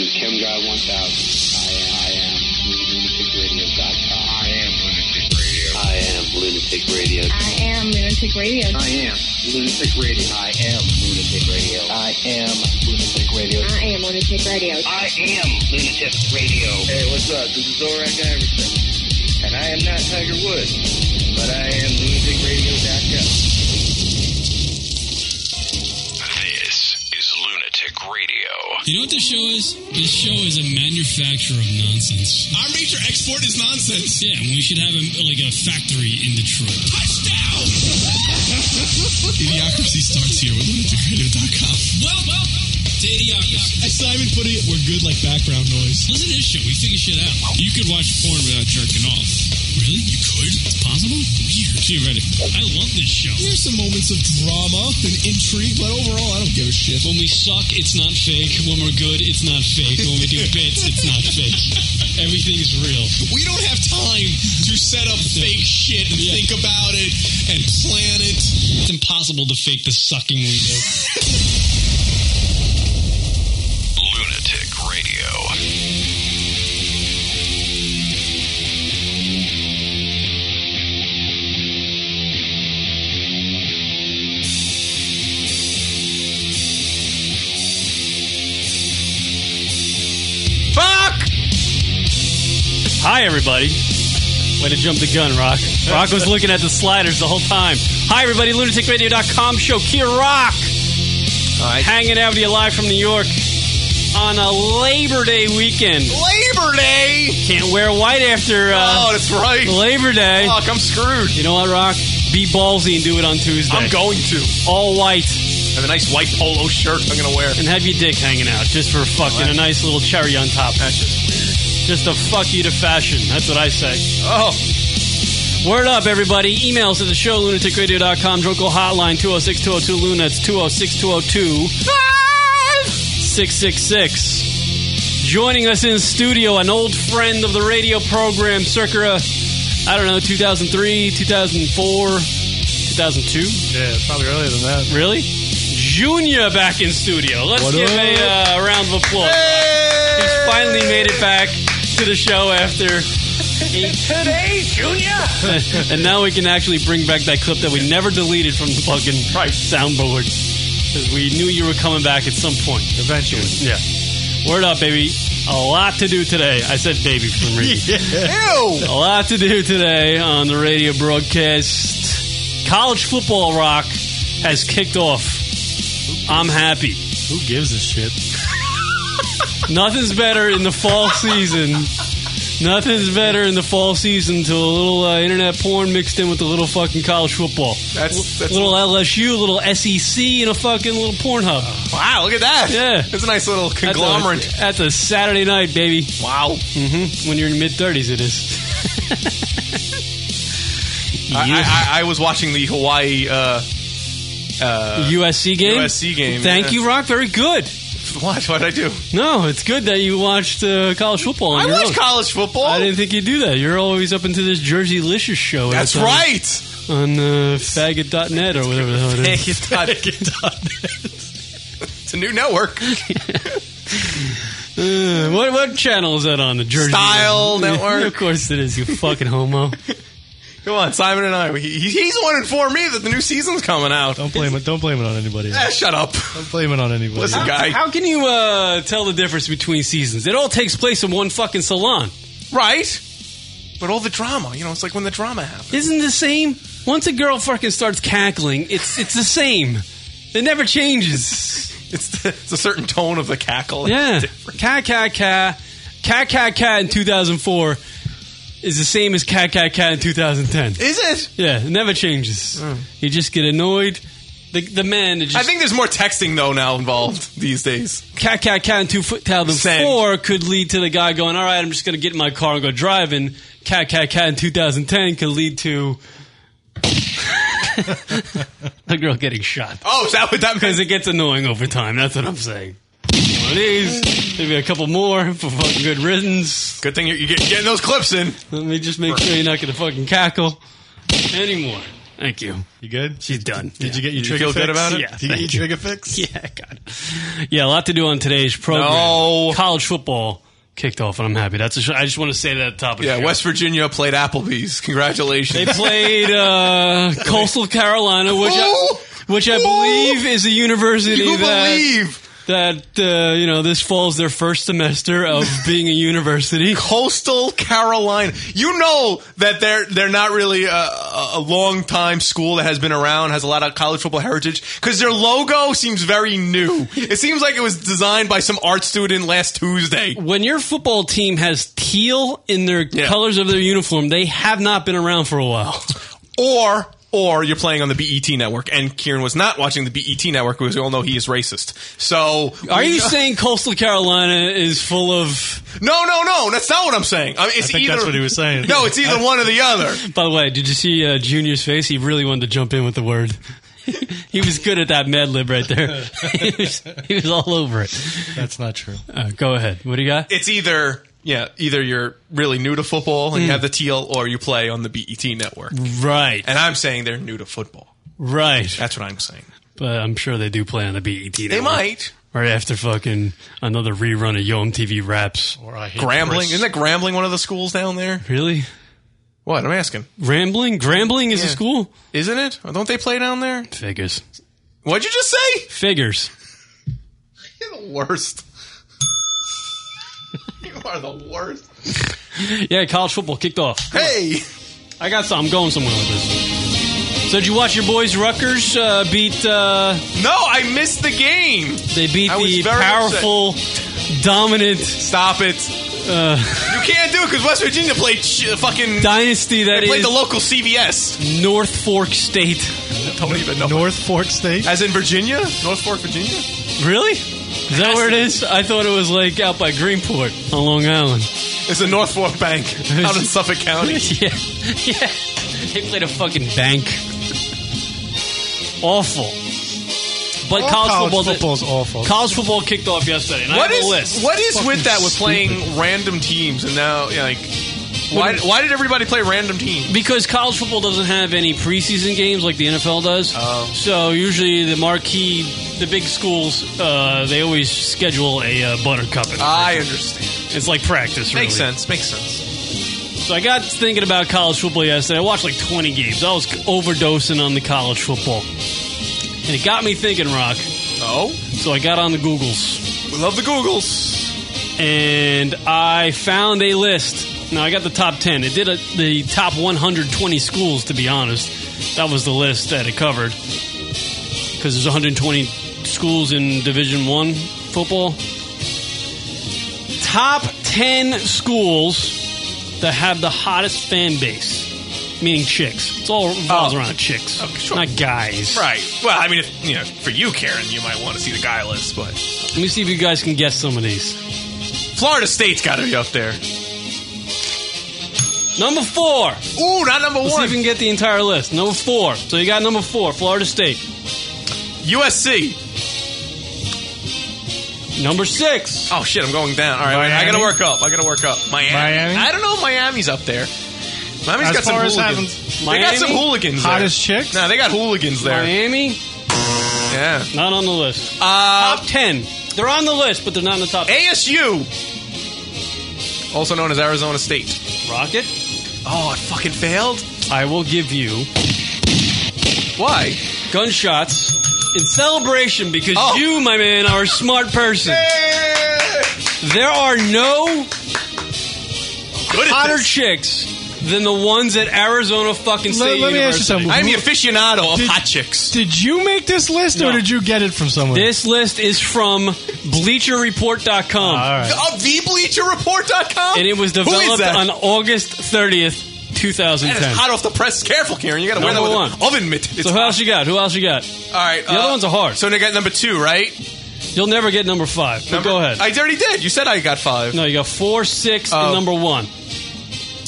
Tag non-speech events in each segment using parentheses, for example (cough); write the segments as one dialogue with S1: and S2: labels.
S1: ChemDrive 1000. I am, lunaticradio.com.
S2: I am Lunatic Radio.
S1: I am Lunatic Radio.
S3: I am Lunatic Radio.
S1: I am Lunatic Radio. I am Lunatic Radio. I am Lunatic Radio.
S3: I am Lunatic Radio.
S1: I am Lunatic Radio.
S4: Hey, what's up? This is Zorak Iverson. And I am not Tiger Woods, but I am lunaticradio.com.
S2: This is Lunatic
S5: (laughs)
S2: Radio.
S6: You know what this show is? This show is a manufacturer of nonsense.
S7: Our major export is nonsense.
S6: Yeah, we should have a, like a factory in Detroit.
S7: Touchdown! Idiocracy starts here with lunaticradio.com.
S6: Well, well, to idiocracy.
S7: As Simon put it, we're good like background noise.
S6: Listen to this show. We figure shit out. You could watch porn without jerking off. Really? You could? It's possible? Weird. Theoretical. I love this show.
S7: There's some moments of drama and intrigue, but overall, I don't give a shit.
S6: When we suck, it's not fake. When we're good, it's not fake. When we do bits, it's not fake. Everything's real.
S7: We don't have time to set up fake shit and
S6: Yeah.
S7: think about it and plan it.
S6: It's impossible to fake the sucking we do.
S2: Lunatic Radio.
S8: Fuck! Hi, everybody. Way to jump the gun, Rock. Rock was looking at the sliders the whole time. Hi, everybody. LunaticRadio.com show. Kia Rock. Hanging out with you live from New York on a Labor Day weekend.
S7: Labor Day!
S8: Can't wear white after
S7: Oh,
S8: uh,
S7: that's right.
S8: Labor Day.
S7: Fuck, I'm screwed.
S8: You know what, Rock? Be ballsy and do it on Tuesday.
S7: I'm going to.
S8: All white
S7: I have a nice white polo shirt I'm going to wear.
S8: and have your dick hanging out just for fucking a nice little cherry on top.
S7: That's just
S8: Just a fuck you to fashion. That's what I say.
S7: weird. Oh,
S8: Word up, everybody. Emails to the show, lunaticradio.com, Drunkel Hotline, 206 202 Luna. It's 206 202 666. Joining us in studio, an old friend of the radio program, circa, I don't know, 2003, 2004, 2002.
S9: Yeah, probably earlier than that.
S8: Really? Junior back in studio. Let's
S9: What
S8: give
S9: up?
S8: a uh, round of applause. He finally made it back to the show after. Today, Junior! (laughs) and now we can actually bring back that clip that we never deleted from the fucking
S9: Right.
S8: soundboard. Because we knew you were coming back at some point.
S9: Eventually.
S8: Yeah. Word up, baby. A lot to do today. I said baby for some reason.
S7: Ew!
S8: A lot to do today on the radio broadcast. College football rock has kicked off. I'm happy.
S9: Who gives a shit?
S8: Nothing's better in the fall season. Nothing's better in the fall season to a little uh, internet porn mixed in with a little fucking college football.
S7: That's, that's
S8: little LSU, little SEC, and a fucking little porn hub.
S7: wow. Look at that.
S8: Yeah.
S7: it's a nice little conglomerate.
S8: That's a, that's a Saturday night, baby.
S7: Wow.
S8: hmm When you're in mid 30s, it is.
S7: I,
S8: You-
S7: I, I, I was watching the Hawaii. Uh, uh,
S8: USC game?
S7: USC game,
S8: Thank
S7: yeah.
S8: you, Rock. Very good.
S7: (laughs) what? What did I do?
S8: No, it's good that you watched uh, college football. On
S7: I
S8: your
S7: watch
S8: own.
S7: college football.
S8: I didn't think you'd do that. You're always up into this Jersey Licious show.
S7: That's
S8: every time.
S7: right.
S8: on uh, faggot.net or whatever the hell it
S7: (laughs)
S8: is.
S9: (laughs)
S7: It's a new network.
S8: Uh, what what channel is that on? The Jersey
S7: Style
S8: (laughs) Yeah,
S7: Network.
S8: of course it is. You fucking homo.
S7: Come on, Simon and I. He, he's the one informed me that the new season's coming out.
S9: Don't blame it. Don't blame it on anybody.
S7: Eh,
S9: Else.
S7: shut up.
S9: Don't blame it on anybody.
S7: (laughs) Listen,
S9: else.
S7: guy.
S8: How can you uh, tell the difference between seasons? It all takes place in one fucking salon.
S7: Right. But all the drama, you know, it's like when the drama happens.
S8: Isn't it the same? Once a girl fucking starts cackling, it's it's the same. It never changes.
S7: (laughs) It's, the, it's a certain tone of the cackle.
S8: Yeah. Cat cat cat cat cat cat in 2004 is the same as cat cat cat in 2010.
S7: Is it? Hmm.
S8: Yeah, it never changes. You just get annoyed. The, the man that
S7: I
S8: just
S7: think there's more texting though now involved these days.
S8: cat cat cat in two foot thousand
S7: Send.
S8: four could lead to the guy going, all right, I'm just going to get in my car and go driving. Cat cat cat in 2010 could lead to (laughs) a girl getting shot
S7: Oh, is that what that
S8: because
S7: means?
S8: it gets annoying over time. That's what I'm saying. One of these, maybe a couple more for fucking good riddance.
S7: Good thing you're, you're getting those clips in.
S8: Let me just make sure you're not going to fucking cackle anymore. Thank you.
S9: You good?
S8: She's done.
S9: Did you get your
S7: Did you
S9: trigger
S7: feel
S9: fix?
S7: good about it?
S8: Yeah,
S9: Did you get your trigger
S8: thank
S7: (laughs)
S9: fix?
S8: Yeah, God. Yeah, a lot to do on today's program.
S7: No.
S8: College football kicked off, and I'm happy. That's. A sh- I just want to say that at the top of
S7: Yeah,
S8: the show.
S7: West Virginia played Applebee's.
S8: They
S7: Congratulations.
S8: played
S7: (laughs)
S8: uh, Coastal Carolina, which I,
S7: Who?
S8: which I
S7: Who?
S8: believe is a university
S7: Oh! you
S8: that
S7: believe
S8: that uh, you know this falls their first semester
S7: (laughs)
S8: of being a university.
S7: Coastal Carolina? You know that they're they're not really a, a a long time school that has been around, has a lot of college football heritage because their logo seems very new. It seems like it was designed by some art student last Tuesday.
S8: When your football team has teal in their
S7: Yeah.
S8: colors of their uniform, they have not been around for a
S7: (laughs)
S8: while.
S7: or or you're playing on the BET network, and Kieran was not watching the BET network because we all know he is racist. So
S8: Are
S7: we-
S8: you saying Coastal Carolina is full of?
S7: No, no, no. That's not what I'm saying. I mean, it's
S9: I think
S7: either
S9: that's what he was saying.
S7: No, it's either one or the other.
S8: (laughs) By the way, did you see uh, Junior's face? He really wanted to jump in with the word. (laughs) he was good at that med lib right there. (laughs) he, was, he was all over it.
S9: That's not true.
S8: Uh, go ahead. What do you got?
S7: It's either yeah, either you're really new to football and you have the teal, or you play on the BET network.
S8: Hmm. Right,
S7: And I'm saying they're new to football.
S8: right.
S7: That's what I'm saying.
S8: But I'm sure they do play on the E BET.
S7: They
S8: network.
S7: might
S8: Right after fucking another rerun of Yo MTV Raps.
S9: Or I hate
S7: Grambling.
S9: Chris.
S7: Isn't that Grambling one of the schools down there?
S8: Really?
S7: What I'm asking,
S8: Rambling? Grambling is a
S7: Yeah.
S8: school?
S7: isn't it? Or Don't they play down there?
S8: Figures.
S7: What'd you just say?
S8: Figures.
S7: You're the worst. (laughs) you are the worst.
S8: (laughs) Yeah, college football kicked off.
S7: Hey,
S8: I got some. I'm going somewhere with this. So did you watch your boys Rutgers uh, beat? Uh,
S7: no, I missed the game.
S8: they beat
S7: I was
S8: the
S7: very
S8: powerful, dominant uh,
S7: Stop it. you can't do it because West Virginia played sh- uh, fucking.
S8: dynasty that
S7: they played
S8: is
S7: the local CVS.
S8: North Fork State.
S7: Don't even know.
S9: North Fork State?
S7: As in Virginia, North Fork, Virginia.
S8: Really? Is that where it is? I thought it was like out by Greenport on Long Island.
S7: It's the North Fork
S8: (laughs)
S7: Bank out in Suffolk County.
S8: yeah, yeah. They played a fucking bank. Awful. But college, football, did-
S9: football's awful.
S8: college football kicked off yesterday, and
S7: What
S8: I have
S7: is
S8: a list.
S7: what is with that? We're
S8: stupid.
S7: playing random teams, and now yeah, like, why why did everybody play random teams?
S8: Because college football doesn't have any preseason games like the NFL does.
S7: Oh.
S8: So usually the marquee, the big schools, uh, they always schedule a uh, buttercup.
S7: I understand.
S8: it's like practice, really.
S7: Makes sense. Makes sense.
S8: So I got thinking about college football yesterday. I watched like 20 games. I was overdosing on the college football. And it got me thinking, Rock.
S7: Oh,
S8: So I got on the Googles.
S7: we love the Googles.
S8: And I found a list. Now I got the top 10. It did a, the top 120 schools, to be honest. That was the list that it covered. Because there's 120 schools in Division One football. Top 10 schools that have the hottest fan base, meaning chicks. It's all revolves
S7: Oh.
S8: around chicks,
S7: Okay, sure.
S8: not guys.
S7: Right. Well, I mean, if, you know, for you, Karen, you might want to see the guy list, but
S8: Let me see if you guys can guess some of these.
S7: Florida State's got to be up there.
S8: Number four.
S7: Ooh, not number
S8: Let's see
S7: one.
S8: if we can get the entire list. Number four. So you got number four, Florida State.
S7: USC.
S8: Number six.
S7: Oh shit, I'm going down. All right, wait, I
S9: Miami?
S7: gotta work up. I gotta work up. Miami.
S9: Miami?
S7: I don't know. if Miami's up there. Miami's
S9: As
S7: got some
S9: far as
S7: hooligans.
S9: having
S7: They got
S8: Miami?
S7: some hooligans. there.
S9: hottest chicks?
S7: Nah, they got hooligans there.
S8: Miami,
S7: Yeah.
S8: not on the list.
S7: Uh,
S8: top ten. They're on the list, but they're not in the top.
S7: ASU, also known as Arizona State.
S8: Rocket.
S7: Oh, it fucking failed.
S8: I will give you
S7: Why?
S8: gunshots in celebration because
S7: Oh.
S8: you, my man, are a smart person. There are no
S7: Good at
S8: hotter
S7: this.
S8: chicks than the ones at Arizona fucking
S9: Let-
S8: State
S9: let me ask you
S8: University.
S9: something.
S7: I'm the aficionado of
S9: Did-
S7: hot chicks.
S9: Did you make this list
S8: No.
S9: or did you get it from someone?
S8: This list is from BleacherReport.com.
S9: All right.
S7: Of TheBleacherReport.com?
S8: and it was
S7: Who is
S8: developed
S7: that?
S8: on August 30th,
S7: That is
S8: 2010.
S7: hot off the press. Careful, Karen. You got to wear that
S8: Number
S7: with
S8: one.
S7: an oven mitt. It's
S8: So who else you got? Who else you got?
S7: All right. uh,
S8: The other ones are hard.
S7: So they got number two, right?
S8: You'll never get number five. But
S7: Number-
S8: go ahead.
S7: I already did. You said I got five.
S8: no, you got four, six,
S7: Oh.
S8: and number one.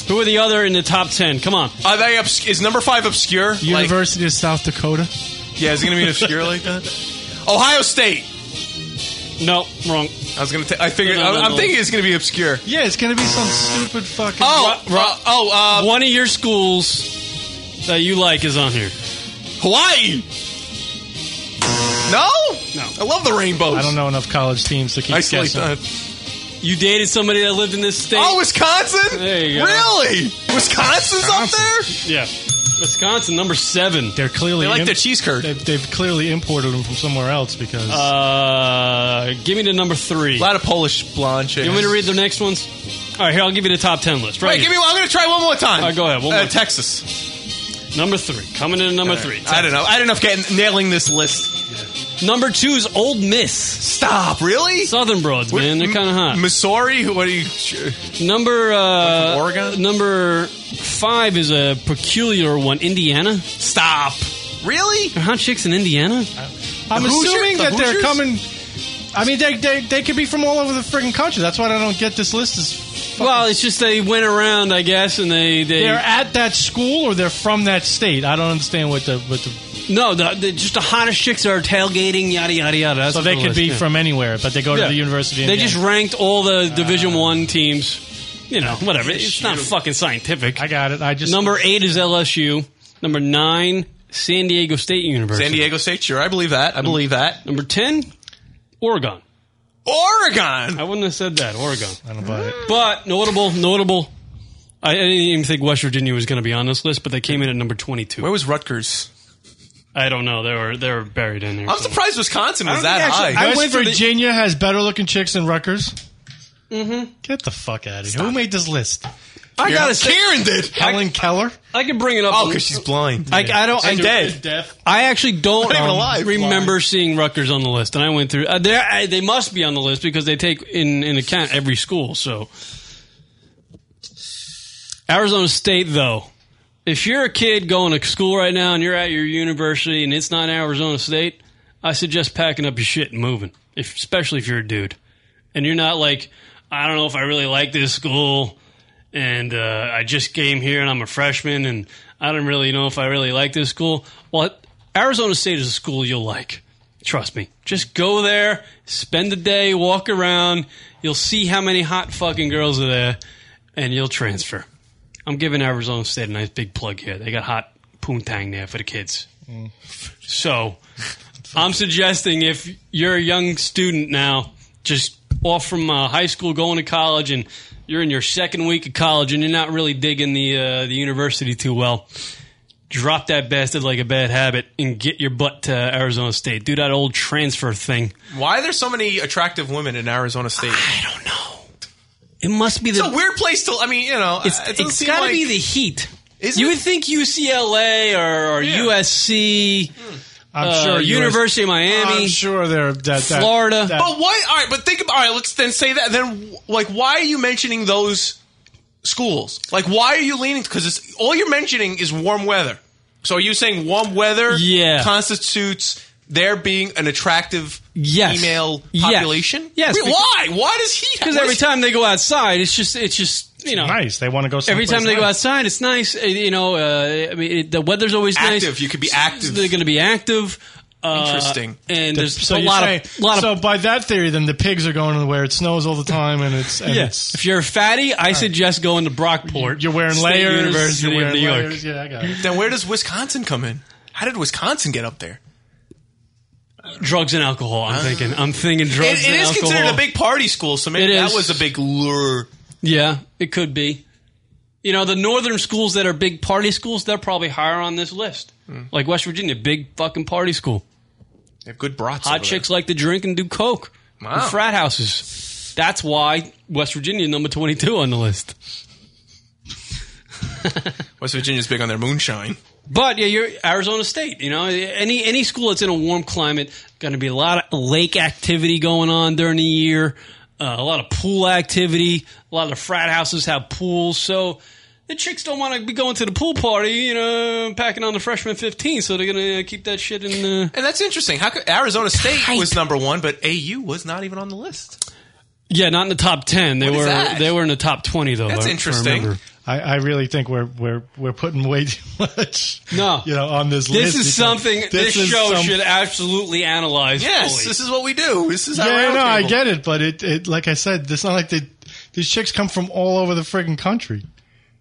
S8: Who are the other in the top ten? Come on.
S7: Are they obs- Is number five obscure? Like,
S9: University of South Dakota.
S7: yeah, is it going to be obscure like
S8: (laughs)
S7: that? Ohio State.
S8: No, wrong.
S7: I was going to. I figured.
S8: No, no,
S7: I'm, I'm
S8: no.
S7: thinking it's going to be obscure.
S9: Yeah, it's gonna be some stupid fucking.
S7: Oh,
S8: Ro- Ro-
S7: uh, oh, uh,
S8: One of your schools that you like is on here.
S7: Hawaii. No?
S8: No.
S7: I love the rainbows.
S9: I don't know enough college teams to keep
S7: I sleep.
S9: guessing.
S7: Uh,
S8: You dated somebody that lived in this state.
S7: oh, Wisconsin?
S8: There you go.
S7: Really? Wisconsin's up there?
S8: yeah. Wisconsin, number seven.
S9: They're clearly
S7: They like
S9: im-
S7: their cheese curd.
S9: They've, they've clearly imported them from somewhere else because
S8: Uh, give me the number three.
S7: A lot of Polish blonde chicks.
S8: You want me to read the next ones? All right, here I'll give you the top ten list. Right,
S7: Wait, give me one. I'm going to try one more time.
S8: All right, go ahead, one
S7: uh,
S8: more.
S7: Texas.
S8: me number three. Coming in at number three.
S7: I don't know. I don't know if getting, nailing this list.
S8: Number two is Old Miss.
S7: Stop. Really?
S8: Southern broads, man, they're kind of hot.
S7: Missouri? What are you. sure.
S8: number uh,
S7: from Oregon?
S8: Number five is a peculiar one. Indiana.
S7: Stop. Really? Uh,
S8: They're hot chicks in Indiana.
S9: I'm
S7: The Hoosier-
S9: assuming
S7: the
S9: that they're
S7: Hoosiers?
S9: coming. I mean, they, they they could be from all over the friggin' country. That's why I don't get this list. Is
S8: Well, it's just they went around, I guess, and they they
S9: they're at that school or they're from that state? I don't understand what the what the.
S8: no, the, the, just the hottest chicks are tailgating, yada yada yada. That's
S9: So
S8: what
S9: they
S8: the
S9: could
S8: list
S9: be
S8: is.
S9: from anywhere, but they go
S8: Yeah.
S9: to the university. in
S8: They
S9: Indiana. Uh,
S8: just ranked all the Division One teams. You know, whatever. It's not fucking scientific.
S9: I got it. I just
S8: Number eight is LSU. Number nine, San Diego State University.
S7: San Diego State? Sure. I believe that. I believe that.
S8: Number ten, Oregon.
S7: Oregon.
S8: I wouldn't have said that, Oregon.
S9: I don't buy it.
S8: But notable, notable. I I didn't even think West Virginia was going to be on this list, but they came in at number
S7: Where
S8: twenty-two.
S7: was Rutgers?
S8: I don't know. They were they were buried in there.
S7: I'm
S8: so.
S7: surprised Wisconsin was
S9: I don't
S7: that
S9: think actually-
S7: high.
S9: West
S8: went through the-
S9: Virginia has better looking chicks than Rutgers. Mm-hmm. Get the fuck out of here. Who made this list?
S8: I gotta say,
S7: Karen did.
S9: Helen Keller?
S8: I can bring it up.
S7: Oh, because she's blind.
S8: I, I don't. I,
S7: And dead.
S8: I actually don't
S7: Not even
S8: um,
S7: alive.
S8: remember seeing Rutgers on the list, and I went through. Uh, there, I, they must be on the list because they take in in account every school. So, Arizona State, though, if you're a kid going to school right now and you're at your university and it's not Arizona State, I suggest packing up your shit and moving. If, especially if you're a dude and you're not like, I don't know if I really like this school and uh, I just came here and I'm a freshman and I don't really know if I really like this school. Well, Arizona State is a school you'll like. Trust me. Just go there, spend the day, walk around. You'll see how many hot fucking girls are there, and you'll transfer. I'm giving Arizona State a nice big plug here. They got hot poontang there for the kids. So I'm suggesting if you're a young student now, just off from uh, high school, going to college, and you're in your second week of college, and you're not really digging the uh, the university too well. Drop that bastard like a bad habit and get your butt to Arizona State. Do that old transfer thing.
S7: Why are there so many attractive women in Arizona State?
S8: I don't know. It must be the
S7: It's a weird place to. I mean, you know,
S8: It's,
S7: uh, it doesn't
S8: it's
S7: seem
S8: got to
S7: like-
S8: be the heat.
S7: Is
S8: you
S7: it?
S8: would think UCLA or, or
S7: Yeah. Hmm.
S8: USC,
S9: I'm
S8: uh,
S9: sure you were-
S8: University of Miami.
S9: I'm sure they're that, that
S8: Florida.
S9: that-
S7: But what? All right, but think about. All right, let's then say that. Then, like, why are you mentioning those schools? Like, why are you leaning? Because it's all you're mentioning is warm weather. So are you saying warm weather
S8: Yeah.
S7: constitutes there being an attractive
S8: Yes.
S7: female
S8: Yes.
S7: population?
S8: Yes,
S7: Wait,
S8: because-
S7: why? Why does he?
S8: Because every time they go outside, it's just it's just you know
S9: nice. They want to go.
S8: every time they go
S9: someplace
S8: outside, it's nice. Uh, You know, uh, I mean it, the weather's always
S7: Active.
S8: Nice.
S7: You could be active.
S8: They're going to be active. Uh,
S7: Interesting.
S9: nice.
S8: And there's
S9: So
S8: a
S9: you're
S8: lot
S9: saying-
S8: of lot (laughs)
S9: so
S8: of
S9: by that theory, then the pigs are going to where it snows all the time, and it's and
S8: yes.
S9: it's-
S8: If you're a fatty, I suggest going to Brockport.
S9: you're wearing
S8: State
S9: layers. you're
S8: University of
S9: wearing
S8: New York.
S9: layers. Yeah, I got it.
S7: Then where does Wisconsin come in? How did Wisconsin get up there? Ah.
S8: Drugs and alcohol. I'm thinking. I'm thinking drugs.
S7: It- it
S8: and
S7: is
S8: alcohol.
S7: considered a big party school, so maybe
S8: It
S7: that
S8: is.
S7: was a big lure.
S8: Yeah, it could be. You know, the northern schools that are big party schools, they're probably higher on this list.
S7: Hmm.
S8: Like West Virginia, big fucking party school.
S7: They have good brats.
S8: Hot
S7: over there.
S8: chicks like to drink and do coke.
S7: Wow.
S8: And frat houses. That's why West Virginia number 22 on the list.
S7: (laughs) West Virginia's big on their moonshine.
S8: But yeah, you're Arizona State, you know, any any school that's in a warm climate, going to be a lot of lake activity going on during the year, uh, a lot of pool activity, a lot of frat houses have pools, so the chicks don't want to be going to the pool party, you know, packing on the freshman 15, so they're going to keep that shit in the
S7: And that's interesting. How could Arizona State
S8: Tight.
S7: was number one, but AU was not even on the list?
S8: Yeah, not in the top 10. They
S7: What is
S8: were
S7: that?
S8: they were in the top 20 though.
S7: That's
S8: I- I
S7: interesting.
S8: remember.
S9: I, I really think we're we're we're putting way too (laughs) much.
S8: No.
S9: you know, on this, list.
S8: This is
S9: because
S8: something this,
S9: is
S8: show
S9: some-
S8: should absolutely analyze.
S7: Yes,
S8: fully.
S7: this is what we do. This is our
S9: Yeah, no, I
S7: roundtable.
S9: get it, but it, it
S7: Mm-hmm.
S9: like I said, it's not like they, these chicks come from all over the friggin' country.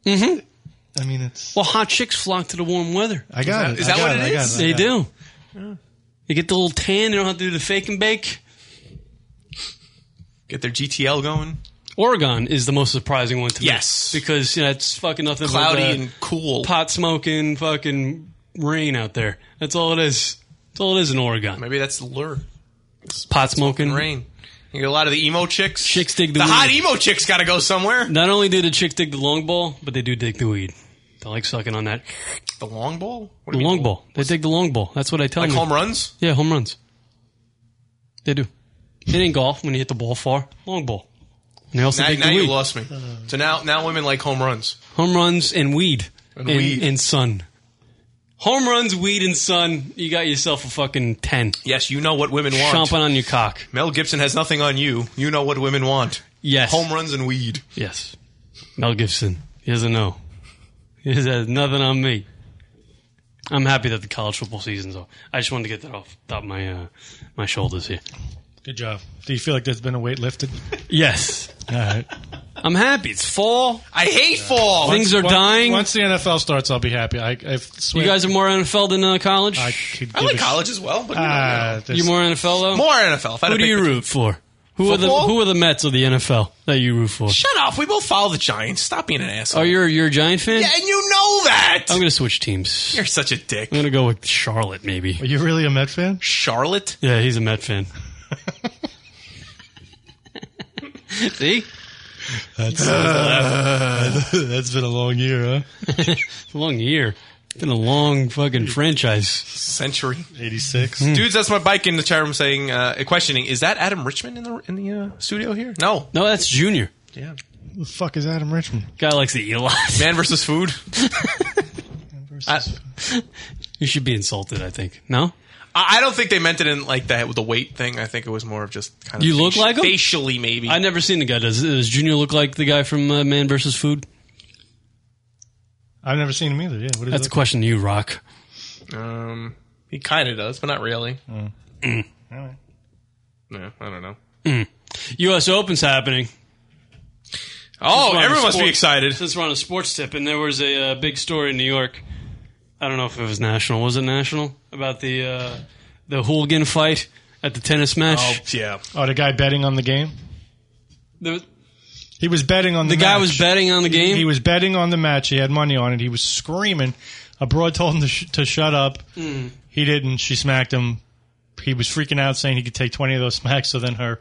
S9: I mean, it's.
S8: Well, hot chicks flock to the warm weather.
S9: I got
S7: that-
S9: it.
S7: is
S9: I
S7: that
S9: got
S7: what it
S9: I got
S7: is?
S9: I
S8: They
S9: got
S8: do. They get the little tan. They don't have to do the fake and bake.
S7: Get their GTL going.
S8: Oregon is the most surprising one to me.
S7: Yes.
S8: because you know, it's fucking nothing
S7: Cloudy
S8: but, uh,
S7: and cool.
S8: pot smoking fucking rain out there. That's all it is. That's all it is in Oregon.
S7: Maybe that's the lure.
S8: Pot smoking
S7: Rain. You get a lot of the emo chicks.
S8: Chicks dig the
S7: the hot
S8: weed.
S7: emo chicks. Got to go somewhere.
S8: Not only do the chick dig the long ball, but they do dig the weed. They like sucking on that
S7: The long ball. What
S8: the
S7: do you mean?
S8: long ball. They dig the long ball. That's what I tell
S7: Like
S8: them.
S7: home runs.
S8: Yeah, home runs. They do. It ain't golf when you hit the ball far. Long ball. And they also
S7: Now,
S8: dig
S7: now
S8: the
S7: you
S8: weed.
S7: lost me. So now, now women like home runs.
S8: Home runs and weed.
S7: And weed.
S8: and sun. Home runs, weed, and sun. You got yourself a fucking 10.
S7: Yes, you know what women want.
S8: Chomping on your cock.
S7: Mel Gibson has nothing on you. You know what women want.
S8: Yes.
S7: Home runs and weed.
S8: Yes. Mel Gibson. He doesn't know. He has nothing on me. I'm happy that the college football season's off. I just wanted to get that off the top of my uh, my shoulders here.
S9: Good job. Do you feel like there's been a weight lifted?
S8: (laughs) Yes.
S9: All right.
S8: I'm happy. It's fall.
S7: I hate fall.
S8: Things are
S9: Once-
S8: dying.
S9: Once the NFL starts, I'll be happy. I, I swear.
S8: you guys are more NFL than uh, college?
S9: I, could
S7: I
S9: give
S7: like
S9: a
S7: college as well, but you know,
S9: Ah, there's-
S8: you more NFL, though?
S7: you know. more NFL. If I had
S8: who do
S7: to pick
S8: you
S7: between-
S8: root for? Who are, the,
S7: Football?
S8: who are the Mets of the NFL that you root for?
S7: Shut off. We both follow the Giants. Stop being an asshole.
S8: Oh, you're, you're a Giant fan?
S7: Yeah, and you know that.
S8: I'm going to switch teams.
S7: you're such a dick.
S8: I'm going to go with Charlotte, maybe.
S9: Are you really a Met fan?
S7: Charlotte.
S8: Yeah, he's a
S9: (laughs)
S8: Met fan. See? (laughs)
S9: That's, (laughs) that's been Uh, a long year, huh?
S8: (laughs) Long year. It's been a long fucking franchise.
S7: Century.
S9: 86.
S8: Hmm.
S7: Dudes, that's my bike in the chat room saying, uh, questioning, is that Adam Richmond in the in the uh, studio here? No.
S8: No, that's Junior.
S7: Yeah.
S9: Who the fuck is Adam Richmond?
S8: Guy likes to eat a lot.
S7: Man versus food. I,
S8: You should be insulted, I think. No?
S7: I don't think they meant it in like that with the weight thing. I think it was more of just kind of
S8: You look like him?
S7: facially maybe.
S8: I've never seen the guy. Does, does Junior look like the guy from uh, Man vs. Food?
S9: I've never seen him either. Yeah, what is
S8: That's a
S9: that?
S8: question to you, Rock.
S7: Um, he kind of does, but not really.
S9: Hmm.
S8: Mm.
S9: All right.
S7: Yeah, I don't know.
S8: U.S. Mm. Open's happening.
S7: Oh,
S8: We're on
S7: everyone
S8: a
S7: must be
S8: sport-
S7: excited.
S8: Since we're on a sports tip, and there was a uh, big story in New York. I don't know if it was national. Was it national about the uh, the hooligan fight at the tennis match?
S7: yeah.
S9: Oh, the guy betting on the game?
S8: The,
S9: He was betting on the
S8: the guy was
S9: match.
S8: betting on the game.
S9: He was betting on the match. He had money on it. He was screaming. A broad told him to, sh- to shut up.
S8: Hmm.
S9: He didn't. She smacked him. He was freaking out, saying he could take twenty of those (laughs) smacks. So then her,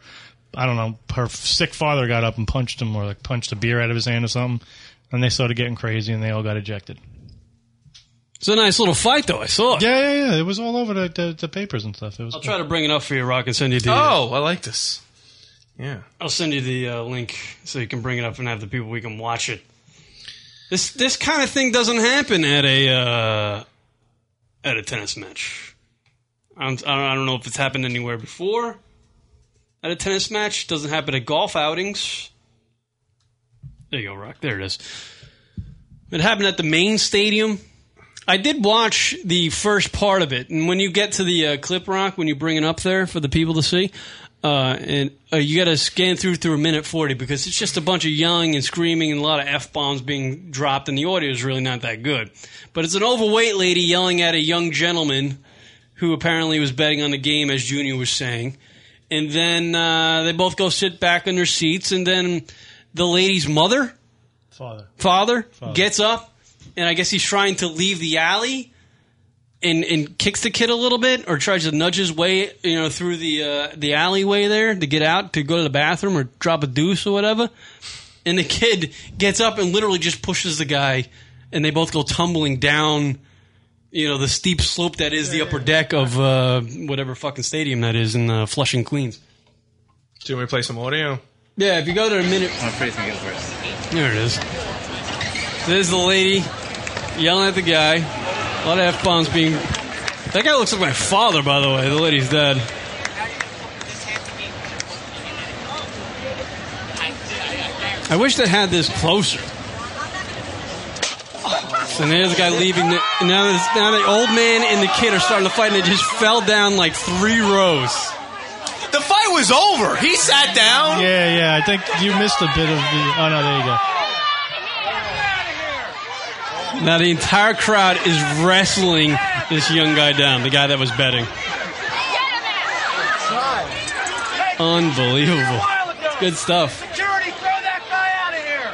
S9: I don't know, her sick father got up and punched him, or like punched a beer out of his hand or something. And they started getting crazy, and they all got ejected.
S8: it's a nice little fight, though. I saw it.
S9: Yeah, yeah, yeah. It was all over the, the, the papers and stuff. It was.
S8: I'll try to bring it up for you, Rock, and send you the. uh,
S7: Oh, I like this. Yeah.
S8: I'll send you the uh, link so you can bring it up and have the people we can watch it. This this kind of thing doesn't happen at a uh, at a tennis match. I'm, I don't- I don't know if it's happened anywhere before. At a tennis match, doesn't happen at golf outings. There you go, Rock. There it is. It happened at the main stadium. I did watch the first part of it, and when you get to the uh, clip, Rock, when you bring it up there for the people to see, uh, and uh, you got to scan through through a minute forty because it's just a bunch of yelling and screaming and a lot of f bombs being dropped, and the audio is really not that good. But it's an overweight lady yelling at a young gentleman who apparently was betting on the game, as Junior was saying, and then uh, they both go sit back in their seats, and then the lady's mother
S9: Father.
S8: father, gets up, and I guess he's trying to leave the alley, and and kicks the kid a little bit, or tries to nudge his way, you know, through the uh, the alleyway there to get out to go to the bathroom or drop a deuce or whatever. And the kid gets up and literally just pushes the guy, and they both go tumbling down, you know, the steep slope that is the upper deck of uh, whatever fucking stadium that is in uh, Flushing, Queens.
S7: Do you want me to play some audio?
S8: Yeah, if you go to a minute
S4: I'm praise me first.
S8: There it is. There's the lady yelling at the guy. A lot of f bombs being. That guy looks like my father, by the way. The lady's dead. I wish they had this closer. So there's the guy leaving. The, now, there's, now the old man and the kid are starting to fight, and they just fell down like three rows.
S7: The fight was over. He sat down.
S9: Yeah, yeah. I think you missed a bit of the. Oh no, there you go.
S8: Now the entire crowd is wrestling this young guy down, the guy that was betting. Unbelievable. It's good stuff.
S10: Security, throw that guy out of here.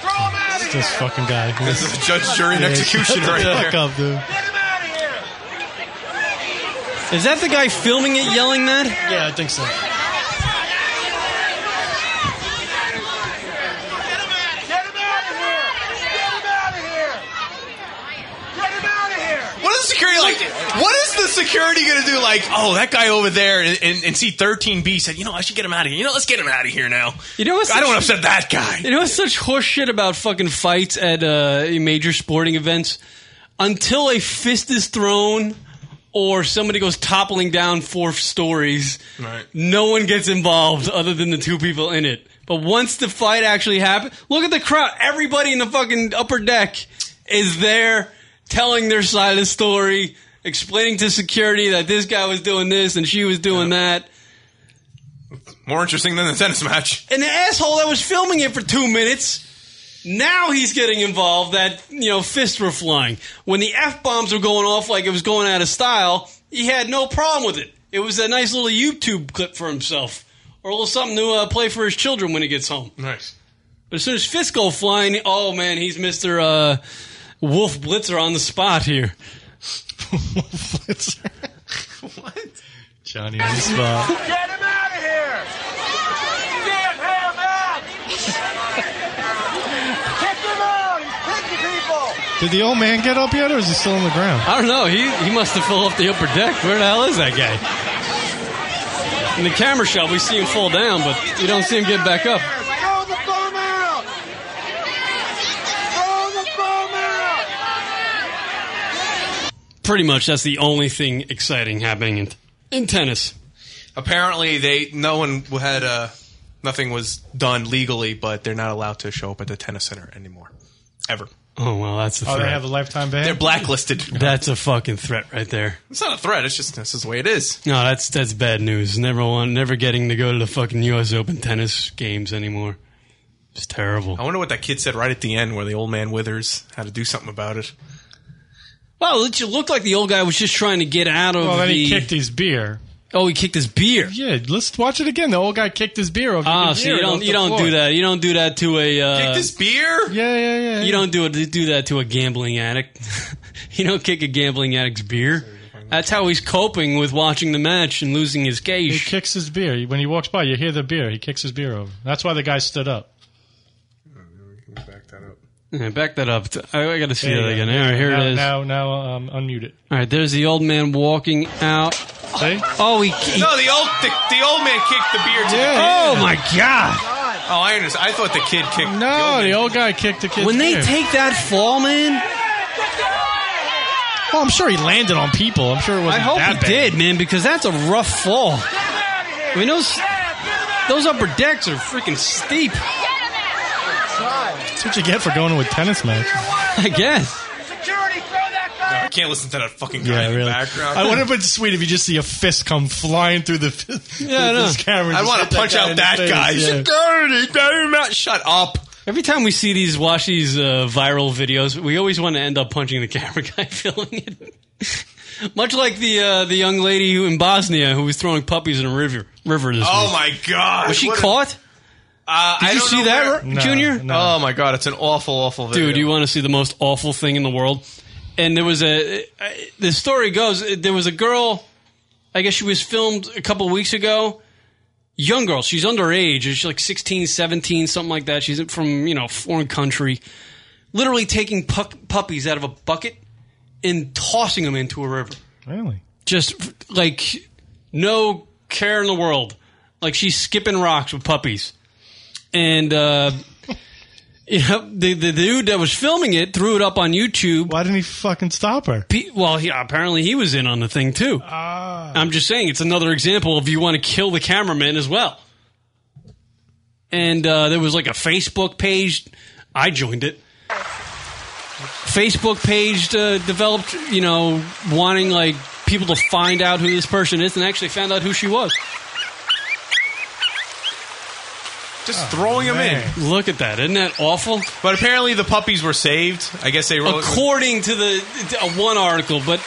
S10: Throw him out of
S9: This
S10: here.
S9: fucking guy.
S7: This is a judge, jury, and execution
S9: Shut the
S7: right
S9: fuck
S7: here.
S9: up, dude.
S10: Get him out of here.
S8: Is that the guy filming it yelling that?
S9: Yeah, I think so.
S10: Get him out of here. Get him out of here. Get him out of here.
S7: What is the security like? What is the security going to do? Like, oh, that guy over there in, in, in C13B said, you know, I should get him out of here. You know, let's get him out of here now.
S8: You know what's
S7: I don't
S8: such-
S7: want to upset that guy.
S8: You know what's such horse shit about fucking fights at uh, major sporting events? Until a fist is thrown or somebody goes toppling down four stories,
S7: Right.
S8: no one gets involved other than the two people in it. But once the fight actually happened, look at the crowd. Everybody in the fucking upper deck is there telling their side of the story, explaining to security that this guy was doing this and she was doing that.
S7: More interesting than the tennis match.
S8: an asshole that was filming it for two minutes. Now he's getting involved. That you know, fists were flying when the f bombs were going off like it was going out of style. He had no problem with it. It was a nice little YouTube clip for himself, or a little something to uh, play for his children when he gets home.
S7: Nice.
S8: But as soon as fists go flying, oh man, he's Mister uh, Wolf Blitzer on the spot here.
S9: what? Johnny on the spot.
S10: Get him out of here. Get him out. Kick him out. He's kicking people.
S9: Did the old man get up yet, or is he still on the ground?
S8: I don't know. He he must have fell off the upper deck. Where the hell is that guy? In the camera shot, we see him fall down, but you don't see him get back up.
S10: Throw the bomb out. Throw the bomb out.
S8: pretty much that's the only thing exciting happening in, in tennis.
S7: Apparently, they no one had uh, nothing was done legally, but they're not allowed to show up at the tennis center anymore, ever.
S8: Oh well, that's a
S9: Oh,
S8: threat.
S9: they have a lifetime ban.
S7: They're blacklisted.
S8: that's a fucking threat right there.
S7: It's not a threat. It's just this is the way it is.
S8: No, that's that's bad news. Never one, never getting to go to the fucking U.S. Open tennis games anymore. It's terrible.
S7: I wonder what that kid said right at the end, where the old man withers had to do something about it.
S8: Well, it looked like the old guy was just trying to get out of
S9: well, then
S8: the.
S9: he kicked his beer.
S8: oh, he kicked his beer.
S9: Yeah, let's watch it again. The old guy kicked his beer over.
S8: Ah,
S9: the
S8: so
S9: beer
S8: you
S9: and off
S8: don't
S9: the
S8: you don't
S9: floor.
S8: do that. You don't do that to a.
S7: Kick
S8: Uh,
S7: this beer.
S9: Yeah, yeah, yeah.
S8: you don't do it, do that to a gambling addict. (laughs) you don't kick a gambling addict's beer. That's how he's coping with watching the match and losing his
S9: He
S8: case.
S9: kicks his beer when he walks by. You hear the beer. He kicks his beer over. That's why the guy stood up.
S7: Back that up.
S8: Yeah, back that up. I, I got to see
S9: There
S8: that
S9: you go.
S8: again. All right, here
S9: now,
S8: it is.
S9: Now, now, um, unmute it.
S8: All right, there's the old man walking out.
S9: See?
S8: Oh, he. he-
S7: No, the old the, the old man kicked the beer. To the kid.
S8: oh my
S9: Ah!
S8: God!
S7: Oh, I understand. I thought the kid kicked.
S9: No,
S7: the
S9: the
S7: old
S9: old guy kicked the kid's
S8: When they
S9: beer.
S8: take that fall, man,
S9: oh, I'm sure he landed on people. I'm sure it
S8: I
S9: wasn't
S8: hope
S9: that
S8: he
S9: bad.
S8: did, man, because that's a rough fall. I mean, those those upper decks are freaking steep.
S9: That's what you get for going to a tennis match.
S8: I guess.
S10: Security, throw that guy
S7: I can't listen to that fucking guy in the background.
S9: I would have been sweet if you just see a fist come flying through the (laughs)
S8: I know.
S9: this camera.
S7: I
S9: just
S7: want
S9: hit
S7: to punch out
S9: in
S7: that
S9: the face,
S7: guy.
S9: yeah.
S8: (laughs)
S7: Security, better not- Shut up.
S8: Every time we see these, watch these uh, viral videos, we always want to end up punching the (laughs) camera guy filming it. Much like the uh, the young lady who in Bosnia who was throwing puppies in a river river this
S7: Oh
S8: week.
S7: my god.
S8: Was she
S7: What a-
S8: caught?
S7: Uh,
S8: Did
S7: I
S8: you
S7: don't
S8: see
S7: know
S8: that,
S7: where-
S8: Ro- Junior?
S9: no.
S7: Oh my god, it's an awful, awful video.
S8: Dude, you want to see the most awful thing in the world? And there was a. uh, The story goes uh, there was a girl. I guess she was filmed a couple weeks ago. Young girl, she's underage. She's like 16, 17, something like that. She's from you know foreign country. Literally taking puck, puppies out of a bucket and tossing them into a river.
S9: Really?
S8: Just f- like no care in the world. Like she's skipping rocks with puppies. And uh, you know, the, the dude that was filming it threw it up on YouTube.
S9: Why didn't he fucking stop her?
S8: Pe- Well, he, apparently he was in on the thing too.
S9: Ah,
S8: I'm just saying, it's another example of you want to kill the cameraman as well. And uh, there was like a Facebook page. I joined it. Facebook page uh, developed, you know, wanting like people to find out who this person is, and actually found out who she was.
S7: Just throwing them
S9: Oh, man.
S7: in.
S8: Look at that. Isn't that awful?
S7: But apparently the puppies were saved. I guess they wrote.
S8: According to the to, uh, one article, but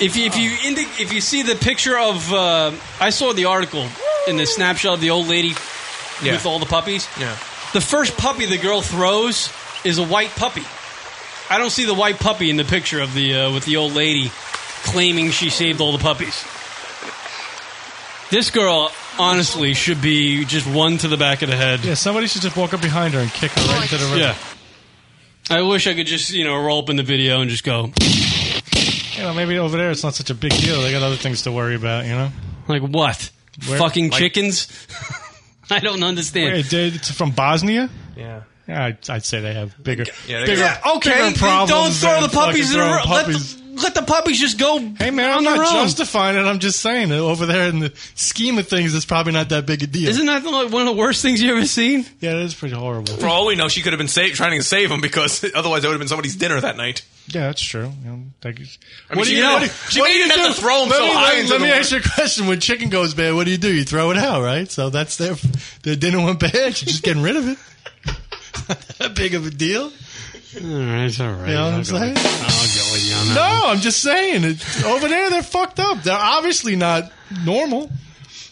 S8: if you, if you
S7: Ah.
S8: indi- if you see the picture of uh, I saw the article in the snapshot of the old lady
S7: Yeah.
S8: with all the puppies.
S7: yeah.
S8: The first puppy the girl throws is a white puppy. I don't see the white puppy in the picture of the uh, with the old lady claiming she saved all the puppies. This girl honestly should be just one to the back of the head.
S9: Yeah, somebody should just walk up behind her and kick her right into the river.
S8: Yeah. I wish I could just, you know, roll up in the video and just go, (laughs)
S9: You know, maybe over there it's not such a big deal. They got other things to worry about, you know?
S8: like, what?
S9: Where-
S8: Fucking
S9: like-
S8: chickens? I don't
S9: (laughs)
S8: understand.
S9: Wait, it- it's from Bosnia?
S7: Yeah.
S9: Yeah, I'd, I'd say they have bigger.
S7: Yeah, they-
S9: bigger
S7: Yeah,
S9: bigger
S8: okay, don't
S9: problems
S8: throw
S9: than
S8: the puppies in
S9: fucking throwing
S8: the room. (laughs) Let
S9: puppies.
S8: the, let the puppies just go.
S9: Hey man, I'm
S8: on
S9: not
S8: their own.
S9: justifying it. I'm just saying that over there in the scheme of things, it's probably not that big a deal.
S8: Isn't that like, one of the worst things you ever seen?
S9: yeah, it is pretty horrible.
S7: For all we know, she could have been sa- trying to save them because (laughs) otherwise that would have been somebody's dinner that night.
S9: Yeah, that's true. You know, like,
S7: I mean, she didn't- she didn't have to throw 'em
S9: let
S7: so
S9: me,
S7: high
S9: Let,
S7: into
S9: let
S7: the
S9: me
S7: wa-
S9: ask you a question: When chicken goes bad, what do you do? You throw it out, right? So that's their their dinner went bad. You're just getting rid of it. that (laughs) big of a deal?
S8: All right, it's all right.
S9: You know what
S8: I'll
S9: I'm
S8: go
S9: saying?
S8: with- I'll go with you on that.
S9: No, I'm just saying. It, over there, they're fucked up. They're obviously not normal.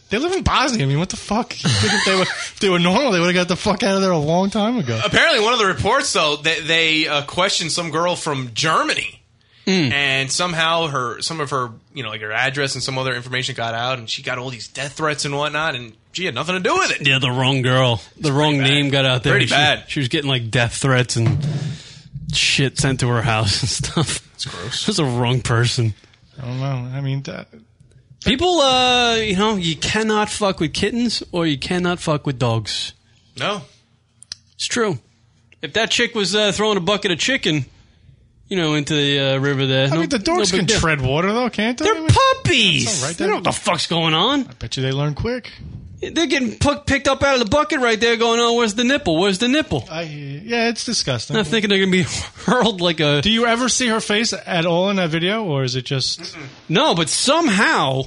S9: They live in Bosnia. I mean, what the fuck? (laughs) You think if they were if they were normal, they would have got the fuck out of there a long time ago.
S7: Apparently, one of the reports though that they uh, questioned some girl from Germany,
S8: Hmm.
S7: and somehow her some of her you know like her address and some other information got out, and she got all these death threats and whatnot, and she had nothing to do with it.
S8: Yeah, the wrong girl. The wrong
S7: bad.
S8: name got out there.
S7: Pretty
S8: she,
S7: bad.
S8: She was getting like death threats and shit sent to her house and (laughs) stuff. It's
S7: gross.
S8: That's the wrong person.
S9: I don't know. I mean, that,
S8: People, uh, you know, you cannot fuck with kittens or you cannot fuck with dogs.
S7: No,
S8: It's true. If that chick was uh, throwing a bucket of chicken, you know, into the uh, river there,
S9: I
S8: no-
S9: mean, the dogs
S8: no
S9: can
S8: big deal.
S9: tread water though, can't they? I
S8: They're
S9: mean,
S8: puppies.
S9: That's all right.
S8: They don't know what the fuck's going on.
S9: bet you they learn quick.
S8: They're getting pu- picked up out of the bucket right there. Going, oh, where's the nipple? Where's the nipple?
S9: I yeah, it's disgusting.
S8: I'm thinking they're gonna be (laughs) hurled like a
S9: Do you ever see her face at all in that video, or is it just?
S8: no, but somehow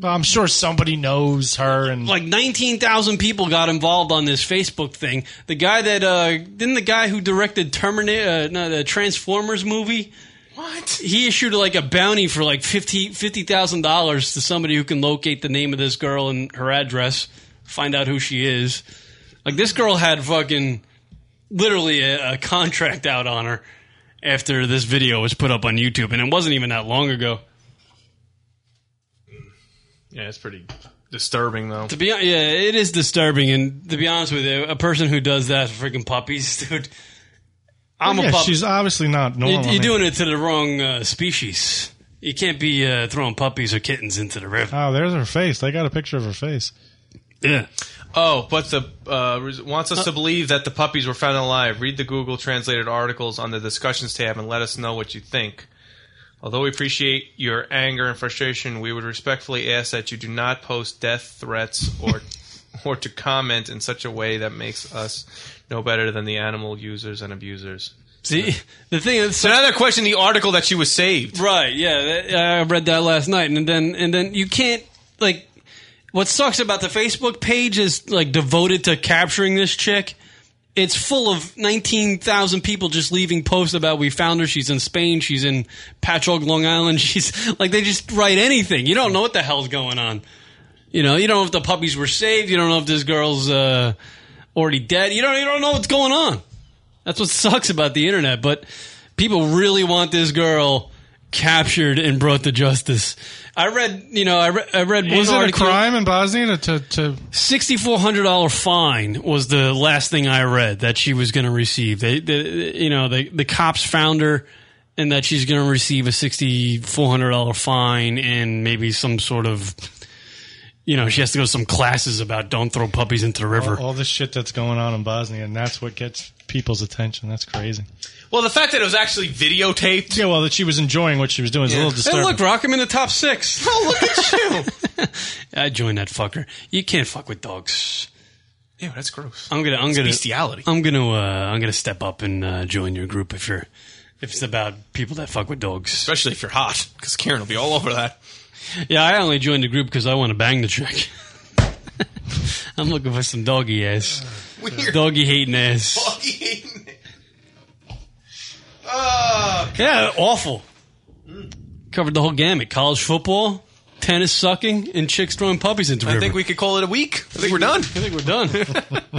S9: Well, I'm sure somebody knows her and
S8: like 19,000 people got involved on this Facebook thing. The guy that uh didn't the guy who directed Terminator uh, no, the Transformers movie
S7: what?
S8: he issued like a bounty for like 50 $50,000 to somebody who can locate the name of this girl and her address, find out who she is. Like this girl had fucking literally a, a contract out on her after this video was put up on YouTube and it wasn't even that long ago.
S7: Yeah, it's pretty disturbing though.
S8: To be hon- yeah, it is disturbing, and to be honest with you, a person who does that for freaking puppies, (laughs) dude. I'm
S9: Oh, yeah,
S8: a puppy.
S9: she's obviously not normal.
S8: You're,
S9: I mean,
S8: you're doing it to the wrong uh, species. You can't be uh, throwing puppies or kittens into the river.
S9: Oh, there's her face. They got a picture of her face.
S8: Yeah,
S7: Oh, but the uh, res- wants us to believe that the puppies were found alive. Read the Google translated articles on the discussions tab and let us know what you think. Although we appreciate your anger and frustration, we would respectfully ask that you do not post death threats (laughs) or or to comment in such a way that makes us no better than the animal users and abusers.
S8: see the thing is,
S7: So now they're questioning the article that she was saved.
S8: Right. Yeah, that- I read that last night, and then and then you can't like. What sucks about the Facebook page is like devoted to capturing this chick. It's full of nineteen thousand people just leaving posts about we found her. She's in Spain. She's in Patchogue, Long Island. (laughs) She's like they just write anything. You don't know what the hell's going on. You know, you don't know if the puppies were saved. You don't know if this girl's uh, already dead. You don't you don't know what's going on. That's what sucks about the internet. But people really want this girl captured and brought to justice. I read, you know, I, re- I read. one
S9: Was it a
S8: article-
S9: crime in Bosnia to, to, to
S8: Sixty-four hundred dollar fine was the last thing I read that she was going to receive. They, they, you know, the the cops found her, and that she's going to receive a sixty-four hundred dollar fine and maybe some sort of, you know, she has to go to some classes about don't throw puppies into the river.
S9: all this shit that's going on in Bosnia? And that's what gets people's attention. That's crazy.
S7: Well, the fact that it was actually videotaped.
S9: Yeah, well, that she was enjoying what she was doing is a little
S8: Hey,
S9: disturbing.
S8: look, Rock, I'm in the top six.
S7: (laughs) Oh, look at you!
S8: I joined that fucker. You can't fuck with dogs.
S7: Ew, that's gross.
S8: I'm gonna, I'm gonna,
S7: bestiality.
S8: I'm gonna, uh, I'm gonna step up and uh, join your group if you're, if it's about people that fuck with dogs.
S7: Especially if you're hot, because Karen will be all over that.
S8: Yeah, I only joined the group because I want to bang the chick. (laughs) I'm looking for some doggy ass,
S7: Weird.
S8: doggy hating ass.
S7: Fucking- Ah,
S8: Yeah, awful. Covered the whole gamut: college football, tennis sucking, and chicks throwing puppies into river.
S7: I think we could call it a week. I think we're done.
S8: I think we're done.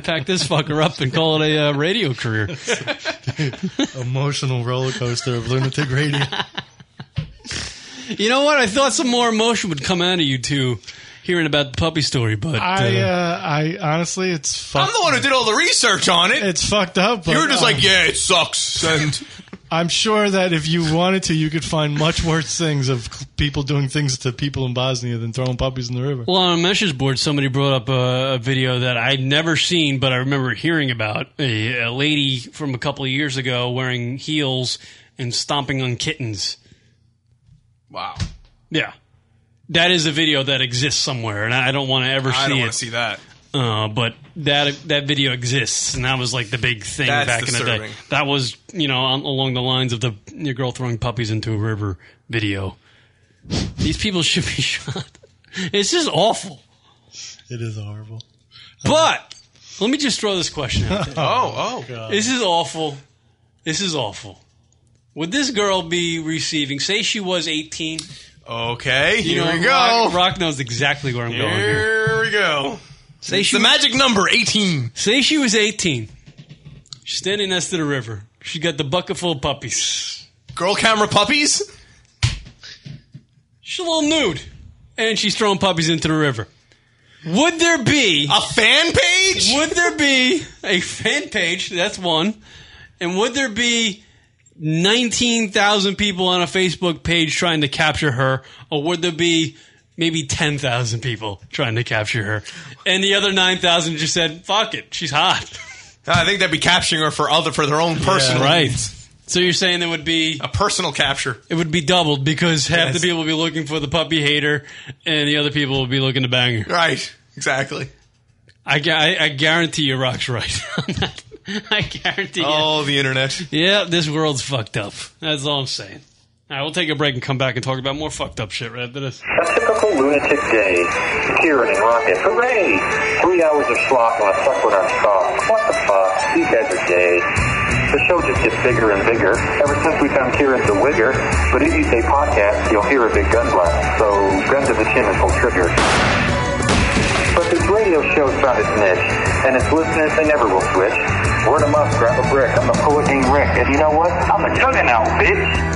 S8: Pack this fucker up and call it a uh, radio
S7: (laughs)
S8: career. (laughs)
S9: (laughs) Emotional roller coaster of lunatic radio.
S8: You know what? I thought some more emotion would come out of you two hearing about the puppy story, but
S9: I,
S8: uh,
S9: uh, I honestly, it's
S7: I'm
S9: fucked.
S7: the one who did all the research on it.
S9: It's fucked up. But,
S7: (laughs) You were just
S9: uh,
S7: like, yeah, it sucks. Send.
S9: I'm sure that if you wanted to, you could find much worse things of people doing things to people in Bosnia than throwing puppies in the river.
S8: well, on a message board, somebody brought up a, a video that I'd never seen, but I remember hearing about a, a lady from a couple of years ago wearing heels and stomping on kittens.
S7: Wow.
S8: Yeah. That is a video that exists somewhere, and I I don't want to ever see
S7: I don't
S8: it.
S7: want to see that.
S8: Uh, but that that video exists, and that was like the big thing
S7: That's
S8: back in the day.
S7: disturbing.
S8: That was you know um, along the lines of the your girl throwing puppies into a river video. These people should be (laughs) shot. It's just awful.
S9: It is horrible.
S8: But let me just throw this question out. There.
S7: (laughs) Oh, oh.
S8: This is awful. This is awful. Would this girl be receiving? Say she was eighteen.
S7: Okay,
S8: You
S7: here
S8: know,
S7: we go.
S8: Rock, Rock knows exactly where I'm going here.
S7: Here we go.
S8: Say
S7: It's
S8: she
S7: the magic number, 18.
S8: Say she was 18. She's standing next to the river. She got the bucket full of puppies.
S7: Girl camera puppies?
S8: She's a little nude. And she's throwing puppies into the river. Would there be
S7: A fan page?
S8: would there be a fan page? That's one. And would there be 19,000 people on a Facebook page trying to capture her or would there be maybe 10,000 people trying to capture her? And the other 9,000 just said, "Fuck it. She's hot."
S7: I think that'd be capturing her for other for their own personal
S8: Right.
S7: needs.
S8: So you're saying there would be
S7: A personal capture.
S8: It would be doubled because half
S7: Yes.
S8: the people will be looking for the puppy hater, and the other people will be looking to bang her.
S7: Right. Exactly.
S8: I, gu- I, I guarantee you, Rock's right. (laughs) on that. I guarantee
S7: Oh, the internet.
S8: you. Yeah, this world's fucked up. That's all I'm saying. All right, we'll take a break and come back and talk about more fucked up shit right after this.
S11: A typical lunatic day. Kieran and Rocket. Hooray! Three hours of slop on a succulent on stock. What the fuck? You guys are gay. The show just gets bigger and bigger. Ever since we found Kieran the Wigger, but if you say podcast, you'll hear a big gun blast. So gun to the chin and pull trigger. But this radio show's found its niche, and its listeners, they never will switch. Word 'em up, grab a brick. I'm the poet named Rick, and you know what? I'm a juggernaut, bitch!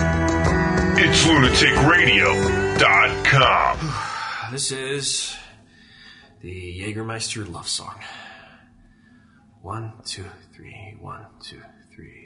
S12: It's lunaticradio.com.
S5: This is the Jägermeister love song. One, two, three, one, two, three.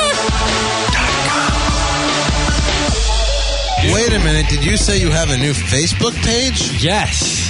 S13: Wait a minute. Did you say you have a new Facebook page?
S8: Yes.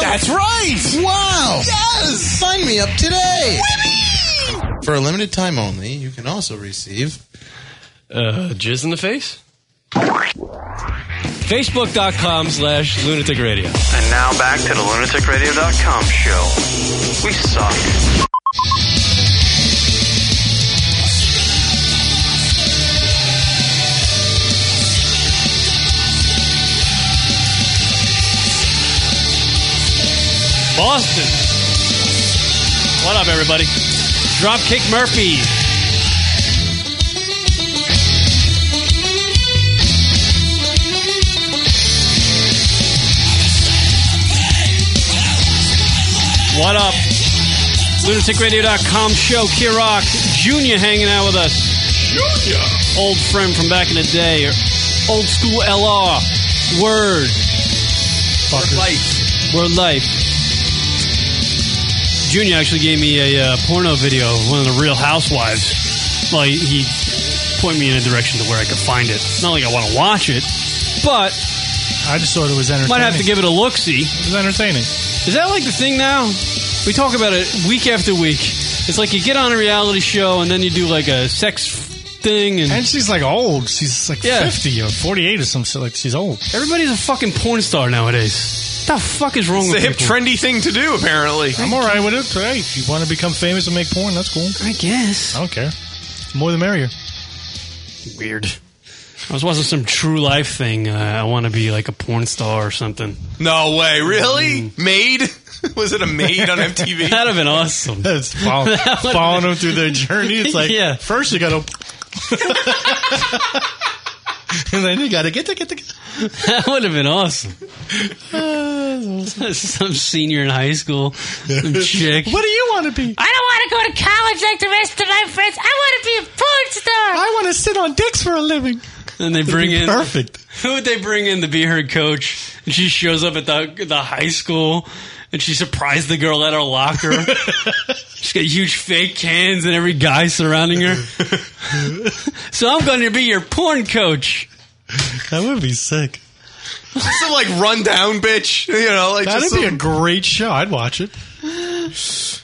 S8: That's right.
S13: Wow. Yes. Sign me up today. For a limited time only, you can also receive.
S8: Uh, jizz in the face? Facebook.com slash lunatic radio.
S14: And now back to the lunaticradio.com show. We suck.
S8: Boston. What up, everybody? Dropkick Murphy. What up? LunaticRadio.com show. Kirok Jr. hanging out with us. Junior. Old friend from back in the day. Old school LR. Word. Word life. Word life. Junior actually gave me a uh, porno video of one of the Real Housewives. Well, he, he pointed me in a direction to where I could find it. Not like I want to watch it, but
S9: I just thought it was entertaining.
S8: might have to give it a look. See, it
S9: was entertaining.
S8: Is that like the thing now? We talk about it week after week. It's like you get on a reality show and then you do like a sex thing, and,
S9: and she's like old. She's like
S8: Yeah.
S9: fifty or forty-eight or some shit. Like she's old.
S8: everybody's a fucking porn star nowadays. What the fuck is wrong
S7: It's
S8: with
S7: the hip
S8: people?
S7: trendy thing to do, apparently.
S9: I'm all right with it. Hey, if you want to become famous and make porn, that's cool.
S8: I guess.
S9: I don't care. More the
S8: (laughs)
S9: merrier.
S8: Weird. I was watching some True Life thing. Uh, I want to be like a porn star or something.
S7: No way, really? Maid? (laughs) Was it a maid
S9: (laughs)
S7: on
S8: (laughs)
S7: MTV?
S8: That'd have been awesome.
S9: That's
S8: (laughs)
S9: follow, following them through their journey. It's like
S8: Yeah.
S9: first you
S8: (laughs)
S9: got to, (laughs) and then you got to get the get the.
S8: That would have been awesome. (laughs) some senior in high school, some
S9: (laughs)
S8: chick.
S9: What do you want to be?
S15: I don't want to go to college like the rest of my friends. I want to be a porn star.
S9: I want to sit on dicks for a living.
S8: (laughs) And they
S9: It'd
S8: bring
S9: be
S8: in
S9: perfect.
S8: (laughs) Who would they bring in to be her coach? And she shows up at the the high school, and she surprised the girl at her
S9: (laughs)
S8: locker. She's got huge fake cans, and every guy surrounding
S9: (laughs)
S8: her. so I'm going to be your porn coach.
S9: That would be sick.
S7: Some like rundown bitch. You know, like
S9: That'd
S7: just
S9: be a
S7: some-
S9: great show. I'd watch it.
S8: (laughs)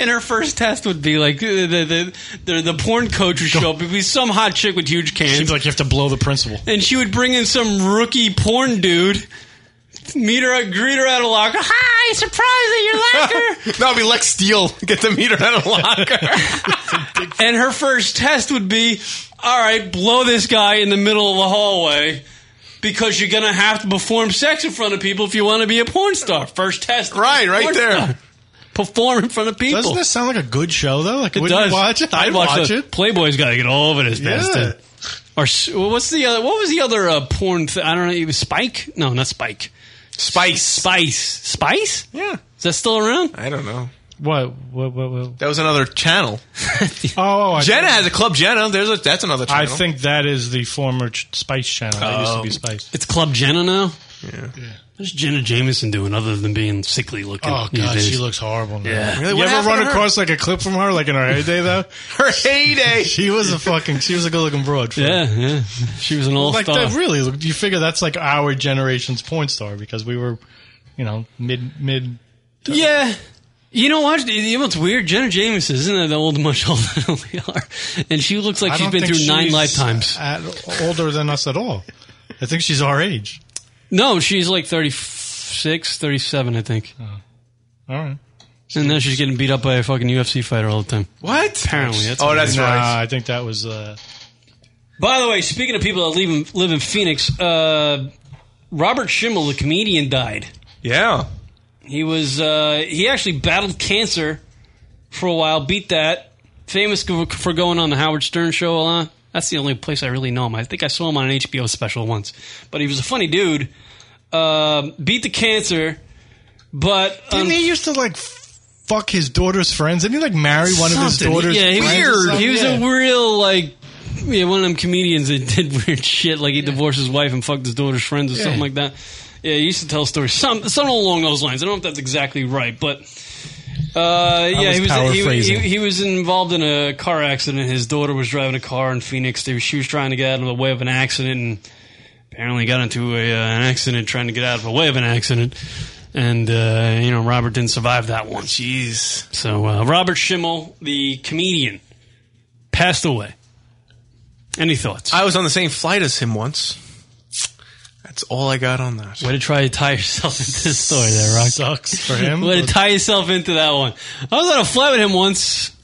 S8: And her first test would be like the the the, the porn coach would show up. It'd be some hot chick with huge cans.
S9: Seems like you have to blow the principal.
S8: and she would bring in some rookie porn dude. Meet her, greet her at a locker. Hi, surprise at your locker.
S7: (laughs) That'd be Lex Steele. Get the meter out of locker.
S8: (laughs) and her first test would be, all right, blow this guy in the middle of the hallway because you're gonna have to perform sex in front of people if you want to be a porn star. First test,
S7: right, right
S8: Porn
S7: there.
S8: star. Perform in front of people.
S9: Doesn't this sound like a good show though? Like
S8: it
S9: would you
S8: does.
S9: watch it?
S8: I'd watch, it. Playboy's got to get all over this
S9: Yeah.
S8: bastard. Or s- what's the other? What was the other uh, porn? Th- I don't know. It was Spike? No, not Spike.
S7: Spice.
S8: Spice. Spice?
S7: Yeah.
S8: Is that still around?
S7: I don't know.
S9: What? What? What? what?
S7: That was another channel.
S9: (laughs) Oh, I,
S7: Jenna has a club. Jenna, there's a that's another
S9: I
S7: channel.
S9: think that is the former Ch- Spice Channel. That used to be Spice.
S8: Oh. It's Club Jenna now.
S7: Yeah.
S8: What's Jenna Jameson doing other than being sickly looking?
S9: Oh
S8: these
S9: god,
S8: days?
S9: she looks horrible. Now.
S8: Yeah. Really?
S9: You
S7: What
S9: ever
S7: happened
S9: run
S7: to her?
S9: across like a clip from her, like in her heyday though?
S7: (laughs) her heyday.
S9: She was a fucking. She was a good-looking broad. For
S8: Yeah, yeah. She was an all
S9: Like
S8: star.
S9: that really? look- You figure that's like our generation's porn star because we were, you know, mid mid.
S8: yeah. You know what? You know what's weird? Jenna Jameson isn't that old much (laughs) older than we are, and she looks like
S9: I
S8: she's
S9: don't
S8: been
S9: think
S8: through nine
S9: she's
S8: lifetimes.
S9: at- older than us at all. I think she's our age.
S8: No, she's like 36, 37, I think.
S9: All right.
S8: And now she's getting beat up by a fucking UFC fighter all the time.
S7: What?
S8: Apparently, that's
S9: oh,
S8: what
S9: that's
S8: it is.
S9: right. I think that was. Uh,
S8: By the way, speaking of people that live in, live in Phoenix, uh, Robert Schimmel, the comedian, died.
S7: Yeah.
S8: He was uh, he actually battled cancer for a while, beat that. Famous go- for going on the Howard Stern show a lot. That's the only place I really know him. I think I saw him on an HBO special once, but he was a funny dude. Uh, beat the cancer, but uh,
S9: didn't he used to like fuck his daughter's friends? Didn't he like marry one of his
S8: Something.
S9: daughters?
S8: Yeah, he
S9: friends or
S8: was,
S9: something?
S8: He was
S9: Yeah.
S8: a real like yeah, one of them comedians that (laughs) did weird shit. Like he divorced his wife and fucked his daughter's friends or
S9: Yeah.
S8: something like that. Yeah, he used to tell stories, some something along those lines. I don't know if that's exactly right, but uh, yeah,
S9: was
S8: he was he, he,
S9: paraphrasing.
S8: he was involved in a car accident. His daughter was driving a car in Phoenix. They, she was trying to get out of the way of an accident and apparently got into a, uh, an accident trying to get out of the way of an accident. And, uh, you know, Robert didn't survive that one. Jeez. So, uh, Robert Schimmel, the comedian, passed away. Any thoughts?
S7: I was on the same flight as him once. That's all I got on that.
S8: Way to try to tie yourself into this story there, Rock.
S9: Sucks
S7: for him.
S8: Way to tie yourself into that one. I was on a flight with him once.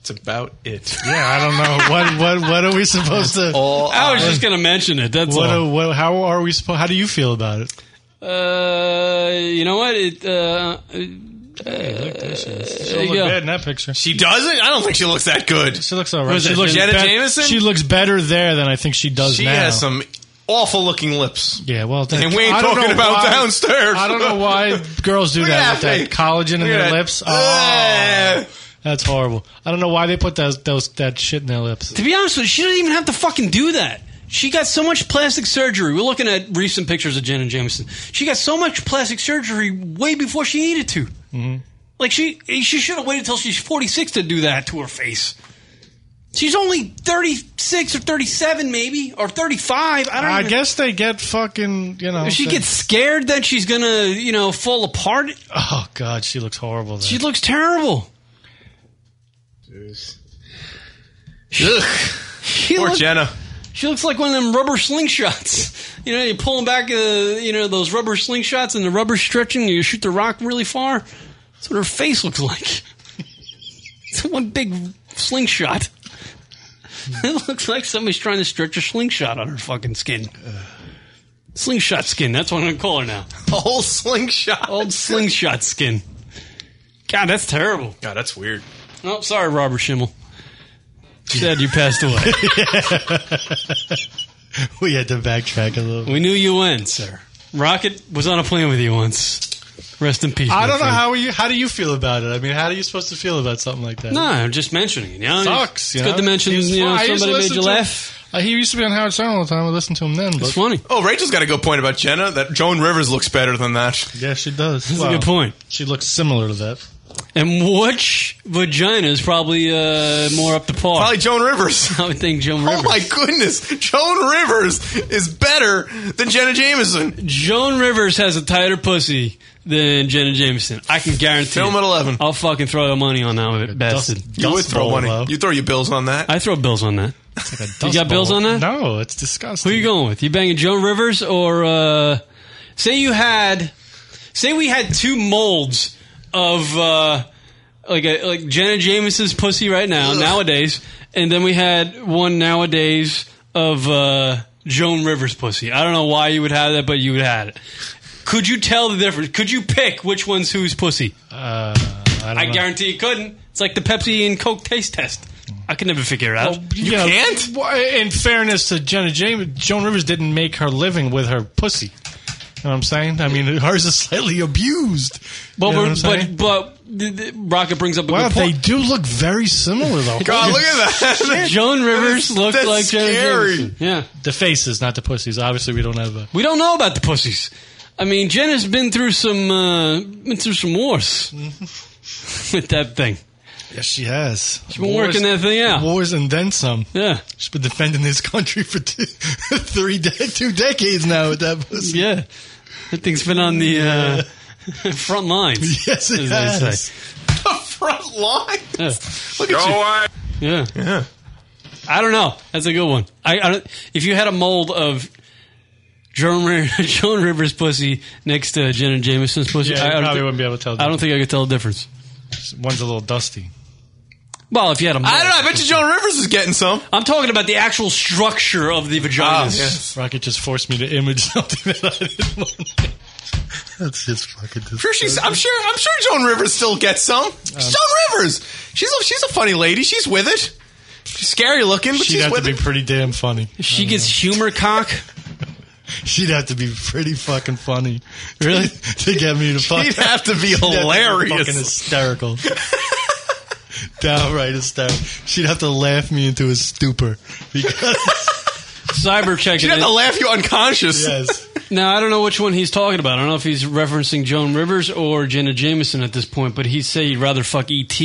S7: It's about it.
S9: Yeah, I don't know what what what are we supposed to?
S8: (laughs) I was just going to mention it. That's
S9: what,
S8: all.
S9: are- what- How are we supposed? How do you feel about it?
S8: Uh, you know what? It, uh,
S9: She look
S8: yeah.
S9: bad in that picture.
S7: She doesn't. I don't think she looks that good.
S9: She looks all right.
S7: Was
S9: She
S7: it
S9: looks
S7: Janet
S9: bet-
S7: Jameson?
S9: She looks better there than I think she does
S7: She
S9: now.
S7: has some awful looking lips.
S9: Yeah, well, then-
S7: And (laughs) we ain't
S9: I don't
S7: talking
S9: know
S7: about
S9: why-
S7: downstairs.
S9: I don't know
S7: (laughs)
S9: why girls do
S7: Look
S9: that
S7: at
S9: with
S7: that
S9: that
S7: thing.
S9: collagen in
S7: Look at
S9: their
S7: that.
S9: lips. Oh, that's horrible. I don't know why they put those, those that shit in their lips.
S8: To be honest with you, she doesn't even have to fucking do that. She got so much plastic surgery. We're looking at recent pictures of Jen and Jameson. She got so much plastic surgery way before she needed to. Like she she should have waited till she's 46 to do that to her face. She's only 36 or 37 maybe or 35. I don't
S9: I
S8: even-
S9: guess they get fucking you know.
S8: If she
S9: they-
S8: gets (laughs) scared that she's going to, you know, fall apart.
S9: Oh God, she looks horrible. There.
S8: She looks terrible. She
S7: Poor
S8: looked-
S7: Jenna.
S8: She looks like one of them rubber slingshots. (laughs) You know, you pull them back, uh, you know, those rubber slingshots and the rubber stretching, you shoot the rock really far. That's what her face looks like. (laughs) It's one big slingshot. (laughs) It looks like somebody's trying to stretch a slingshot on her fucking skin. Slingshot skin, that's what I'm going to call
S9: (laughs)
S8: her now.
S7: Old slingshot.
S8: Old slingshot skin. God, that's terrible.
S7: God, that's weird.
S8: No, sorry, Robert Schimmel. Sad you
S9: (laughs)
S8: passed away.
S9: (laughs) we had to backtrack a little.
S8: We knew you went, sir. Rocket was on a plane with you once. Rest in peace.
S9: I
S8: my
S9: don't know
S8: friend.
S9: how are you. How do you feel about it? I mean, how are you supposed to feel about something like that?
S8: No, I'm just mentioning it. You know?
S9: sucks.
S8: It's
S9: you
S8: good
S9: know?
S8: to mention.
S9: He's
S8: You know,
S9: fun- I used to
S8: somebody made
S9: listen
S8: you
S9: to-
S8: laugh.
S9: uh, he used to be on Howard Stern all the time. I listened to him then. It's
S8: funny.
S7: Oh, Rachel's got a good point about Jenna. That Joan Rivers looks better than that.
S9: Yeah, she does.
S8: That's a good point.
S9: She looks similar to that.
S8: And which vagina is probably uh, more up to par?
S7: Probably Joan Rivers.
S8: (laughs) I would think Joan
S7: Oh
S8: Rivers.
S7: my goodness, Joan Rivers is better than Jenna Jameson.
S8: Joan Rivers has a tighter pussy than Jenna Jameson. I can guarantee.
S7: Film
S8: it.
S7: at 11.
S8: I'll fucking throw the money on that bastard.
S7: You would throw money. You throw your bills on that.
S8: I throw bills on that. you
S9: dust
S8: got bills
S9: bowl.
S8: on that?
S9: No, it's disgusting.
S8: Who you going with? You banging Joan Rivers or uh, say you had say we had two molds of uh, like a, like Jenna Jameson's pussy right now nowadays, and then we had one nowadays of uh, Joan Rivers pussy. I don't know why you would have that, but you would have it. Could you tell the difference? Could you pick which one's whose pussy?
S9: Uh, I, don't
S8: I
S9: know.
S8: guarantee you couldn't. It's like the Pepsi and Coke taste test. I could never figure it out.
S9: You know, why- In fairness to Jenna James, Joan Rivers didn't make her living with her pussy. You know what I'm saying? I mean, hers is slightly abused.
S8: But
S9: you know
S8: we're-
S9: what I'm saying?
S8: but but th- th- Rocket brings up a
S9: wow,
S8: good
S9: they
S8: point.
S9: do look very similar
S8: (laughs)
S9: though.
S7: God, look at
S9: (laughs)
S7: that.
S8: Joan Rivers looked
S7: that's
S8: like Jenna
S7: scary.
S8: Jameson. Yeah,
S9: the faces, not the pussies. Obviously, we don't have a.
S8: we don't know about the pussies. I mean, Jenna's been through some uh, been through some wars (laughs) with that
S7: (laughs)
S8: thing.
S9: Yes, she has.
S8: She's been working that thing out.
S9: Wars and then some.
S8: Yeah,
S9: she's been defending this country for two, (laughs) three, de- two decades now with that pussy.
S8: Yeah, that thing's been on the uh, (laughs) front lines.
S9: Yes, it
S8: as they
S9: has.
S8: say.
S7: the front line.
S8: Yeah.
S7: Look at you.
S8: Yeah. I don't know. That's a good one. I, I don't, if you had a mold of Joan, Ri- (laughs) Joan Rivers' pussy next to Jen and Jameson's pussy.
S9: Yeah, you
S8: I, I don't
S9: probably
S8: thi-
S9: wouldn't be able to tell the
S8: I don't think I could tell the difference.
S9: One's a little dusty.
S8: Well, if you had a,
S9: I don't know, I
S7: bet you Joan Rivers is getting some. Ah,
S8: I'm talking about the actual structure of the vagina.
S9: Rocket just forced me to image something that I didn't want. That's just fucking. Dis-
S7: Sure she's, I'm sure. I'm sure Joan Rivers still gets some.
S9: Um,
S7: It's Joan Rivers. She's a, she's a funny lady. She's with it. She's scary looking, but
S9: She'd
S7: she's
S9: have to
S7: with
S9: be
S7: it.
S9: pretty damn funny.
S8: She gets humor cock.
S9: (laughs) She'd have to be pretty fucking funny, really, (laughs) to get
S8: (laughs)
S9: me to fuck.
S7: She'd have to
S9: (laughs)
S7: be
S9: She'd have to
S7: hilarious.
S9: fucking hysterical, (laughs) downright hysterical. She'd have to laugh me into a stupor because
S8: (laughs) cyber check.
S9: She'd have to laugh you
S7: unconscious. (laughs)
S9: Yes.
S8: Now I don't know which one he's talking about. I don't know if he's referencing Joan Rivers or Jenna Jameson at this point, but he said he'd rather fuck ET,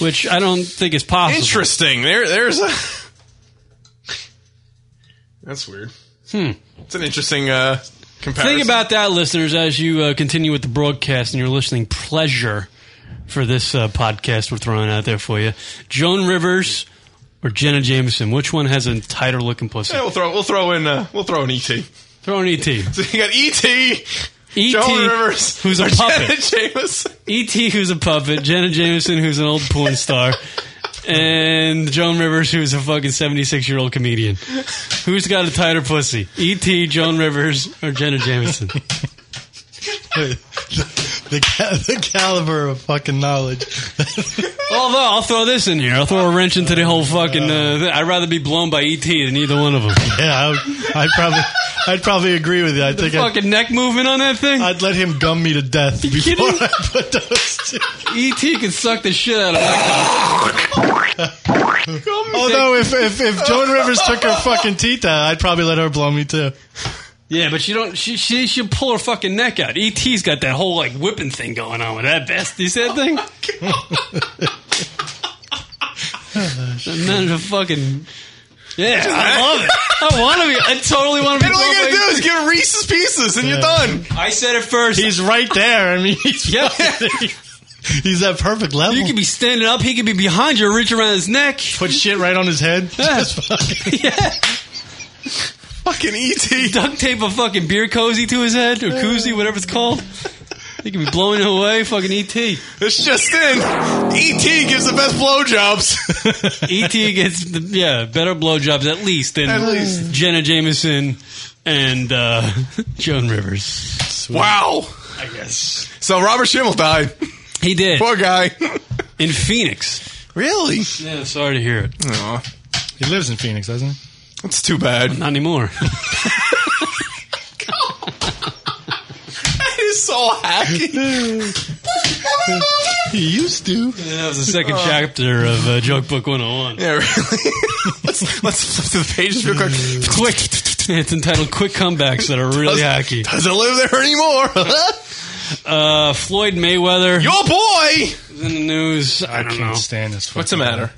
S8: which I don't think is possible.
S7: Interesting. There, there's a. That's weird.
S8: Hmm.
S7: It's an interesting uh, comparison.
S8: Think about that, listeners, as you uh, continue with the broadcast and your listening pleasure for this uh, podcast we're throwing out there for you. Joan Rivers or Jenna Jameson, which one has a tighter looking pussy?
S7: Yeah, we'll throw we'll throw in uh, we'll throw in ET.
S8: Throw in E ET.
S7: So (laughs) you got ET,
S8: E.T.,
S7: Joan Rivers,
S8: E who's a
S7: or
S8: puppet.
S7: Janet Jameson.
S8: E.T., who's a puppet, Jenna Jameson, who's an old porn star, and Joan Rivers, who's a fucking 76 year old comedian. Who's got a tighter pussy? E.T., Joan Rivers, or Jenna Jameson?
S9: the, ca- the caliber of fucking knowledge.
S8: Although, I'll throw this in here. I'll throw a wrench into the whole fucking. Uh, th- I'd rather be blown by E.T. than either one of them.
S9: Yeah, I, I'd probably, I'd probably agree with you. I think
S8: fucking neck movement on that thing.
S9: I'd let him gum me to death before
S8: kidding?
S9: I put those two.
S8: E.T. can suck the shit out of that cock.
S9: Although if, if if Joan Rivers took her fucking teeth out, I'd probably let her blow me too.
S8: Yeah, but she don't. She she should pull her fucking neck out. ET's got that whole like whipping thing going on with that vest. You see that thing? that man's a fucking. Yeah, I love it. I want to be. I totally want to be.
S7: And all you gotta
S8: blown by
S7: do is
S8: ET.
S7: give Reese's Pieces, and you're done.
S8: I said it first.
S9: He's right there. I mean, he's
S8: yeah.
S9: (laughs) he's at perfect level.
S8: You could be standing up. He could be behind you, reach around his neck,
S9: put shit right on his head.
S8: (laughs)
S7: Fucking ET.
S8: Duct tape a fucking beer cozy to his head or koozie, whatever it's called. He could be blowing it away. Fucking E ET.
S7: It's just in. ET E gives the best (laughs) blowjobs.
S8: (laughs) ET E gets the, yeah better blowjobs at least than
S7: At least.
S8: Jenna Jameson and uh, (laughs) Joan Rivers.
S7: Wow.
S8: I guess
S7: So Robert Schimmel died.
S8: He did.
S7: Poor guy.
S8: (laughs) in Phoenix.
S7: Really?
S8: Yeah. Sorry to hear it.
S7: Aw.
S9: He lives in Phoenix, doesn't he?
S7: That's too bad.
S8: Not anymore. (laughs)
S7: That is so hacky.
S9: he used to.
S8: that was the second chapter of uh, Joke Book One Hundred One.
S7: Yeah, really. let's let's flip to the pages real quick.
S8: Mm. Quick. It's entitled "Quick Comebacks That Are Really Hacky."
S7: Doesn't live there anymore. (laughs)
S8: Uh, Floyd Mayweather.
S7: Your boy.
S8: is in the news. I don't know.
S9: Can't stand this.
S7: What's the matter?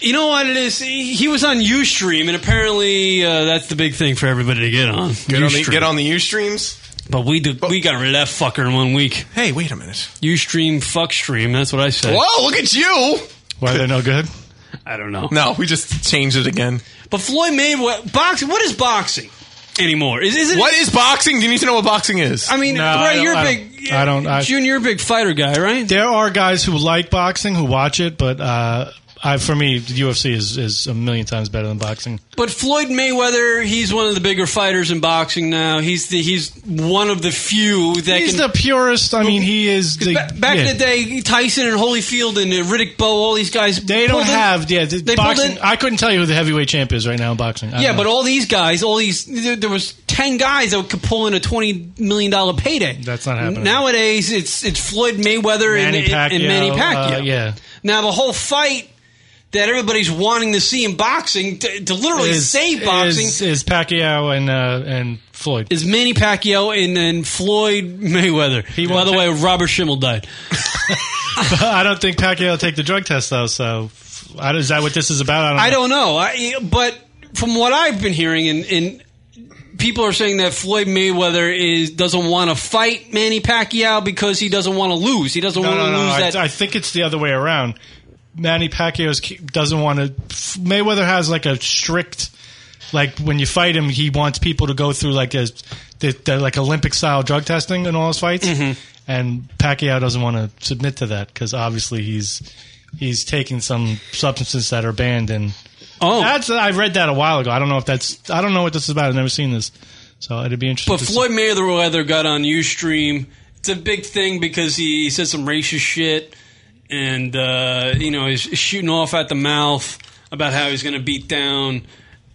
S8: You know what it is? He he was on Ustream, and apparently uh, that's the big thing for everybody to get on.
S7: Get on the
S8: Ustream.
S7: get on the U streams.
S8: But we do, we got rid of that fucker in one week.
S7: Hey, wait a minute.
S8: Ustream, fuck stream. That's what I said.
S7: (laughs) Whoa, look at you.
S9: Why they're no good?
S8: I don't know.
S7: No, we just changed it again.
S8: But Floyd Mayweather boxing. What is boxing anymore? Is, is it?
S7: What is boxing? Do you need to know what boxing is?
S8: I mean,
S9: No, I
S8: right?
S9: don't-
S8: You're a
S9: I
S8: big.
S9: don't- I don't- I-
S8: Junior, you're a big fighter guy, right?
S9: There are guys who like boxing who watch it, but uh, I for me, the UFC is, is a million times better than boxing.
S8: But Floyd Mayweather, he's one of the bigger fighters in boxing now. He's the, he's one of the few that
S9: He's
S8: can
S9: the purest. I mean, he is the
S8: Ba- back
S9: yeah.
S8: in the day, Tyson and Holyfield and uh, Riddick Bowe, all these guys.
S9: They don't
S8: pulled in-
S9: have yeah. The
S8: They pulled
S9: boxing.
S8: in-
S9: I couldn't tell you who the heavyweight champ is right now in boxing. I
S8: yeah,
S9: don't
S8: but
S9: know.
S8: all these guys, all these, there, there was ten guys that could pull in a twenty million dollar payday.
S9: that's not happening.
S8: Nowadays, it's it's Floyd Mayweather
S9: Manny
S8: and, and- and
S9: Pacquiao,
S8: Manny
S9: uh,
S8: Pacquiao.
S9: yeah.
S8: Now the whole fight that everybody's wanting to see in boxing to, to literally save boxing
S9: is, is Pacquiao and uh, and Floyd.
S8: is Manny Pacquiao and, and Floyd Mayweather. By the way, Robert Schimmel died.
S9: (laughs) I don't think Pacquiao will take the drug test though. So I, is that what this is about?
S8: I
S9: I don't.
S8: don't know. I, but from what I've been hearing, and, and people are saying that Floyd Mayweather is doesn't want to fight Manny Pacquiao because he doesn't want to lose. He doesn't
S9: know.
S8: want to
S9: no, no, no.
S8: lose
S9: I,
S8: that.
S9: I think it's the other way around. Manny Pacquiao doesn't want to. Mayweather has like a strict Like when you fight him, he wants people to go through like a the, the, like Olympic style drug testing in all his fights,
S8: Mm-hmm.
S9: and Pacquiao doesn't want to submit to that because obviously he's he's taking some substances that are banned. And oh, that's I read that a while ago. I don't know if that's I don't know what this is about. I've never seen this, so it'd be interesting.
S8: But
S9: to see.
S8: Floyd Mayweather got on Ustream. It's a big thing because he said some racist shit, and uh, you know he's shooting off at the mouth about how he's going to beat down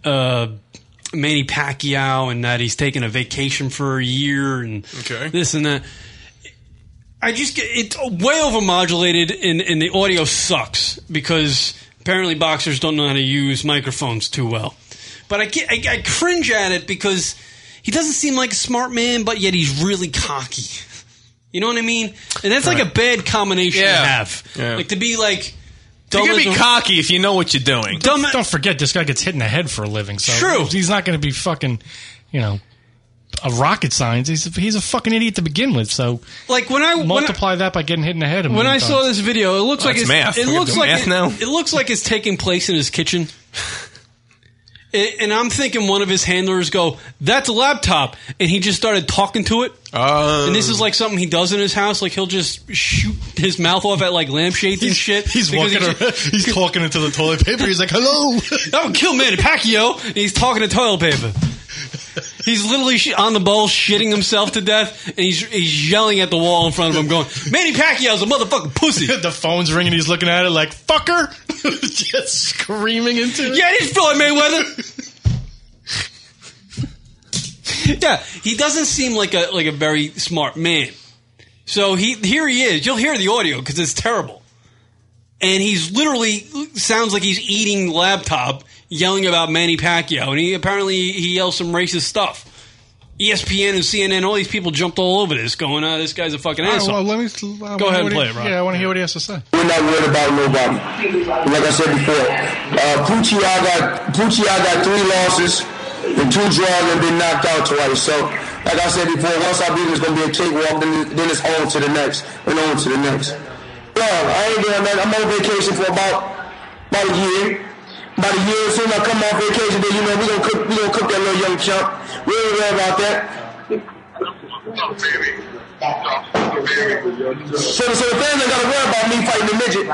S8: uh, Manny Pacquiao and that he's taking a vacation for a year and this and that. I just get it's way overmodulated, and, and the audio sucks because apparently boxers don't know how to use microphones too well. But I, get, I, I cringe at it because he doesn't seem like a smart man, but yet he's really cocky. You know what I mean? And that's like a bad combination
S7: Yeah.
S8: to have.
S7: Yeah.
S8: Like to be like
S7: You can
S8: dumb
S7: be
S8: as a-
S7: cocky if you know what you're doing.
S8: Dumb-
S9: don't forget, this guy gets hit in the head for a living. So
S7: True.
S9: He's not going to be fucking, you know, a rocket science. He's he's a fucking idiot to begin with. So
S8: like when I
S9: multiply that by getting hit in the head. a
S8: when
S9: million
S8: I saw
S9: times.
S8: this video, it looks
S9: Oh,
S8: like
S9: it's
S8: it's,
S9: math.
S8: it
S9: We're
S8: looks
S9: doing math
S8: like it,
S9: now?
S8: it looks like it's taking place in his kitchen. And and I'm thinking one of his handlers go, "That's a laptop," and he just started talking to it. and
S9: Oh.
S8: this is like something he does in his house. Like he'll just shoot his mouth off at like lampshades and shit.
S9: He's
S8: because
S9: walking
S8: he
S9: around.
S8: just-
S9: he's talking into the toilet paper. He's like,
S8: (laughs)
S9: "Hello."
S8: That would kill Manny Pacquiao. And he's talking to toilet paper. He's literally sh- on the bowl, shitting himself to death, and he's, he's yelling at the wall in front of him, going, "Manny Pacquiao's a motherfucking pussy."
S9: (laughs) the phone's ringing. He's looking at it like, "Fucker!" just screaming into it.
S8: Yeah, it's Floyd Mayweather. (laughs) yeah, he doesn't seem like a like a very smart man. So he here he is. You'll hear the audio because it's terrible. And he's literally sounds like he's eating laptop, yelling about Manny Pacquiao, and he apparently he yells some racist stuff. E ESPN and CNN, all these people jumped all over this, going, "Ah, this guy's a fucking
S9: All right,
S8: asshole."
S9: well, let me I wanna hear
S8: Go ahead
S9: what
S8: and play
S9: he-
S8: it, Rob.
S9: Yeah, I want to hear what he has to say.
S5: We're not worried about nobody. Like I said before, uh, Pucci, I got Pucci, I got three losses and two draws and been knocked out twice. So, like I said before, once I beat him, it's gonna be a cakewalk. Then, then it's on to the next and on to the next. No, I ain't doing that. I'm on vacation for about about a year. About a year. As soon as I come off vacation, then you know we gonna cook, we gonna cook that little young chump. We ain't worried about that. So, so the fans ain't gotta worry about me fighting the midget. Don't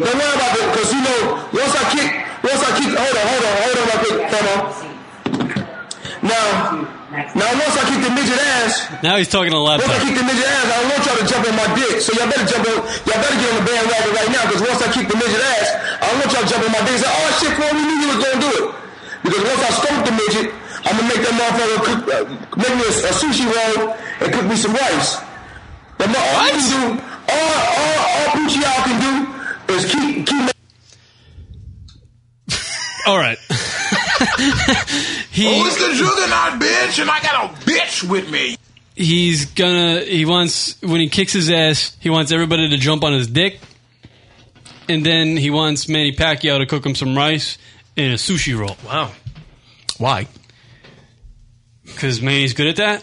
S5: worry about it, cause you know, once I kick, once I kick, hold on, hold on, hold on, my big hold on. Now, now once I kick the midget ass,
S8: now he's talking to a
S5: once I
S8: laptop.
S5: kick
S9: (laughs)
S5: the midget ass, I don't want y'all to jump on my dick. So y'all better jump on, y'all better get on the bandwagon right now, cause once I kick the midget ass, I don't want y'all to jump on my dick and say, oh shit, Floyd, we knew you was gonna do it. Because once I stomp the midget, I'm gonna make that motherfucker cook, uh, make me a, a sushi roll and cook me some rice. That mo- all you can do, all, all, all Gucci y'all can do is keep, keep making
S8: All right. he,
S16: Who's Oh, the juggernaut bitch? And I got a bitch with me.
S8: he's gonna he wants when he kicks his ass he wants everybody to jump on his dick and then he wants manny pacquiao to cook him some rice and a sushi roll wow why because manny's good at that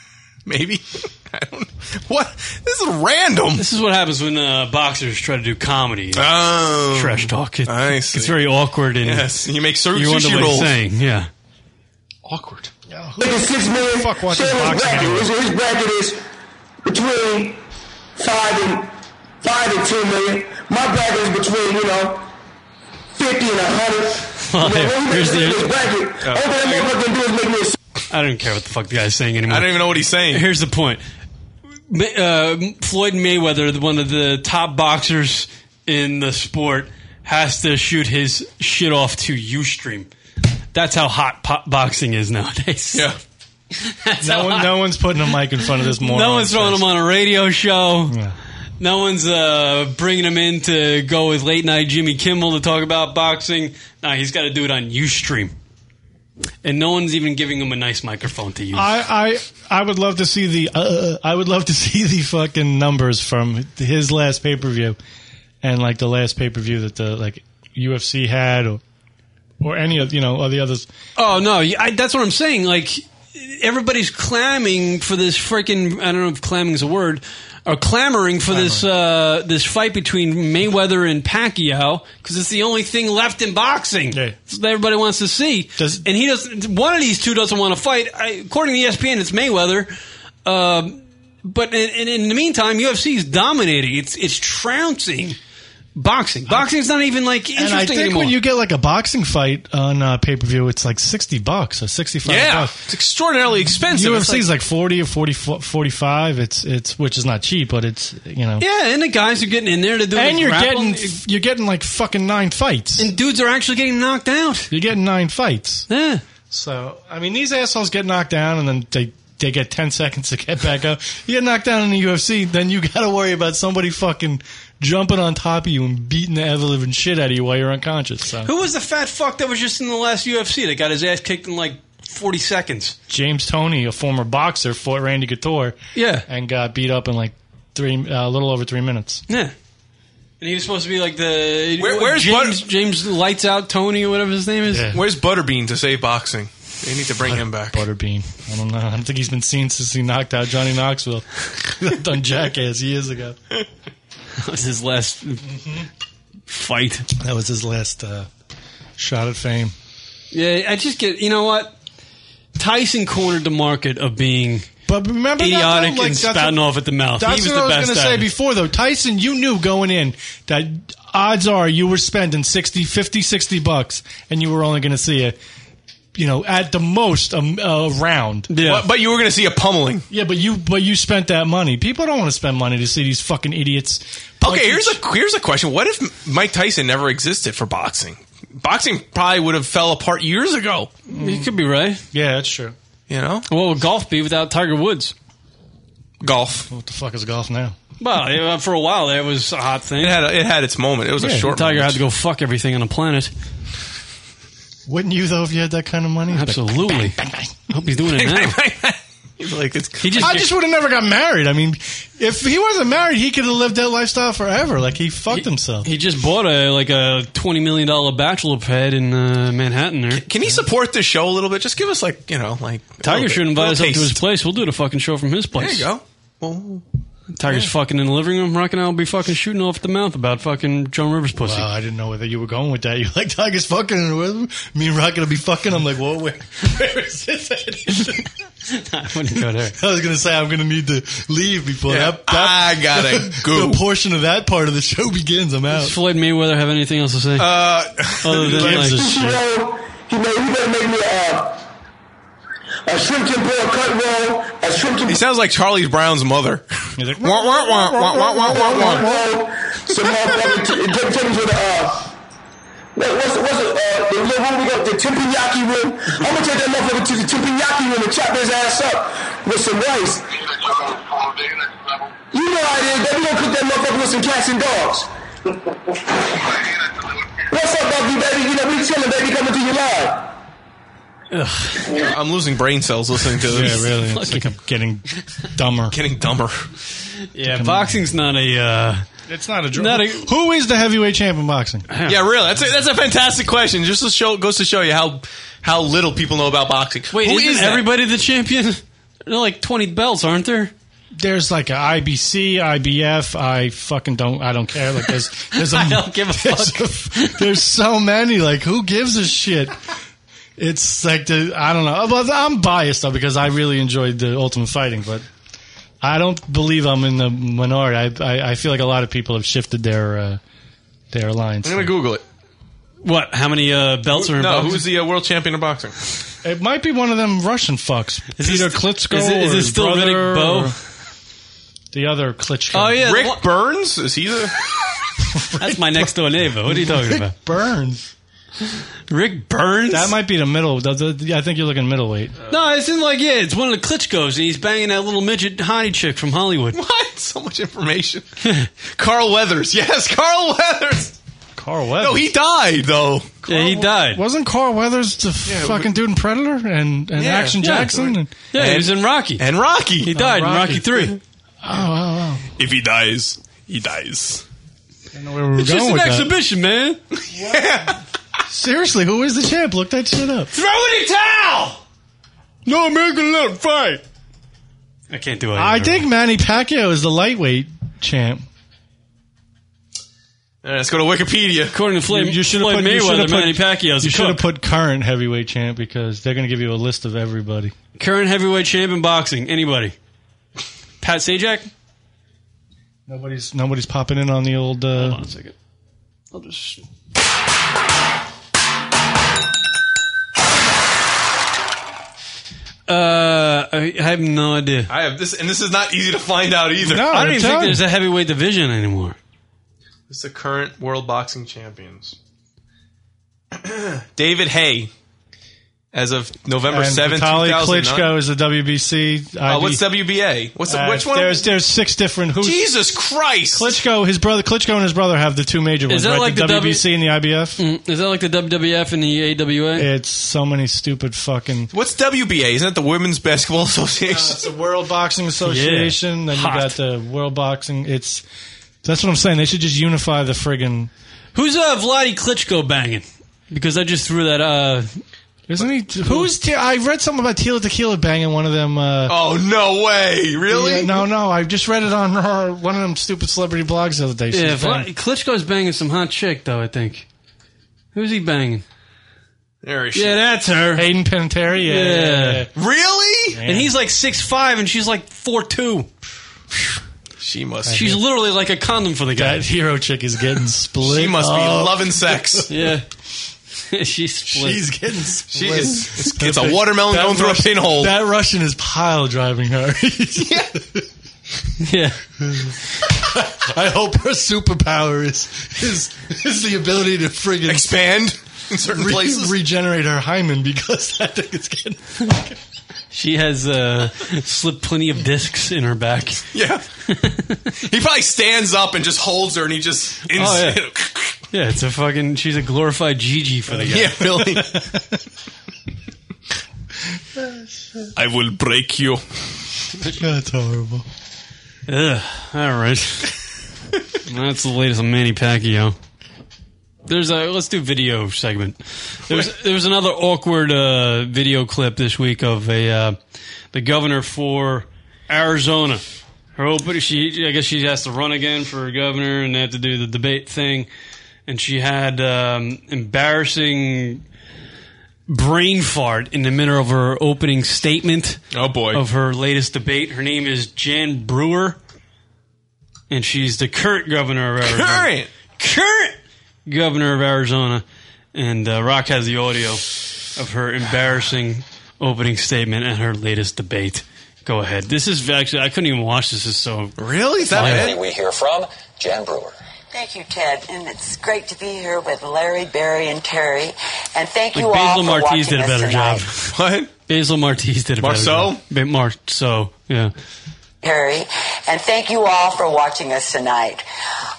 S8: (laughs) maybe (laughs) i don't know what this is random this is what happens when uh, boxers try to do comedy
S7: Oh.
S8: trash talk It-
S7: I see.
S8: it's very awkward and
S7: Yes, you make certain
S8: you wonder
S7: sushi
S8: what he's
S7: rolls.
S8: saying yeah
S5: six million. Fuck
S9: watches boxing
S5: bracket.
S9: anyway?
S5: His, his bracket is between five and five and ten million. My bracket is between you know fifty and a hundred.
S8: (laughs) Well,
S5: you know, when he
S8: here's
S5: makes
S8: the-
S5: his bracket,
S8: Oh.
S5: all that motherfucker can do is make me a
S8: I don't care what the fuck the guy's saying anymore. I don't even know what he's saying. Here's the point: Ma- uh, Floyd Mayweather, one of the top boxers in the sport, has to shoot his shit off to UStream. That's how hot po- boxing is nowadays. (laughs) Yeah,
S9: no, one, no one's putting a mic in front (laughs) of this moron.
S8: no one's throwing him on a radio show. No one's uh, bringing him in to go with late night Jimmy Kimmel to talk about boxing. Nah, he's got to do it on UStream, and no one's even giving him a nice microphone to use.
S9: I, I I would love to see the uh, I would love to (laughs) see the fucking numbers from his last pay per view, and like the last pay per view that the like UFC had or or any of you know or the others.
S8: Oh no, you- I, that's what I'm saying. Like everybody's clamming for this freaking. I don't know if clamming is a word. are clamoring for this uh, this fight between Mayweather and Pacquiao because it's the only thing left in boxing It's that everybody wants to see. and he doesn't. One of these two doesn't want to fight. I, according to E ESPN, it's Mayweather. Um but in, in, in the meantime, UFC is dominating. It's it's trouncing boxing. Boxing's not even like interesting
S9: And I think
S8: anymore.
S9: when you get like a boxing fight on uh, pay per view, it's like sixty bucks or sixty five.
S7: yeah,
S9: bucks.
S7: it's extraordinarily expensive. It's
S9: UFC is like forty or 40, 45. It's it's which is not cheap, but it's you know.
S8: yeah, and the guys are getting in there to do.
S9: and you're getting you're getting like fucking nine fights,
S8: and dudes are actually getting knocked out.
S9: You're getting nine fights.
S8: Yeah.
S9: So I mean, these assholes get knocked down, and then they they get ten (laughs) seconds to get back up. You get knocked down in the UFC, then you got to worry about somebody fucking jumping on top of you and beating the ever living shit out of you while you're unconscious. So
S8: Who was the fat fuck that was just in the last UFC that got his ass kicked in like 40 seconds?
S9: James Tony, a former boxer, fought Randy Couture.
S8: Yeah,
S9: and got beat up in like three, uh, a little over three minutes.
S8: Yeah. And he was supposed to be like the
S7: Where- where's
S8: James, James Lights Out Tony or whatever his name is.
S7: Where's Butterbean to save boxing? They need to bring him back.
S9: Butterbean. I don't know. I don't think he's been seen since he knocked out Johnny Knoxville. (laughs) done jackass years ago.
S8: That was his last fight.
S9: That was his last uh, shot at fame.
S8: Yeah, I just get you know what Tyson cornered the market of being
S9: but remember that, though?
S8: idiotic
S9: Like,
S8: and
S9: that's what-
S8: spouting off at the mouth.
S9: That's
S8: he was
S9: what
S8: the
S9: I was
S8: best
S9: going to
S8: at
S9: say
S8: it.
S9: before, though. Tyson, you knew going in that odds are you were spending 60, 50, 60 bucks, and you were only going to see it, you know, at the most um, a, a round.
S7: But, but you were going to see a pummeling.
S9: Yeah, but you but you spent that money. People don't want to spend money to see these fucking idiots. punch
S7: Okay, here's
S9: each-
S7: a here's a question. What if Mike Tyson never existed for boxing? Boxing probably would have fell apart years ago.
S8: You could be right.
S9: Yeah, that's true.
S7: You know,
S8: what would golf be without Tiger Woods?
S7: Golf.
S9: What the fuck is golf now?
S8: Well, yeah, uh, for a while there was a hot thing. It
S7: had it had its moment. It was a short
S8: Tiger
S7: moment.
S8: had to go fuck everything on the planet.
S9: Wouldn't you though if you had that kind of money?
S8: Absolutely. I hope he's doing
S7: (laughs)
S8: it now.
S7: He's like, it's,
S8: he just,
S9: I just would have never got married. I mean, if he wasn't married, he could have lived that lifestyle forever. Like he fucked himself.
S8: he just bought a like a twenty million dollar bachelor pad in uh, Manhattan. There,
S7: Can he support the show a little bit? Just give us like you know like a little
S8: Tiger should
S7: bit-
S8: invite us
S7: little
S8: up to his
S7: taste.
S8: place. We'll do the fucking show from his place.
S7: There you go. Well,
S8: Tiger's
S7: Yeah.
S8: fucking in the living room. Rock and I will be fucking shooting off at the mouth about fucking Joan Rivers pussy.
S9: Wow, I didn't know whether you were going with that. (laughs) You're like, Tiger's fucking, and with me and Rocket will be fucking. I'm like, whoa, where, where is this? I
S8: wouldn't go there.
S9: (laughs) I was going to say, I'm going to need to leave before
S8: Yeah,
S9: that, that.
S7: I gotta
S9: (laughs)
S7: go.
S9: The portion of that part of the show (laughs) begins. I'm out.
S8: Does Floyd Mayweather have anything else to say?
S7: Uh,
S8: (laughs) other than like, (laughs)
S5: He made, he better make me a, uh, a shrimp tempura cut roll, a shrimp
S7: (laughs) He sounds like Charlie Brown's mother.
S9: He's like,
S7: wah, wah, wah, wah, wah, wah, wah, wah.
S8: (laughs)
S5: Some motherfucking t- take pictures with uh, what- what's the, what's the, uh, the little room we got, the teppanyaki room. I'm gonna take that motherfucker to the teppanyaki room and chop his ass up with some rice. You know how it is, baby. We gonna cook that motherfucker with some cats and dogs. What's up, Bucky, baby? You know we chilling, baby. Coming to you live.
S7: I'm losing brain cells listening to this.
S9: Yeah, really. It's like I'm getting dumber.
S7: Getting dumber.
S8: yeah, boxing's not a. Uh,
S9: it's not a
S8: Not a-
S9: Who is the heavyweight champ in boxing?
S7: Yeah, really. That's a, that's a fantastic question. Just to show goes to show you how how little people know about boxing.
S8: Wait,
S7: Who
S8: isn't
S7: is that?
S8: everybody the champion? (laughs) They're like twenty belts, aren't there?
S9: There's like a IBC, IBF. I fucking don't. I don't care. Like there's,
S8: (laughs)
S9: there's a,
S8: I don't give
S9: (laughs)
S8: a
S9: there's a- there's so many. Like who gives a shit? It's like the I don't know. Well, I'm biased though because I really enjoyed the Ultimate Fighting, but I don't believe I'm in the minority. I I, I feel like a lot of people have shifted their uh, their lines.
S7: I'm gonna Google it.
S8: What? How many uh, belts are in
S7: no,
S8: boxing?
S7: who's the uh, world champion of boxing?
S9: It might be one of them Russian fucks.
S8: Is
S9: Peter
S8: this-
S9: Klitschko.
S8: is it-
S9: or
S8: is it
S9: his
S8: still
S9: brother
S8: Riddick Bowe?
S9: or The other Klitschko.
S8: Oh,
S7: Rick Burns is he the?
S8: (laughs) That's my next door neighbor. What are you talking
S9: Rick
S7: (laughs)
S8: about?
S9: Burns.
S8: Rick Burns.
S9: That might be the middle. the- the- I think you're looking middleweight.
S8: No, it's in like yeah, it's one of the Klitschko's, and he's banging that little midget hottie chick from Hollywood.
S7: What? So much information. (laughs) Carl Weathers. Yes, Carl Weathers.
S9: Carl Weathers.
S7: No, he died though.
S8: Yeah, he died.
S9: Wasn't Carl Weathers the
S7: Yeah,
S9: fucking dude in Predator and, and
S7: Yeah.
S9: Action
S7: Yeah.
S9: Jackson? And,
S8: Yeah, he
S7: And-
S8: was in Rocky.
S7: And Rocky.
S8: He died in Rocky Three.
S9: oh, wow, wow.
S7: If he dies, he dies.
S9: I know where we were
S8: It's
S9: going
S8: just an
S9: with that.
S8: exhibition, man.
S9: (laughs) Seriously, who is the champ? Look that shit up.
S8: Throw in a towel.
S9: No, I'm making a fight.
S8: I can't do it.
S9: I think Manny Pacquiao is the lightweight champ.
S7: All right, let's go to Wikipedia.
S8: According to Floyd,
S9: You- you should have
S8: Floyd
S9: put you should
S8: Mayweather,
S9: have put-
S8: Manny Pacquiao's
S9: You
S8: a
S9: should have
S8: cook.
S9: put current heavyweight champ because they're going to give you a list of everybody.
S8: Current heavyweight champ in boxing. Anybody? Pat Sajak?
S9: Nobody's nobody's popping in on the old. Uh, Hold on
S8: a second. I'll just. Uh, I I have no idea.
S7: I have this, and this is not easy to find out either.
S8: I don't even think there's a heavyweight division anymore.
S7: It's the current world boxing champions. (clears throat) David Hay, as of November
S9: and
S7: seventh, two
S9: Vitaly
S7: thousand nine.
S9: Klitschko is the WBC.
S7: Uh,
S9: ID.
S7: what's WBA? What's the,
S9: Uh,
S7: which one?
S9: There's there's six different. Who's
S7: Jesus Christ!
S9: Klitschko? His brother Klitschko and his brother have the two major ones.
S8: Is that
S9: right?
S8: like
S9: the,
S8: the W-
S9: WBC and the IBF?
S8: Mm, Is that like the WWF and the AWA?
S9: It's so many stupid fucking.
S7: What's WBA? Isn't it the Women's Basketball Association?
S9: Uh, It's the World Boxing Association. Then you got the World Boxing. It's that's what I'm saying. They should just unify the friggin'.
S8: Who's uh, Vladi Klitschko banging? Because I just threw that. Uh,
S9: Isn't he? Who's Te- I read something about Tila Tequila banging one of them. Uh,
S7: Oh no way! Really?
S9: yeah, no, no. I just read it on her, one of them stupid celebrity blogs the other day. She's
S8: yeah,
S9: banging-
S8: Vlad, Klitschko's banging some hot chick though. I think. Who's he banging?
S7: There
S8: Yeah, that's her.
S9: Hayden Panettiere. Yeah.
S7: Really?
S8: And he's like six five, and she's like four two.
S7: She must.
S8: She's literally like a condom for the guy.
S9: That hero chick is
S8: (laughs)
S9: getting split.
S8: She must be
S9: up.
S8: loving (laughs)
S7: sex.
S8: yeah. she's split.
S9: She's getting split.
S7: is- it's- it's a watermelon going through a pinhole.
S9: That Russian is pile driving
S7: (laughs)
S9: her.
S8: yeah.
S9: (laughs) I hope her superpower is is is the ability to friggin'
S7: expand in certain places.
S9: regenerate her hymen because (laughs) that thing is getting.
S8: She has uh, slipped plenty of discs in her back.
S7: Yeah. (laughs) he probably stands up and just holds her, and he just.
S8: Oh, yeah. Yeah, it's a fucking. She's a glorified Gigi for the guy.
S7: Yeah,
S8: (laughs)
S7: really. I will break you.
S9: That's horrible.
S8: Ugh, all right. That's the latest on Manny Pacquiao. There's a let's do video segment. There was there was another awkward uh, video clip this week of a uh, the governor for Arizona. Her open, she I guess she has to run again for governor, and they have to do the debate thing. And she had um, embarrassing brain fart in the middle of her opening statement.
S7: Oh boy!
S8: Of her latest debate, her name is Jan Brewer, and she's the current governor of Arizona.
S7: Current,
S8: current governor of Arizona, and uh, Rock has the audio of her embarrassing opening statement and her latest debate. Go ahead. This is actually I couldn't even watch this. This is so
S7: really
S17: Finally, we hear from Jan Brewer.
S18: Thank you, Ted, and it's great to be here with Larry, Barry, and Terry, and thank
S8: Like
S18: you all
S8: Basil
S18: for
S8: Martiz
S18: watching
S8: did a
S18: us
S8: better
S18: tonight.
S8: job. What? Basil Martiz did a
S7: Marceau?
S8: better job. Marceau? Marceau, yeah.
S18: Terry, and thank you all for watching us tonight.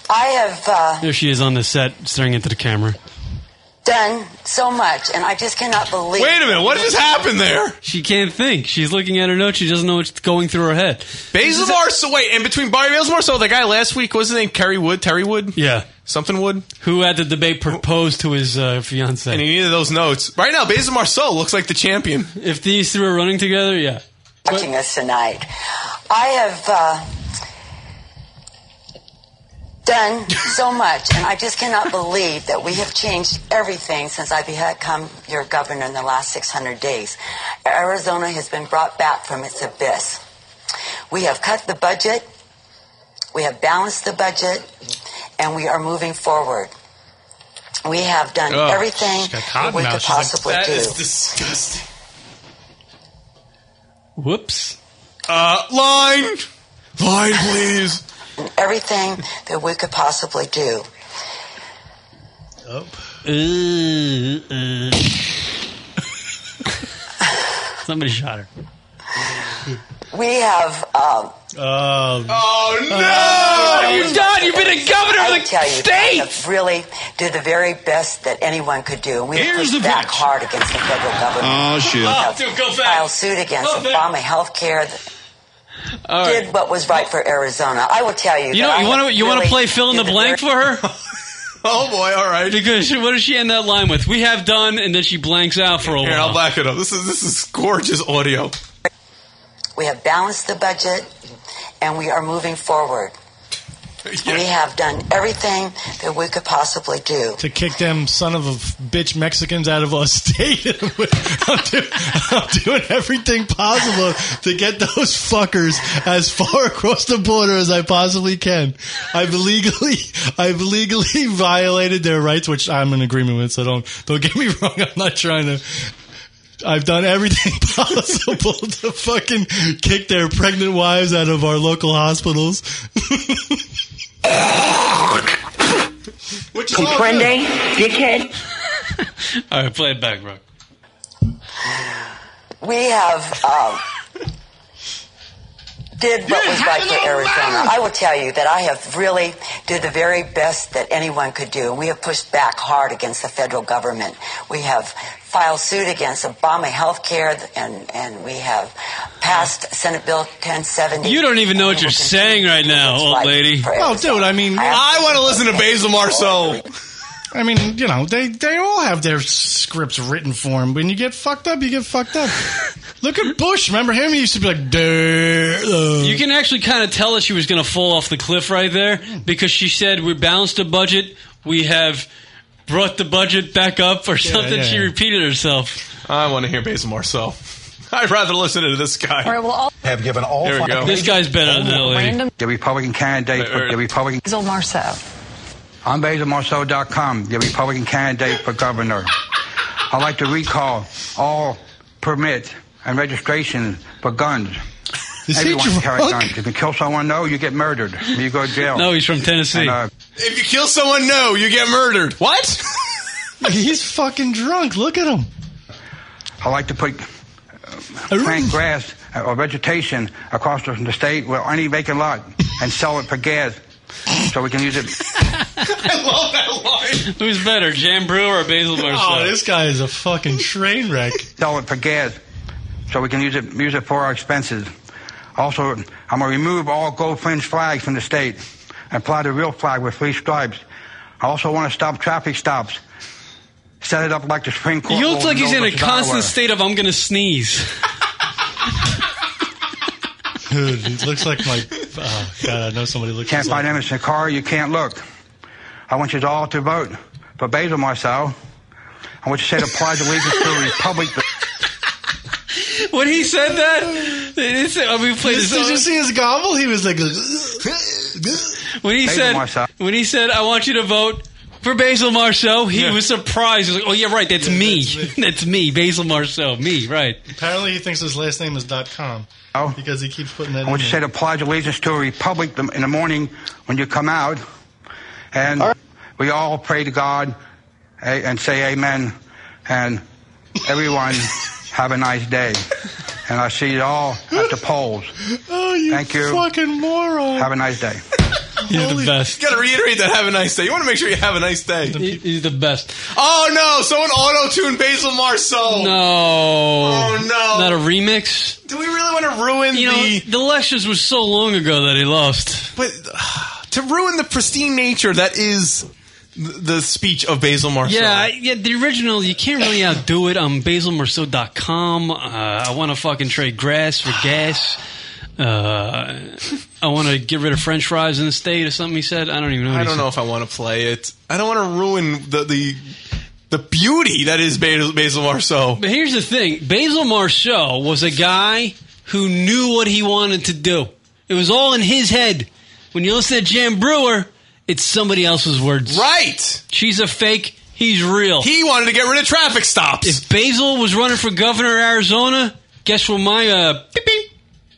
S18: I have uh,
S8: There she is on the set staring into the camera.
S18: done so much, and I just cannot believe.
S7: Wait a minute, what just happened there?
S8: She can't think. She's looking at her notes. She doesn't know what's going through her head.
S7: Basil Marceau. Wait, and between Barry Basil Marceau, the guy last week was his name Kerry Wood, Terry Wood,
S8: Yeah.
S7: something Wood,
S8: who at the debate proposed to his uh, fiance.
S7: and he needed those notes right now. Basil Marceau looks like the champion.
S8: If these three were running together, yeah.
S18: watching us tonight. I have uh, done so much, and I just cannot believe that we have changed everything since I become your governor in the last 600 days. Arizona has been brought back from its abyss. We have cut the budget, we have balanced the budget, and we are moving forward. We have done
S7: Oh,
S18: everything
S7: she's got
S18: that
S7: cotton
S18: we
S7: mouth.
S18: could
S7: She's like,
S18: possibly
S7: "That
S18: do.
S7: is disgusting.
S8: Whoops.
S7: Uh, line, line, please.
S18: everything that we could possibly do.
S8: (laughs) Somebody shot her.
S18: We have. Um,
S9: Oh.
S7: Oh
S18: no!
S7: Uh,
S8: You've done. You've been a governor of the
S18: state. really, did the very best that anyone could do. We have pushed back hard against the federal government.
S19: Oh, shit.
S18: We have
S19: Oh,
S18: filed suit against Obama health care. Did what was right for Arizona. I will tell you.
S8: You know,
S18: that I
S8: you want to
S18: have
S8: you want to
S18: really
S8: play fill in the
S18: did
S8: blank for
S18: very-
S8: her?
S7: (laughs) oh boy! All right.
S8: Because she, what does she end that line with? We have done, and then she blanks out for a
S7: Here,
S8: while.
S7: I'll back it up. This is this is gorgeous audio.
S18: We have balanced the budget and we are moving forward. We have done everything that we could possibly do.
S9: to kick them son of a bitch Mexicans out of our (laughs) state. I'm, do- I'm doing everything possible to get those fuckers as far across the border as I possibly can. I've legally, I've legally (laughs) violated their rights, which I'm in agreement with. So don't don't get me wrong. I'm not trying to. I've done everything (laughs) possible to fucking kick their pregnant wives out of our local hospitals.
S7: Which
S9: is all Comprende,
S18: dickhead?
S8: All right, play it back, Rock.
S18: We have um, did what was right for Arizona. I will tell you that I have really did the very best that anyone could do. We have pushed back hard against the federal government. We have filed suit against Obama health care, and, and we have passed Senate Bill 1070.
S8: You don't even know what you're saying right now, old lady.
S9: Oh, dude! I mean,
S7: I want to listen to Basil Marceau.
S9: I mean, you know, they, they all have their scripts written for them. When you get fucked up, you get fucked (laughs) up. Look at Bush. Remember him? He used to be like, uh." "Duh."
S8: You can actually kind of tell that she was going to fall off the cliff right there because she said, We balanced the budget. We have brought the budget back up or something.
S7: yeah,
S8: she
S7: yeah.
S8: repeated herself.
S7: I want to hear Basil Marceau. (laughs) I'd rather listen to this guy.
S19: All right, well, all-
S7: have given all. There we
S19: five
S7: go.
S19: This guy's better than that lady. Random-
S20: The Republican candidate for the Republican.
S19: Basil Marceau.
S20: I'm BasilMarceau.com, the Republican candidate for governor. I'd like to recall all permits and registrations for guns.
S9: Is he
S20: Everyone can carry
S9: drunk?
S20: guns. If you kill someone, no, you get murdered. You go to jail.
S8: No, he's from Tennessee.
S20: And, uh,
S7: If you kill someone, no, you get murdered. What?
S9: He's fucking drunk. Look at him.
S20: I like to put uh, plant grass or vegetation across the the state with any vacant lot and sell it for gas so we can use it
S8: (laughs) I love that line. Who's better, Jam Brewer or Basil Marceau?
S20: Oh,
S9: this guy is a fucking train wreck.
S20: sell it for gas, so we can use it use it for our expenses. Also, I'm gonna remove all gold fringe flags from the state and apply the real flag with three stripes. I also want to stop traffic stops. Set it up like the Supreme Court.
S8: He
S20: ruled
S8: looks like he's
S20: Doe
S8: in a
S20: versus
S8: constant
S20: Iowa.
S8: state of I'm going to (laughs) sneeze.
S9: Dude, he looks like my. Oh, God, I know somebody looks
S20: Can't
S9: like
S20: find evidence in the car. You can't look. I want you all to vote for Basil Marcel. I want you to say it applies allegiance to the Republic.
S8: when he said that, it's, I mean, play
S9: Did
S8: this.
S9: you see his gobble? He was like, uh,
S8: When he
S9: Basil
S8: said,
S9: Marceau.
S8: when he said, I want you to vote for Basil Marceau, he was surprised. He was like, oh yeah, right, that's me. (laughs) That's me, Basil Marceau, me, right?
S9: Apparently, he thinks his last name is dot .com.
S20: Oh.
S9: Because he keeps putting that
S20: I
S9: in
S20: want you to say
S9: there.
S20: the pledge of allegiance to a republic th- in the morning when you come out, and we all pray to God a- and say Amen, and (laughs) everyone have a nice day. And I see you all at the polls.
S9: Oh, you
S20: Thank you.
S9: fucking moron.
S20: Have a nice day.
S8: He's the best.
S7: (laughs) You gotta reiterate that. Have a nice day. You want to make sure you have a nice day.
S8: He's the best.
S7: Oh no! Someone auto-tuned Basil Marceau.
S8: No.
S7: Oh no!
S8: Not a remix.
S7: Do we really want to ruin
S8: You know,
S7: the?
S8: the elections was so long ago that he lost.
S7: But (sighs) to ruin the pristine nature that is th- the speech of Basil Marceau.
S8: Yeah, I, yeah, the original, you can't really outdo it. Um, basilmarceau.com. Uh, I want to fucking trade grass for gas. Uh, I want to get rid of french fries in the state or something he said. I don't even know. what
S7: I
S8: he
S7: don't
S8: said.
S7: know if I want to play it. I don't want to ruin the the, the beauty that is Basil, Basil Marceau.
S8: But here's the thing: Basil Marceau was a guy who knew what he wanted to do. It was all in his head. When you listen to Jam Brewer, it's somebody else's words.
S7: Right?
S8: She's a fake. He's real.
S7: He wanted to get rid of traffic stops.
S8: If Basil was running for governor of Arizona, guess what? My uh, beep, beep,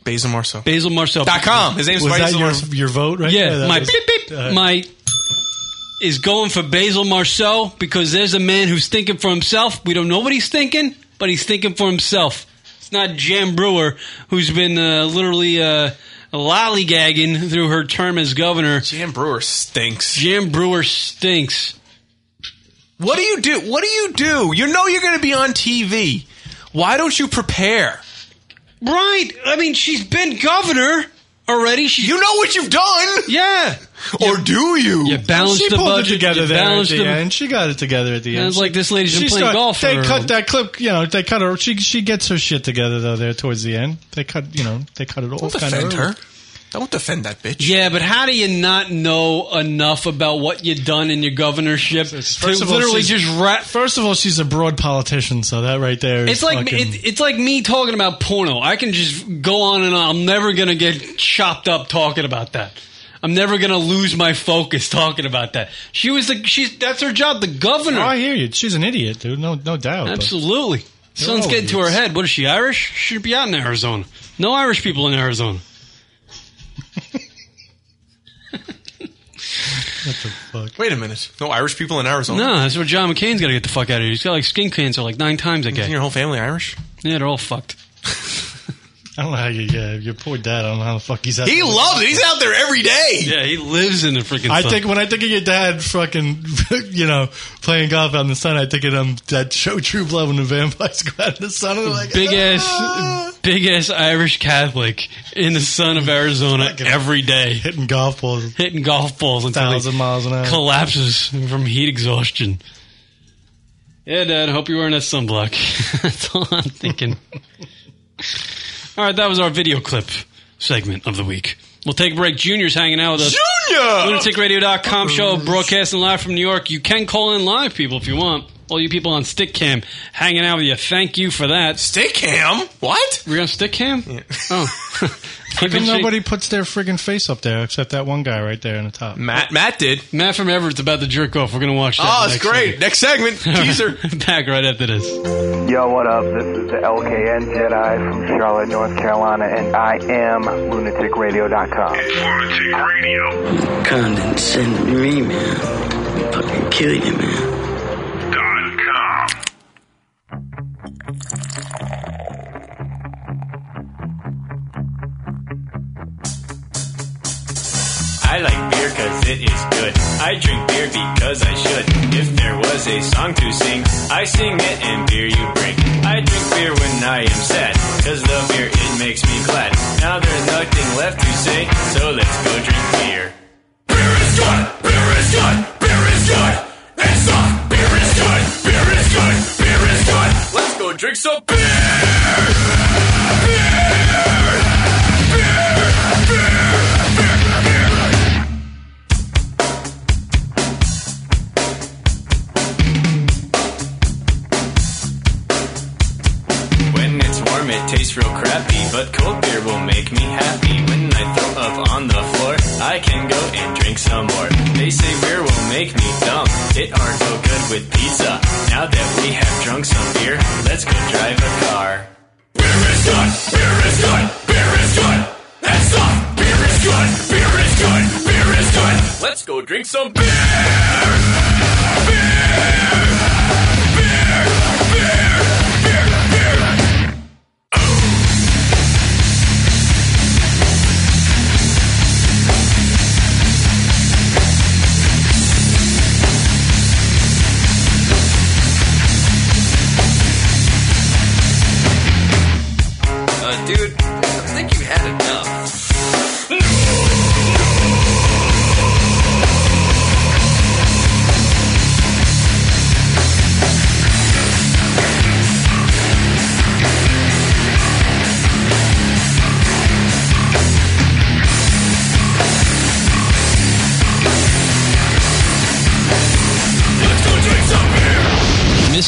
S7: Basil Marceau.
S8: Basil Marceau
S7: Dot com. His name's
S9: Was that
S7: Basil
S9: your,
S7: Marceau.
S9: your vote right
S8: Yeah,
S9: there? That
S8: my
S9: was-
S8: beep, beep,
S9: uh,
S8: my is going for Basil Marceau because there's a man who's thinking for himself. We don't know what he's thinking, but he's thinking for himself. It's not Jan Brewer who's been uh, literally uh, lollygagging through her term as governor.
S7: Jan Brewer stinks.
S8: Jan Brewer stinks.
S7: What do you do? What do you do? You know you're going to be on TV. Why don't you prepare?
S8: Right. I mean, she's been governor already. She,
S7: you know what you've done.
S8: Yeah.
S21: Or do you?
S8: You balance
S9: she
S8: the
S9: pulled
S8: budget,
S9: it together
S8: you
S9: there at
S8: balance
S9: the,
S8: the-
S9: end. She got it together at the
S8: And
S9: end.
S8: it's like this lady's been
S9: she
S8: playing golf for
S9: They
S8: her whole-
S9: cut that clip. You know, they cut her. She she gets her shit together though. There towards the end, they cut. You know, they cut it all.
S21: Don't
S9: kind
S21: defend
S9: of
S21: her. Don't defend that bitch.
S8: Yeah, but how do you not know enough about what you've done in your governorship to
S9: First of all,
S8: literally
S9: she's-
S8: just rat?
S9: First of all, she's a broad politician, so that right there. Is
S8: It's like
S9: fucking-
S8: it, it's like me talking about porno. I can just go on and on. I'm never gonna get chopped up talking about that. I'm never gonna lose my focus talking about that. She was the she's that's her job. The governor.
S9: Oh, I hear you. She's an idiot, dude. No, no doubt. but-
S8: Absolutely. Sun's
S9: all
S8: getting to her head. What is she, Irish? She should be out in Arizona. No Irish people in Arizona.
S21: Wait a minute. No Irish people in Arizona.
S8: No, that's where John McCain's got to get the fuck out of here. He's got like skin cancer like nine times a guy.
S21: Your whole family Irish?
S8: Yeah, they're
S21: (laughs)
S8: all fucked.
S9: I don't know how you. Yeah, your poor dad. I don't know how the fuck he's out.
S21: He
S9: there.
S21: loves it. He's out there every day.
S8: Yeah, he lives in the freaking.
S9: I
S8: sun.
S9: think when I think of your dad, fucking, (laughs) you know, playing golf out in the sun, I think of um, that show True Blood when the vampires go out in the sun. And they're like,
S8: big ass, big ass Irish Catholic in the sun of Arizona every day,
S9: hitting golf balls,
S8: hitting golf balls until he
S9: Thousand miles an hour.
S8: collapses from heat exhaustion.
S9: (laughs)
S8: Yeah, Dad. I hope you're wearing that sunblock. (laughs) That's all
S21: (laughs)
S8: I'm thinking. all right, that was our video clip segment of the week. We'll take a break. Junior's hanging out with us.
S21: Junior! Oh,
S8: LunaticRadio.com show broadcasting live from New York. You can call in live, people, if you want. All you people on Stick Cam hanging out with you. Thank you for that.
S21: Stick Cam? What?
S8: We're on Stick Cam? Oh.
S9: How come nobody puts their friggin' face up there except that one guy right there in the
S21: (laughs)
S9: top?
S21: Matt Matt did.
S8: Matt from Everett's about to jerk off. We're going to watch that.
S21: Oh, it's great. Next segment.
S8: (laughs)
S21: Teaser.
S8: Back right after this.
S20: Yo, what up? This is the LKN Jedi from Charlotte, North Carolina, and I am lunaticradio.com. Lunatic Radio.
S18: Condescend to me, man. Fucking kill you, man.
S7: I like beer cause it is good. I drink beer because I should. If there was a song to sing, I sing it and beer you bring. I drink beer when I am sad, cause the beer it makes me glad. Now there's nothing left to say, so let's go drink beer. Beer is good! Beer is good! Beer is good! It's not beer is good! Beer is good! Beer is good! Let's go drink some beer! When it's warm, it tastes real crappy, but cold beer will make me happy. When I throw up on the floor, I can go and drink some more. They say beer will make me dumb. It aren't so good with pizza. Now that we have drunk some beer, let's go drive a car. Beer is good. Beer is good. Beer is good. That's off. Beer is good. Beer is good. Beer is good. Let's go drink some beer.
S22: Uh, dude, I think you had enough.
S8: Miss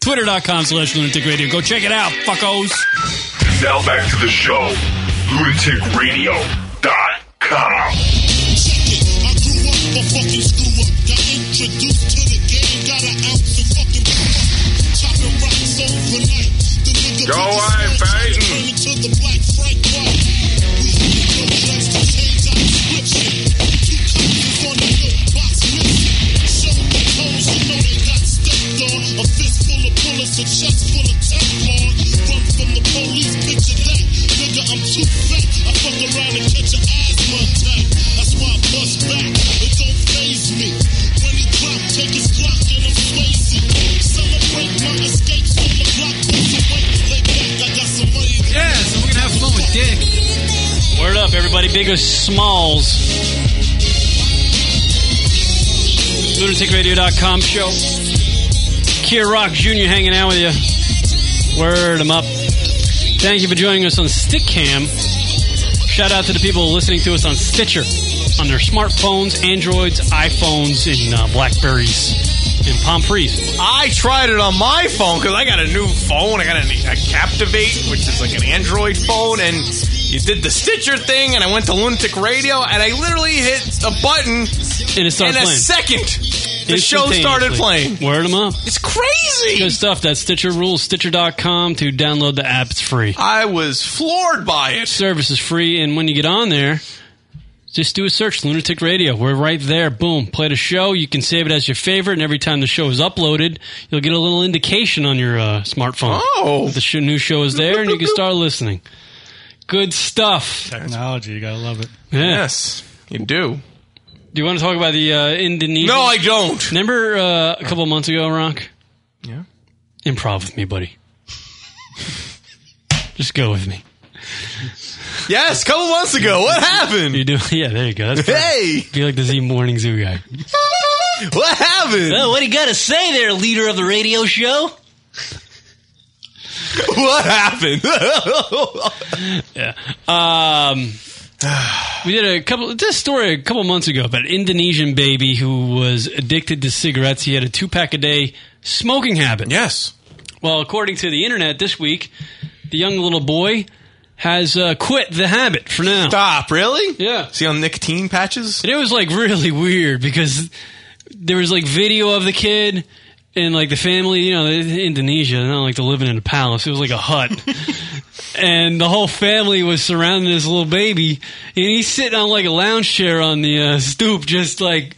S8: Twitter.com slash lunatic radio. Go check it out, fuckos.
S1: Now back to the show. LunaticRadio.com.
S16: Go away,
S3: Yeah, so we're gonna have fun with Dick.
S8: Word up, everybody. Big or smalls. LunaticRadio.com show. Kier Rock Jr. hanging out with you. Word him up. Thank you for joining us on Stickcam. Shout out to the people listening to us on Stitcher, on their smartphones, Androids, iPhones, and uh, Blackberries, and Palm Prees.
S7: I tried it on my phone because I got a new phone. I got a, a Captivate, which is like an Android phone, and you did the Stitcher thing, and I went to Lunatic Radio, and I literally hit a button,
S8: and it started
S7: in a
S8: playing.
S7: second. The show started playing.
S8: Word them up.
S7: It's crazy.
S8: Good stuff. That's Stitcher Rules, Stitcher.com to download the app. It's free.
S7: I was floored by it.
S8: Service is free, and when you get on there, just do a search Lunatic Radio. We're right there. Boom. Play the show. You can save it as your favorite, and every time the show is uploaded, you'll get a little indication on your uh, smartphone.
S7: Oh.
S8: That The sh- new show is there, and you can start listening. Good stuff.
S9: Technology, you gotta love it.
S7: Yes, you do.
S8: Do you want to talk about the uh, Indonesian?
S7: No, I don't.
S8: Remember uh, a couple months ago, Rock?
S7: Yeah.
S8: Improv with me, buddy. Just go with me.
S7: Yes, a couple months ago. What happened?
S8: You do? (laughs) Yeah, there you go. That's perfect.
S7: Hey!
S8: Feel like the Z Morning Zoo guy.
S7: what happened?
S8: Well, what do you got to say there, leader of the radio show?
S7: (laughs) what happened?
S8: (laughs) yeah. Um, we did a couple. This story a couple months ago about an Indonesian baby who was addicted to cigarettes. He had a two pack a day smoking habit.
S7: Yes.
S8: Well, according to the internet, this week the young little boy has uh, quit the habit for now.
S7: Stop! Really?
S8: Yeah.
S7: See on nicotine patches.
S8: And it was like really weird because there was like video of the kid and like the family, you know, Indonesia, they're not like they're living in a palace. It was like a
S7: (laughs)
S8: hut. and the whole family was surrounding this little baby and he's sitting on like a lounge chair on the uh, stoop just like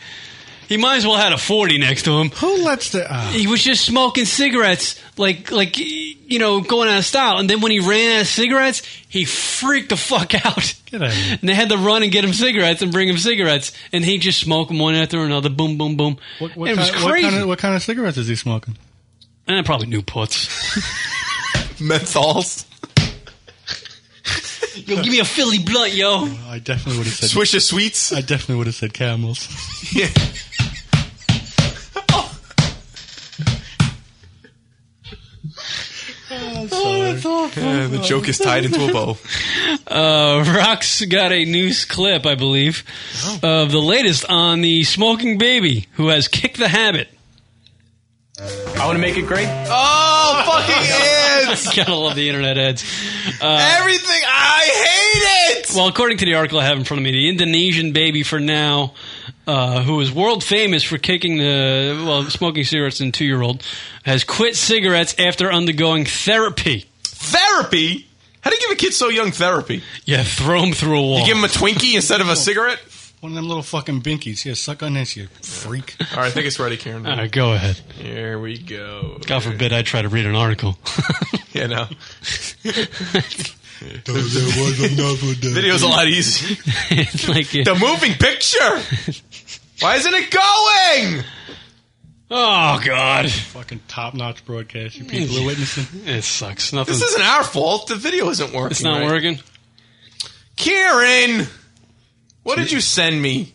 S8: he might as well had a 40 next to him.
S3: Who lets the?
S9: uh,
S8: He was just smoking cigarettes like like you know, going out of style. And then when he ran out of cigarettes, he freaked the fuck out. (laughs) And they had to run and get him cigarettes and bring him cigarettes, and he just smoked them one after another. Boom, boom, boom.
S9: What
S8: it
S9: kind-
S8: was crazy.
S9: What kind, of, what kind of cigarettes is he smoking?
S8: and probably Newports.
S7: (laughs) Menthols.
S8: (laughs) yo, give me a Philly blunt, yo.
S9: I definitely would have said
S7: Swisher Sweets.
S9: I definitely would have said camels.
S7: Yeah.
S8: that's awful.
S7: (laughs) Yeah, Uh, the joke is tied into a bow.
S8: (laughs) Uh, Rock's got a news clip, I believe,
S7: Oh.
S8: of the latest on the smoking baby who has kicked the habit.
S4: I want to make it great.
S7: (laughs) Oh, fucking (laughs) ads!
S8: (laughs) Gotta love the internet ads. Uh,
S7: Everything. I hate it.
S8: Well, according to the article I have in front of me, the Indonesian baby for now, uh, who is world famous for kicking the well smoking cigarettes in two year old, has quit cigarettes after undergoing therapy.
S7: Therapy. How do you give a kid so young therapy?
S8: Yeah, throw him through a wall.
S7: You give him a Twinkie (laughs) instead of a cigarette.
S9: Oh. One of them little fucking binkies. Here, suck on this, you freak.
S7: All right, I think it's ready, Karen.
S8: All right, go ahead.
S7: Here we go.
S8: God forbid I try to read an article. (laughs)
S7: Yeah, no.
S8: Video's
S7: Video's a lot easier.
S8: it's (laughs) like
S7: The moving picture. Why isn't it going?
S8: (laughs) Oh God!
S9: Fucking top notch broadcast. You people are witnessing.
S8: It sucks. Nothing.
S7: This isn't our fault. The video isn't working.
S8: It's not
S7: right?
S8: working.
S7: Karen, what did you send me?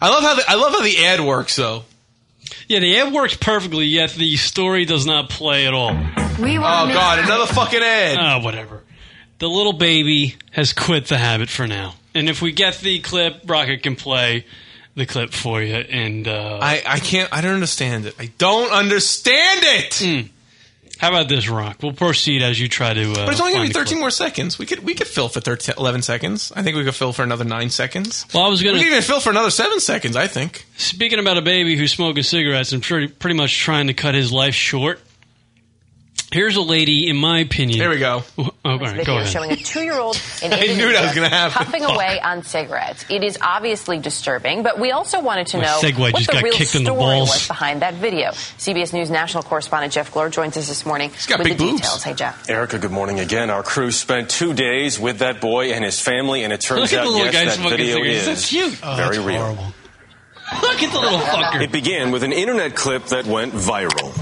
S7: I love how the, I love how the ad works though.
S8: Yeah, the ad works perfectly, yet the story does not play at all.
S15: We
S7: Oh God, another fucking ad.
S8: Oh, whatever. The little baby has quit the habit for now. And if we get the clip, Rocket can play the clip for you. And uh,
S7: I I can't. I don't understand it. I don't understand it.
S8: Hmm. How about this, Rock? We'll proceed as you try to. Uh,
S7: But it's only gonna
S8: find
S7: be
S8: the clip.
S7: thirteen more seconds. We could we could fill for 13, eleven seconds. I think we could fill for another nine seconds.
S8: Well, I was gonna-
S7: We could even fill for another seven seconds. I think.
S8: Speaking about a baby who's smoking cigarettes and pretty, pretty much trying to cut his life short, here's a lady, in my opinion. Here we
S7: go.
S8: Oh, all right,
S2: video
S8: go ahead.
S2: showing a
S8: (laughs)
S2: two-year-old in
S8: I knew that was
S2: Indonesia
S8: gonna happen.
S2: puffing
S8: Fuck.
S2: away on cigarettes. It is obviously disturbing, but we also wanted to
S8: My
S2: know
S8: Segway
S2: what
S8: just
S2: the
S8: got
S2: real
S8: kicked
S2: story
S8: in the balls.
S2: was behind that video. CBS News national correspondent Jeff Glore joins us this morning
S6: got
S2: with
S6: big
S2: the
S6: boobs.
S2: details. Hey, Jeff.
S6: Erica, good morning again. Our crew spent two days with that boy and his family, and it turns
S8: Look at
S6: out
S8: the little
S6: yes,
S8: guy
S6: that
S8: smoking
S6: video
S8: cigarettes.
S6: is
S8: That's cute. Oh,
S6: very
S8: that's
S6: real.
S8: (laughs) Look at the little fucker.
S6: It began with an internet clip that went viral.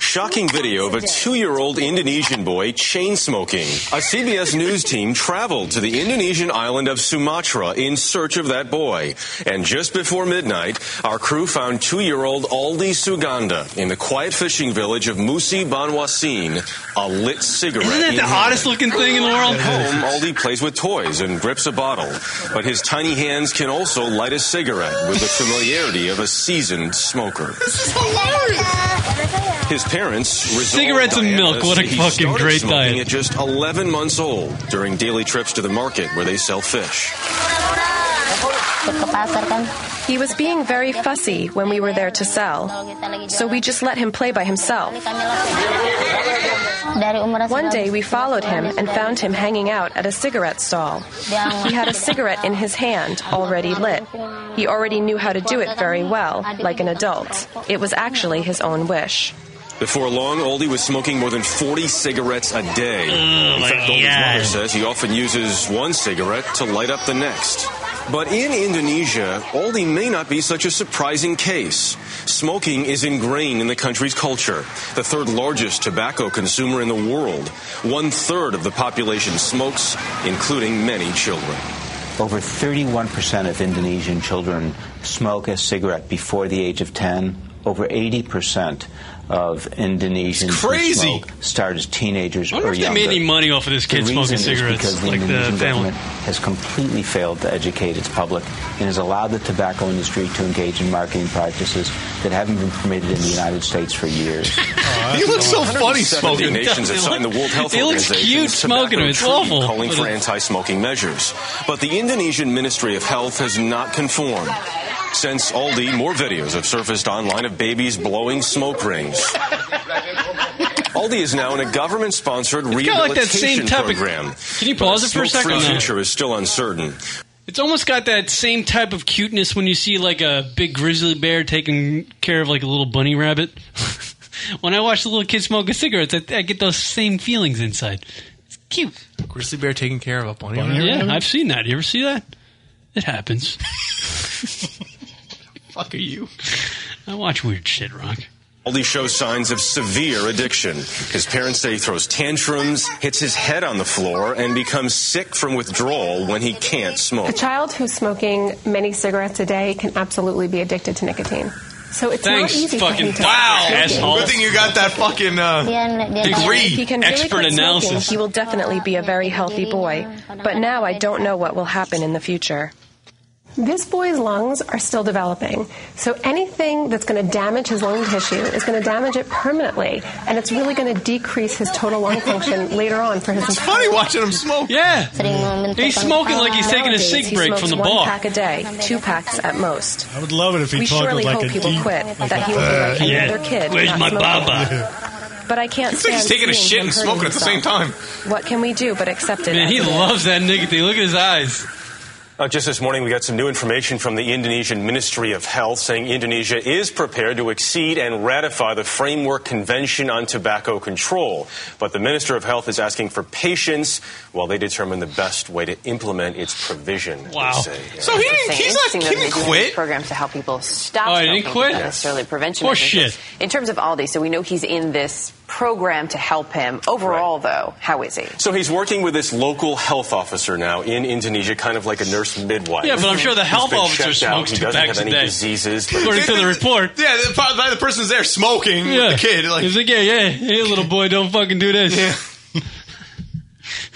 S6: Shocking video of a two-year-old Indonesian boy chain smoking. A CBS News team traveled to the Indonesian island of Sumatra in search of that boy. And just before midnight, our crew found two-year-old Aldi Suganda in the quiet fishing village of Musi Banwasin, a lit cigarette.
S8: Isn't that
S6: in
S8: the
S6: hand.
S8: oddest looking thing in the world?
S6: At home, Aldi plays with toys and grips a bottle, but his tiny hands can also light a cigarette with the familiarity of a seasoned smoker. His parents resolved
S8: Cigarettes and
S6: Diana
S8: milk, what a
S6: that he
S8: fucking
S6: started
S8: great
S6: smoking
S8: diet.
S6: At just 11 months old, during daily trips to the market where they sell fish.
S10: He was being very fussy when we were there to sell, so we just let him play by himself. One day we followed him and found him hanging out at a cigarette stall. He had a cigarette in his hand, already lit. He already knew how to do it very well, like an adult. It was actually his own wish.
S6: Before long, Aldi was smoking more than 40 cigarettes a day. in
S8: my
S6: fact, Aldi's
S8: God.
S6: mother says he often uses one cigarette to light up the next. But in Indonesia, Aldi may not be such a surprising case. Smoking is ingrained in the country's culture, the third largest tobacco consumer in the world. One third of the population smokes, including many children.
S11: Over 31% of Indonesian children smoke a cigarette before the age of 10. Over 80% of Indonesians who
S8: crazy.
S11: smoke start as teenagers
S8: I wonder
S11: or
S8: if they
S11: younger.
S8: made any money off of this
S11: The
S8: kid
S11: reason
S8: smoking
S11: is
S8: cigarettes,
S11: because the
S8: like the
S11: Indonesian
S8: family.
S11: government has completely failed to educate its public and has allowed the tobacco industry to engage in marketing practices that haven't been permitted in the United States for years.
S8: (laughs)
S6: You look so funny smoking. nations have signed the World Health
S8: He looks
S6: Organization's
S8: cute smoking
S6: tobacco
S8: him. It's
S6: treaty
S8: awful.
S6: Calling
S8: What
S6: for
S8: is-
S6: anti-smoking measures, but the Indonesian Ministry of Health has not conformed. Since Aldi, more videos have surfaced online of babies blowing smoke rings. Aldi is now in a government-sponsored
S8: It's kinda
S6: rehabilitation
S8: like that same type of-
S6: program.
S8: Can you
S6: but
S8: pause it for a
S6: its smoke-free
S8: second?
S6: future is still uncertain.
S8: It's almost got that same type of cuteness when you see like a big grizzly bear taking care of like a little bunny rabbit. (laughs) when I watch the little kid smoking cigarettes, I, I get those same feelings inside. It's cute.
S7: Grizzly bear taking care of a bunny. rabbit?
S8: yeah, I've seen that. You ever see that? It happens.
S7: (laughs) Fuck are you?
S8: I watch weird shit, Rock.
S6: Aldi shows signs of severe addiction. His parents say he throws tantrums, hits his head on the floor, and becomes sick from withdrawal when he can't
S23: A
S6: smoke.
S23: child who's smoking many cigarettes a day can absolutely be addicted to nicotine. So it's
S6: Thanks,
S23: not easy
S6: fucking
S23: for him to
S6: wow, asshole.
S7: Good thing you got that fucking uh,
S23: If he
S7: degree.
S23: can really quit smoking, he will definitely be a very healthy boy. But now I don't know what will happen in the future. This boy's lungs are still developing, so anything that's going to damage his lung tissue is going to damage it permanently, and it's really going to decrease his total lung function later on for his. It's
S7: funny watching him smoke.
S8: Yeah, He's smoking like he's taking a
S23: Nowadays,
S8: cig
S23: he
S8: break
S23: smokes
S8: from the
S23: one
S8: bar.
S23: pack a day, two packs at most.
S9: I would love it if he
S23: we
S9: talked
S23: surely
S9: like
S23: hope
S9: a
S23: he will
S9: deep-
S23: quit,
S9: like
S23: that
S9: a-
S23: he will be
S6: Uh,
S23: like any
S9: Yeah.
S23: other kid.
S9: Where's
S23: not
S9: my
S23: smoking.
S9: baba?
S23: But I can't
S7: It's like
S23: stand
S7: he's taking a
S23: seeing
S7: shit
S23: him
S7: and
S23: hurting
S7: smoking at the
S23: himself.
S7: same time.
S23: What can we do but accept it?
S8: Man,
S23: as
S8: he
S23: it is?
S8: loves that nicotine. Look at his eyes.
S6: Uh, just this morning, we got some new information from the Indonesian Ministry of Health saying Indonesia is prepared to exceed and ratify the Framework Convention on Tobacco Control. But the Minister of Health is asking for patience while they determine the best way to implement its provision. they say.
S7: So he didn't- he's not-
S2: Interesting
S7: he
S2: that
S7: didn't
S2: they do
S7: quit.
S2: these Programs to help people stop
S7: Oh, he
S2: smoking,
S7: didn't quit?
S2: but not necessarily prevention.
S7: Poor
S2: measures.
S7: shit.
S2: In terms of Aldi, so we know he's in this program to help him. Overall, though, how is he?
S6: So he's working with this local health officer now in Indonesia, kind of like a nurse midwife.
S8: Yeah, but I'm sure the
S6: He's
S8: health
S6: been
S8: officer
S6: checked out.
S8: smokes
S6: He
S8: two
S6: doesn't
S8: packs
S6: have
S8: a
S6: any
S8: day.
S6: diseases.
S8: According
S7: (laughs)
S8: to the report.
S7: Yeah, the, by the person's there smoking
S8: yeah.
S7: with the kid. Like,
S8: he's like, yeah, yeah, hey, little boy, don't fucking do this. (laughs)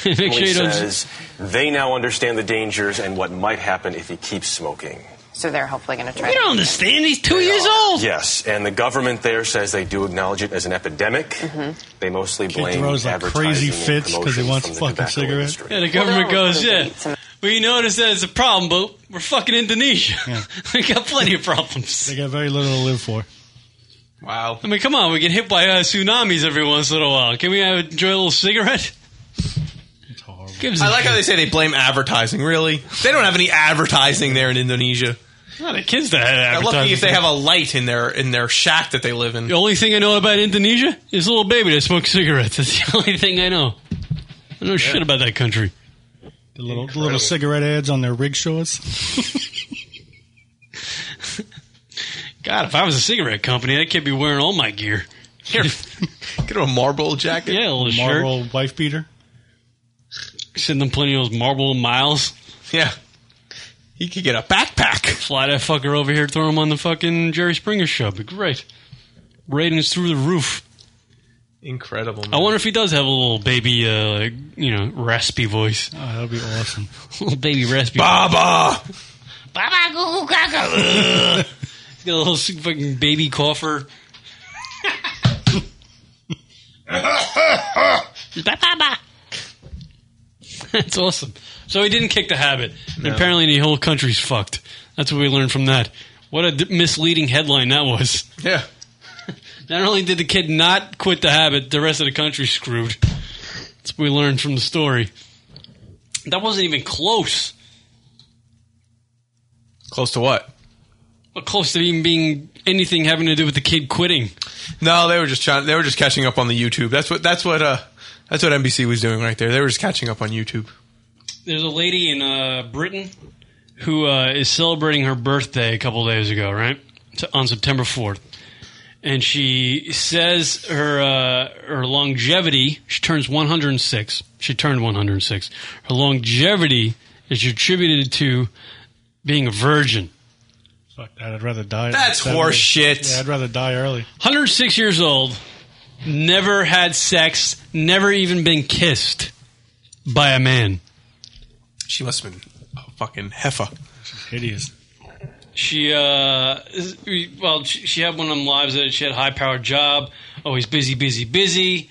S8: Make sure
S6: He
S8: you don't.
S6: says they now understand the dangers and what might happen if he keeps smoking.
S2: So they're hopefully going to try.
S8: You
S2: to-
S8: don't understand. He's two years
S7: (laughs)
S8: old.
S6: Yes, and the government there says they do acknowledge it as an epidemic.
S8: Mm-hmm.
S6: They mostly
S9: Kid
S6: blame
S9: throws like
S6: advertising
S9: crazy
S6: and
S9: fits because he
S6: promotion
S9: wants a
S6: from the
S9: fucking
S6: tobacco
S9: cigarette.
S8: Yeah, the government goes, yeah. We notice that it's a problem, but we're fucking Indonesia. (laughs) we got plenty of problems.
S9: They got very little to live for.
S8: Wow. I mean, come on. We get hit by uh, tsunamis every once in a while. Can we uh, enjoy a little cigarette? Gives
S7: I like how they say they blame advertising. Really, they don't have any advertising there in Indonesia.
S8: Not the kids that had
S7: They're
S8: advertising.
S7: lucky if they have a light in their in their shack that they live in.
S8: The only thing I know about Indonesia is a little baby that smokes cigarettes. (laughs) That's the only thing I know. I know shit about that country.
S9: The little, the little cigarette ads on their rickshaws.
S8: God, if I was a cigarette company, I could be wearing all my gear. Here,
S7: (laughs) get a Marlboro jacket.
S8: Yeah, a little
S9: Marlboro wife beater.
S8: shirt. Send them plenty of those Marlboro miles.
S7: Yeah. You could get a backpack.
S8: Fly that fucker over here, throw him on the fucking Jerry Springer show. Be great. Ratings through the roof.
S7: Incredible.
S8: I wonder if he does have a little baby, uh, like, you know, raspy voice.
S9: Oh, that'd be awesome.
S8: (laughs) little baby raspy.
S7: Baba.
S15: Baba goo goo gaga.
S8: Ugh. He's got a little sick fucking baby
S7: (laughs)
S8: cougher. Ba, ba, ba. (laughs) That's awesome. So he didn't kick the habit. And
S7: No.
S8: apparently the whole country's fucked. That's what we learned from that. What a d- misleading headline that was.
S7: Yeah.
S8: (laughs) Not only did the kid not quit the habit, the rest of the country's screwed. That's what we learned from the story. That wasn't even close.
S7: Close to what?
S8: Well, close to even being anything having to do with the kid quitting.
S7: No, they were just trying. They were just catching up on the YouTube. That's what. That's what. Uh, that's what NBC was doing right there. They were just catching up on YouTube.
S8: There's a lady in uh, Britain who uh, is celebrating her birthday a couple days ago, right? So- on September 4th. And she says her uh, her longevity, she turns 106. She turned 106. Her longevity is attributed to being a virgin.
S9: Fuck that. I'd rather die.
S8: That's
S9: that
S8: horse
S9: way.
S8: shit.
S9: Yeah, I'd rather die early.
S8: 106 years old, never had sex, never even been kissed by a man.
S7: She must have been a fucking heifer.
S9: Hideous.
S8: She uh, is- well, she, she had one of them lives that she had a high powered job. Always busy, busy, busy.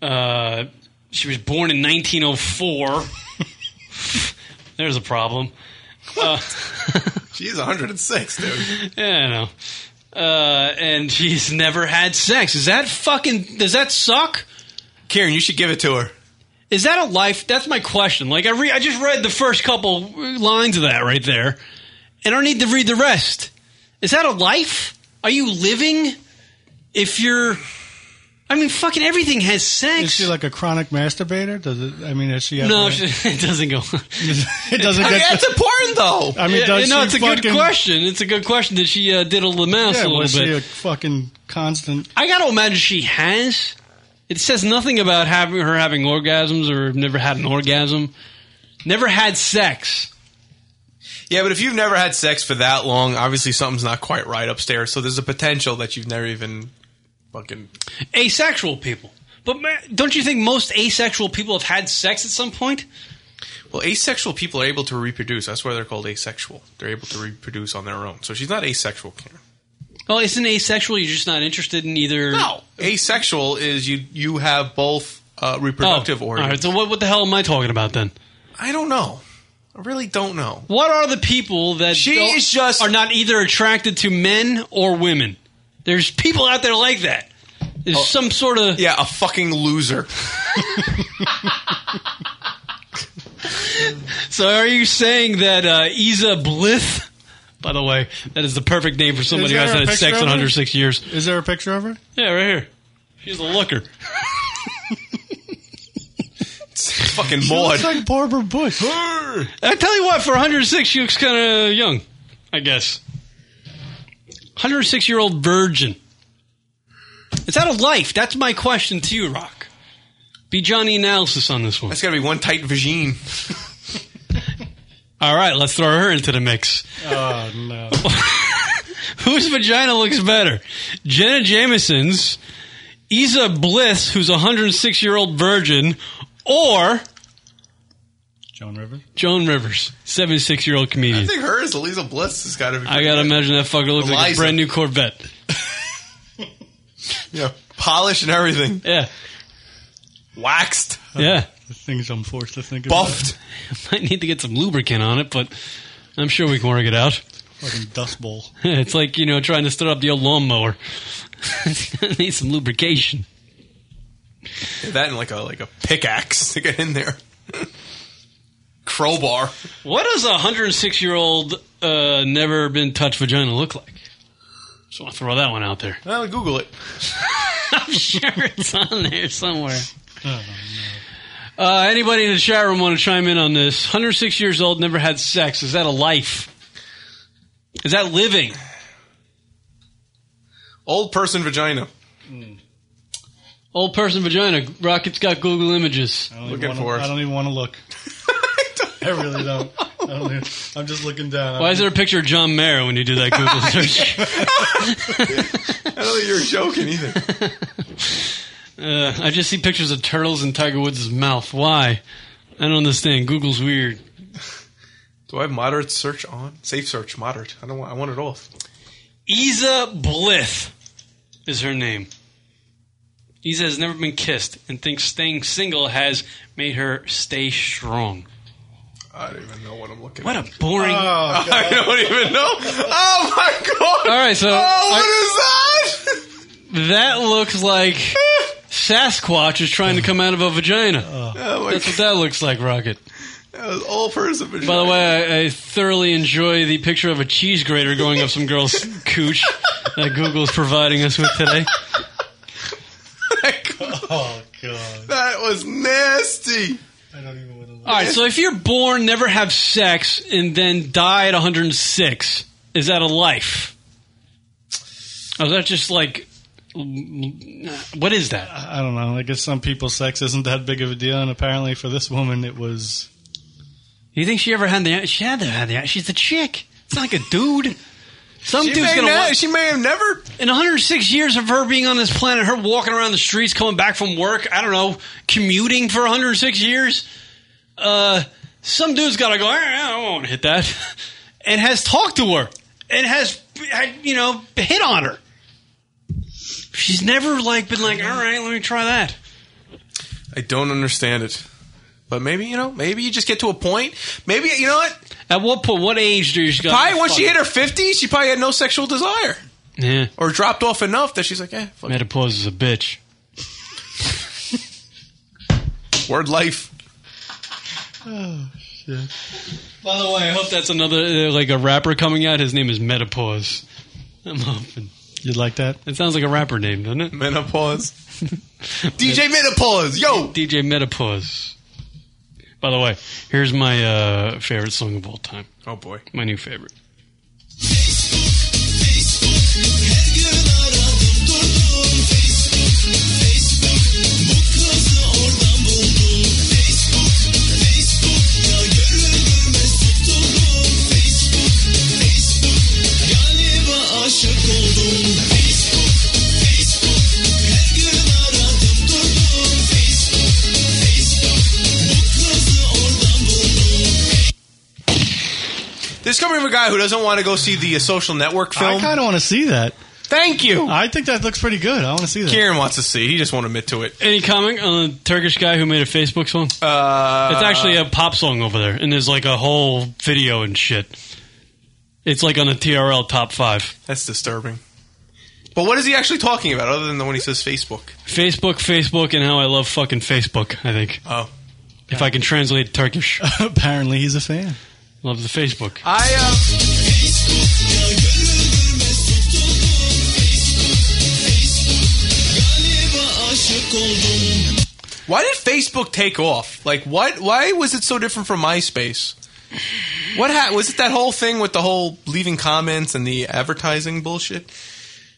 S8: Uh, she was born in 1904. There's a problem. Uh,
S7: (laughs) She's 106, dude.
S8: yeah, I know. Uh, and she's never had sex. Is that fucking? Does that suck?
S7: Karen, you should give it to her.
S8: Is that a life? That's my question. Like I re- I just read the first couple lines of that right there, and I don't need to read the rest. Is that a life? Are you living? If you're, I mean, fucking everything has sex.
S9: Is she like a chronic masturbator? Does it? I mean, is she?
S8: no,
S9: ever-
S8: (laughs) it doesn't go.
S9: (laughs) it doesn't.
S8: I mean,
S9: get
S8: that's
S7: important though.
S9: I mean, does
S8: no,
S9: she
S8: it's a good
S9: fucking-
S8: question. It's a good question. Did she uh, diddle the mouse
S9: Yeah,
S8: a
S9: was
S8: little
S9: she
S8: bit?
S9: a fucking constant?
S8: I gotta imagine she has. It says nothing about having her having orgasms or never had an orgasm, never had sex.
S7: Yeah, but if you've never had sex for that long, obviously something's not quite right upstairs. So there's a potential that you've never even fucking.
S8: Asexual people, but ma- don't you think most asexual people have had sex at some point?
S7: Well, asexual people are able to reproduce. That's why they're called asexual. They're able to reproduce on their own. So she's not asexual, Karen.
S8: Well, isn't asexual? You're just not interested in either.
S7: No, asexual is you you have both uh, reproductive
S8: oh,
S7: organs.
S8: All right, so what, what the hell am I talking about then?
S7: I don't know. I really don't know.
S8: What are the people that
S7: She
S8: don't-
S7: is just-
S8: are not either attracted to men or women? There's people out there like that. There's some sort of
S7: Oh. yeah, a fucking loser.
S8: (laughs) so are you saying that uh, Isa Blith? By the way, that is the perfect name for somebody
S9: Is
S8: who
S9: there a
S8: hasn't had
S9: picture
S8: sex in
S9: of her?
S8: 106 years.
S9: Is there a picture of her?
S8: Yeah, right here. She's a looker.
S7: (laughs) fucking
S9: She
S8: Maud.
S9: looks like Barbara Bush.
S8: I tell you what, for 106, she looks kind of young, I guess. 106 year old virgin. It's out of life. That's my question to you, Rock. Be Johnny analysis on this one.
S7: That's got to be one tight vagine.
S8: (laughs) All right, let's throw her into the mix.
S9: (laughs) Oh no.
S8: (laughs) Whose vagina looks better? Jenna Jameson's, Isa Bliss, who's a 106 year old virgin, or
S9: Joan Rivers.
S8: Joan Rivers, 76 year old comedian.
S7: I think hers, Elisa Bliss, has got to be.
S8: I
S7: (laughs)
S8: gotta imagine that fucker looks like a
S7: Eliza.
S8: brand new Corvette.
S7: (laughs) yeah, polish and everything.
S8: Yeah,
S7: waxed.
S8: Yeah.
S9: The things I'm forced to think
S7: Buffed.
S8: (laughs) Might need to get some lubricant on it, but I'm sure we can work it out.
S9: about. Fucking dust bowl.
S8: (laughs) it's like you know trying to start up the old lawnmower. (laughs) need some lubrication.
S7: That and like a like a (laughs) pickaxe to get in there. (laughs) Crowbar.
S8: What does a 106 year old uh, never been touched vagina look like? Just want to throw that one out there.
S7: Well, Google it.
S8: (laughs) I'm sure it's on there somewhere. Uh, anybody in the chat room want to chime in on this? 106 years old, never had sex. Is that a life? Is that living?
S7: Old person vagina.
S9: Mm.
S8: Old person vagina. Rocket's got Google images.
S9: I don't even wanna- I don't even want to look. I really don't. I don't even, I'm just looking down.
S8: Why is
S9: (laughs)
S8: there a picture of John Mayer when you do that Google search?
S7: I don't think you're joking either.
S8: Uh, I just see pictures of turtles and Tiger Woods' mouth. Why? I don't understand. Google's weird.
S7: Do I have moderate search on? Safe search, moderate. I don't want. I want it off.
S8: Isa Blith is her name. Isa has never been kissed and thinks staying single has made her stay strong.
S7: I don't even know what I'm looking.
S8: What
S9: Oh,
S7: at.
S8: a (laughs) (laughs) boring.
S7: I don't even know.
S9: (laughs)
S7: Oh my god!
S8: All right, so
S7: oh, what
S8: I-
S7: is that?
S8: That looks like Sasquatch is trying to come out of a vagina.
S7: Oh, my
S8: That's what that looks like, Rocket.
S7: That was old person vagina.
S8: By the way, I, I thoroughly enjoy the picture of a cheese grater going up some girl's cooch that Google's providing us with today.
S9: Oh god.
S7: (laughs) that was nasty.
S8: All right, so if you're born, never have sex, and then die at 106, is that a life? Or is that just like. (laughs) What is that?
S9: I don't know. I guess some people's sex isn't that big of a deal, and apparently for this woman, it was.
S8: You think she ever had the? She had to have the. She's a chick. It's not like a dude. Some
S7: She
S8: dude's
S7: may
S8: gonna.
S7: not-
S8: wa-
S7: she may have never.
S8: In 106 years of her being on this planet, her walking around the streets, coming back from work, I don't know, commuting for 106 years, uh, some dude's got to go. I don't want to hit that, (laughs) and has talked to her, and has had, you know hit on her. She's never like been like, all right, let me try that.
S7: I don't understand it. But maybe you know, maybe you just get to a point. Maybe you know what?
S8: At what point? What age do you? go,
S7: Probably once she
S8: fuck
S7: hit her fifties, she probably had no sexual desire,
S8: Yeah,
S7: or dropped off enough that she's like, eh, fuck it.
S8: menopause is a bitch.
S7: word life.
S9: Oh shit.
S8: By the way, I hope that's another uh, like a rapper coming out. His name is Metapause. I'm hoping.
S9: You'd like that?
S8: It sounds like a rapper name, doesn't it? (laughs)
S7: Menopause. DJ Menopause, yo.
S8: DJ Metapause. By the way, here's my uh, favorite song of all time.
S7: Oh boy,
S8: my new favorite.
S16: Galiba aşık oldum Facebook, Facebook Her gün aradım durdum Facebook, Facebook Bu kızı oradan buldum
S7: This is coming from a guy who doesn't want to go see the uh, Social Network
S9: I
S7: film.
S9: kind of want to see that.
S7: Thank you.
S9: I think that looks pretty good. I want to see that.
S7: Kieran wants to see. He just won't admit to it.
S8: Any comment on the Turkish guy who made a Facebook song?
S7: Uh,
S8: it's actually a pop song over there, and there's like a whole video and shit. It's like on the TRL top five.
S7: That's disturbing. But what is he actually talking about, other than the one he says Facebook?
S8: Facebook, Facebook, and how I love fucking Facebook. I think.
S7: Oh,
S8: if I can translate Turkish,
S9: (laughs) Apparently, he's a fan.
S8: love the Facebook.
S7: I uh,
S16: Galiba aşık oldum
S7: Why did Facebook take off? Like, what? Why was it so different from MySpace? What ha- was it? That whole thing with the whole leaving comments and the advertising bullshit.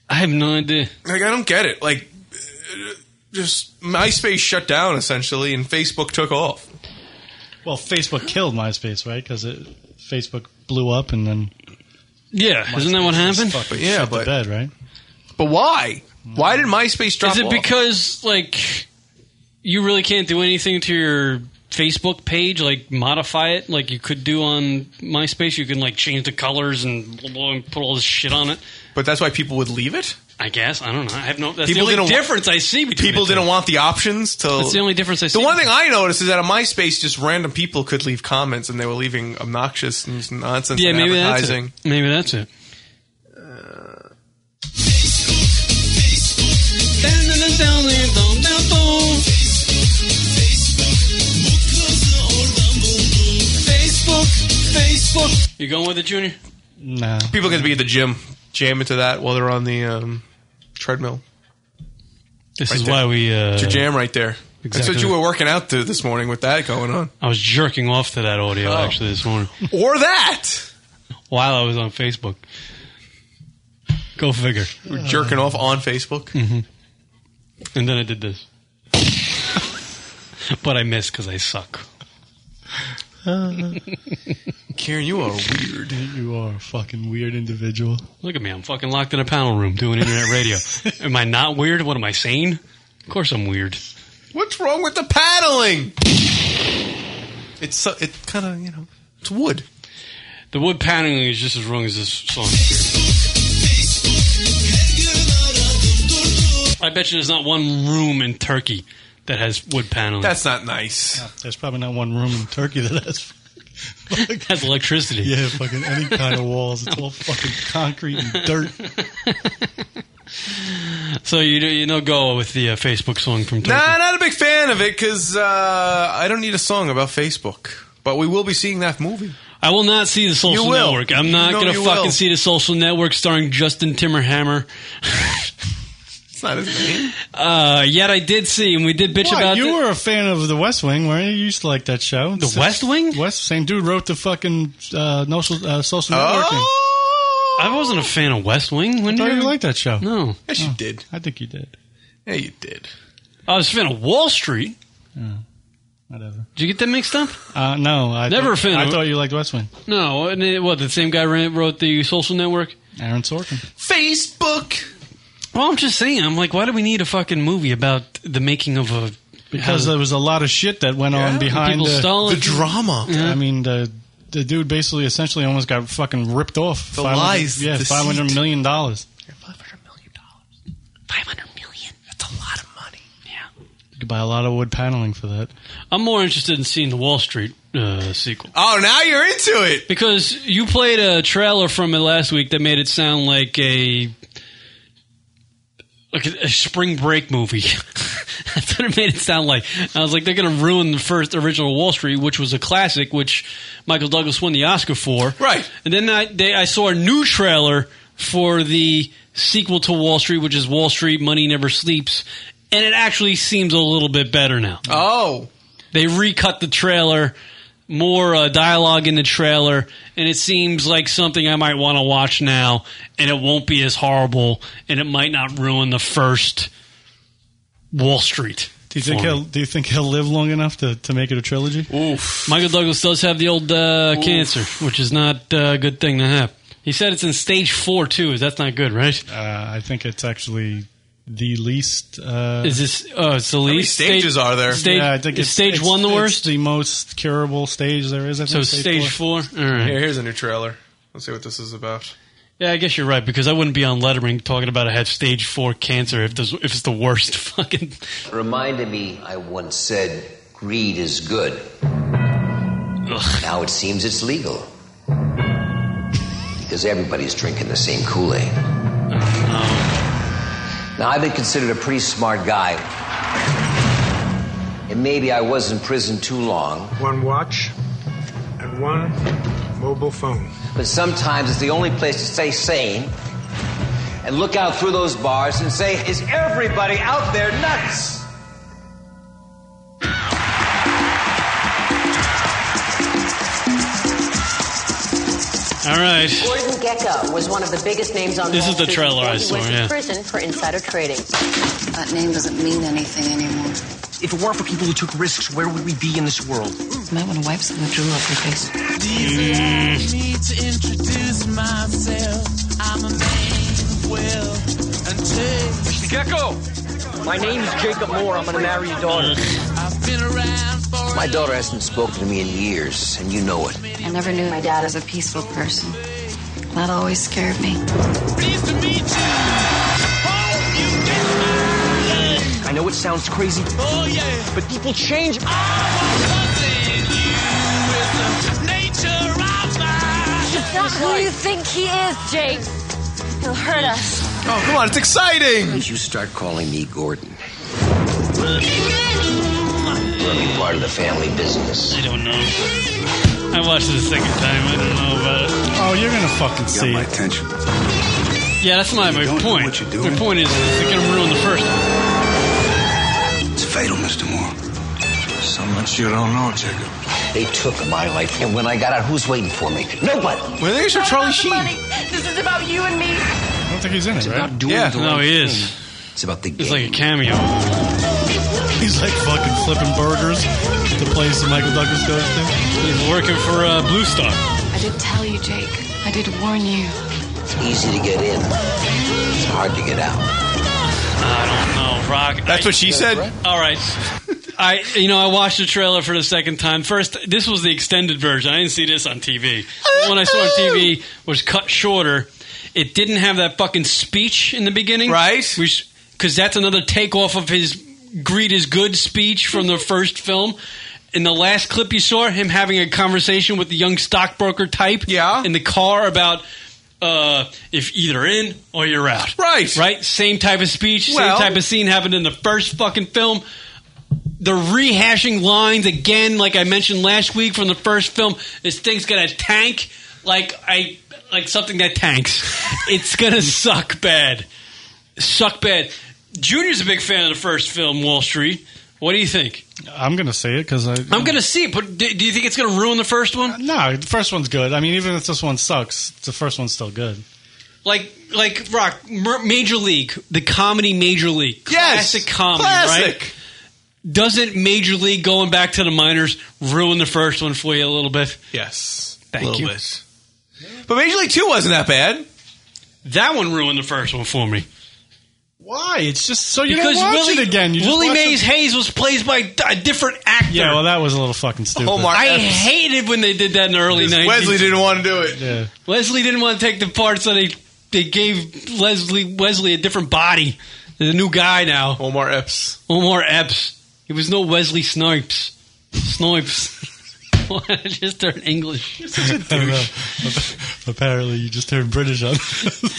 S8: I have no idea.
S7: Like, I don't get it. Like, uh, just MySpace shut down essentially, and Facebook took off.
S9: Well, Facebook killed MySpace, right? Because Facebook blew up and then.
S8: Yeah, isn't that what happened?
S9: Fucking
S7: Yeah,
S9: shit to
S7: but-
S9: bed, right?
S7: But why? Why did MySpace drop?
S8: Is it
S7: off?
S8: because like you really can't do anything to your Facebook page, like modify it, like you could do on MySpace. You can like change the colors and blah, blah, and put all this shit on it.
S7: But that's why people would leave it.
S8: I guess I don't know. I have no. That's
S7: People
S8: the
S7: didn't
S8: only
S7: wa-
S8: difference I see between
S7: people
S8: the two.
S7: didn't want the options to.
S8: That's the only difference I see.
S7: The one thing I noticed is that on MySpace, just random people could leave comments, and they were leaving obnoxious and nonsense.
S8: Yeah,
S7: and
S8: maybe that's
S7: advertising.
S8: it. Maybe that's it.
S16: Facebook, Facebook.
S8: You going with it, Junior?
S9: No.
S7: People could be at the gym, jam into that while they're on the um, treadmill.
S8: This
S7: Right
S8: is
S7: there.
S8: why we. Uh,
S7: It's your jam right there. That's
S8: Exactly.
S7: what you were working out to this morning with that going on.
S8: I was jerking off to that audio
S7: Oh.
S8: actually this morning (laughs)
S7: Or that.
S8: while I was on Facebook. Go figure.
S7: You were jerking off on Facebook.
S8: hmm And then I did this. (laughs) but I missed because I suck.
S7: Karen, you are weird.
S9: You are a fucking weird individual.
S8: Look at me. I'm fucking locked in a panel room doing internet
S7: (laughs)
S8: radio. am I not weird? What am I sane? Of course I'm weird.
S7: What's wrong with the paddling? It's so, it kind of you know it's wood.
S8: The wood paneling is just as wrong as this song. here. I bet you there's not one room in Turkey that has wood paneling.
S7: That's not nice.
S9: There's probably not one room in Turkey that
S8: (laughs)
S9: has
S8: That's electricity.
S9: yeah, fucking any kind of walls. It's all fucking concrete and dirt.
S8: So you do, you know go with the uh, Facebook song from Turkey.
S7: Nah, not a big fan of it because uh, I don't need a song about Facebook. But we will be seeing that movie.
S8: I will not see the Social
S7: You will.
S8: Network. I'm not
S7: No,
S8: going to
S7: you
S8: fucking
S7: will.
S8: see the Social Network starring Justin Timmerhammer.
S7: It's not his name.
S8: Uh, yet I did see, and we did (laughs) bitch
S9: Why,
S8: about
S9: you
S8: it.
S9: were a fan of The West Wing, weren't you? You used to like that show. The
S8: West Wing?
S9: West, same dude wrote the fucking uh, no, so- uh, social networking.
S8: I wasn't a fan of West Wing. When
S9: I thought
S8: did
S9: you liked that show.
S8: No,
S7: yes, you did.
S9: Oh, I think you did.
S7: Yeah, you did.
S8: I was a fan Oh, of Wall Street.
S9: Whatever.
S8: Did you get that mixed up?
S9: Uh, no, I
S8: Never
S9: thought,
S8: a fan
S9: I
S8: of-
S9: thought you liked West Wing.
S8: No, and it, what the same guy ran, wrote the Social Network.
S9: Aaron Sorkin.
S7: Facebook.
S8: Well, I'm just saying. I'm like, why do we need a fucking movie about the making of a?
S9: Because there was a lot of shit that went on behind
S8: People
S9: the,
S8: stalling. The drama. Yeah.
S9: I mean, the the dude basically, essentially, almost got fucking ripped off.
S7: The
S9: 500
S7: lies,
S9: Yeah,
S7: the
S9: five hundred
S7: deceit.
S9: million dollars. You could buy a lot of wood paneling for that.
S8: I'm more interested in seeing the Wall Street uh, sequel.
S7: Oh, now you're into it.
S8: Because you played a trailer from it last week that made it sound like a like a, a spring break movie. (laughs) That's what it made it sound like. I was like, they're going to ruin the first original Wall Street, which was a classic, which Michael Douglas won the Oscar for.
S7: Right.
S8: And then I, they, I saw a new trailer for the sequel to Wall Street, which is Wall Street Money Never Sleeps, and it actually seems a little bit better now.
S7: Oh.
S8: They recut the trailer, more uh, dialogue in the trailer, and it seems like something I might want to watch now, and it won't be as horrible, and it might not ruin the first Wall Street.
S9: Do you think
S8: for me.
S9: he'll? Do you think he'll live long enough to, to make it a trilogy?
S7: Oof.
S8: Michael Douglas does have the old uh, cancer, which is not uh, a good thing to have. He said it's in stage four too. That's not good, right?
S9: Uh, I think it's actually the least. Uh,
S8: Is this? Oh, it's the
S9: How
S8: least
S9: many
S7: stages are there?
S8: Stage,
S9: yeah, I think
S8: is
S9: it's
S8: stage
S9: it's-
S8: one the
S9: it's
S8: worst.
S9: the most curable stage there is. I
S8: So
S9: think,
S8: stage four. All right.
S7: Here, here's a new trailer. Let's see what this is about.
S8: Yeah, I guess you're right because I wouldn't be on lettering talking about I have stage four cancer if this, if it's the worst (laughs) fucking.
S13: Reminded me, I once said, greed is good. Now it seems it's legal. Because everybody's drinking the same Kool Aid. Now, I've been considered a pretty smart guy. And maybe I was in prison too long.
S14: One watch and one mobile phone.
S13: But sometimes it's the only place to stay sane and look out through those bars and say, is everybody out there nuts?
S8: All right.
S5: Gordon Gecko was one of the biggest names on
S8: This
S5: Wall
S8: is the
S5: Street
S8: trailer
S5: before
S8: I
S5: he
S8: saw,
S5: went to
S8: yeah.
S5: prison for insider trading.
S17: That name doesn't mean anything anymore.
S18: If it weren't for people who took risks, where would we be in this world?
S17: You might want to wipe some of the drool off your face.
S8: Mm.
S18: Mm.
S16: Me to introduce myself. I'm a man, well, until
S18: Mr. Gecko! My name is Jacob Moore. I'm going to marry your daughter.
S16: I've been around for
S13: My daughter hasn't spoken to me in years, and you know it.
S17: I never knew my dad was a peaceful person. That always scared me.
S18: I know it sounds crazy, but people change.
S15: It's not who you think he is, Jake. He'll hurt us.
S7: Oh, come on, it's exciting!
S13: You start calling me Gordon. Let me part of the family business. I
S8: don't know. I watched it a second time. I don't know about it.
S9: Oh, you're gonna fucking
S8: see
S9: see.
S8: it.
S9: attention.
S8: Yeah, that's not my point. My point is, they're gonna ruin the first.
S13: It's fatal, Mr. Moore. So much you don't know, Jacob. They took my life, and when I got out, who's waiting for me? Nobody.
S7: Well, there's your Charlie Sheen.
S15: This is about you and me.
S9: I don't think he's in it, right?
S13: doing
S8: yeah,
S13: the
S8: no,
S13: right
S8: he
S13: thing.
S8: is.
S13: It's about the.
S8: It's like a cameo.
S9: He's like fucking flipping burgers at the place that Michael Douglas goes to.
S8: He's working for uh, Blue Star.
S17: I did tell you, Jake. I did warn you.
S13: It's easy to get in. It's hard to get out.
S8: I don't know, Rock.
S7: That's
S8: I-
S7: what she said.
S8: All right. (laughs) I you know I watched the trailer for the second time. First, this was the extended version. I didn't see this on TV. The one I saw on TV was cut shorter. It didn't have that fucking speech in the beginning, right? Which because that's another takeoff of his "greed is good" speech from the first film. In the last clip you saw, him having a conversation with the young stockbroker type, yeah, in the car about uh, if either in or you're out. Right. Right? Same type of speech,
S7: Well-
S8: same type of scene happened in the first fucking film. They're rehashing lines again, like I mentioned last week from the first film. This thing's gonna tank like I like something that tanks. it's gonna suck bad. Suck bad. Junior's a big fan of the first film, Wall Street. What do you think?
S9: I'm gonna see it because I.
S8: I'm gonna see it, but do do you think it's gonna ruin the first one?
S9: No, the first one's good. I mean, even if this one sucks, the first one's still good.
S8: like like rock Mer- major league the comedy major league classic comedy right
S7: Classic.
S8: doesn't major league going back to the minors ruin the first one for you a little bit
S7: yes
S8: thank
S7: Little
S8: you
S7: bit. but major league 2 wasn't that bad
S8: that one ruined the first one for me
S9: Why? It's just so you
S8: because
S9: don't watch
S8: Willie,
S9: it again. You just
S8: Willie
S9: watch it-
S8: Mays Hayes was played by a different actor
S9: Yeah, well, that was a little fucking stupid.
S8: I hated when they did that in the early 90s
S7: Wesley didn't want to do it.
S9: Yeah.
S8: Leslie didn't want to take the part so they they gave Leslie Wesley a different body There's a new guy now
S7: Omar Epps
S8: Omar Epps. He was no Wesley Snipes. Snipes. (laughs) Why did I just turn English?
S9: (laughs) I don't know. Apparently, you just turned British on.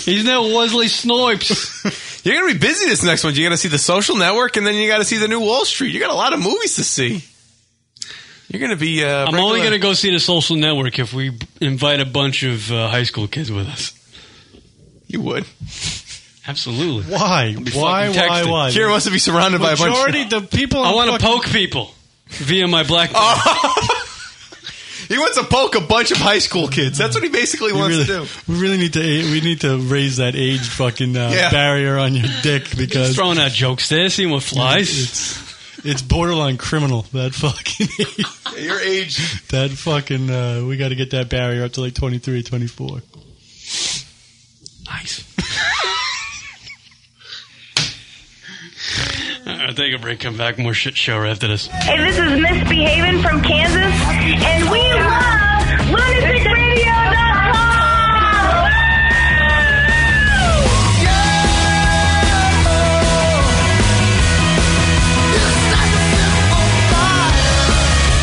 S8: He's now Wesley Snipes.
S7: (laughs) You're gonna be busy this next one. You gotta see the Social Network, and then you gotta see the new Wall Street. You got a lot of movies to see. You're gonna be. Uh,
S8: I'm only
S7: regular-
S8: going to go see the social network if we invite a bunch of uh, high school kids with us.
S7: You would.
S8: Absolutely.
S9: Why?
S8: I'll be
S9: Why?
S8: fucking
S9: Why?
S8: texting.
S9: Why?
S7: Kira wants to be surrounded by a bunch of-
S9: Majority the people.
S8: I
S9: on
S8: want to
S9: fucking-
S8: poke people via my
S7: (laughs)
S8: black. (laughs)
S7: He wants to poke a bunch of high school kids. That's what he basically
S9: We really,
S7: wants to do.
S9: we really need to we need to raise that age fucking uh,
S7: Yeah.
S9: barrier on your dick because
S8: throwing out jokes there, seeing what flies.
S9: It's, it's borderline criminal. That fucking (laughs)
S7: Your age.
S9: that fucking uh, we got to get that barrier up to like 23, 24.
S8: Nice. All right, take a break. Come back. More shit show right after this.
S19: And this is Misbehaving from Kansas, and we love lunaticradio.com.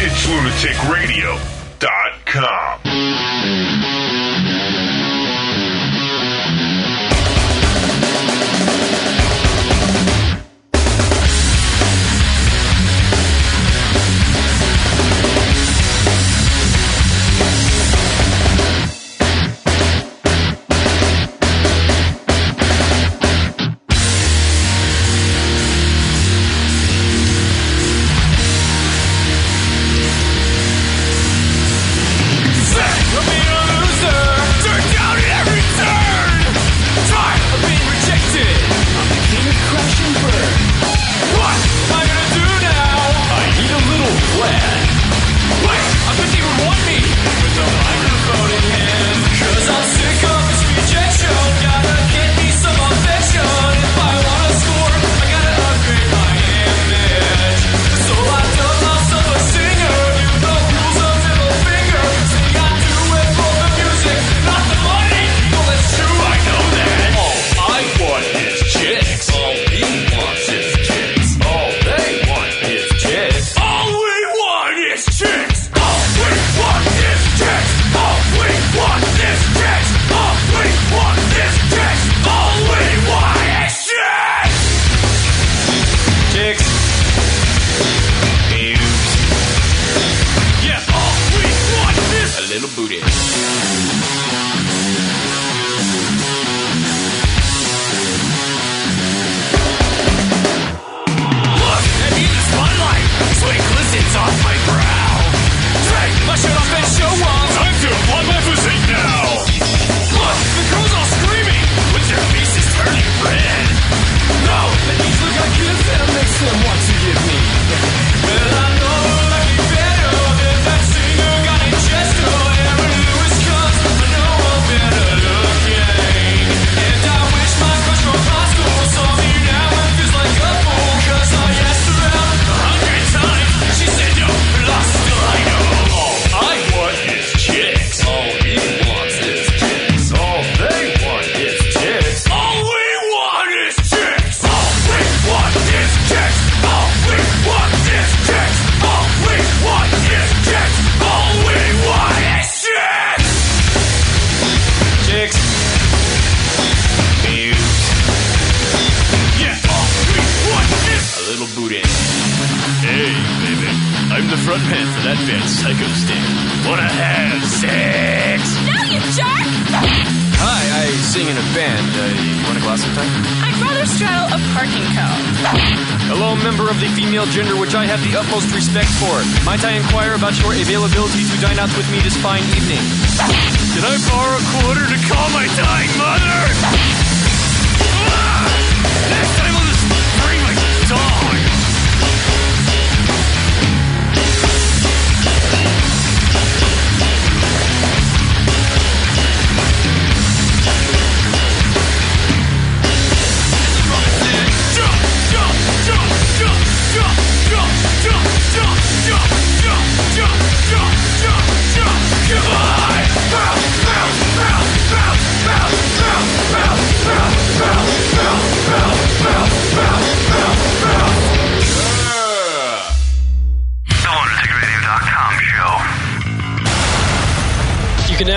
S1: It's lunaticradio.com.
S16: Say
S20: pants to that bad psycho stand. Wanna have sex?
S24: No, you jerk!
S4: Hi, I sing in a band. Uh, you want a glass sometime?
S24: I'd rather straddle a parking cone.
S4: Hello, member of the female gender, which I have the utmost respect for. Might I inquire about your availability to dine out with me this fine evening?
S20: Did I borrow a quarter to call my dying mother? Ah! Next time I'll just bring my dog.
S8: You can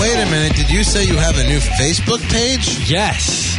S25: Wait a minute. Did you say you have a new Facebook page?
S8: Yes.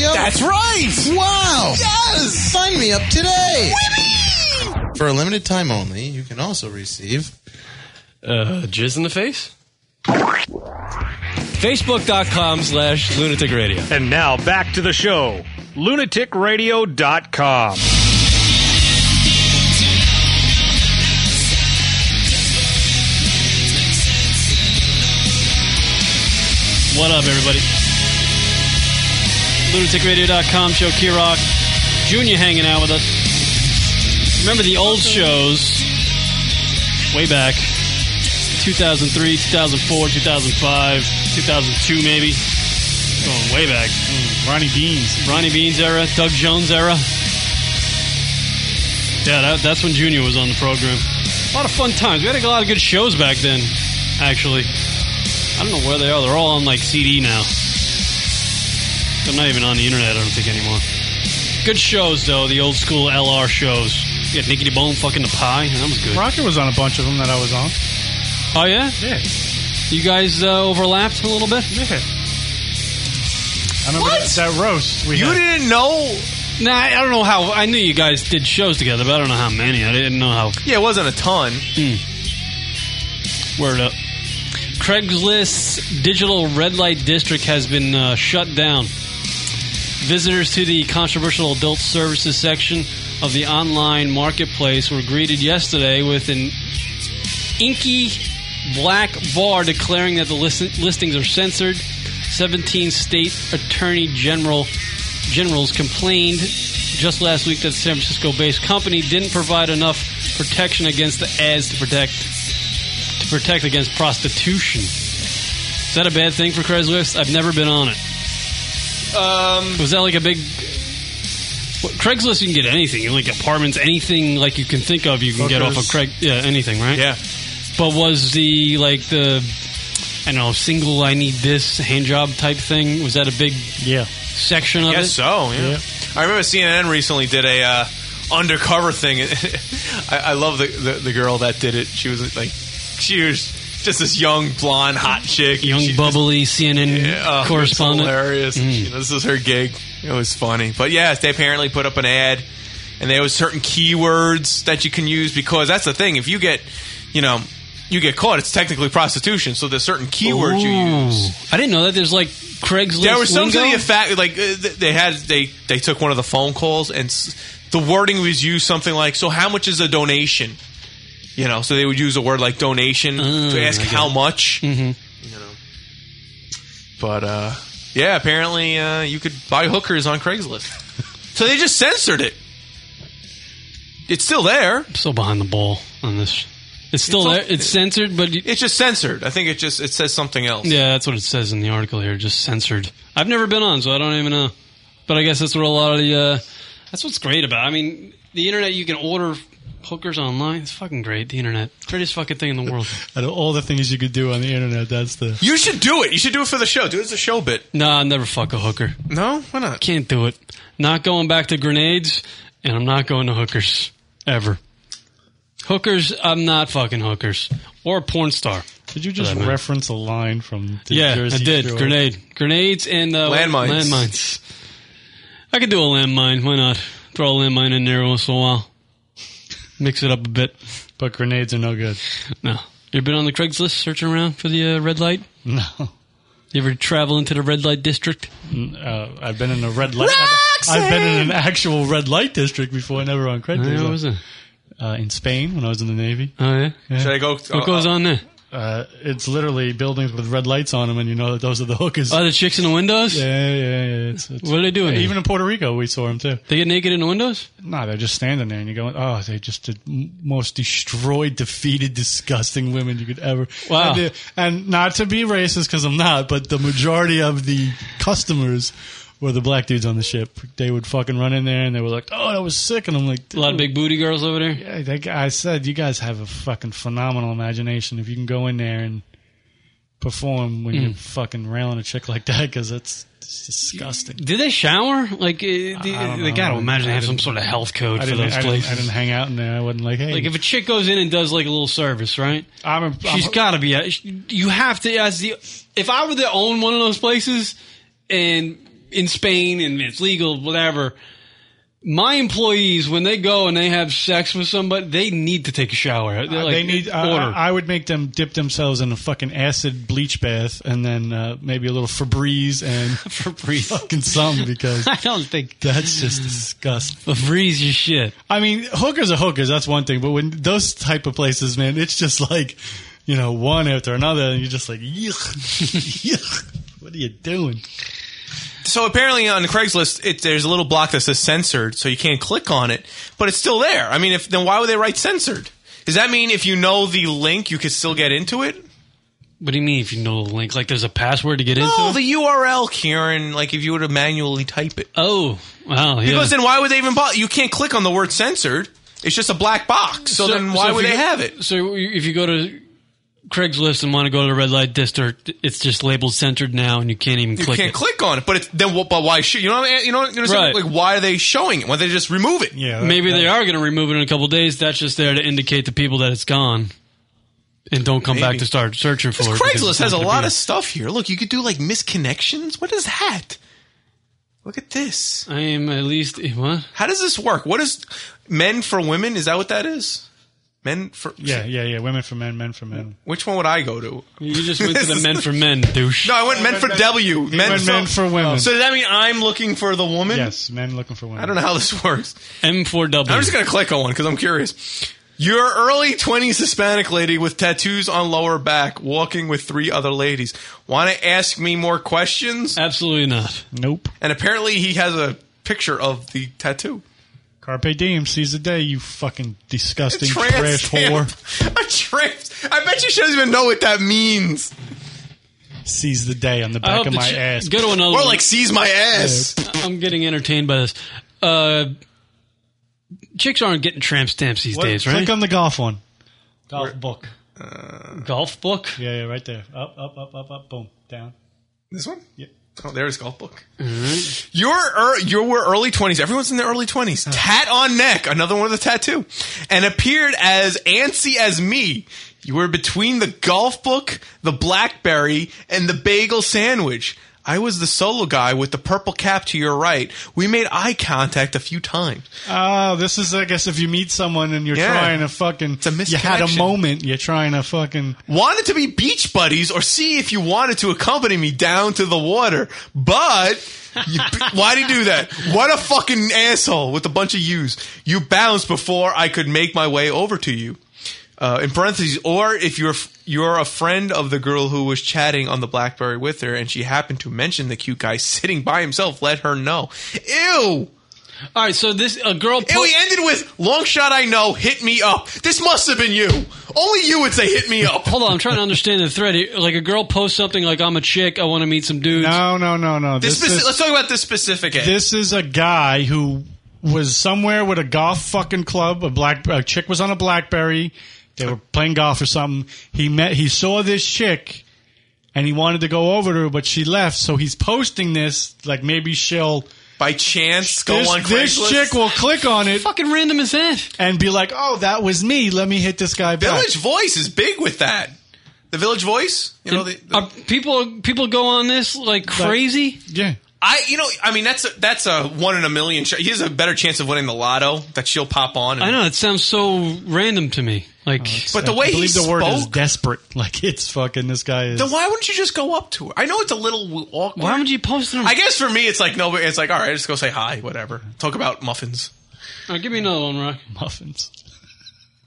S8: That's right.
S25: Wow. Yes. Sign me up today. For a limited time only, you can also receive
S8: Uh, jizz in the face? Facebook.com slash lunatic radio.
S20: And now back to the show. LunaticRadio.com.
S8: What up, everybody? LunaticRadio.com show, Key Rock. Junior hanging out with us. Remember the old shows way back 2003, 2004, 2005, 2002, maybe. Going way back. Mm, Ronnie Beans. Ronnie Beans era, Doug Jones era. Yeah, that, that's when Junior was on the program. A lot of fun times. We had a lot of good shows back then, actually. I don't know where they are. They're all on like CD now. They're not even on the internet, I don't think, anymore. Good shows, though, the old school LR shows. You got Nicky the Bone fucking the pie. That was good.
S9: Rocket was on a bunch of them that I was on.
S8: Oh, yeah?
S9: Yeah.
S8: You guys uh, overlapped a little bit?
S9: Yeah. I remember that roast. We
S8: You
S9: had.
S8: didn't know? Nah, I I don't know how. I knew you guys did shows together, but I don't know how many. I didn't know how. Hmm.
S7: Yeah, it wasn't a ton.
S8: Word up. Craigslist's digital red light district has been uh, shut down. Visitors to the controversial adult services section of the online marketplace were greeted yesterday with an inky black bar declaring that the list- listings are censored. 17 state attorney general generals complained just last week that the San Francisco-based company didn't provide enough protection against the ads to protect to protect against prostitution. Is that a bad thing for Craigslist? I've never been on it.
S7: Um,
S8: Was that like a big what, Craigslist? You can get anything, like apartments, anything like you can think of. You can get off of
S7: Hookers.
S8: Craig. Yeah, anything, right?
S7: Yeah.
S8: But was the like the I don't know single I need this hand job type thing? Was that a big yeah section of
S7: Guess
S8: it?
S7: so. Yeah. I remember CNN recently did a uh, undercover thing. (laughs) I, I love the, the the girl that did it. She was like, she was just this young blonde hot chick.
S8: Young
S7: She-
S8: bubbly CNN
S7: Oh,
S8: correspondent. Mm.
S7: It's hilarious. She- This is her gig. It was funny. But yes, they apparently put up an ad and there was certain keywords that you can use because that's the thing. If you get, you know, you get caught, it's technically prostitution. So there's certain keywords you
S8: Ooh.
S7: use.
S8: I didn't know that. There's like Craigslist.
S7: There was some to the
S8: lingo?
S7: effect like uh, th- they had they they took one of the phone calls and s- the wording was used something like so how much is a donation? You know, so they would use a word like donation to ask
S8: Mm, I get
S7: how
S8: it.
S7: much.
S8: Mhm.
S7: You know, but uh, yeah, apparently uh, you could buy hookers on Craigslist. so they just censored it. It's still there. I'm
S8: still behind the ball on this. It's still there. It's censored, but
S7: it's just censored. I think it just it says something else.
S8: Yeah, that's what it says in the article here. Just censored. I've never been on, so I don't even know. But I guess that's what a lot of the. Uh, that's what's great about. It. I mean, the internet. You can order hookers online. It's fucking great. The internet, greatest fucking thing in the world.
S9: Out of all the things you could do on the internet, that's the.
S7: (laughs) You should do it. You should do it for the show. Do it as a show bit.
S8: No, I never fuck a hooker.
S7: No, why not?
S8: Can't do it. Not going back to grenades, and I'm not going to hookers ever. Hookers, I'm not fucking hookers or a porn star.
S9: Did you just
S8: That man.
S9: reference a line from the
S8: yeah,
S9: Jersey
S8: I did.
S9: Shore?
S8: Grenade, grenades, and uh,
S9: Landmines.
S8: Landmines. I could do a landmine. Why not? Throw a landmine in there once in a while. Mix it up a bit.
S9: But grenades are no good.
S8: No. You ever been on the Craigslist searching around for the uh, red light?
S9: No.
S8: You ever travel into the red light district?
S9: Uh, I've been in a red light. I've- I've been in an actual red light district before, never on credit.
S8: Where was it?
S9: Uh, in Spain when I was in the Navy.
S8: Oh yeah.
S7: Should I go- What goes
S8: on there?
S9: Uh, it's literally buildings with red lights on them, and you know that those are the hookers.
S8: Oh, the chicks in the windows.
S9: Yeah, yeah, yeah. It's, it's,
S8: What are they doing?
S9: Even in Puerto Rico, we saw them too.
S8: They get naked in the windows?
S9: No, they're just standing there, and you're going, "Oh, they just the m- most destroyed, defeated, disgusting women you could ever."
S8: Wow.
S9: And, the- and not to be racist, because I'm not, but the majority of the customers were the black dudes on the ship. They would fucking run in there, and they were like, "Oh, that was sick," and I'm like,
S8: A lot of
S9: "Dude."
S8: big booty girls over there.
S9: Yeah, that guy, I said you guys have a fucking phenomenal imagination if you can go in there and perform when you're
S8: Mm.
S9: fucking railing a chick like that because it's, it's disgusting.
S8: Did they shower? Like, uh, the, they gotta imagine they have some sort of health code
S9: I
S8: for
S9: didn't-
S8: those
S9: I didn't-
S8: places.
S9: I didn't hang out in there. I wasn't like, hey,
S8: Like if a chick goes in and does like a little service, right?
S9: I'm a,
S8: she's got to be. A, you have to as the. If I were to own one of those places, and in Spain and it's legal, whatever. My employees, when they go and they have sex with somebody, they need to take a shower. They're
S9: Uh,
S8: like,
S9: they need uh,
S8: order.
S9: I I would make them dip themselves in a fucking acid bleach bath and then uh, maybe a little Febreze and
S8: (laughs) Febreze
S9: fucking something because
S8: (laughs) I don't think
S9: that's just disgusting.
S8: Febreze your shit.
S9: I mean, hookers are hookers. That's one thing, but when those type of places, man, it's just like you know one after another, and you're just like, yuck,
S8: (laughs)
S9: yuck. What are you doing?
S7: So apparently on Craigslist, it, there's a little block that says censored, so you can't click on it, but it's still there. I mean, if then why would they write censored? Does that mean if you know the link, you could still get into it?
S8: what do you mean if you know the link? Like there's a password to get into?
S7: No,
S8: it?
S7: the URL, Kieran. Like if you were to manually type it.
S8: Oh, wow. yeah.
S7: Because then why would they even bother? You can't click on the word censored. It's just a black box. So, then why
S8: if
S7: would
S8: you
S7: they
S8: go-
S7: have it?
S8: So if you go to Craigslist and want to go to the red light district, it's just labeled centered now, and you can't even
S7: You
S8: click
S7: can't
S8: it.
S7: click on it, but it's, then what- but why should you know? What I mean? You know, what- you know what I'm saying?
S8: Right.
S7: Like why are they showing it? Why don't they just remove it?
S9: Yeah,
S8: Maybe they are going to remove it in a couple days. That's just there to indicate to people that it's gone, and don't come back
S7: Maybe.
S8: to start searching for
S7: This
S8: it. because it's
S7: Craigslist
S8: not
S7: has a
S8: gonna be
S7: lot
S8: there.
S7: of stuff here. Look, you could do like misconnections. What is that? Look at this.
S8: I am at least what?
S7: How does this work? What is men for women? Is that what that is? Men for
S9: Yeah, yeah, yeah. Women for men, men for men.
S7: Which one would I go to?
S8: You just went
S7: (laughs)
S8: to the men for men douche.
S7: No, I went men for W.
S9: You went men for women.
S7: So does that mean I'm looking for the woman?
S9: Yes, men looking for women.
S7: I don't know how this works.
S8: M4W.
S7: I'm just gonna click on one because I'm curious. Your early 20s Hispanic lady with tattoos on lower back, walking with three other ladies. Want to ask me more questions?
S8: Absolutely not.
S9: Nope.
S7: And apparently, he has a picture of the tattoo. (laughs)
S9: Carpe diem, seize the day. You fucking disgusting
S7: Tramp
S9: trash
S7: stamp.
S9: whore.
S7: A tramp. I bet you she doesn't even know what that means.
S9: Seize the day on the
S8: I
S9: back
S8: hope
S9: of
S8: that
S9: my
S8: you-
S9: ass.
S8: Go to another.
S7: Or
S8: one.
S7: like seize my ass.
S8: I'm getting entertained by this. Uh, chicks aren't getting tramp stamps these
S9: What-
S8: days, right?
S9: Click on the golf one. Golf
S8: Where-
S9: book.
S7: Uh.
S8: golf book.
S9: Yeah, yeah, right there. Up, up, up, up, up. Boom, down.
S7: This one?
S9: Yep.
S7: Oh, there's golf book.
S8: Alright.
S7: Your er, your were early twenties. Everyone's in their early twenties. Tat on neck, another one with a tattoo, and appeared as antsy as me. You were between the golf book, the blackberry, and the bagel sandwich. I was the solo guy with the purple cap to your right. We made eye contact a few times.
S9: Oh, this is, I guess, if you meet someone and you're
S7: Yeah.
S9: trying to fucking. you had a
S7: misconnection.
S9: moment. You're trying to fucking.
S7: Wanted to be beach buddies or see if you wanted to accompany me down to the water, but you, (laughs) why'd he do that? What a fucking asshole with a bunch of yous. You bounced before I could make my way over to you. uh, in parentheses, or if you're you're a friend of the girl who was chatting on the BlackBerry with her, and she happened to mention the cute guy sitting by himself, let her know. Ew.
S8: All right, so this a girl.
S7: and we ended with long shot. I know. Hit me up. This must have been you. Only you would say hit me up.
S8: Hold on, I'm trying to understand the thread. here. Like a girl posts something like "I'm a chick, I want to meet some dudes."
S9: No, no, no, no.
S7: This
S9: This
S7: speci-
S9: is-
S7: let's talk about this specific. ad.
S9: This is a guy who was somewhere with a golf fucking club. A black a chick was on a BlackBerry. They were playing golf or something. He met. He saw this chick, and he wanted to go over to her, but she left. So he's posting this like maybe she'll.
S7: By chance, go
S9: this,
S7: on
S9: this
S7: Craigslist?
S9: chick will click on it.
S8: Fucking random as that.
S9: And be like, oh, that was me. Let me hit this guy back.
S7: Village Voice is big with that. The Village Voice, you know, the,
S8: Are people people go on this like crazy.
S9: yeah.
S7: I, you know, I mean, that's a, that's a one in a million. shot. He has a better chance of winning the lotto that she'll pop on. And,
S8: I know it sounds so random to me. Like,
S7: But the way
S9: Oh, I
S7: he
S9: believe the word is
S7: spoke-
S9: desperate. (laughs) Like it's fucking. This guy is.
S7: Then why wouldn't you just go up to her? I know it's a little awkward.
S8: Why would you post it? On-
S7: I guess for me, it's like no, it's like all right, just go say hi, whatever. Talk about muffins.
S8: All right, give me another one, Rock.
S9: Muffins.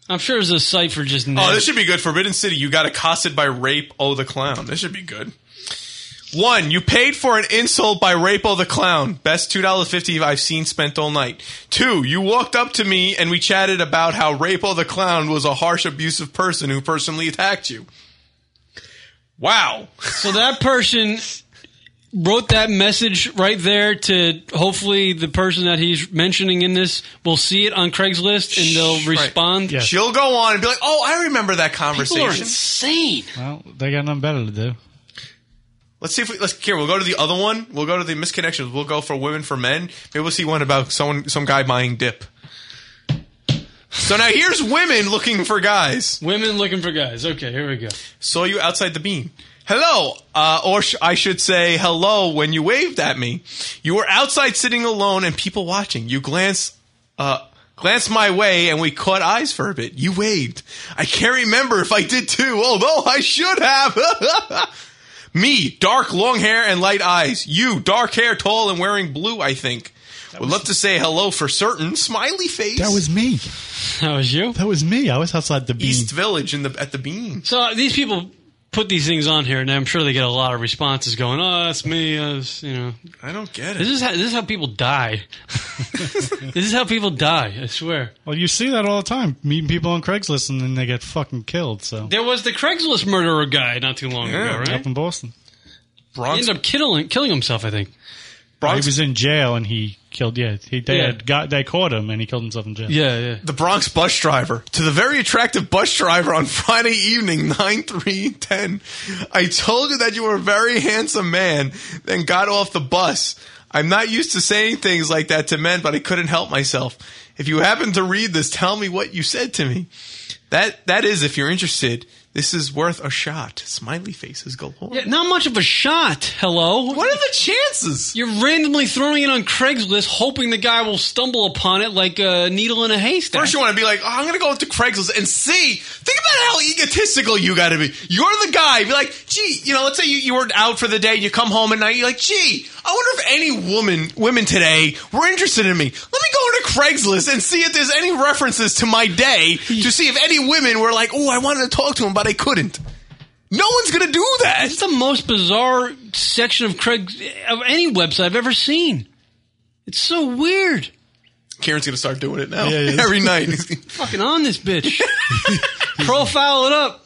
S8: I'm sure there's a site for just.
S7: Oh,
S8: names.
S7: this should be good. Forbidden City, you got accosted by Rape O the Clown. This should be good. One, you paid for an insult by Rape O the Clown. Best $2.50 I've seen spent all night. Two, you walked up to me and we chatted about how Rape O the Clown was a harsh, abusive person who personally attacked you. Wow.
S8: So that person wrote that message right there to hopefully the person that he's mentioning in this will see it on Craigslist and they'll respond.
S7: She'll go on and be like, oh, I remember that
S8: People
S7: conversation.
S8: are insane.
S9: Well, they got nothing better to do.
S7: Let's see if we let's here. We'll go to the other one. We'll go to the misconnections. We'll go for women for men. Maybe we'll see one about someone, some guy buying dip. So now here's women looking for guys.
S8: Women looking for guys. Okay, here we go.
S7: Saw you outside the bean. Hello, uh, or sh- I should say hello when you waved at me. You were outside sitting alone and people watching. You glanced, uh, glanced my way and we caught eyes for a bit. You waved. I can't remember if I did too, although I should have. (laughs) Me, dark, long hair and light eyes. You, dark hair, tall and wearing blue, I think. Would love to say hello for certain. Smiley face.
S9: That was me.
S8: That was you.
S9: That was me. I was outside the bean.
S7: East Village in the at the bean.
S8: So Uh, these people put these things on here, and I'm sure they get a lot of responses going, "Oh, that's me." Uh, it's, you know,
S7: I don't get it.
S8: This is how, this is how people
S7: (laughs)
S8: die. this is how people die. I swear.
S9: Well, you see that all the time. Meeting people on Craigslist and then they get fucking killed. So
S8: There was the Craigslist murderer guy not too long ago, right?
S9: up in Boston,
S8: He ended up killing killing himself, I think.
S9: he was in jail and he killed. Yeah, he, they
S8: Yeah.
S9: had got they caught him and he killed himself in jail.
S8: Yeah, yeah.
S7: The Bronx bus driver to the very attractive bus driver on (laughs) Friday evening, 9 3 10. I told you that you were a very handsome man, then got off the bus. I'm not used to saying things like that to men, but I couldn't help myself. If you happen to read this, tell me what you said to me. That that is, if you're interested, this is worth a shot. Smiley faces galore.
S8: Yeah, not much of a shot. Hello. What
S7: are the chances?
S8: You're randomly throwing it on Craigslist, hoping the guy will stumble upon it like a needle in a haystack.
S7: First, you want to be like, oh, I'm going to go to Craigslist and see. Think about how egotistical you got to be. You're the guy. Be like, gee, you know, let's say you, you were out for the day and you come home at night. You're like, gee, I wonder if any woman, women today were interested in me. Let me go to Craigslist and see if there's any references to my day to see if any women were like, oh, I wanted to talk to him, but I couldn't. No one's going to do that.
S8: It's the most bizarre section of Craig of any website I've ever seen. It's so weird.
S7: Karen's going to start doing it now.
S8: Yeah, yeah.
S7: (laughs) Every night.
S8: Fucking on this
S7: (laughs)
S8: bitch. Profile it up.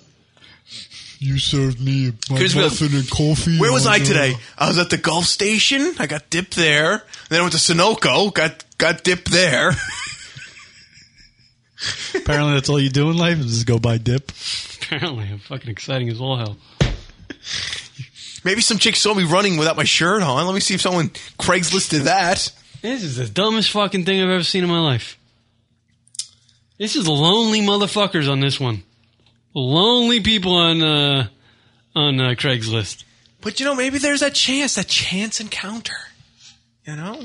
S9: You served me my
S7: Here's what-
S9: muffin and coffee. uh,
S7: Where was
S9: on
S7: I
S9: the-
S7: today? I was at the Gulf Station. I got dip there. Then I went to Sunoco. Got got dip there.
S9: Apparently, that's all you do in life is just go buy dip.
S8: Apparently, I'm fucking exciting as all hell.
S7: Maybe some chick saw me running without my shirt on. Let me see if someone Craigslisted that.
S8: This is the dumbest fucking thing I've ever seen in my life. This is lonely motherfuckers on this one. Lonely people on uh, on uh, Craigslist.
S7: But you know, maybe there's that chance, that chance encounter. You know?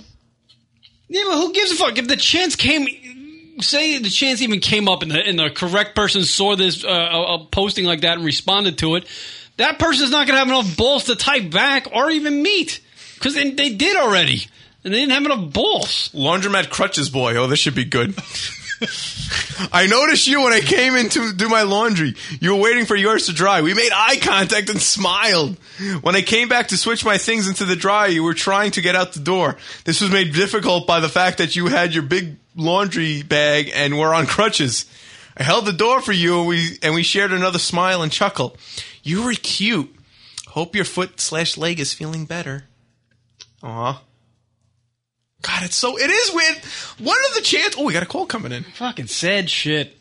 S8: Yeah, but who gives a fuck? If the chance came, say the chance even came up, and the, and the correct person saw this uh, a, a posting like that and responded to it, that person's not going to have enough balls to type back or even meet because they, they did already, and they didn't have enough balls.
S7: Laundromat crutches boy. Oh, this should be good. (laughs) I noticed you when I came in to do my laundry. You were waiting for yours to dry. We made eye contact and smiled. When I came back to switch my things into the dryer, you were trying to get out the door. This was made difficult by the fact that you had your big laundry bag and were on crutches. I held the door for you and we and we shared another smile and chuckle. You were cute. Hope your foot slash leg is feeling better. Aw. God, it's so it is weird. What are the chances? Oh, we got a call coming in.
S8: Fucking sad shit.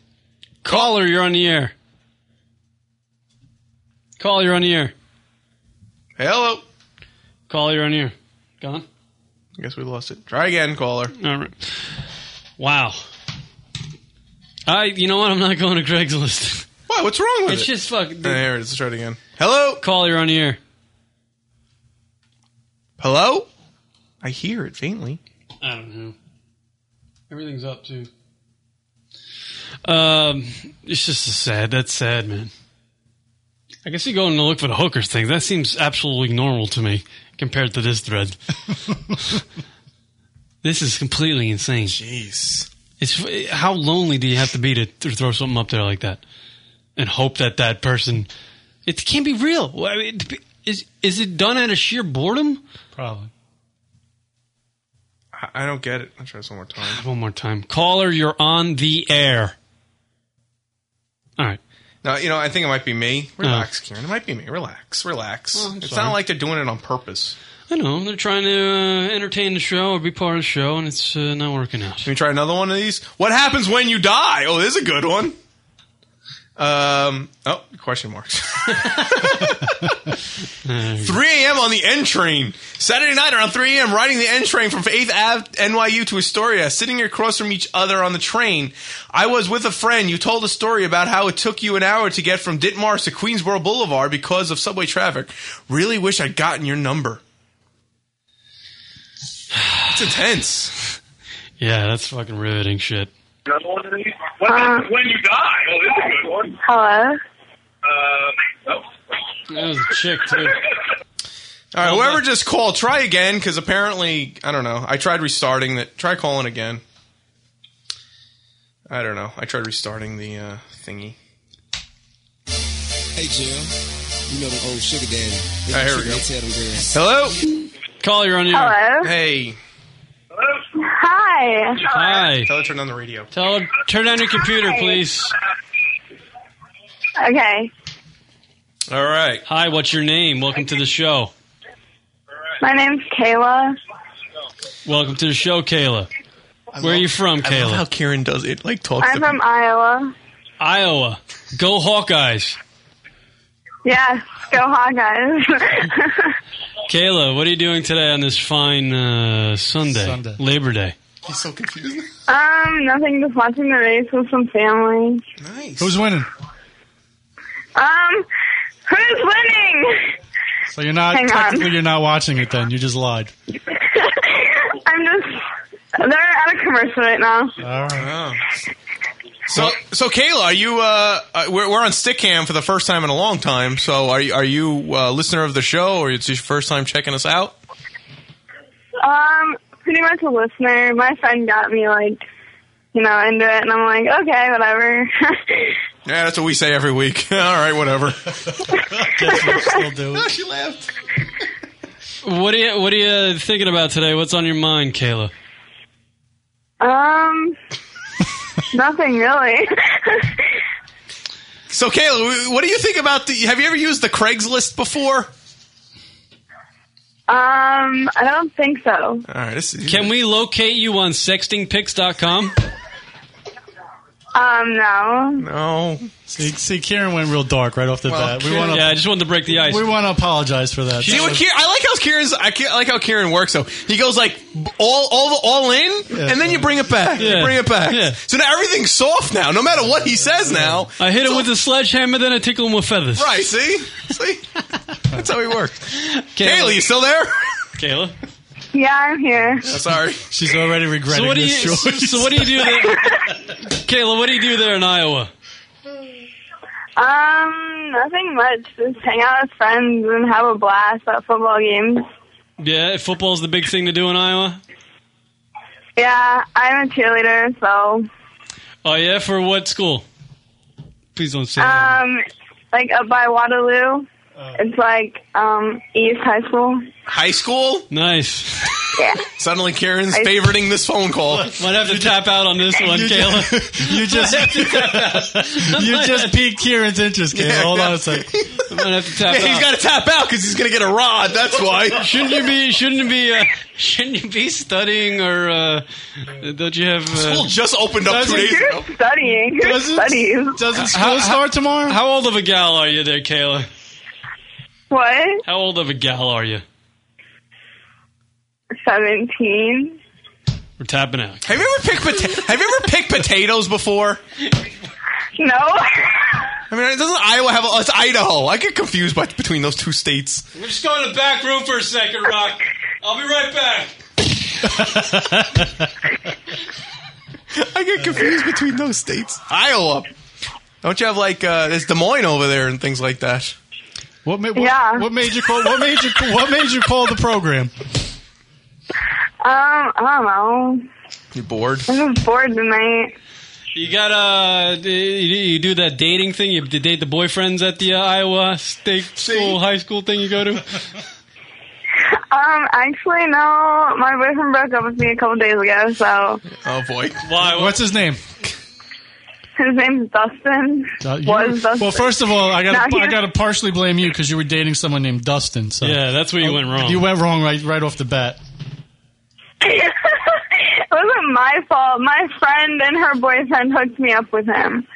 S8: Caller, you're on the air. Caller, you're on the air.
S7: Hello.
S8: Caller, you're on the air. Gone?
S7: I guess we lost it. Try again, caller.
S8: All right. Wow. I, you know what? I'm not going to Craigslist.
S7: Why? What's wrong with
S8: it's
S7: it?
S8: just fucking.
S7: All right, here it is. Let's try it again. Hello.
S8: Call you're on the air.
S7: Hello. I hear it faintly.
S8: I don't know. Everything's up too. Um, it's just a sad. That's sad, man. I can see going to look for the hookers thing. That seems absolutely normal to me compared to this thread. this is completely insane.
S7: Jeez.
S8: It's how lonely do you have to be to, to throw something up there like that, and hope that that person? It can't be real. Well, I mean, is is it done out of sheer boredom?
S9: Probably.
S7: I, I don't get it. I'll try this one
S8: (sighs)
S7: more time.
S8: One more time, caller, you're on the air. All right.
S7: No, you know, I think it might be me.
S8: Oh.
S7: Relax, Kieran. It might be me. Relax, relax.
S8: Oh, I'm
S7: it's
S8: sorry.
S7: not like they're doing it on purpose.
S8: I know they're trying to uh, entertain the show or be part of the show, and it's uh, not working out.
S7: Can we try another one of these? What happens when you die? Oh, there's a good one. Um. Oh, question (laughs) marks. 3 a.m. on the N train. Saturday night around 3 a.m., riding the N train from 8th Ave NYU to Astoria, sitting across from each other on the train. I was with a friend. You told a story about how it took you an hour to get from Ditmars to Queensboro Boulevard because of subway traffic. Really wish I'd gotten your number. It's intense.
S8: (laughs) Yeah, that's fucking riveting shit.
S3: Another one of these? What happens when you die? Oh, this is a good one.
S10: Hello.
S3: Um,
S7: Uh,
S8: That was a chick too.
S7: All right, whoever just called, try again because apparently I don't know. I tried restarting that. Try calling again. I don't know. I tried restarting the uh, thingy.
S26: Hey, Jim. You know the old sugar daddy.
S7: All right, here we go.
S26: Tell them girls.
S7: Hello.
S8: Call you're on
S10: the air. Hello?
S7: Hey.
S10: Hi.
S8: Hi.
S7: Tell her to turn on the radio.
S8: Tell her turn on your computer,
S10: Hi.
S8: please.
S10: Okay.
S7: All right.
S8: Hi, what's your name? Welcome to the show.
S10: My name's Kayla.
S8: Welcome to the show, Kayla. Where are you from, Kayla?
S7: love how Karen does it. Like talks.
S10: I'm from Iowa.
S8: Iowa. Go Hawkeyes.
S10: Yes, go Hawkeyes. (laughs)
S8: Kayla, what are you doing today on this fine uh, Sunday,
S7: Sunday.
S8: Labor Day?
S7: He's so confused.
S10: um, nothing, just watching the race with some family.
S7: Nice.
S9: Who's winning?
S10: Um, who's winning? (laughs)
S9: So you're not
S10: Hang on.
S9: technically you're not watching it. Then you just lied.
S10: I'm just, they're at a commercial right now.
S9: All
S7: right. Oh. So, so Kayla, are you? Uh, uh, we're, we're on stick cam for the first time in a long time. So, are you are you uh, listener of the show, or it's your first time checking us out?
S10: Um, pretty much a listener. My friend got me like, you know, into it, and I'm like, okay, whatever.
S7: Yeah, that's what we say every week. (laughs) All right, whatever.
S9: still do
S7: it. she laughed.
S8: What are you What are you thinking about today? What's on your mind, Kayla?
S10: (laughs) um, nothing really.
S7: So, Kayla, what do you think about the? Have you ever used the Craigslist before?
S10: Um, I don't think so.
S7: All right, this is,
S8: Can we locate you on sextingpics.com?
S10: Um, no.
S7: No.
S9: See, see, Karen went real dark right off the
S7: Well,
S9: bat. We want to.
S8: Yeah, I just wanted to break the ice.
S9: We want to apologize for that.
S7: See what Kieran, I like how Kieran's. I, ca- I like how Kieran works. though. he goes like all all all in, and then you bring it back.
S8: Yeah.
S7: You bring it back.
S8: Yeah.
S7: So now everything's soft now. No matter what he says now,
S8: I hit him with a sledgehammer, then I tickle him with feathers.
S7: (laughs) Right, see? See? That's how
S8: (laughs)
S7: he works. Kayla, you still there?
S8: Kayla.
S10: Yeah, I'm here.
S7: sorry.
S9: She's already regretting
S8: So what do you?
S9: this
S8: So,
S9: choice.
S8: so what do you do
S9: (laughs)
S8: there, Kayla? What do you do there in Iowa?
S10: Um, nothing much. Just hang out with friends and have a blast at football games.
S8: Yeah, football's the big thing to do in Iowa.
S10: Yeah, I'm a cheerleader, so
S8: Oh yeah, for what school? Please don't say. that.
S10: Um, like up by Waterloo.
S9: Uh.
S10: It's like um East High School.
S7: High school?
S8: Nice.
S10: Yeah.
S7: Suddenly Karen's
S10: I-
S7: favoriting this phone call.
S8: Might have to tap out on this one,
S9: You
S8: Kayla.
S7: (laughs)
S9: You just
S8: Might have to tap out.
S9: (laughs) you just piqued Kieran's interest, Kayla.
S8: Yeah.
S9: Hold on a second.
S8: I'm gonna have to tap
S7: Yeah, he's
S8: out.
S7: gotta tap out because he's gonna get a rod. That's why.
S8: (laughs) shouldn't you be? Shouldn't you be? Uh, shouldn't you be studying or? Uh, don't you have? Uh,
S7: School just opened up two
S8: doesn't-
S7: days ago.
S10: Studying. Who studies?
S9: Doesn't
S8: How- tomorrow? How old of a gal are you, there, Kayla?
S10: What?
S8: How old of a gal are you?
S10: Seventeen.
S8: We're tapping out.
S7: Have you ever picked pota- Have you ever picked potatoes before?
S10: No.
S7: I mean, doesn't Iowa have? A, it's Idaho. I get confused by, between those two states.
S8: We're just going to the back room for a second, Rock. I'll be right back.
S7: I get confused between those states. Iowa. Don't you have like uh, there's Des Moines over there and things like that?
S9: What, ma- what, what made you call? What made you? What made you call the program?
S10: Um, I
S7: You're bored.
S10: don't know. I'm just bored tonight.
S8: You gotta uh, you, you do that dating thing. You date the boyfriends at the uh, Iowa State School, high school thing you go to.
S10: Um, actually, no. My boyfriend broke up with me a couple days ago, so
S7: Oh boy.
S8: Why?
S9: What's his name?
S10: his name's Dustin. (laughs)
S9: Uh, you-
S10: was Dustin.
S9: well, first of all, I got
S10: Now
S9: to I
S10: he-
S9: got to partially blame you because you were dating someone named Dustin. So
S8: Yeah, that's where you went wrong.
S9: You went wrong right right off the bat.
S10: it wasn't my fault. My friend and her boyfriend hooked me up
S9: (laughs)
S10: with him.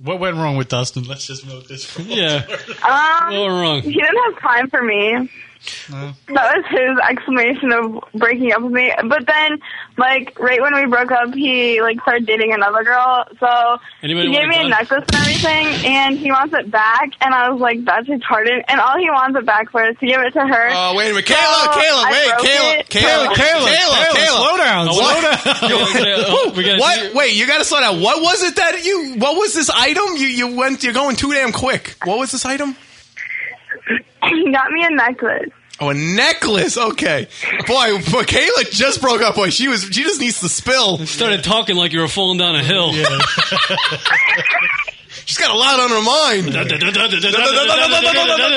S9: What went wrong with Dustin? Let's just note this. For
S8: (laughs) yeah.
S10: Um,
S9: What went wrong?
S10: He didn't have time for me.
S9: No.
S10: That was his explanation of breaking up with me. But then, like right when we broke up, he like started dating another girl. So
S8: Anybody
S10: he
S8: want a
S10: gave me a
S8: gun?
S10: necklace and everything, and he wants it back. And I was like, "That's retarded." And all he wants it back for is to give it to her.
S7: Oh wait a minute,
S10: So
S7: Kayla, Kayla,
S10: I
S7: wait,
S10: broke
S7: Kayla,
S10: it.
S7: Kayla, Kayla, Kayla, Kayla,
S9: slow
S8: Oh,
S9: down,
S7: (laughs)
S8: (laughs) slow down. Oh, we gotta
S7: what? Wait, you gotta slow down. What was it that you? What was this item? You you went. You're going too damn quick. What was this item?
S10: He got me a necklace.
S7: Oh, a necklace. Okay, boy, boy, Kayla just broke up. Boy, she was. She just needs to spill.
S8: Started talking like you were falling down a hill.
S7: (laughs) She's got a lot on her mind.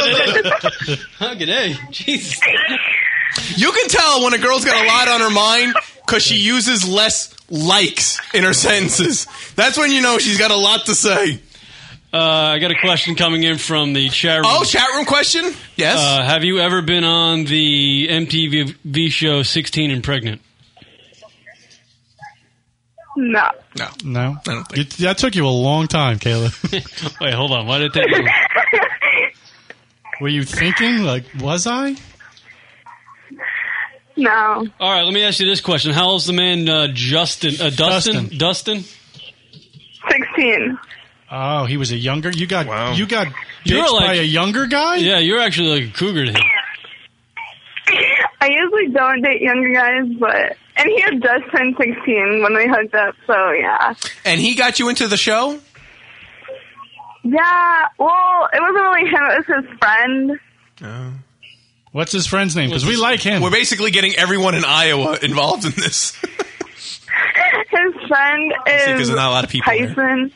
S8: Huh, good day. Jesus.
S7: You can tell when a girl's got a lot on her mind because she uses less likes in her sentences. That's when you know she's got a lot to say.
S8: Uh, I got a question coming in from the chat room.
S7: Oh, chat room question? Yes.
S8: Uh, have you ever been on the MTV show 16 and Pregnant? (laughs)
S10: No.
S7: No.
S9: No. I don't think. that took you a long time,
S7: (laughs)
S9: Kayla.
S8: Wait, hold on. Why did that? Take-
S9: Were you thinking like, was I?
S10: No.
S8: All right, let me ask you this question: How old's the man uh, Justin? Uh, Dustin? Dustin?
S10: Sixteen.
S9: Oh, he was a younger. You got you got
S8: You're
S9: ditched
S8: like-
S9: by a younger guy.
S8: Yeah, you're actually like a cougar to him.
S10: I usually don't date younger guys, but and he had just turned sixteen when we hooked up. So yeah.
S7: And he got you into the show?
S10: Yeah, well, it wasn't really him, it was his friend.
S9: What's his friend's name? Because we like him.
S7: We're basically getting everyone in Iowa involved in
S9: (laughs)
S7: this.
S10: (laughs) His friend
S7: See, 'cause
S10: is
S7: there's not a lot of people there.
S10: Tyson.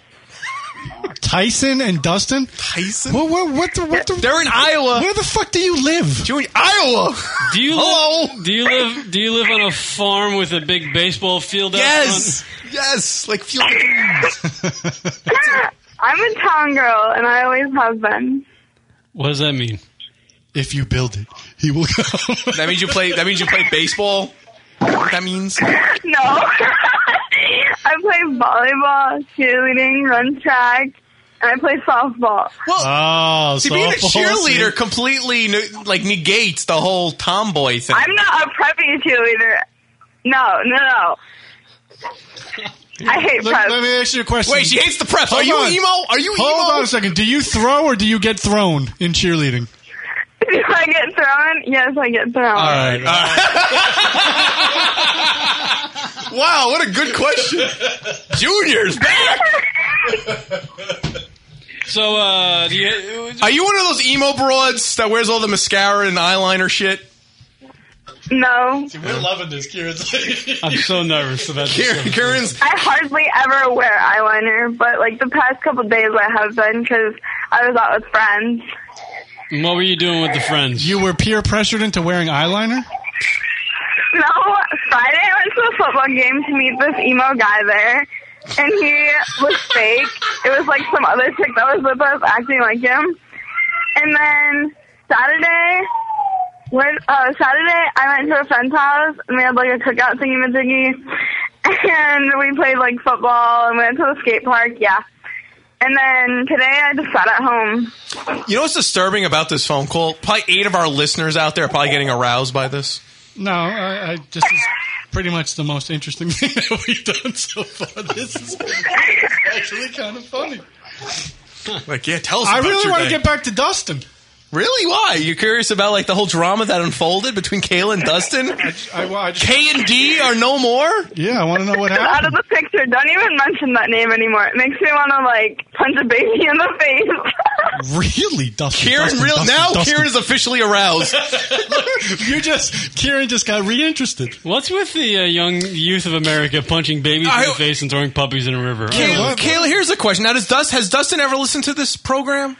S9: Tyson and Dustin.
S7: Tyson.
S9: What? What, what, the, what the,
S7: They're in Iowa.
S9: Where the fuck do you live?
S7: Iowa.
S8: Do you
S7: Hello?
S8: Live, do you live? Do you live on a farm with a big baseball field? out
S7: Yes. Yes. Like feel like
S10: (laughs) I'm a town girl, and I always have been.
S8: front? What does that mean?
S9: If you build it, he will (laughs) come.
S7: That means you play that means you play baseball. What that means?
S9: Oh,
S10: No. (laughs) I play volleyball, cheerleading, run track, and I play softball.
S9: Oh, (laughs)
S7: See, being a
S9: softball,
S7: cheerleader completely ne- like negates the whole tomboy thing.
S10: I'm not a preppy cheerleader. No, no, no. I hate
S9: Let,
S10: prep.
S9: let me ask you a question.
S7: Wait, she hates the press. Are
S9: Hold
S7: you
S9: on.
S7: emo? Are you
S9: Hold
S7: emo?
S9: on a
S10: (laughs)
S9: second. Do you throw or do you get thrown in cheerleading?
S10: Do I get thrown? Yes, I get thrown.
S9: All right.
S7: Wow, what a good (laughs) question. Junior's back.
S8: So, uh, do you,
S7: Are you one of those emo broads that wears all the mascara and eyeliner shit?
S10: No.
S9: We're loving this, Kieran. (laughs)
S8: I'm so nervous about this.
S7: Karen's.
S10: I hardly ever wear eyeliner, but like the past couple days I have been because I was out with friends.
S8: What were you doing with the friends?
S9: You were peer pressured into wearing eyeliner?
S10: No, Friday I went to a football game to meet this emo guy there, and he was fake. It was like some other chick that was with us acting like him. And then Saturday, when uh, Saturday I went to a friend's house and we had like a cookout thingy majiggy, and we played like football and went to the skate park. Yeah. And then today I just sat at home.
S7: You know what's disturbing about this phone call? Probably eight of our listeners out there are probably getting aroused by this.
S9: No, I, I just is pretty much the most interesting (laughs) thing that we've done so far. This is actually kind of
S7: (laughs)
S9: funny.
S7: Like, yeah, tell us.
S9: I
S7: about
S9: really
S7: your
S9: want
S7: day.
S9: to get back to Dustin.
S7: Really? Why? You're curious about like the whole drama that unfolded between Kayla and Dustin?
S9: (laughs) I, I just-
S7: K and D are no more.
S9: Yeah, I want to know what
S10: It's out
S9: happened.
S10: of the picture. Don't even mention that name anymore. It makes me want to like punch a baby in the face.
S9: Really, Dustin?
S7: Kieran,
S9: Dustin,
S7: real
S9: Dustin,
S7: now
S9: Dustin.
S7: Kieran is officially aroused.
S9: (laughs) you just Kieran just got reinterested.
S8: What's with the uh, young youth of America punching babies in
S7: I-
S8: the face and throwing puppies in a river? Oh,
S7: Kayla, Kayla, here's a question. Now, does Dust has Dustin ever listened to this program?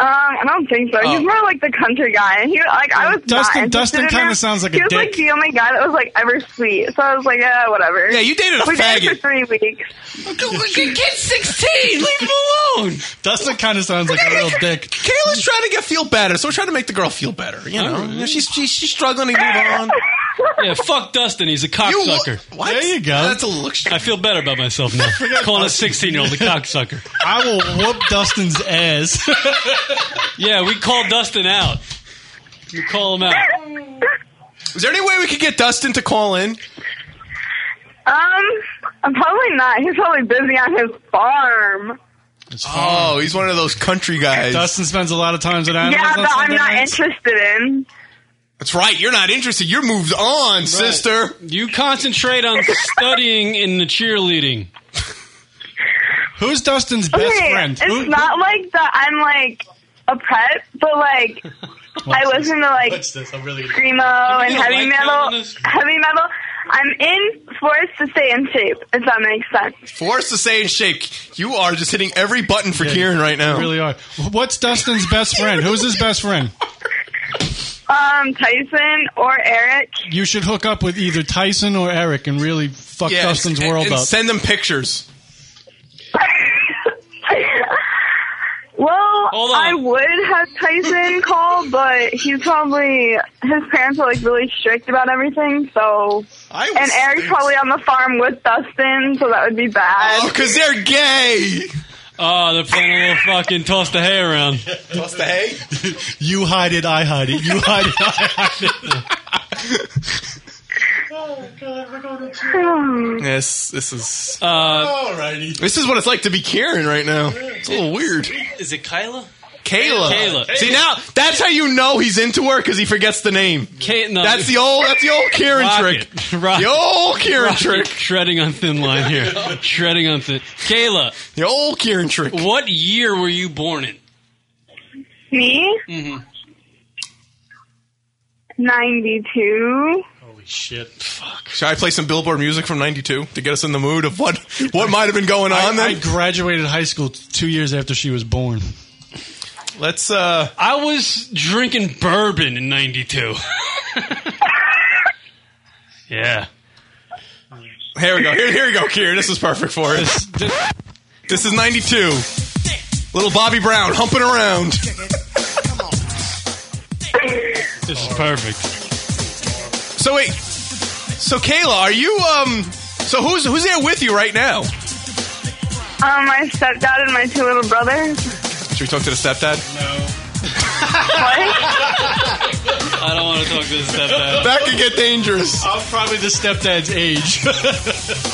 S10: Um, I don't think so. He's more like the country guy, and he like I was
S7: Oh. Dustin-
S10: Not interested
S7: Dustin
S10: in
S7: kinda
S10: him.
S7: sounds like a
S10: he was like
S7: dick.
S10: the only guy that was like ever sweet. So I was like, uh, whatever.
S7: Yeah, you dated a
S10: we dated
S7: faggot.
S10: for three weeks. (laughs)
S7: Kid's 16. Leave him alone.
S9: Dustin kind of sounds like a real dick.
S7: Kayla's trying to get feel better, so we're trying to make the girl feel better. You know,
S8: Alright.
S7: You know, she's, she's she's struggling to move on.
S8: Yeah, fuck Dustin. He's a cocksucker.
S7: what? There you
S8: go.
S7: That's a look.
S8: I feel better about myself
S7: (laughs)
S8: now. Calling a 16 year old a cocksucker.
S9: I will whoop Dustin's (laughs) ass.
S8: Yeah, we call Dustin out. We call him out.
S7: Is there any way we could get Dustin to call in?
S10: Um, I'm probably not. He's probably busy on his farm.
S7: Oh, he's one of those country guys.
S9: Dustin spends a lot of times at animals.
S10: yeah,
S9: on
S10: but I'm
S9: Sunday
S10: not
S9: nights.
S10: interested in.
S7: That's right. You're not interested. You're moved on, sister.
S8: You concentrate on studying in the cheerleading.
S9: Who's Dustin's
S10: okay, It's not like that. I'm like a prep,
S7: (laughs)
S10: but like I listen to like screamo and
S19: Give me a
S10: heavy
S19: light down on
S10: metal. Heavy metal. I'm in forced to stay in shape. If that makes sense.
S7: Forced to say and shake. You are just hitting every button for Kieran right now.
S9: You really are. What's Dustin's best (laughs) friend? Who's his best friend?
S10: Um, Tyson or Eric.
S9: You should hook up with either Tyson or Eric and really fuck
S7: Yeah,
S9: Dustin's
S7: and-
S9: world
S7: and
S9: up.
S7: Send them pictures.
S10: Well, I would have
S7: (laughs)
S10: Tyson call, but he's probably his parents are like really strict about everything. So,
S7: I
S10: and Eric's probably on the farm with Dustin, so that would be bad.
S7: Oh, because they're gay.
S8: Oh, they're playing a little fucking toss the hay around.
S7: Toss the hay?
S9: (laughs) you hide it, I hide it. You
S10: (laughs)
S9: hide it, I hide it.
S19: Oh, God, we're going to
S7: Yes, this
S9: Uh,
S7: is.
S8: Alrighty.
S7: This is what it's like to be Karen right now. It's a little weird.
S8: Is it Kyla?
S7: Kayla.
S8: Kayla.
S7: See now, that's how you know he's into her because he forgets the name.
S8: Kate, no.
S7: That's the old. That's the old
S9: (laughs)
S7: Karen
S8: Rocket.
S7: trick.
S8: Rocket.
S7: The old Karen
S8: Rocket.
S7: trick.
S8: Shredding on thin line
S7: (laughs)
S8: here. Shredding on thin. Kayla.
S7: The old Kieran trick.
S8: What year were you born in?
S10: Me,
S8: Mm-hmm.
S10: ninety-two.
S8: Shit.
S7: Should I play some Billboard music from '92 to get us in the mood of what what might have been (laughs) going on
S9: I, I
S7: then?
S9: graduated high school two years after she was born.
S7: Let's. uh
S8: I was drinking bourbon in '92. (laughs) yeah.
S7: Here we go. Here, here we go, Kieran. This is perfect for it. This is '92. Little Bobby Brown humping around.
S8: This is perfect.
S7: So wait. So Kayla, are you um? So who's who's there with you right now?
S10: Um, my stepdad and my two little brothers.
S7: Should we talk to the stepdad?
S8: I don't want to talk to this stepdad.
S7: (laughs) That could get dangerous.
S9: I'm probably the stepdad's age. (laughs)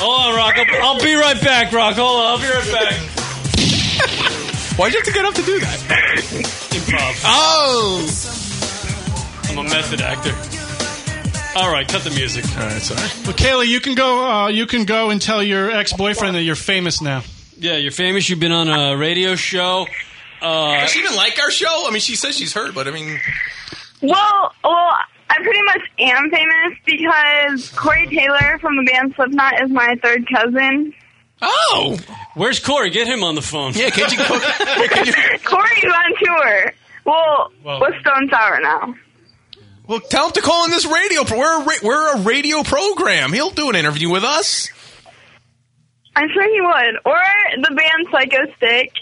S8: Hold on, Rock. I'll, I'll be right back, Rock. Hold on. I'll be right back.
S7: (laughs) Why'd you have to get up to do that?
S8: Improv.
S7: Oh.
S8: I'm a method actor. All right, cut the music.
S7: All right, sorry.
S9: Well, Kayla, you can go. Uh, you can go and tell your ex boyfriend that you're famous now.
S8: Yeah, you're famous. You've been on a radio show. Uh,
S7: Does she even like our show? I mean, she says she's heard, but I mean,
S10: Well, well, I pretty much am famous because Corey Taylor from the band Slipknot is my third cousin.
S8: Oh, where's Corey? Get him on the phone. Yeah, can't you? (laughs)
S10: Corey's on tour. Well, with Stone Sour now.
S7: Well, tell him to call in this radio. Pro- we're a ra- we're a radio program. He'll do an interview with us.
S10: I'm sure he would. Or the band Psycho Stick.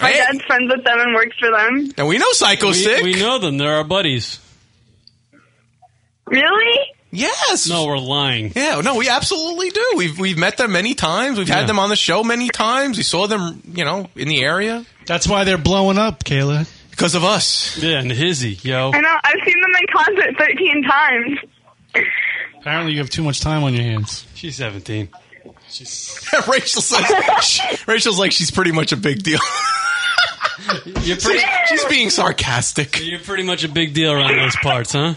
S10: My dad's friends with them and works for them.
S7: Now we know Psycho
S8: we,
S7: Stick.
S8: We know them. They're our buddies.
S10: Really?
S7: Yes.
S8: No, we're lying.
S7: Yeah, no, we absolutely do. We've we've met them many times. We've
S8: Yeah.
S7: had them on the show many times. We saw them, you know, (laughs) (laughs) in the area
S9: That's why they're blowing up, Kayla.
S7: because of us.
S8: Yeah, and Hizzy, yo.
S10: I know. I've seen them in concert 13 times.
S9: Apparently, you have too much time on your hands.
S8: She's 17.
S7: Rachel says Rachel's like (laughs) she's pretty much a big deal. (laughs)
S8: You're pretty,
S7: she's being sarcastic.
S8: You're pretty much a big deal around those parts, huh?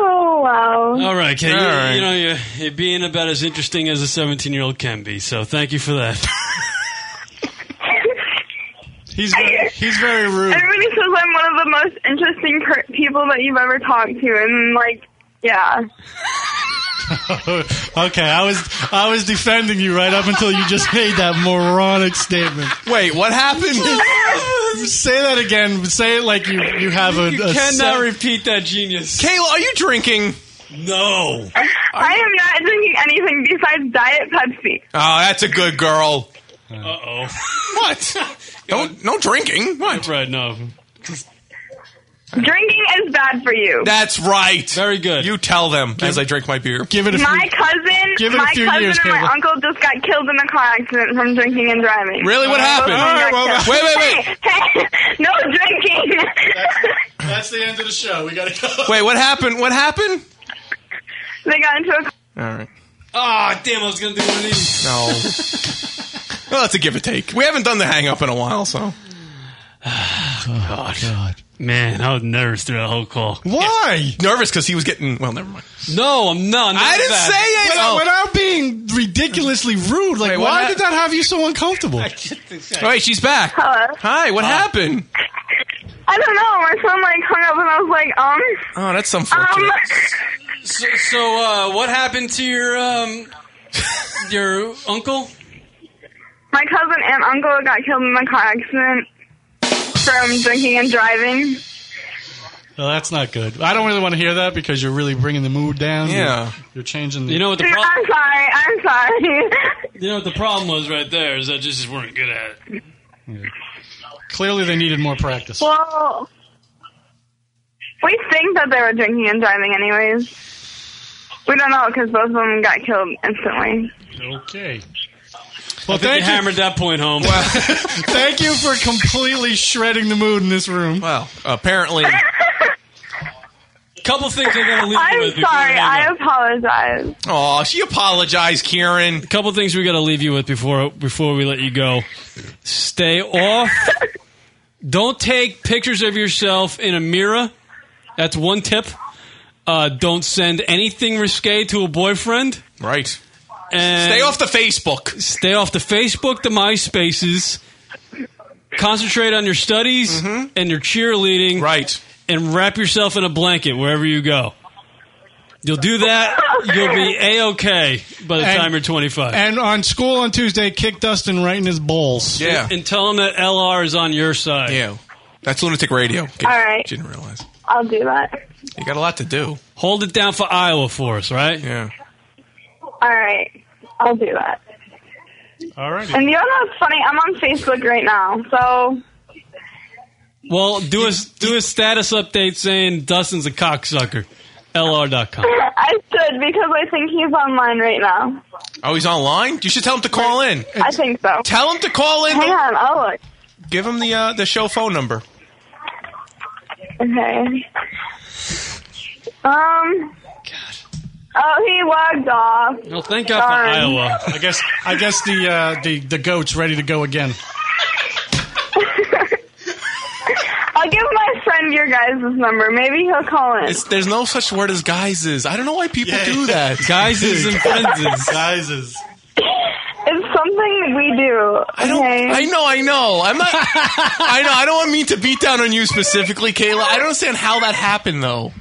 S10: Oh, wow.
S8: All right, Kay.
S10: All
S8: you,
S10: right.
S8: you know, you're, you're being about as interesting as a 17 year old can be, so thank you for
S7: (laughs)
S8: that.
S9: He's very, he's very rude.
S10: Everybody says I'm one of the most interesting per- people that you've ever talked to, and like, yeah.
S9: (laughs) okay, I was I was defending you right up until you just made that moronic statement.
S7: Wait, what happened?
S9: (laughs) Say that again. Say it like you you have a.
S8: You
S9: a
S8: cannot
S9: set-
S8: repeat that genius.
S7: Kayla, are you drinking? Oh.
S8: No.
S10: I am not drinking anything besides Diet Pepsi.
S7: Oh, that's a good girl.
S8: Uh oh.
S7: What? no, no drinking. What?
S8: Right, no.
S10: Drinking is bad for you.
S7: That's right.
S8: Very good.
S7: You tell them as I drink my beer.
S9: Give
S10: my cousin,
S7: give it a
S10: my
S7: few
S10: cousin,
S7: years,
S10: and my
S7: Kayla.
S10: uncle just got killed in a car accident from drinking and driving.
S7: Really? What
S10: Both
S7: happened?
S10: of them
S7: All right,
S10: got
S7: well,
S10: killed.
S7: wait, wait,
S10: Hey, hey, (laughs) no drinking.
S9: That's the end of the show. We gotta
S10: (laughs)
S9: go.
S7: Wait, what happened? What happened?
S10: they got into a. (laughs)
S7: All right.
S8: Ah, damn, I was going to do one of these.
S7: No. well, that's a give and take. We haven't done the hang up in a
S9: (laughs)
S7: while, so. Oh,
S8: God. (laughs) Man, I was nervous through that whole call.
S7: Why? Nervous because he was getting. Well, never mind.
S8: No, I'm not.
S7: I didn't
S8: bad.
S7: say anything. Oh.
S9: Without, without being ridiculously rude, like
S7: Wait, what
S9: why
S7: hap-
S9: did that have you so uncomfortable?
S7: Oh, wait, she's back.
S10: Hello.
S7: Hi, what happened?
S10: (laughs) I don't know. My phone like hung up, and I was like, um,
S7: Oh, that's unfortunate.
S10: um. (laughs)
S8: So, so uh, what happened to your um, (laughs) your uncle?
S10: My cousin and uncle got killed in a car accident from drinking and driving.
S9: Well, that's not good. I don't really want to hear that because you're really bringing the mood down.
S8: Yeah.
S9: You're, you're changing the.
S8: You know what the
S10: Dude,
S8: problem?
S10: I'm sorry. I'm sorry.
S8: You know what the problem was right there is I just weren't good at it.
S9: Clearly, they needed more practice.
S10: well, we think that they were drinking and driving, anyways. We don't know because both of them got killed instantly.
S9: Okay.
S8: Well,
S9: Well,
S8: I think
S9: thank
S8: you
S9: you.
S8: hammered that point home.
S9: Thank you for completely shredding the mood in this room.
S7: Well, apparently.
S8: (laughs) Couple things I gotta leave you
S10: I'm
S8: with. before we
S10: sorry.
S8: hang up.
S10: I apologize.
S7: Oh, she apologized, Kieran.
S8: A couple things we got to leave you with before before we let you go. Stay off. (laughs) don't take pictures of yourself in a mirror. That's one tip. Uh, don't send anything risque to a boyfriend.
S7: Right.
S8: And
S7: Stay off the Facebook.
S8: Stay off the Facebook, the MySpaces. Concentrate on your studies and your cheerleading.
S7: Mm-hmm. Right.
S8: And wrap yourself in a blanket wherever you go. You'll do that. You'll be a okay by the
S9: And-
S8: time you're 25.
S9: And on school on Tuesday, kick Dustin right in his balls.
S8: And tell them that LR is on your side.
S7: Yeah. That's Lunatic Radio.
S10: All right.
S7: Didn't realize.
S10: I'll do that.
S7: You got a lot to do.
S8: Hold it down for Iowa for us, right?
S7: Yeah.
S10: All right. I'll do that.
S9: All right.
S10: And you know what's funny? I'm on Facebook right now, so
S8: Well, do a do a status update saying Dustin's a cocksucker. LR.com.
S10: I should because I think he's online right now.
S7: Oh, he's online? You should tell him to call in.
S10: I think so.
S7: Tell him to call in.
S10: Hang on. I'll look.
S7: Give him the uh, the show phone number.
S10: Okay. Um. Oh, he logged off.
S8: Well, thank
S9: God
S8: for
S10: Darn.
S8: Iowa.
S9: I guess I guess the uh, the the goat's ready to go (laughs) again.
S10: I'll give my friend your guys' number. Maybe he'll call in.
S7: It's, there's no such word as guises. I don't know
S9: (laughs)
S7: why people do that.
S8: Guys and friends.
S9: Sizes.
S10: It's something we do. I don't. Okay?
S7: I know, I know. I'm not. (laughs) I know. I don't want mean to beat down on you specifically, Kayla. I don't understand how that happened though.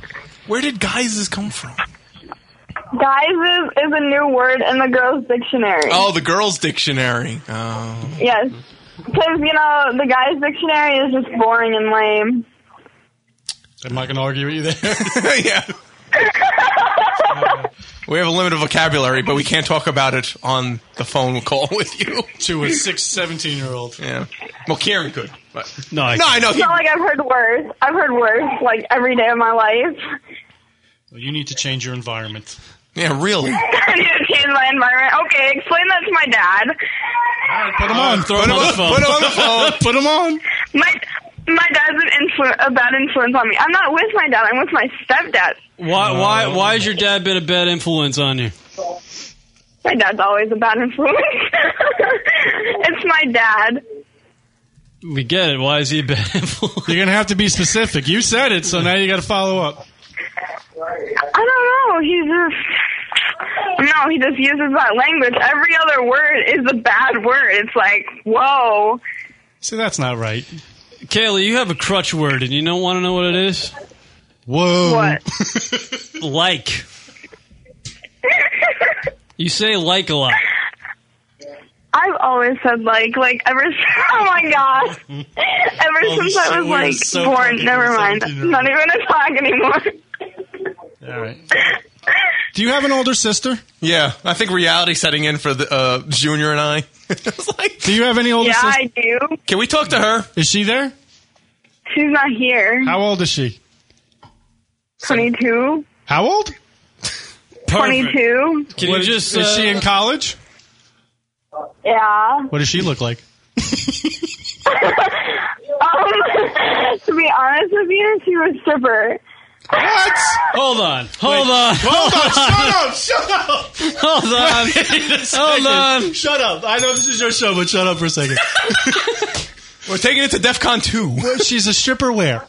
S7: Where did guises come from?
S10: Guys is, is a new word in the girls' dictionary.
S7: Oh, the girls' dictionary. Oh.
S10: Yes. Because, you know, the guys' dictionary is just boring and lame.
S9: I'm not going to argue with you there.
S7: yeah. (laughs) We have a limited vocabulary, but we can't talk about it on the phone call with you.
S9: to a six, 17 year old.
S7: Yeah. Well, Karen could. But.
S8: No, I
S7: no, I know. (laughs)
S10: It's not like I've heard worse. I've heard worse, like, every day of my life. (laughs)
S9: Well, you need to change your environment.
S7: Yeah, really.
S10: I need to change my environment. Okay, explain that to my dad.
S9: Put him on. Throw
S7: Put
S9: him on
S7: him
S9: the
S7: on-
S9: phone.
S7: put him on the phone.
S9: (laughs) Put him on.
S10: My my dad's an influ- a bad influence on me. I'm not with my dad. I'm with my stepdad.
S8: Why? Why? Why has your dad been a bad influence on you?
S10: My dad's always a bad influence. (laughs) it's my dad.
S8: We get it. Why is he a bad (laughs) influence?
S9: You're going to have to be specific. You said it, so now you got to follow up.
S10: I don't know. He just no. He just uses that language. Every other word is a bad word. It's like whoa.
S9: See, that's not right.
S8: Kayla, you have a crutch word, and you don't want to know what it is.
S9: Whoa! (laughs)
S10: What?
S8: like. You say like a lot.
S10: I've always said like like ever. (laughs) Since, oh my
S7: (laughs)
S10: god! Ever
S8: Oh,
S10: since
S8: so
S10: I was
S8: weird,
S10: like
S8: so
S10: born.
S8: fucking
S10: Never mind. I'm not even a talk anymore. (laughs)
S9: All right. Do you have an older sister?
S7: Yeah, I think reality setting in for the uh, Junior and I. (laughs)
S9: Do you have any older
S10: yeah,
S9: sister?
S10: I do.
S7: Can we talk to her?
S9: Is she there?
S10: She's not here.
S9: How old is she?
S10: Twenty-two.
S9: How
S10: (laughs)
S9: old?
S10: 22.
S8: Can you
S9: What-
S8: just,
S9: Is
S8: uh,
S9: she in college?
S7: (laughs)
S10: Yeah.
S9: What does she look like?
S10: Um, to be honest with you, she was stripper.
S7: What?
S8: Hold on. Hold on.
S7: Shut up!
S8: Shut up!
S9: (laughs)
S8: Hold on. Hold on.
S9: Shut up. I know this is your show, but shut up for a second. (laughs)
S7: We're taking it to DEF CON 2.
S9: Well, she's a stripper where?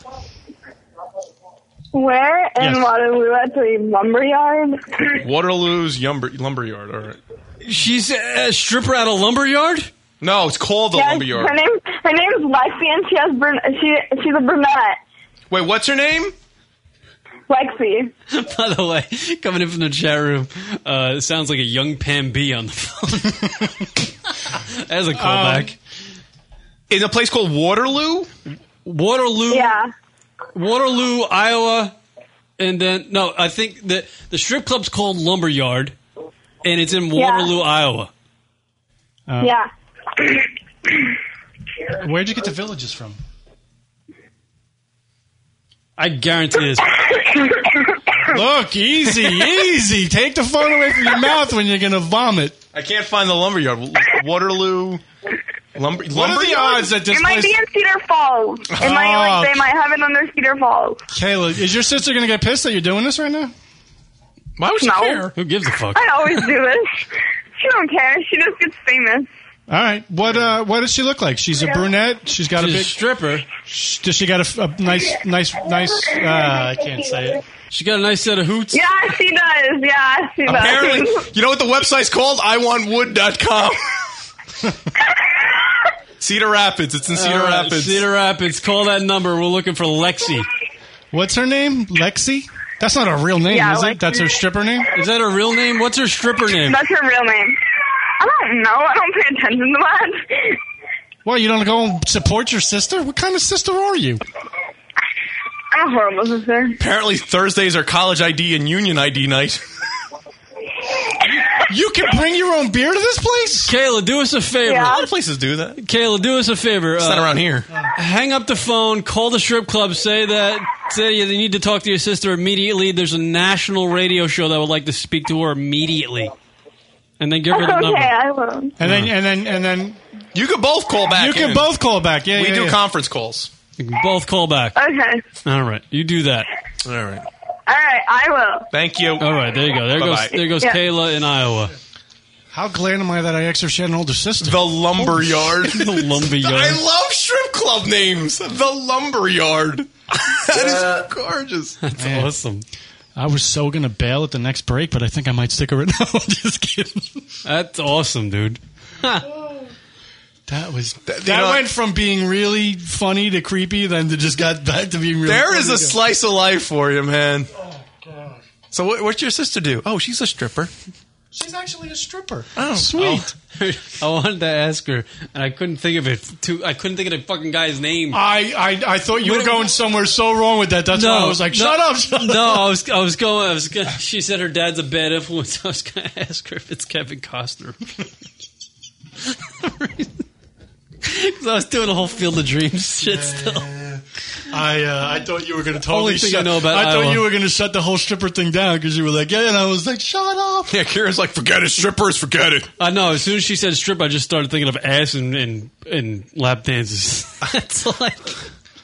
S10: Where in
S7: Yes.
S10: Waterloo at the lumberyard?
S7: Waterloo's lumber, lumberyard. All right.
S8: She's a stripper at a lumberyard?
S7: No, it's called Oh, the
S10: Yes,
S7: lumberyard.
S10: Her name, her name's Lexi, and she has brun- she she's a brunette.
S7: Wait, what's her name?
S10: Lexi.
S8: (laughs) By the way, coming in from the chat room, uh, it sounds like a young Pam B on the (laughs) phone. As a callback.
S7: Um, in a place called Waterloo?
S8: Waterloo.
S10: Yeah.
S8: Waterloo, Iowa. And then, no, I think that the strip club's called Lumberyard, and it's in
S10: Yeah.
S8: Waterloo, Iowa.
S9: Uh,
S10: yeah.
S9: Where'd you get the villages from?
S8: I guarantee this.
S10: (laughs)
S9: Look, easy, easy. Take the phone away from your mouth when you're going to vomit.
S7: I can't find the lumberyard. Waterloo. Lumber,
S9: What are the odds that this
S10: it might
S9: place...
S10: be in Cedar Falls. It might
S9: Oh.
S10: like they might have it under Cedar Falls.
S9: Kayla, is your sister going to get pissed that you're doing this right now?
S7: Why would
S10: she No. care?
S8: Who gives a fuck?
S10: I always do this. She don't care. She just gets famous.
S9: All right. What uh, what does she look like? She's a brunette. She's got
S8: She's
S9: a
S8: a
S9: big
S8: stripper.
S9: sh- Does she got a f- a, nice nice nice? Uh, I can't say it.
S8: She got a nice set of hoots.
S10: Yeah, she does. Yeah, she (laughs)
S7: Apparently,
S10: does.
S7: you know what the website's called? IWantWood.com. Cedar Rapids. It's in Cedar
S8: All right,
S7: Rapids.
S8: Cedar Rapids. Call that number. We're looking for Lexi.
S9: What's her name? Lexi. That's not her real name,
S10: Yeah,
S9: is
S10: Lexi.
S9: it? That's her stripper name.
S8: Is that her real name? What's her stripper name?
S10: That's her real name. I don't know. I don't pay attention to that.
S9: Well, you don't go and support your sister. What kind of sister are you?
S10: I'm a horrible sister.
S7: (laughs) Apparently, Thursdays are college ID and union ID night.
S9: You can bring your own beer to this place.
S8: Kayla, do us a favor.
S7: A
S10: Yeah.
S7: lot of places do that. It's
S8: Kayla, do us a favor. Uh,
S7: not around here.
S8: Hang up the phone. Call the strip club. Say that. Say you need to talk to your sister immediately. There's a national radio show that would like to speak to her immediately, and then give her the
S10: okay,
S8: number.
S10: I will.
S9: And then and then and then
S7: You could both call back.
S9: you can
S7: in.
S9: both call back. Yeah,
S7: We
S9: yeah,
S7: do
S9: yeah.
S7: conference calls.
S8: You can both call back.
S10: Okay.
S8: All right, you do that.
S7: All right.
S10: All right, I will.
S7: Thank you.
S8: All right, there you go. There
S7: Bye-bye.
S8: goes there goes
S10: Yeah.
S8: Kayla in Iowa.
S9: How glad am I that I actually had an older sister?
S7: The Lumberyard.
S9: (laughs)
S8: The lumberyard.
S7: I love strip club names. The Lumberyard. (laughs) That is gorgeous.
S8: (laughs) That's
S7: (laughs)
S8: awesome.
S9: I was so gonna bail at the next break, (laughs) but I think I might stick around. No, I'm just kidding.
S8: That's awesome, dude.
S9: That was that
S7: know-
S9: went from being really funny to creepy, then to just got back to being really.
S7: There is
S9: funny
S7: a
S9: to-
S7: slice of life for you, man. So what, what's your sister do? Oh, she's a stripper.
S9: She's actually a stripper.
S7: Oh,
S9: sweet.
S8: (laughs) I wanted to ask her, and I couldn't think of it. Too, I couldn't think of the fucking guy's name.
S9: I, I I thought you were going somewhere so wrong with that. Ah, That's why I was like,
S8: no,
S9: shut up. Shut
S8: no,
S9: up.
S8: I was, I was going. I was. Gonna, she said her dad's a bad influence. (laughs) I was going to ask her if it's Kevin Costner. (laughs) 'Cause I was doing a whole Field of Dreams shit still.
S9: I uh, I thought you were going to (laughs) totally
S8: Only thing I
S9: shut.
S8: know about
S9: I
S8: Iowa.
S9: thought you were going to shut the whole stripper thing down because you were like, yeah, and I was like, shut up.
S7: Yeah, Kira's like, forget it,
S9: (laughs)
S7: strippers, forget it.
S8: I know. As soon as she said strip, I just started thinking of ass and and, and lap dances. That's like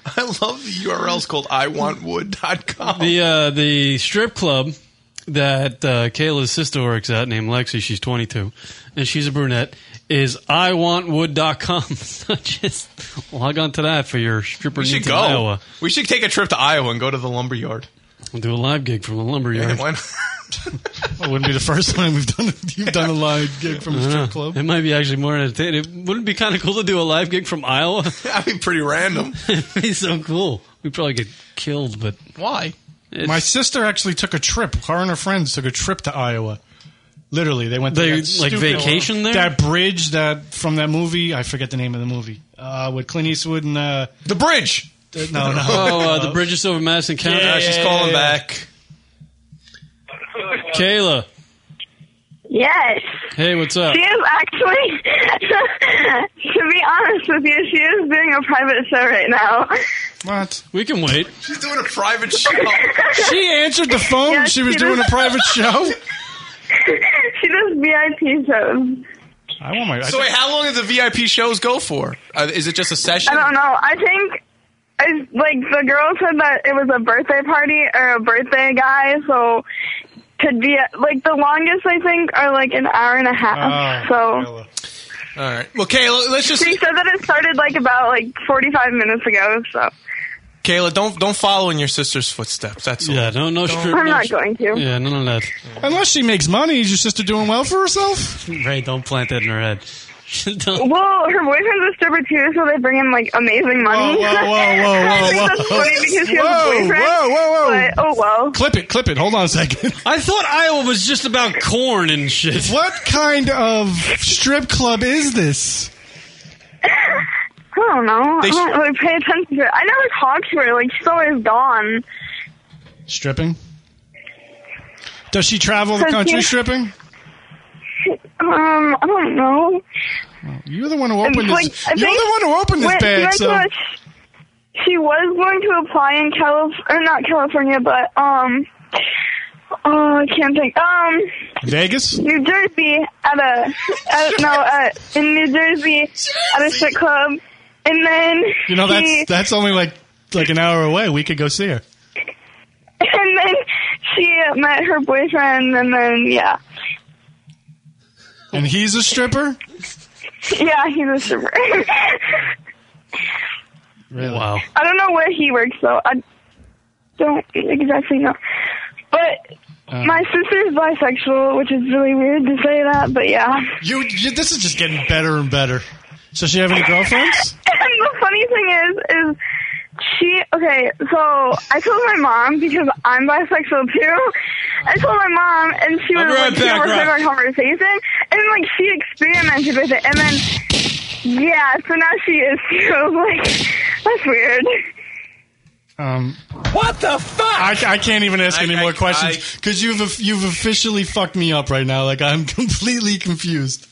S7: I love the URLs called iwantwood.com.
S8: the uh, the strip club that uh, Kayla's sister works at, named Lexi. She's 22, and she's a brunette. Is iwantwood.com. (laughs) so just log on to that for your stripper
S7: We should
S8: needs
S7: go.
S8: in Iowa.
S7: We should take a trip to Iowa and go to the lumberyard.
S8: We'll do a live gig from the lumberyard.
S7: Yeah, why not?
S9: (laughs) It wouldn't be the first time we've done you've done a live gig from a
S8: I don't know.
S9: strip club.
S8: It might be actually more entertaining. It wouldn't it be kind of cool to do a live gig from Iowa.
S7: (laughs) That'd be pretty
S8: (laughs)
S7: random.
S8: It'd be so cool. We'd probably get killed, but
S7: Why?
S9: My sister actually took a trip. Her and her friends took a trip to Iowa. Literally, they went to
S8: They,
S9: that
S8: like,
S9: stupid-
S8: vacation there?
S9: That bridge that from that movie. I forget the name of the movie uh, with Clint Eastwood and uh,
S7: the bridge.
S9: no, no.
S8: (laughs) Oh,
S9: (laughs)
S8: uh, the bridges over Madison County.
S9: Yeah, she's calling
S7: back.
S8: Kayla,
S10: Yes.
S8: hey, what's up?
S10: She is actually, (laughs) to be honest with you, she is doing a private show right now.
S9: What?
S8: We can wait.
S7: She's doing a private (laughs) show.
S9: She answered the phone.
S10: Yes,
S9: she was
S10: she
S9: doing
S10: does.
S9: a private
S10: (laughs)
S9: show.
S10: she does VIP shows.
S9: I want my. I
S7: So wait, how long do the VIP shows go for? Uh, is it just a session?
S10: I don't know. I think, I, like, the girl said that it was a birthday party or a birthday guy, so could be, like, the longest, I think, are, like, an hour and a
S9: Oh,
S10: half. so
S7: All right. Well, Kayla, let's just
S10: she said that it started, like, about, like, 45 minutes ago, so
S7: Kayla, don't don't follow in your sister's footsteps. That's all.
S8: Yeah, no, no strip.
S10: I'm not going to.
S8: Yeah, none of that.
S9: Mm-hmm. Unless she makes money, is your sister doing well for herself?
S8: Ray, don't plant that in her head. (laughs) Don't-
S10: Well, her boyfriend's a stripper too, so they bring in like amazing money.
S9: Whoa, whoa, whoa, whoa,
S10: (laughs) I
S9: whoa,
S10: think that's
S9: whoa.
S10: funny because she has
S9: Whoa,
S10: a boyfriend.
S9: whoa, whoa, whoa.
S10: But, oh well.
S9: Clip it, clip it. Hold on a second.
S8: I thought Iowa was just about corn and shit.
S9: (laughs) What kind of strip club is this?
S10: I don't know.
S9: They
S10: I don't really pay attention to her. I never talk to her. Like she's always gone.
S9: Stripping. Does she travel the
S10: Cause
S9: country
S10: you-
S9: stripping?
S10: Um, I don't know.
S9: You're the one who
S10: It's
S9: opened
S10: like,
S9: this.
S10: I
S9: You're
S10: think-
S9: the one who opened this
S10: wait, you
S9: bag.
S10: guys
S9: So
S10: know sh- she was going to apply in California, or not California, but um, oh, I can't think. Um,
S9: Vegas.
S10: New Jersey at a at,
S9: (laughs)
S10: no at, in New Jersey at a strip club, and then
S9: You know
S10: she,
S9: that's that's only like like an hour away. We could go see her.
S10: (laughs) and then she met her boyfriend, and then yeah,
S9: And he's a stripper.
S10: yeah, he's a stripper. (laughs)
S9: Really?
S8: Wow.
S10: I don't know where he works though. I don't exactly know, but.
S9: Oh.
S10: My sister's bisexual, which is really weird to say that, but yeah.
S9: You, you. This is just getting better and better. So she have any girlfriends?
S10: (laughs) And the funny thing is, is she okay? So I told my mom because I'm bisexual too. I told my mom, and she
S8: I'll
S10: was
S8: be right
S10: like, she
S8: back,
S10: overheard
S8: Rob.
S10: our conversation, and like she experimented with it, and then yeah, so now she is too. (laughs) Like that's weird.
S9: Um, what the fuck? I, I can't even ask any more questions because you've you've officially fucked me up right now. Like I'm (laughs) completely confused.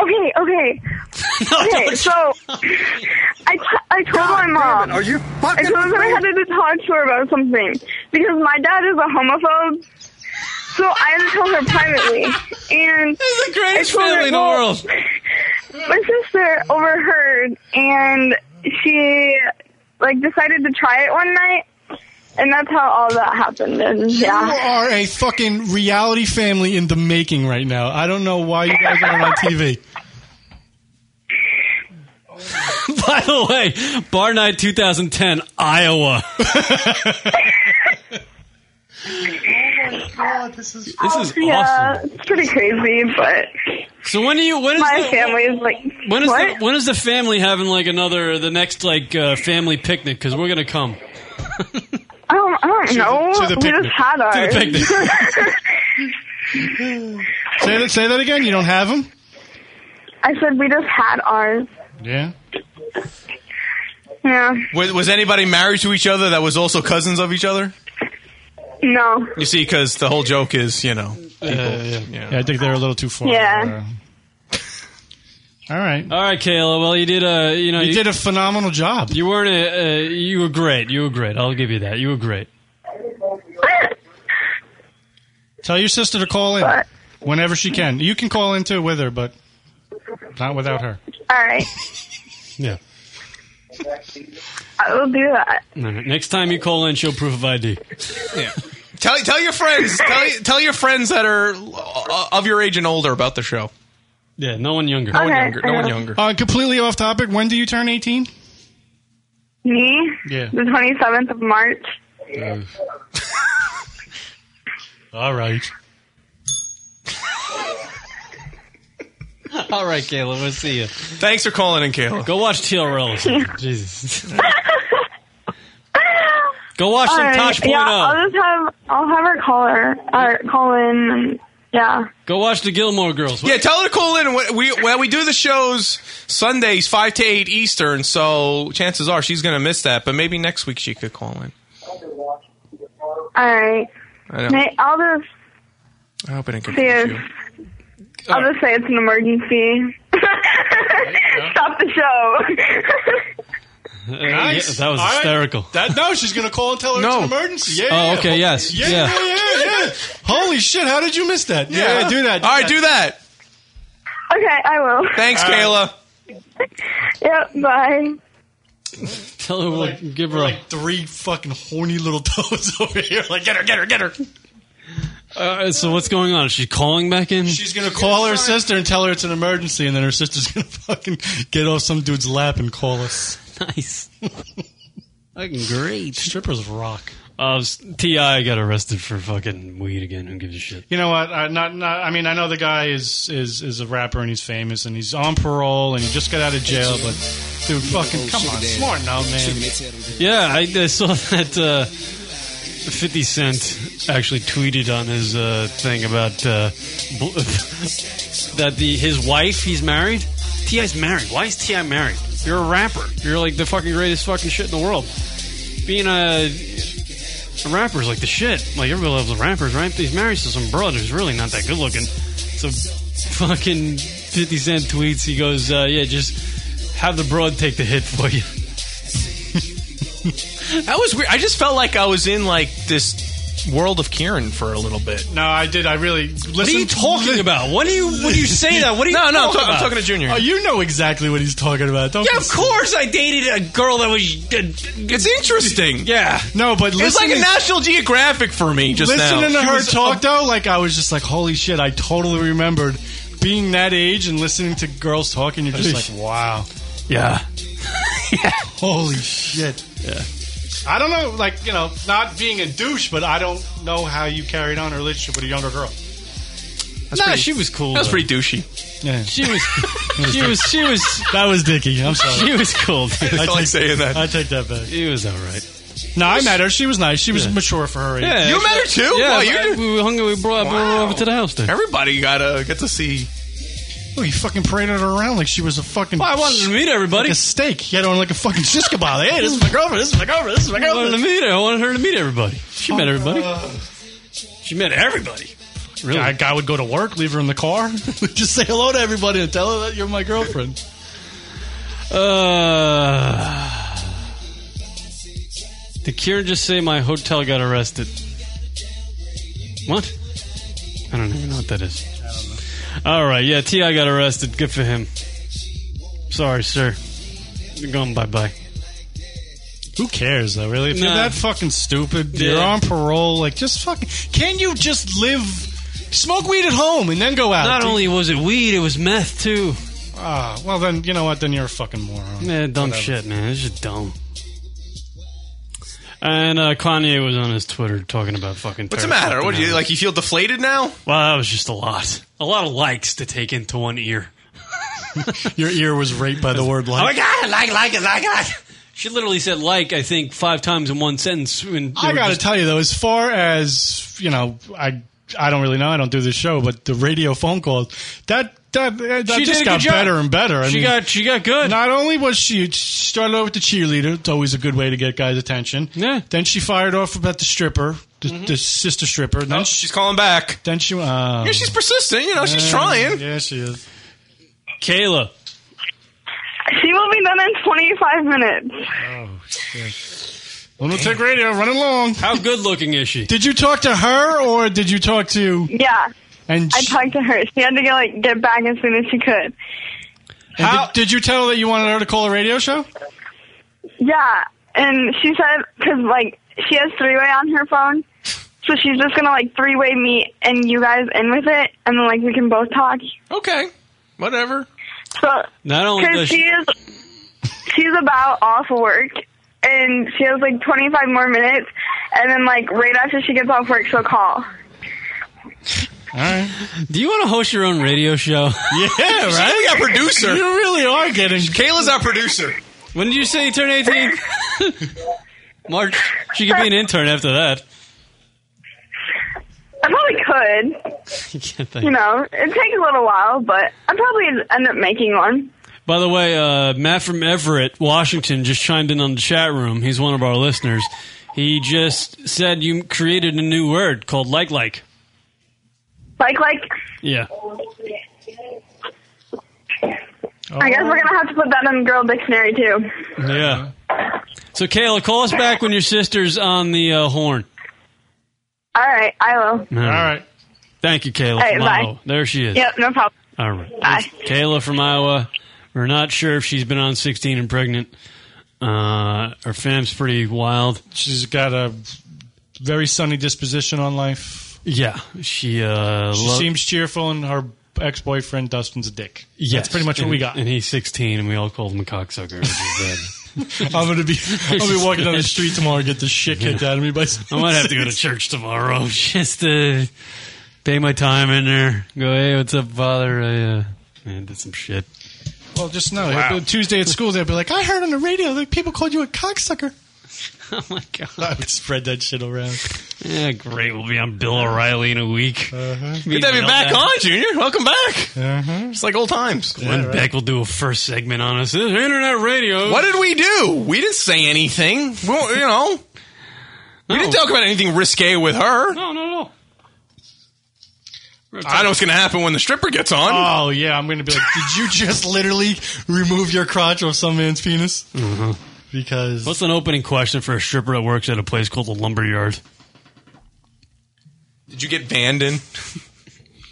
S10: Okay,
S9: (laughs)
S10: okay, okay. So I, t- I told my mom. Are you I told her I had to talk to her about something because my dad is a homophobe. So I had to tell her
S8: (laughs)
S10: privately, and this is the
S8: greatest family in the world.
S10: My sister overheard, and she like decided to try it one night, and that's how all that happened. And
S9: You
S10: yeah,
S9: are a fucking reality family in the making right now. I don't know why you guys aren't on
S10: (laughs)
S9: TV.
S8: (laughs) By the way, Bar Night 2010,
S10: (laughs)
S8: Iowa.
S9: Oh my god, this is
S10: (laughs) Oh, yeah, it's pretty crazy, but
S8: So when do you when is
S10: My
S8: the,
S10: family's like,
S8: when is
S10: what?
S8: The, when is the family having like another the next like uh, family picnic? Because we're gonna come.
S10: Um, I don't know.
S8: to the
S10: we
S8: picnic.
S10: just had
S8: To the
S10: ours.
S9: Say that, say that again. You don't have them?
S10: (laughs) I said we just had ours.
S9: Yeah.
S10: Yeah.
S7: Was, was anybody married to each other that was also cousins of each other?
S10: No.
S7: You see, because the whole joke is, you know, people.
S9: Uh, yeah. I think they're a little too far. Uh,
S10: Yeah.
S9: All right.
S8: All right, Kayla. Well, you did a you know
S9: You did a phenomenal job.
S8: You weren't a, uh, you were great. You were great. I'll give you that. You were great.
S9: Tell your sister to call in whenever she can. You can call in too with her, but not without her.
S10: All right.
S8: Yeah.
S10: I will do that.
S8: All right. Next time you call in, show proof of ID.
S7: Yeah. Tell tell your friends. Tell tell your friends that are uh, of your age and older about the show.
S8: Yeah, no one younger.
S7: No one younger. No one younger.
S9: Uh, completely off topic. When do you turn 18?
S10: Me?
S9: Yeah.
S10: The 27th of March.
S9: All right.
S8: All right, Kayla. We'll see you.
S7: Thanks for calling in, Kayla.
S8: Go watch (laughs) TRL. Jesus. Go watch
S10: All
S8: some
S10: right.
S8: Tosh Point
S10: Yeah,
S8: oh.
S10: I'll just have I'll have her call her or call in. And, yeah.
S8: Go watch the Gilmore Girls.
S7: Yeah, tell her to call in. and We we- well, we do the shows Sundays five to eight Eastern, so chances are she's going to miss that. But maybe next week she could call in.
S10: All right.
S7: I know.
S10: May- I'll just
S7: I hope I didn't
S10: see
S7: confuse
S10: if
S7: you.
S10: I'll just say it's an emergency. (laughs) Stop the show.
S8: Nice. yeah, that was hysterical.
S9: That, no, she's going to call and tell her
S8: No.
S9: it's an emergency. Yeah,
S8: Oh,
S9: yeah,
S8: okay, yes.
S9: Yeah,
S8: Yeah.
S9: yeah, yeah, yeah. Holy shit, how did you miss that? Yeah,
S7: Yeah.
S9: do that.
S7: All right, do that.
S10: okay, I will.
S7: Thanks, Kayla.
S10: (laughs) Yep. Bye.
S8: Tell her we'll give her
S9: like three fucking horny little (laughs) toads over here. Like, get her, get her, get her.
S8: Uh, so what's going on? Is she calling back in?
S9: She's gonna call her sister and tell her it's an emergency, and then her sister's (laughs) gonna fucking get off some dude's lap and call us.
S8: (laughs)
S9: (laughs)
S8: Nice. Fucking great.
S9: Strippers rock.
S8: Uh, s- Ti got arrested for fucking weed again. Who gives a shit?
S9: You know what? I, not, not. I mean, I know the guy is is is a rapper and he's famous and he's on parole and he just got out of jail. But dude, fucking come on, smart now, man.
S8: Yeah, I, I saw (laughs) that. Uh, Fifty Cent actually tweeted on his uh, thing about uh, bl- (laughs) that the his wife he's married. Ti's married. Why is Ti married? You're a rapper. You're like the fucking greatest fucking shit in the world. Being a, a rapper's like the shit. Like everybody loves the rappers, right? But he's married to some broad who's really not that good looking. So fucking Fifty Cent tweets. He goes, uh, "Yeah, just have the broad take the hit for you."
S7: That was weird. I just felt like I was in like this world of Kieran for a little bit.
S9: No, I did. I really. Listen,
S8: What are you talking about? What do you when you say that? What do you?
S7: No, no, I'm
S8: talk
S7: talk- I'm
S8: about?
S7: talking to Junior.
S9: Oh, you know exactly what he's talking about. Don't
S8: Yeah, of
S9: be-
S8: course I dated a girl that was. uh,
S7: It's interesting.
S8: Yeah.
S9: No, but
S7: It's
S9: listen
S7: like
S9: to-
S7: a National Geographic for me just now.
S9: listening to
S7: She
S9: her
S7: was-
S9: talk though, like I was just like, holy shit! I totally remembered being that age and listening to girls talking. You're just like, wow,
S8: Yeah.
S9: (laughs) holy shit.
S8: Yeah.
S9: I don't know, like you know, not being a douche, but I don't know how you carried on a relationship with a younger girl.
S8: nah, she was cool.
S7: That was
S8: though.
S7: pretty douchey.
S9: Yeah.
S8: (laughs) She was. she was. She was.
S9: That was Dicky. I'm sorry.
S8: She was cool.
S9: I
S8: Dude.
S9: felt like saying
S7: that.
S9: I take that back.
S8: She was all right.
S9: No, I met her. She was nice. She was mature for her age.
S8: Yeah.
S7: You met her too?
S8: Yeah.
S7: Wow,
S8: but
S7: you
S8: I-
S7: did-
S8: we hung. We brought, brought her over to the house. Then.
S7: Everybody gotta get to see.
S9: Oh, you fucking paraded her around like she was a fucking.
S8: Well, I wanted to meet everybody.
S9: like a steak. He had on like a fucking shish kebab. Hey, this is my girlfriend. This is my girlfriend. This is my
S8: I wanted to
S9: girlfriend.
S8: meet her. I wanted her to meet everybody. She met everybody.
S9: Uh,
S8: She met everybody. Really?
S9: Guy, guy would go to work, leave her in the car, (laughs) just say hello to everybody and tell her that you're my girlfriend.
S8: Uh, did Kieran just say my hotel got arrested? What? I don't even know what that is. All right, yeah, Ti got arrested. Good for him. Sorry, sir. You're going bye bye.
S9: Who cares though, really? If you're
S8: Nah.
S9: that fucking stupid,
S8: Yeah.
S9: you're on parole. Like, just fucking. Can you just live, smoke weed at home, and then go out?
S8: Not
S9: Do-
S8: only was it weed, it was meth too.
S9: Ah, well then you know what? Then you're a fucking moron.
S8: Man, dumb
S9: Whatever.
S8: shit, man. This is dumb. And uh, Kanye was on his Twitter talking about fucking.
S7: What's the matter? What do you like? You feel deflated now?
S8: Well, that was just a lot. A lot of likes to take into one ear.
S9: (laughs) Your ear was raped by the word
S8: Oh my
S9: like.
S8: god, like, like it, like it. She literally said like, I think, five times in one sentence. When they
S9: I
S8: were
S9: got to
S8: just-
S9: tell you though, as far as you know, I I don't really know. I don't do this show, but the radio phone calls that that, eh, that
S8: She did
S9: just
S8: a
S9: got
S8: good job.
S9: better and better. I
S8: She
S9: mean,
S8: got- she got good.
S9: Not only was she she started off with the cheerleader, it's always a good way to get guys' attention. Yeah. Then she fired off about the stripper, the, the sister stripper. Then she's
S7: calling back.
S9: Then she.
S8: Oh.
S9: Uh,
S7: Yeah, she's persistent. You know, she's
S9: yeah,
S7: trying.
S9: Yeah, she is.
S8: Kayla.
S10: She will be done in 25 minutes.
S9: Lunatic Radio, run along.
S8: How good looking is she?
S9: Did you talk to her or did you talk to?
S10: Yeah.
S9: And
S10: I talked to her. She had to get like get back as soon as she could.
S9: And did, did you tell her that you wanted her to call a radio show?
S10: Yeah, and she said because like she has three way on her phone, so she's just gonna like three way me and you guys in with it, and then like we can both talk.
S7: Okay, whatever.
S10: So
S8: Not only
S10: because
S8: does
S10: she
S8: she-
S10: is, she's about off work, and she has like twenty five more minutes, and then like right after she gets off work, she'll call.
S9: All right.
S8: Do you want to host your own radio (laughs) show? Yeah,
S7: right? She's our producer.
S9: You really are getting.
S7: Kayla's our producer.
S8: When did you say you turn
S10: (laughs)
S8: 18? March. She could be an intern after that. (laughs)
S10: I probably could, you know, it takes a little while, but I probably end up making one.
S8: By the way, uh, Matt from Everett, Washington, just chimed in on the chat room. He's one of our listeners. He just said you created a new word called like like.
S10: Like like.
S8: Yeah.
S10: I guess we're gonna have to put that in the girl dictionary too.
S8: Yeah. So, Kayla, call us back when your sister's on the uh, horn.
S10: All right, I will.
S8: All right. Thank you, Kayla.
S10: All right,
S8: from
S10: bye.
S8: Iowa. There she is.
S10: Yep, no problem.
S8: All right.
S10: Bye.
S8: Kayla from Iowa. We're not sure if she's been on 16 and pregnant. Uh, her fam's pretty wild.
S9: She's got a very sunny disposition on life.
S8: Yeah. She, uh,
S9: She
S8: lo-
S9: seems cheerful, and her ex-boyfriend Dustin's a dick. Yeah,
S8: Yes.
S9: that's pretty much what we
S8: And-
S9: got.
S8: And he's 16, and we all called him a cocksucker. which is
S9: I'm
S8: bad.
S9: gonna be I'm gonna be walking down the street tomorrow and get the shit kicked out of me by.
S8: I might have to go to (laughs)
S9: (laughs)
S8: church tomorrow just to pay my time in there. Go, hey, what's up, father? I uh, man, did some shit.
S9: Well, just know
S8: Wow.
S9: Tuesday at school they'll be like, I heard on the radio that people called you a cocksucker.
S8: Oh my (laughs) god!
S9: I would spread that shit around.
S8: Yeah, great. We'll be on Bill O'Reilly in a week. (laughs)
S9: Uh-huh.
S7: Good to have you back on, Junior. Welcome back.
S9: Uh-huh.
S7: It's like old times.
S8: Glenn Beck will do a first segment on us. This is internet radio.
S7: What did we do? We didn't say anything. We, won't- you know, we didn't talk about anything risque with her.
S8: No, no, no.
S7: I know what's going to happen when the stripper gets on.
S9: Oh yeah, I'm gonna be like, did you just literally remove your crotch off some man's penis?
S8: Mhm.
S9: Because
S8: What's an opening question for a stripper that works at a place called the Lumberyard?
S7: Did you get vanned in?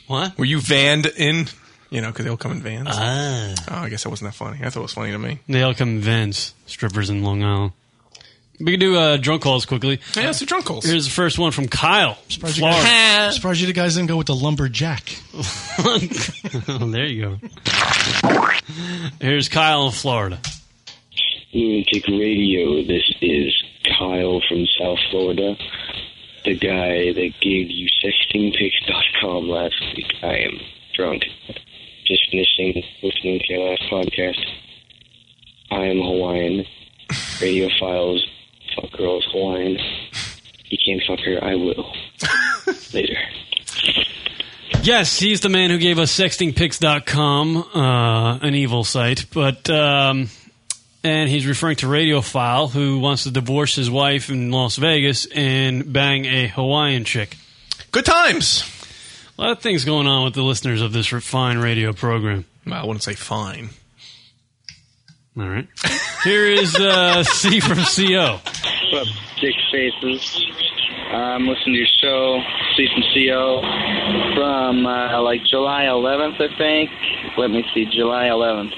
S8: What?
S7: Were you vanned in? You know, because they all come in vans.
S8: Ah.
S7: Oh, I guess that wasn't that funny. I thought it was funny to me.
S8: They all come Vans, strippers in Long Island. We can do uh, drunk calls quickly.
S7: Yeah, let's do drunk calls.
S8: Here's the first one from Kyle. (laughs)
S9: Surprised you,
S8: Florida.
S9: guys, surprised you the guys didn't go with the lumberjack.
S8: oh, there you go. Here's Kyle in
S7: (laughs)
S8: Florida.
S2: Lunatic Radio. This is Kyle from South Florida, the guy that gave you sextingpics.com last week. I am drunk. Just finishing listening to your last podcast. I am Hawaiian. Radiophiles fuck girls Hawaiian. You can't fuck her. I will. Later.
S8: Yes, he's the man who gave us sextingpics.com, uh, an evil site, but um, and he's referring to Radiophile, who wants to divorce his wife in Las Vegas and bang a Hawaiian chick.
S7: Good times.
S8: A lot of things going on with the listeners of this fine radio program.
S7: I wouldn't say fine.
S8: All right. Here is uh, (laughs) C from CO.
S11: What up, Dick Faces? I'm listening to your show, see from CO, from uh, like July 11th, I think. Let me see, July 11th.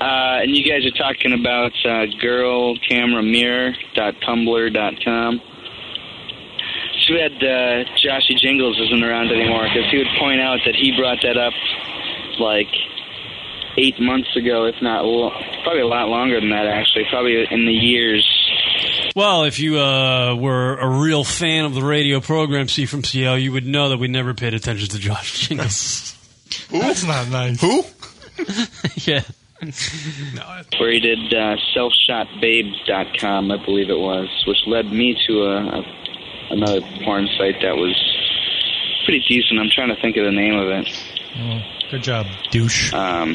S11: Uh, and you guys are talking about uh, girlcameramirror.tumblr.com. Too bad uh, Joshy Jingles isn't around anymore because he would point out that he brought that up like eight months ago, if not lo- probably a lot longer than that, actually, probably in the years
S8: Well, if you uh, were a real fan of the radio program C from CL, you would know that we never paid attention to Josh
S7: (laughs)
S8: Jingles.
S9: Who? That's not nice.
S7: Who?
S9: (laughs)
S8: yeah.
S11: where he did uh, selfshotbabes.com, I believe it was, which led me to a, a another porn site that was pretty decent. I'm trying to think of the name of it.
S9: Oh, Good job, douche.
S11: Um,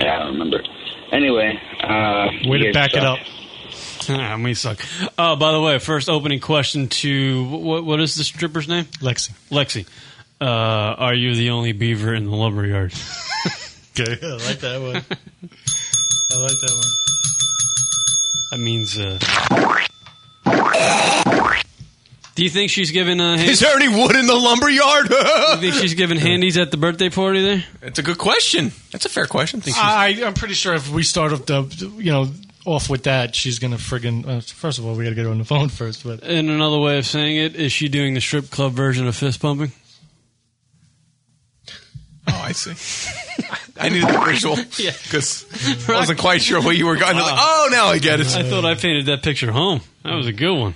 S11: yeah, I don't remember. Anyway, uh,
S8: Way to
S11: you guys
S8: back it
S11: suck.
S8: up. Ah, we suck. Oh, by the way, first opening question to what? What is the stripper's name?
S9: Lexi.
S8: Lexi, uh, are you the only beaver in the
S9: (laughs)
S8: lumber yard?
S9: Okay, (laughs) (laughs) I like that one. I like that one.
S8: That means. Uh, do you think she's giving? Uh,
S7: Is there any wood in the lumber yard?
S8: Do you think she's giving handies at the birthday party there?
S7: It's a good question. That's a fair question.
S9: I, I'm pretty sure if we start off the, you know, off with that, she's gonna friggin'. Uh, first of all, we gotta get her on the phone first. But
S8: In another way of saying it, is she doing the strip club version of fist pumping?
S7: (laughs) oh, I see. I needed the
S8: (laughs)
S7: visual because I wasn't quite sure where you were going. Like,
S8: Wow.
S7: oh, now I get it.
S8: Ah. I thought I painted that picture home. That was a good one.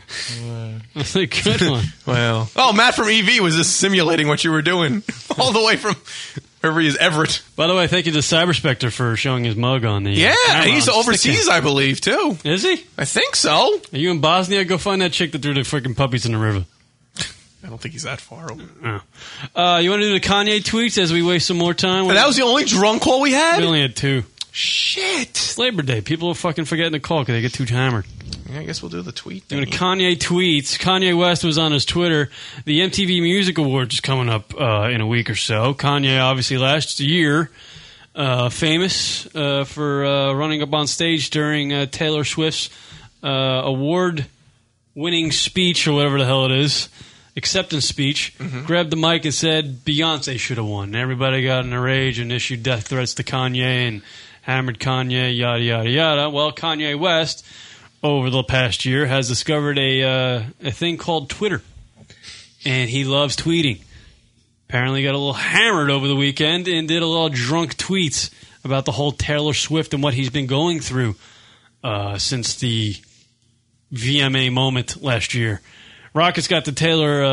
S8: That's a good one.
S7: (laughs) Well, oh, Matt from EV was just simulating what you were doing (laughs) all the way from wherever he is, Everett.
S8: By the way, thank you to Cyberspector for showing his mug on the. uh,
S7: Yeah,
S8: camera.
S7: he's
S8: I'm
S7: overseas,
S8: sticking-
S7: I believe, too.
S8: Is he?
S7: I think so.
S8: Are you in Bosnia? Go find that chick that threw the freaking puppies in the river.
S7: I don't think he's that far over.
S8: Uh, you want to do the Kanye tweets as we waste some more time?
S7: And that was the only drunk call we had?
S8: We only had two.
S7: Shit.
S8: It's Labor Day. People are fucking forgetting to call because they get too hammered.
S7: Yeah, I guess we'll do the tweet.
S8: Doing a Kanye tweets. Kanye West was on his Twitter. The MTV Music Awards is coming up uh, in a week or so. Kanye, obviously, last year, uh, famous uh, for uh, running up on stage during uh, Taylor Swift's uh, award winning speech or whatever the hell it is, acceptance speech, grabbed the mic and said Beyonce should have won. And Everybody got in a rage and issued death threats to Kanye and hammered Kanye, yada yada yada. Well, Kanye West over the past year has discovered a uh, a thing called Twitter, and he loves tweeting. Apparently, got a little hammered over the weekend and did a little drunk tweets about the whole Taylor Swift and what he's been going through uh, since the VMA moment last year. Rocket's got the Taylor uh,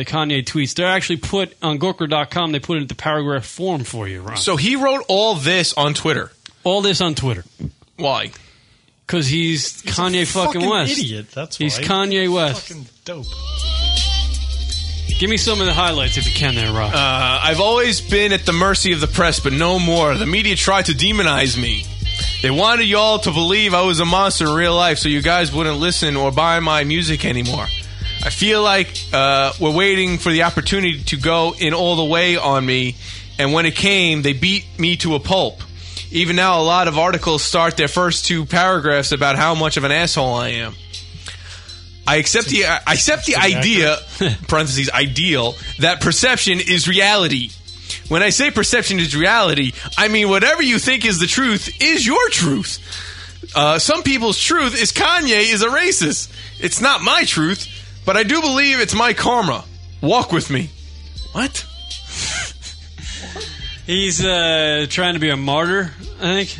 S8: uh, Kanye tweets. They're actually put on Gawker.com. They put it into paragraph form for you, Rocket.
S7: So he wrote all this on Twitter.
S8: All this on Twitter.
S7: Why?
S8: Because he's, Kanye fucking,
S9: fucking
S8: West.
S9: idiot, that's
S8: he's
S9: why.
S8: Kanye West.
S9: fucking dope.
S8: Give me some of the highlights if you can, there, Rock.
S7: Uh, I've always been at the mercy of the press, but no more. The media tried to demonize me. They wanted y'all to believe I was a monster in real life, so you guys wouldn't listen or buy my music anymore. I feel like uh, we're waiting for the opportunity to go in all the way on me, and when it came, they beat me to a pulp. Even now, a lot of articles start their first two paragraphs about how much of an asshole I am. I accept the I accept the idea parentheses ideal that perception is reality. When I say perception is reality, I mean whatever you think is the truth is your truth. Uh, some people's truth is Kanye is a racist. It's not my truth, but I do believe it's my karma. Walk with me. What?
S8: He's uh, trying to be a martyr, I think.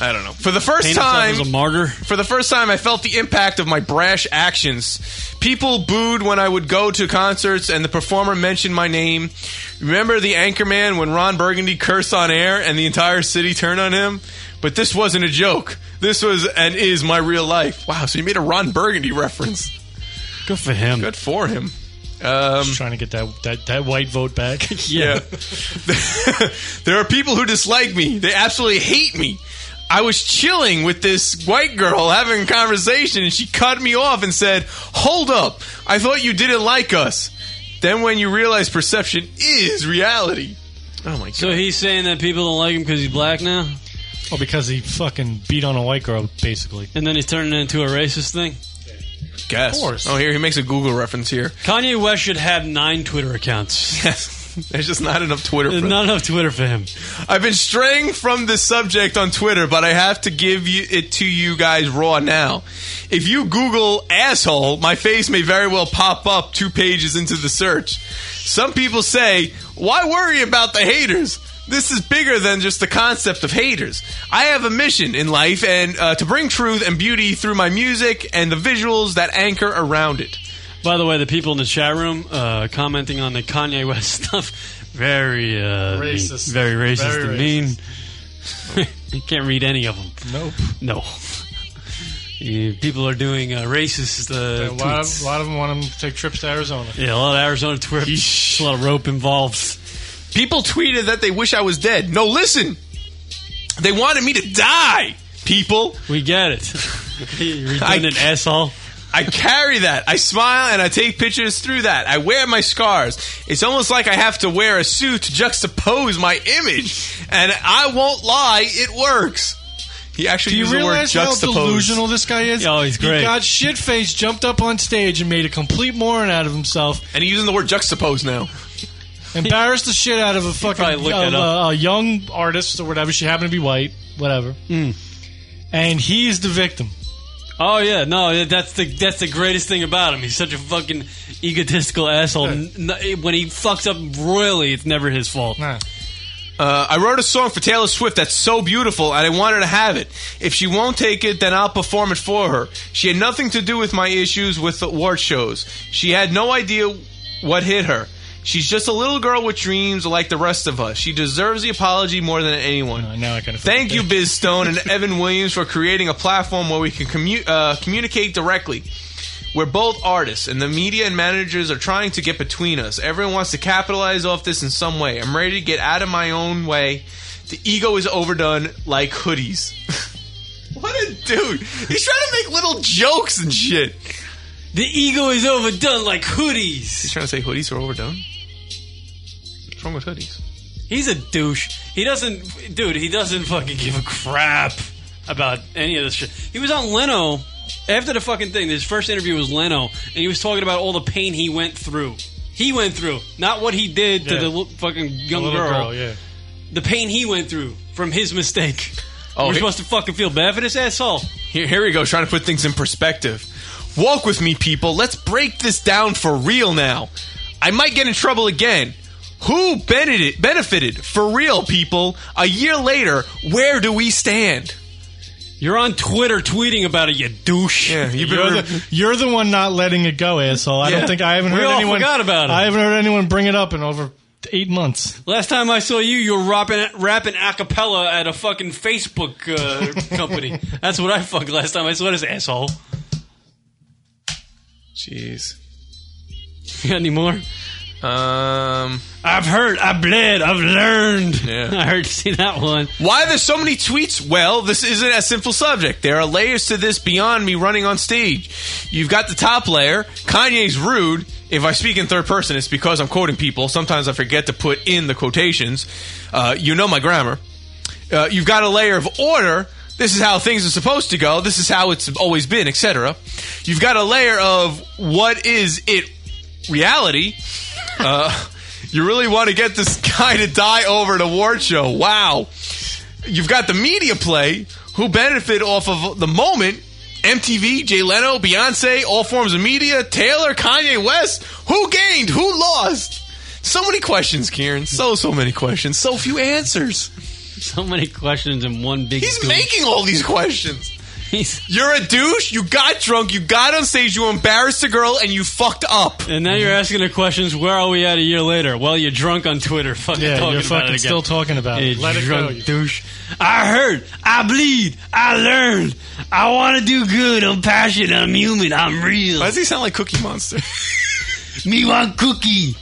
S7: I don't know. For the first
S8: Paint himself
S7: time,
S8: as a martyr.
S7: For the first time, I felt the impact of my brash actions. People booed when I would go to concerts, and the performer mentioned my name. Remember the Anchorman when Ron Burgundy cursed on air, and the entire city turned on him. But this wasn't a joke. This was and is my real life. Wow! So you made a Ron Burgundy reference.
S8: Good for him.
S7: Good for him. Um,
S9: Just trying to get that, that, that white vote back. (laughs)
S7: Yeah. (laughs) there are people who dislike me. They absolutely hate me. I was chilling with this white girl having a conversation and she cut me off and said, Hold up. I thought you didn't like us. Then when you realize perception is reality. Oh my god.
S8: So he's saying that people don't like him because he's black now,
S9: Well, Oh, because he fucking beat on a white girl, basically.
S8: and then he's turning it into a racist thing.
S7: Guess.
S8: Of course.
S7: Oh, here, he makes a Google reference here.
S8: Kanye West should have nine Twitter
S7: (laughs)
S8: accounts.
S7: Yes. There's just not enough Twitter
S8: There's
S7: for
S8: not enough Twitter for him.
S7: I've been straying from this subject on Twitter, but I have to give you, it to you guys raw now. If you Google asshole, my face may very well pop up two pages into the search. Some people say, why worry about the haters? This is bigger than just the concept of haters. I have a mission in life, and uh, to bring truth and beauty through my music and the visuals that anchor around it.
S8: By the way, the people in the chat room uh, commenting on the Kanye West (laughs) stuff, very uh,
S9: Racist.
S8: very racist
S9: Very
S8: and mean. (laughs) you can't read any of them.
S9: Nope.
S8: No. (laughs) You- people are doing uh, racist
S9: a,
S8: uh,
S9: lot
S8: tweets.
S9: of, a lot of them want him to take trips to Arizona.
S8: yeah, a lot of Arizona twerps, a lot of rope involved.
S7: People tweeted that they wish I was dead. No, listen. They wanted me to die, people.
S8: We get it. (laughs) redundant asshole.
S7: I carry that. I smile and I take pictures through that. I wear my scars. It's almost like I have to wear a suit to juxtapose my image. And I won't lie, it works. He actually
S9: Do you
S7: used the word
S9: realize how
S7: juxtapose.
S9: delusional this guy is?
S7: Oh, he's great.
S9: He got shit faced, jumped up on stage, and made a complete moron out of himself.
S7: And he's using the word juxtapose now.
S9: Embarrassed the shit out of a fucking
S7: probably looked
S9: uh,
S7: that up.
S9: uh, a young artist or whatever. She happened to be white, whatever.
S7: Hmm.
S9: And he's the victim.
S8: Oh yeah, no, that's the that's the greatest thing about him. He's such a fucking egotistical asshole. N- n- when he fucks up royally, it's never his fault.
S7: Uh, I wrote a song for Taylor Swift that's so beautiful, and I want her to have it. If she won't take it, then I'll perform it for her. She had nothing to do with my issues with the award shows. She had no idea what hit her. She's just a little girl with dreams like the rest of us. She deserves the apology more than anyone.
S9: now I kind of
S7: Thank you, Biz
S9: (laughs)
S7: Stone and Evan Williams, for creating a platform where we can commu- uh, communicate directly. We're both artists, and the media and managers are trying to get between us. Everyone wants to capitalize off this in some way. I'm ready to get out of my own way. The ego is overdone like hoodies. (laughs) what a dude! He's trying to make little jokes and shit.
S8: The ego is overdone like hoodies.
S7: He's trying to say hoodies are overdone. What's wrong with hoodies?
S8: He's a douche. He doesn't, dude. He doesn't fucking give a crap about any of this shit. He was on Leno after the fucking thing. His first interview was Leno, and he was talking about all the pain he went through. He went through, not what he did to
S9: Yeah.
S8: the li- fucking young
S9: little
S8: girl.
S9: girl, yeah.
S8: The pain he went through from his mistake.
S7: Oh,
S8: We're
S7: he-
S8: supposed to fucking feel bad for this asshole.
S7: Here, here we go, trying to put things in perspective. Walk with me, people. Let's break this down for real now. I might get in trouble again. Who benefited, benefited for real, people? A year later, where do we stand?
S8: You're on Twitter tweeting about it, you douche.
S7: Yeah, you've been
S9: You're the, you're the one not letting it go, asshole. I
S8: Yeah.
S9: don't think I haven't
S8: We
S9: heard
S8: all
S9: anyone.
S8: forgot about it.
S9: I haven't heard anyone bring it up in over eight months.
S8: Last time I saw you, you were rapping, rapping a cappella at a fucking Facebook uh,
S7: (laughs)
S8: company. That's what I fucked last time I saw this asshole.
S7: Jeez.
S8: You got any more?
S7: Um,
S8: I've heard, I bled, I've learned.
S7: Yeah.
S8: (laughs) I heard, see that one.
S7: Why there's so many tweets? Well, this isn't a simple subject. There are layers to this beyond me running on stage. You've got the top layer. Kanye's rude. If I speak in third person, it's because I'm quoting people. Sometimes I forget to put in the quotations. Uh, you know my grammar. Uh, you've got a layer of order. This is how things are supposed to go. This is how it's always been, etc. You've got a layer of what is it reality. Uh, (laughs) you really want to get this guy to die over an award show. Wow. You've got the media play who benefit off of the moment. MTV, Jay Leno, Beyonce, all forms of media, Taylor, Kanye West. Who gained? Who lost? So many questions, Kieran. So, so many questions. So few answers.
S8: So many questions in one big.
S7: He's
S8: douche.
S7: making all these questions. You're a douche. You got drunk. You got on stage. You embarrassed a girl, and you fucked up.
S8: And now you're asking the questions. Where are we at a year later? Well, you're drunk on Twitter. Fucking
S9: Yeah,
S8: talking
S9: you're
S8: about
S9: fucking
S8: it again.
S9: still talking about
S8: You
S9: it. Let it go,
S8: drunk
S9: you-
S8: douche. I heard. I bleed. I learned. I want to do good. I'm passionate. I'm human. I'm real.
S7: Why does he sound like Cookie Monster?
S8: (laughs) Me want cookie.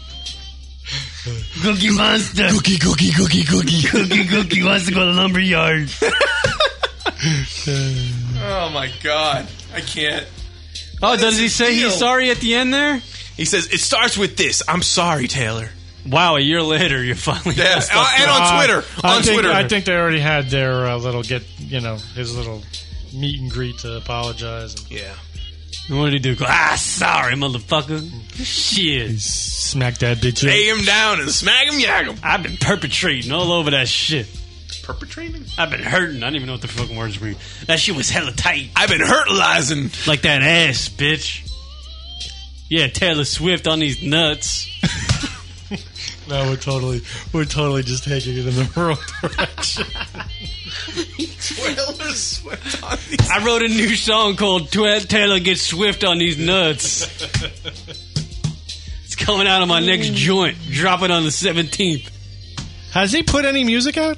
S8: Cookie monster. Cookie, cookie, cookie, cookie. (laughs) Cookie, cookie wants to go to (laughs) lumberyard.
S7: Oh my god, I can't.
S8: Oh, does he say he's
S7: deal?
S8: sorry at the end there?
S7: He says it starts with this. I'm sorry, Taylor.
S8: Wow, a year later, you're (laughs) finally.
S7: Yeah,
S8: messed up.
S7: Uh,
S8: Uh,
S7: and on Twitter,
S9: Uh, I
S7: on
S9: think,
S7: Twitter.
S9: I think they already had their uh, little get, you know, his little meet and greet to apologize. And
S7: yeah.
S8: And what did he do? Go, ah, sorry, motherfucker. Shit.
S9: Smack that bitch up.
S7: Lay him down and smack him, yak him.
S8: I've been perpetrating all over that shit.
S7: Perpetrating?
S8: I've been hurting. I don't even know what the fucking words mean. That shit was hella tight.
S7: I've been hurtalizing.
S8: Like that
S7: (laughs)
S8: ass, bitch. Yeah, Taylor Swift on these nuts.
S9: No, we're totally we're totally just taking it in the (laughs) wrong direction.
S7: (laughs) Taylor Swift on the
S8: I wrote a new song called Tw- Taylor Gets Swift on These Nuts. It's coming out of my next joint. Drop it on the 17th.
S9: Has he put any music out?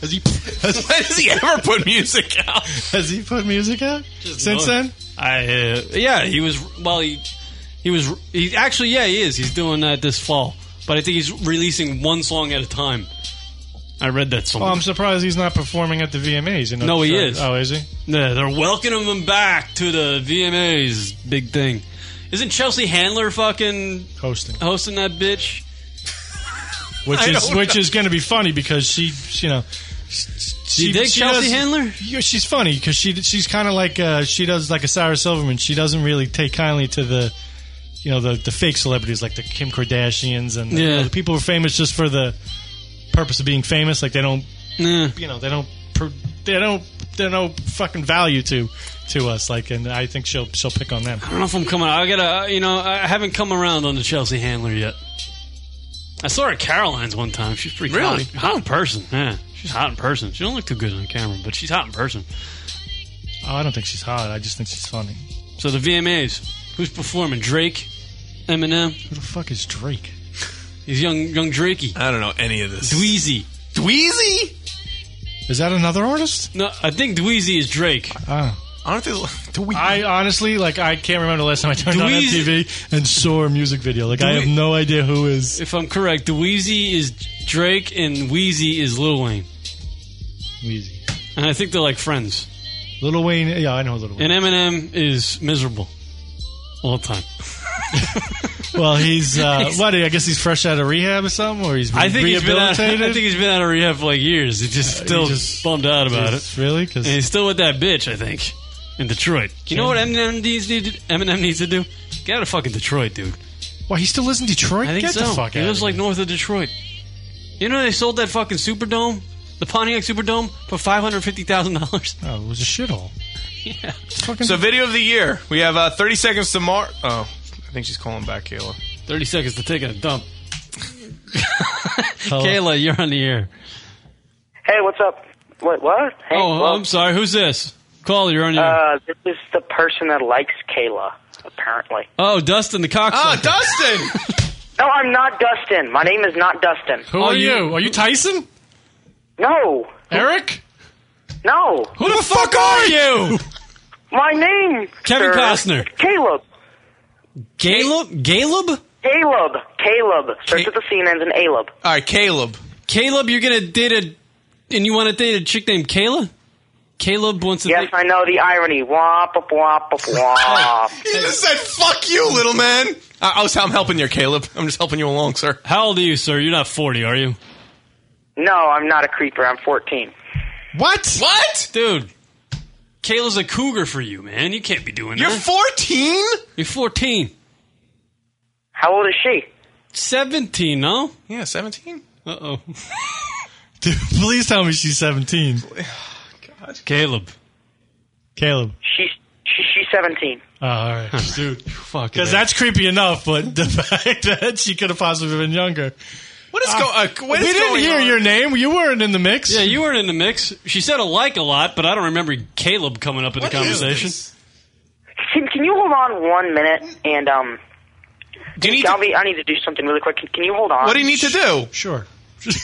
S7: Has he?
S8: (laughs)
S7: Has, has he ever put music out?
S9: Has he put music out since
S8: none.
S9: then?
S8: I uh, yeah, he was well he he was he actually yeah, he is. He's doing that this fall. But I think he's releasing one song at a time. I read that
S9: Oh,
S8: somewhere.
S9: I'm surprised he's not performing at the VMAs. You know,
S8: no, he
S9: sure.
S8: is.
S9: Oh, is he?
S8: Yeah, they're welcoming him back to the VMAs. Big thing. Isn't Chelsea Handler fucking
S9: hosting
S8: hosting that bitch?
S9: (laughs) which
S8: I
S9: is
S8: don't
S9: which
S8: know.
S9: is going to be funny because she, you know, she,
S8: dig Chelsea
S9: does-
S8: Handler?
S9: Yeah, she's funny because she she's kind of like uh, she does like a Sarah Silverman. She doesn't really take kindly to the. You know the the fake celebrities like the Kim Kardashians and the, you
S8: Yeah.
S9: know, the people who are famous just for the purpose of being famous. Like they don't, you know, they don't per, they don't they no fucking value to to us. Like, and I think she'll she'll pick on them.
S8: I don't know if I'm coming. I gotta, uh, you know, I haven't come around on the Chelsea Handler yet. I saw her at Caroline's one time. She's pretty
S7: Really?
S8: hot, hot in person. Yeah, she's hot in person. She don't look too good on camera, but she's hot in person.
S9: Oh, I don't think she's hot. I just think she's funny.
S8: So the VMAs, who's performing? Drake, Eminem.
S9: Who the fuck is Drake?
S8: (laughs) He's young, young Drakey.
S7: I don't know any of this.
S8: Dweezy.
S7: Dweezy?
S9: Is that another artist?
S8: No, I think Dweezy is Drake.
S9: Oh.
S7: Aren't they? (laughs) Dweezy.
S9: I honestly like I can't remember the last time I turned on
S8: Dweezy.
S9: MTV and saw a music video. Like I have
S8: Dwe-
S9: no idea who is.
S8: If I'm correct, Dweezy is Drake and Wheezy is Lil Wayne.
S9: Wheezy.
S8: And I think they're like friends.
S9: Little Wayne. Yeah, I know Little Wayne.
S8: And Eminem is miserable all the time.
S9: (laughs) Well, he's
S8: (laughs)
S9: uh, what? I guess he's fresh out of rehab or something, or he's re-
S8: I think he's been out. (laughs) I
S9: rehabilitated. Uh,
S8: think he's been out of rehab for like years. He's just
S9: he
S8: still
S9: just-
S8: bummed out about
S9: just-
S8: it.
S9: really? 'Cause-
S8: and he's still with that bitch. I think in Detroit. You know what Eminem needs to do? Eminem needs to do? Get out of fucking Detroit, dude.
S9: Why he still lives in Detroit?
S8: I think
S9: Get
S8: so.
S9: the fuck
S8: he
S9: out.
S8: lives like north of Detroit. You know they sold that fucking Superdome, the Pontiac Superdome, for five hundred fifty thousand dollars.
S9: Oh, it was a shithole.
S8: (laughs) Yeah.
S7: So video of the year. We have uh, 30 seconds to mark. Oh, I think she's calling back Kayla.
S8: 30 seconds to take a dump.
S7: Hello.
S8: Kayla, you're on the air.
S6: Hey, what's up? What? What? Hey,
S8: oh,
S6: well,
S8: I'm sorry. Who's this? Call, you're on your.
S6: Uh, this is the person that likes Kayla, apparently.
S8: oh, Dustin the cocksucker.
S6: Ah,
S7: Dustin!
S6: (laughs)
S7: Oh,
S6: No, I'm not Dustin. My name is not Dustin.
S9: Who are you? Are you Tyson?
S6: No.
S9: Eric?
S6: No.
S8: Who the fuck are you?
S6: My name.
S8: Kevin
S6: sir,
S8: Costner.
S6: Caleb.
S8: Caleb? Caleb?
S6: Caleb. Caleb. Search at the scene ends in Caleb.
S7: All right, Caleb.
S8: Caleb, you're gonna date a, and you want to date a chick named Kayla? Caleb wants to.
S6: Yes, I know the irony. Womp, womp, womp,
S7: (laughs)
S6: womp.
S7: He just said, "Fuck you, little man." I, I was, I'm helping you, Caleb. I'm just helping you along, sir.
S8: How old are you, sir? You're not 40, are you?
S6: No, I'm not a creeper. I'm 14.
S9: What?
S7: What?
S8: Dude, Kayla's a cougar for you, man. You can't be doing
S7: You're
S8: that.
S7: 14.
S8: You're 14.
S6: How old is she?
S8: 17, no?
S7: Yeah, 17.
S8: Uh oh.
S9: (laughs) Dude, please tell me she's seventeen.
S7: Oh,
S8: Caleb.
S9: Caleb.
S6: She's she, she's 17.
S9: Oh, all
S8: (laughs)
S9: right, dude.
S8: Fuck.
S9: Because that's creepy enough, but the (laughs) fact that she could have possibly been younger.
S7: What is, go- uh, what
S9: we
S7: is
S9: didn't
S7: going
S9: hear
S7: on?
S9: your name. You weren't in the mix.
S8: Yeah, you weren't in the mix. She said a like a lot, but I don't remember Caleb coming up in
S7: What
S8: the
S7: is
S8: conversation.
S6: Can, can you hold on one minute and um?
S7: Do you need
S6: I'll be, I need to do something really quick. Can, can you hold on?
S7: What do you need to do?
S9: Sure.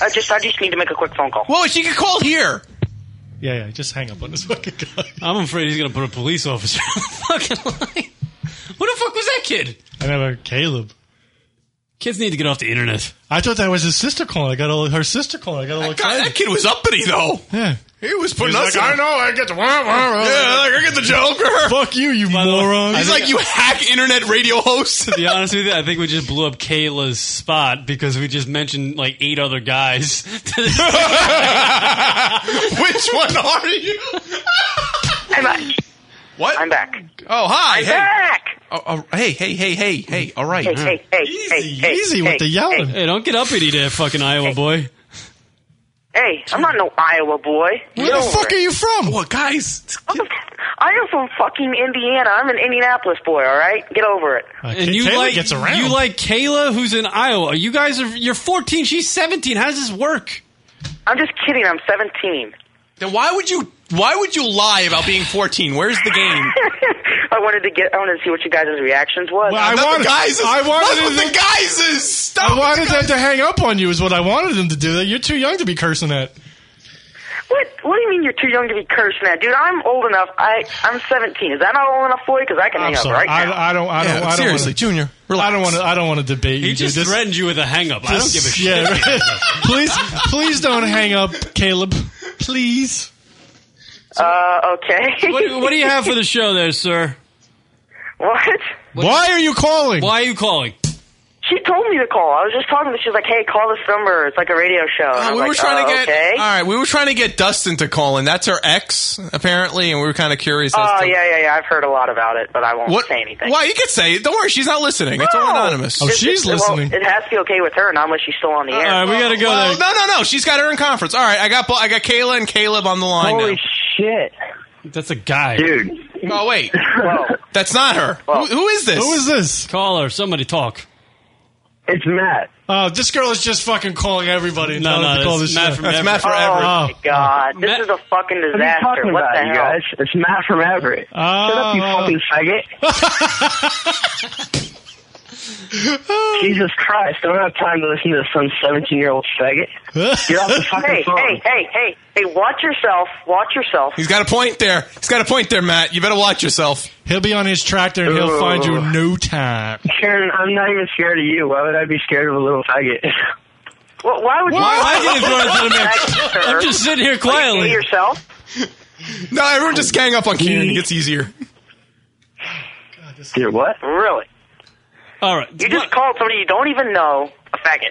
S6: I just I just need to make a quick phone call.
S7: Well, she could call here.
S9: Yeah, yeah. Just hang up on this (laughs) fucking guy.
S8: I'm afraid he's going to put a police officer on the fucking line. Who the fuck was that kid?
S9: I never Caleb.
S8: Kids need to get off the internet.
S9: I thought that was his sister calling. I got all her sister calling. I got all
S7: God,
S9: excited.
S7: that kid was uppity though.
S9: Yeah.
S7: He was
S9: He's
S7: putting us.
S9: like,
S7: on.
S9: "I know, I get the wah, wah, wah."
S7: Yeah, like I get the
S9: (laughs)
S7: Joker.
S9: Fuck you, you moron.
S8: (laughs)
S7: He's like you hack internet radio host.
S8: To be honest with you, I think we just blew up Kayla's spot because we just mentioned like eight other guys. (laughs) To this
S7: Which one are you?
S6: I'm back.
S7: What?
S6: I'm back.
S7: Oh, hi.
S6: I'm
S7: hey.
S6: back.
S7: Oh, oh, hey, hey, hey, hey, hey. All right.
S6: Hey, hey, hey, hey, hey, hey, Hey,
S8: hey, don't get uppity there, fucking Iowa boy.
S6: hey, I'm not no Iowa boy.
S9: Where the fuck are you from?
S7: What, guys?
S6: I'm, (laughs) I am from fucking Indiana. I'm an Indianapolis boy. All right, get over it.
S7: Uh,
S8: and you like you like Kayla, who's in Iowa. You guys are you're 14. She's 17. How does this work?
S6: I'm just kidding. I'm 17.
S7: Then why would you why would you lie about being 14? Where's the
S6: (laughs)
S7: game?
S6: I wanted to get. I wanted to see what you guys' reactions was.
S9: Well, I wanted, I wanted them- I wanted them to hang up on you. Is what I wanted them to do. You're too young to be cursing at.
S6: What? What do you mean you're too young to be cursing at, dude? I'm old enough. I I'm 17. Is that not old enough for you? Because I can
S9: I'm
S6: hang up
S9: sorry.
S6: right now.
S9: I, I don't. I don't.
S6: Yeah,
S9: I don't
S7: seriously,
S9: wanna,
S7: Junior.
S9: I don't want to. I don't want to debate
S8: He
S9: you.
S8: just
S9: dude. This-
S8: threatened you with a hang up. I don't give a
S9: this-
S8: shit.
S9: Yeah,
S8: (laughs)
S9: please, please don't hang up, Caleb. Please.
S6: Uh, okay.
S8: what, do- what do you have for the show there, sir?
S6: What? (laughs)
S9: Why are you calling?
S8: Why are you calling?
S6: She told me to call. I was just talking to. She was like, "Hey, call this number. It's like a radio show." And I was
S7: Uh, we
S6: like,
S7: were trying
S6: "Oh,
S7: to get
S6: Okay.
S7: all right. We were trying to get Dustin to call in. That's her ex, apparently, and we were kind of curious.
S6: Oh
S7: as to
S6: yeah, yeah, yeah. I've heard a lot about it, but I won't
S7: What?
S6: say anything.
S7: Why you could say? it. Don't worry, she's not listening. It's all
S6: No. Oh,
S7: anonymous.
S6: It's- it's- well, it has to be okay with her, not unless she's still on the air.
S7: Well, No, no, no. She's got her in conference. All right, I got Bo- I got Kayla and Caleb on the line.
S6: Holy shit!
S8: That's a guy,
S7: dude. Oh
S6: (laughs)
S7: wait, that's not her. Who, who is this?
S8: Who is this? Call her. Somebody talk.
S23: It's Matt.
S9: Oh, this girl is just fucking calling everybody. and
S8: No,
S9: telling
S8: no,
S9: them to call
S8: that's
S9: this
S8: Matt
S9: show.
S8: from That's Everett. Matt from Everett.
S6: Oh, my God, this is a fucking
S23: What are you
S6: disaster.
S23: talking
S6: What
S23: about,
S6: the
S23: you
S6: hell?
S23: guys? It's Matt from Everett. Shut up,
S5: Uh,
S23: you
S9: Uh,
S5: (laughs)
S23: fucking faggot. Jesus Christ, I don't have time to listen to some 17 year old faggot. Get off
S6: (laughs)
S23: the fucking
S6: hey,
S23: phone.
S6: hey, hey, hey, hey! Watch yourself. Watch yourself.
S7: He's got a point there. He's got a point there, Matt. You better watch yourself.
S9: He'll be on his tractor and he'll find you in no time.
S23: Karen, I'm not even scared of you. Why would I be scared of a little faggot?
S6: Well, why would
S23: Why-
S6: you?
S23: why did it throw us in the mix?
S6: Sir,
S23: I'm just sitting here
S6: are you kidding
S23: quietly.
S6: yourself.
S7: No, everyone just gang up on Karen. It gets
S6: (laughs)
S7: easier.
S23: Dude, what?
S6: Really?
S8: All right.
S6: You just called somebody you don't even know a faggot.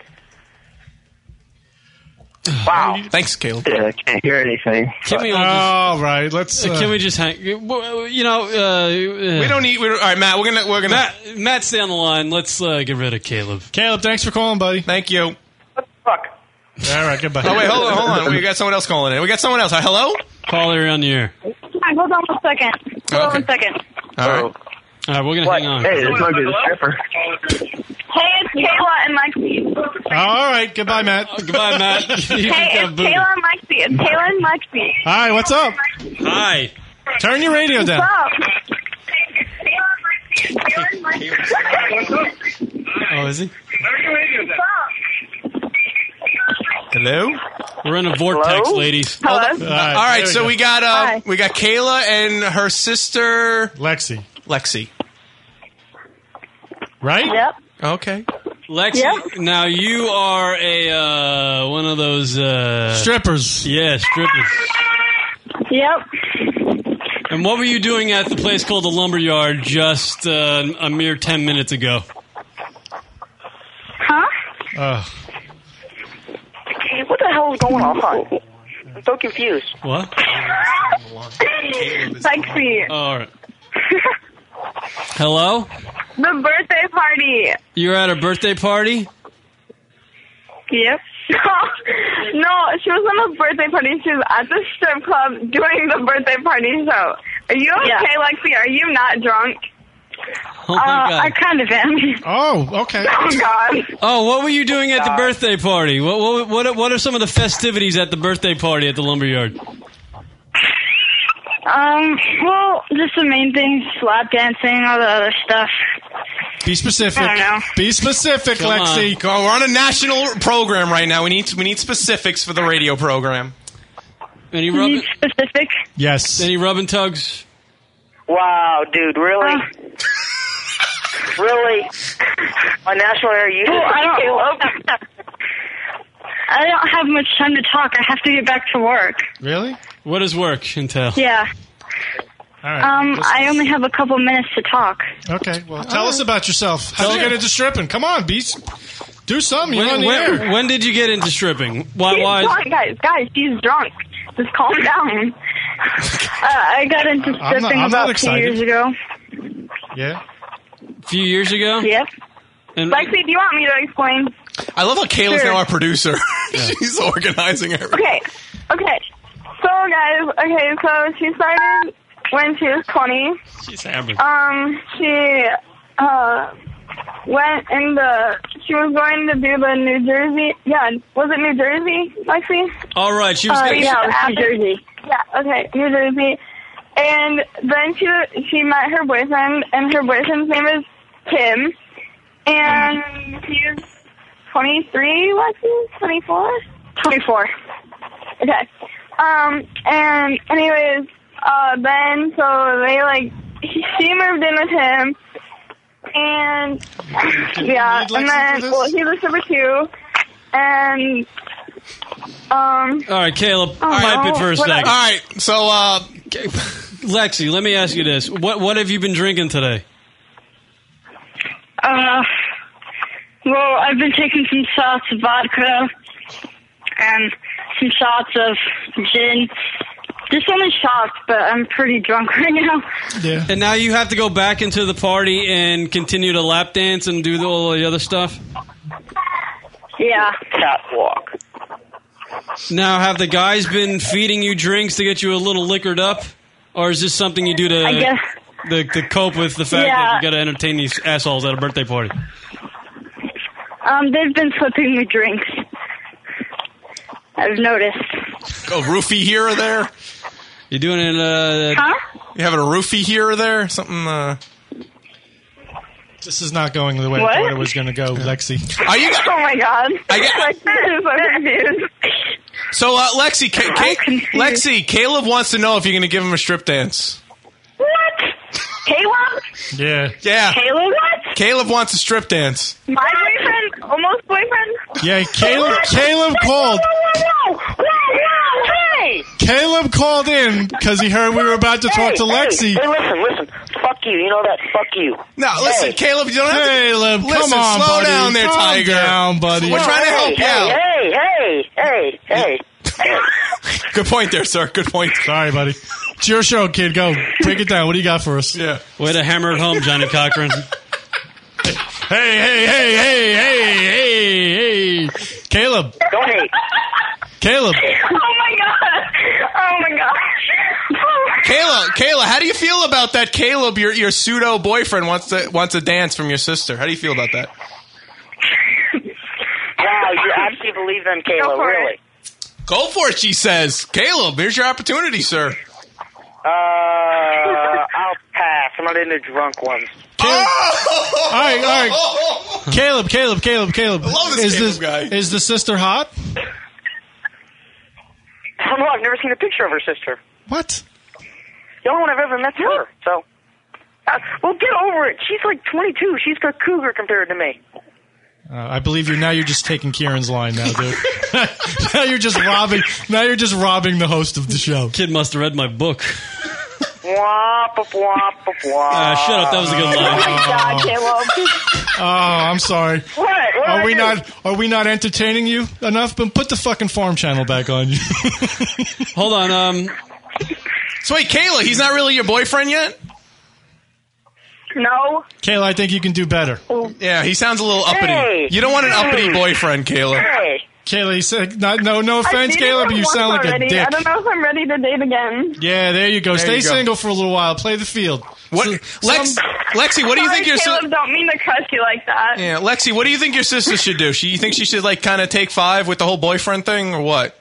S6: Wow.
S7: Thanks, Caleb.
S23: Yeah, I can't hear anything.
S8: Can we all just-
S9: all right, let's.
S8: Uh, Can we just hang? You know, uh,
S7: we don't need. We're, all right, Matt. We're gonna. We're gonna.
S8: Matt, Matt, stay on the line. Let's uh, get rid of Caleb.
S9: Caleb, thanks for calling, buddy.
S7: Thank you.
S9: All right, goodbye.
S7: Oh wait, hold on, hold on. We got someone else calling in. We got someone else. Uh, Hello.
S8: Caller on the air.
S10: Hi, hold on one second. Hold on one second.
S7: All right. All
S8: right, we're gonna hang on.
S23: Hey, this might be the stripper.
S10: Hey, it's Kayla and Lexi.
S9: All right, goodbye, Matt.
S8: (laughs)
S9: (laughs)
S8: goodbye, Matt.
S10: (laughs) hey, it's Kayla and Lexi. It's Kayla and Lexi.
S9: Hi, what's up?
S8: Hi.
S9: Turn your radio
S10: What's
S9: down.
S10: up? Kayla and Lexi. Kayla and Lexi.
S8: Oh, is he?
S7: Hello.
S8: We're in a vortex, ladies.
S7: Hold on.
S8: All
S7: All right, so we got uh,
S8: Hi.
S7: we got Kayla and her sister
S9: Lexi.
S7: Lexi.
S9: Right.
S10: Yep.
S7: Okay.
S8: Lexi, now you are a uh, one of those uh,
S9: Strippers.
S8: Yeah, strippers.
S10: Yep.
S8: And what were you doing at the place called the Lumberyard just uh, a mere ten minutes ago?
S10: Huh?
S9: Uh,
S6: Hey, what the hell is going on? I'm so confused.
S8: What?
S10: Lexi,
S8: All
S10: (laughs)
S8: right. Hello.
S10: the birthday party.
S8: You're at a birthday party.
S10: Yep. (laughs) no, she was on a birthday party. She was at the strip club during the birthday party show. Are you okay,
S14: Yeah.
S10: Lexi? Are you not drunk?
S8: Oh,
S10: uh,
S8: my God.
S10: I kind of am.
S9: Oh, okay.
S10: Oh, God. Uh,
S8: Oh, what were you doing at the
S10: God.
S8: birthday party? What what what what are some of the festivities at the birthday party at the lumberyard?
S14: Um, well, just the main things, lap dancing, all the other stuff.
S9: Be specific.
S14: I don't know.
S9: Be specific,
S7: Come
S9: Lexi.
S7: on. Go- We're on a national program right now. We need we need specifics for the radio program.
S8: Any rubbing?
S14: Specific?
S9: Yes.
S8: Any rubbing tugs?
S6: Wow, dude, really?
S8: Uh.
S6: really? On national air, you
S14: Well, I don't. I don't have much time to talk. I have to get back to work.
S9: Really?
S8: What does work entail?
S14: Yeah.
S9: Oh. All right.
S14: Um, I only have a couple minutes to talk.
S9: Okay. Well, tell us about yourself. How'd you get into stripping? Come on, beast. Do something. You're on
S8: When,
S9: the
S8: when-
S9: air.
S8: when did you get into stripping? Why?
S14: She's
S8: why
S14: drunk,
S10: guys, guys, she's drunk. Just calm down.
S14: (laughs) Uh, I got into
S8: not-
S14: stripping
S8: I'm
S14: about
S8: not
S14: two
S8: excited.
S14: years ago.
S9: Yeah.
S8: A few years ago.
S14: Yep.
S8: And
S10: Lexi, do you want me to explain?
S7: I love how Kayla's
S10: Sure.
S7: now our producer. (laughs) She's organizing everything.
S10: Okay, okay. So, guys, okay, so she started when she was 20.
S8: She's hammered.
S10: Um, she uh, went in the. She was going to do the New Jersey. Yeah, was it New Jersey, Lexi?
S8: All right, she was.
S10: Uh,
S8: gonna-
S10: yeah, it was New Jersey. Yeah, okay, New Jersey. And then she she met her boyfriend, and her boyfriend's name is Tim, and he's 23, Lexi, 24, 24. Okay. Um. And anyways, uh, then so they like he, she moved in with him, and yeah,
S8: need Lexi for
S10: and then
S8: this?
S10: well, he was number two, and um.
S8: All right, Caleb,
S10: Oh,
S8: pipe
S10: no.
S8: it for a
S10: What
S8: second.
S10: else? All
S7: right, so uh,
S8: (laughs) Lexi, let me ask you this: what what have you been drinking today?
S14: Uh, well, I've been taking some shots of vodka and some shots of gin. Just only shots, but I'm pretty
S10: (laughs)
S14: drunk right now.
S8: Yeah. And now you have to go back into the party and continue to lap dance and do all the other stuff.
S14: Yeah.
S8: Catwalk. Now, have the guys been feeding you drinks to get you a little liquored up, or is this something you do to
S14: I guess-
S8: to, to cope with the fact
S14: Yeah.
S8: that you got to entertain these assholes at a birthday party?
S14: Um, they've been slipping me drinks. I've noticed.
S7: A roofie here or there?
S8: You doing it? Uh,
S14: huh?
S7: You having a roofie here or there? Something. Uh...
S9: This is not going the way
S7: What?
S9: I thought it was going to
S8: (laughs)
S9: go, Lexi.
S7: Are you?
S10: Oh my god!
S7: I get-
S10: (laughs) Like, I'm so confused.
S7: So, uh, Lexi, Ca- Ca- Lexi, Caleb wants to know if you're going to give him a strip dance.
S10: Caleb,
S9: Yeah.
S7: Yeah.
S10: Caleb, what?
S7: Caleb wants a strip dance.
S10: My boyfriend, almost boyfriend.
S9: Yeah, Caleb. Caleb called.
S10: No, no,
S6: (laughs)
S10: no, hey!
S9: Caleb called in because he heard we were about to talk to Lexi.
S6: Hey, listen, listen. Fuck you. You know that. Fuck you.
S7: No, listen, Caleb, you don't have to.
S9: Caleb,
S7: listen,
S9: come on,
S7: slow
S9: buddy.
S7: down there,
S9: Calm
S7: Tiger.
S9: down, buddy.
S7: We're trying to help you out.
S6: Hey, hey, hey, hey, hey.
S7: Good point there, sir. Good point.
S9: Sorry, buddy. It's your show, kid. Go break it down. What do you got for us?
S7: Yeah.
S8: Way to hammer it home, Johnny Cochran.
S9: Hey, hey, hey, hey, hey, hey, hey, Caleb.
S6: Don't hate.
S9: Caleb.
S10: (laughs) Oh my god! Oh my god!
S7: Kayla, Kayla, how do you feel about that? Caleb, your your pseudo boyfriend wants to wants a dance from your sister. How do you feel about that?
S6: Wow, you actually believe them, Kayla?
S7: for it.
S6: (laughs) Really?
S7: Go for it, she says. Caleb, here's your opportunity, sir.
S6: Uh, I'll pass. I'm not into drunk ones.
S7: Oh!
S9: all right,
S6: (laughs)
S9: all right. Caleb, Caleb, Caleb, Caleb.
S6: I love this
S9: is
S6: Caleb
S9: this, guy. Is the sister hot?
S6: I don't know. I've never seen a picture of her sister.
S9: What?
S6: The only one I've ever met's her. So, uh, well, get over it. She's like 22. She's a cougar compared to me.
S9: Uh, I believe you now. You're just taking Kieran's line now, dude. (laughs) now you're just robbing. Now you're just robbing the host of the show.
S8: Kid must have read my book.
S6: Womp, womp, womp, womp.
S7: Ah,
S8: Uh, shut up. That was a good line.
S6: Oh my God, Caleb.
S9: (laughs) Oh, I'm sorry.
S6: What? What
S9: Are we
S6: did I do?
S9: not? Are we not entertaining you enough? But put the fucking farm channel back on. you.
S8: Hold on. Um,
S7: So wait, Kayla, he's not really your boyfriend yet.
S10: No.
S9: Kayla, I think you can do better.
S6: Oh,
S7: Yeah, he sounds a little uppity.
S9: Hey.
S7: you don't want an
S9: Hey.
S7: uppity boyfriend, Kayla.
S6: Hey.
S9: Kayla, you said, not, no, no offense,
S10: I've dated
S9: Kayla,
S10: her
S9: but you
S10: once
S9: sound like
S10: already.
S9: a dick.
S10: I don't know if I'm ready to date again.
S9: Yeah, there you go.
S7: There
S9: Stay
S7: you go.
S9: single for a little while. Play the field. What,
S7: Lex- Lexi, what do you
S10: Um, Sorry,
S7: think your
S10: Caleb,
S7: si-
S10: don't mean to crush you like that.
S7: Yeah, Lexi, what do you think your sister should do? She, you think she should like kind of take five with the whole boyfriend thing, or what?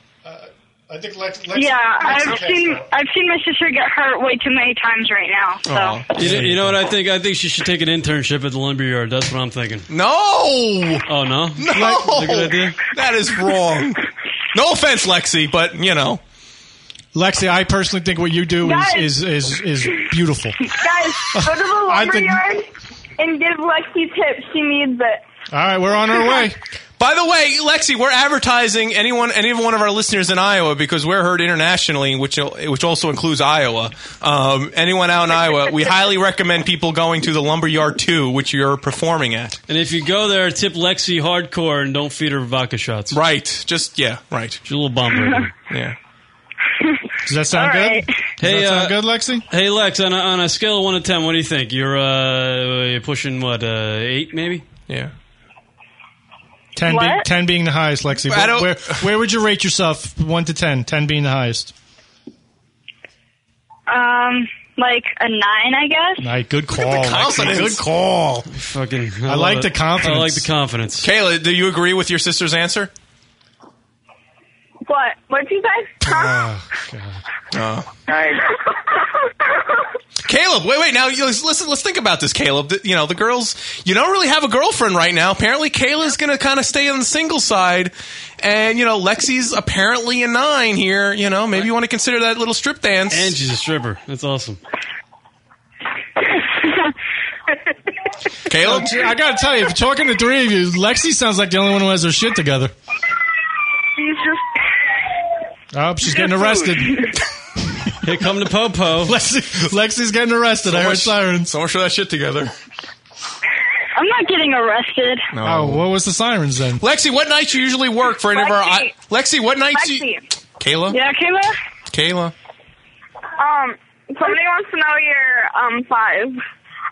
S9: I think Lex,
S14: yeah, I've
S9: okay,
S14: seen I've seen my sister get hurt way too many times right now. So
S8: you, know, you know what I think? I think she should take an internship at the lumberyard. That's what I'm thinking.
S7: No. Oh
S8: no.
S7: No. That is wrong. No offense, Lexi, but you know.
S9: Lexi, I personally think what you do
S10: Guys.
S9: is, is is is beautiful.
S10: Guys, go to the
S9: I think-
S10: lumberyard and give Lexi tips. She needs it.
S9: All right, we're on
S7: (laughs)
S9: our way.
S7: By the way, Lexi, we're advertising anyone, any one of our listeners in Iowa because we're heard internationally, which which also includes Iowa. Um, anyone out in Iowa,
S9: (laughs)
S7: we highly recommend people going to the Lumberyard Two, which you're performing at.
S8: And if you go there, tip Lexi hardcore and don't feed her vodka shots.
S7: Right. Just yeah. Right.
S8: She's a little bummer.
S7: yeah.
S9: Does that sound
S8: All
S9: good? Does
S8: Hey,
S9: that sound
S8: uh,
S9: good, Lexi?
S8: Hey Lex, on a, on a scale of one to ten, what do you think? You're uh, you're pushing what uh, eight maybe?
S7: Yeah.
S9: Ten,
S8: What?
S9: Being, ten being the highest, Lexi.
S8: I
S9: Where,
S8: don't-
S9: where, where would you rate yourself? One to ten. Ten being the highest.
S10: Um, like a nine, I guess.
S9: Night, good call.
S7: confidence.
S9: Good call.
S8: Fucking,
S9: I, like the confidence.
S8: I like the confidence.
S7: Kayla, do you agree with your sister's answer?
S10: What? What'd you guys? Huh?
S7: Oh. Caleb, wait, wait. Now, you- let's- listen. Let's think about this, Caleb. Th- You know, the girls. You don't really have a girlfriend right now. Apparently, Kayla's going to kind of stay on the single side, and you know, Lexi's apparently a nine here. You know, maybe you want to consider that little strip dance. And
S8: she's a stripper. That's awesome.
S7: Caleb,
S9: I gotta tell you, if you're talking to three of you, Lexi sounds like the only one who has her shit together.
S10: She's just
S9: Oh, she's getting arrested.
S8: (laughs) Here come the popo.
S9: Lexi, Lexi's getting arrested. I heard sirens.
S7: Someone show that shit together.
S10: I'm not getting arrested.
S9: Oh, what was the sirens then?
S7: Lexi, what nights you usually work for any of our? I- Lexi, what nights? You-
S10: Lexi.
S7: Kayla,
S10: Yeah, Kayla.
S9: (laughs)
S7: Kayla.
S10: Um, somebody wants to know your um five.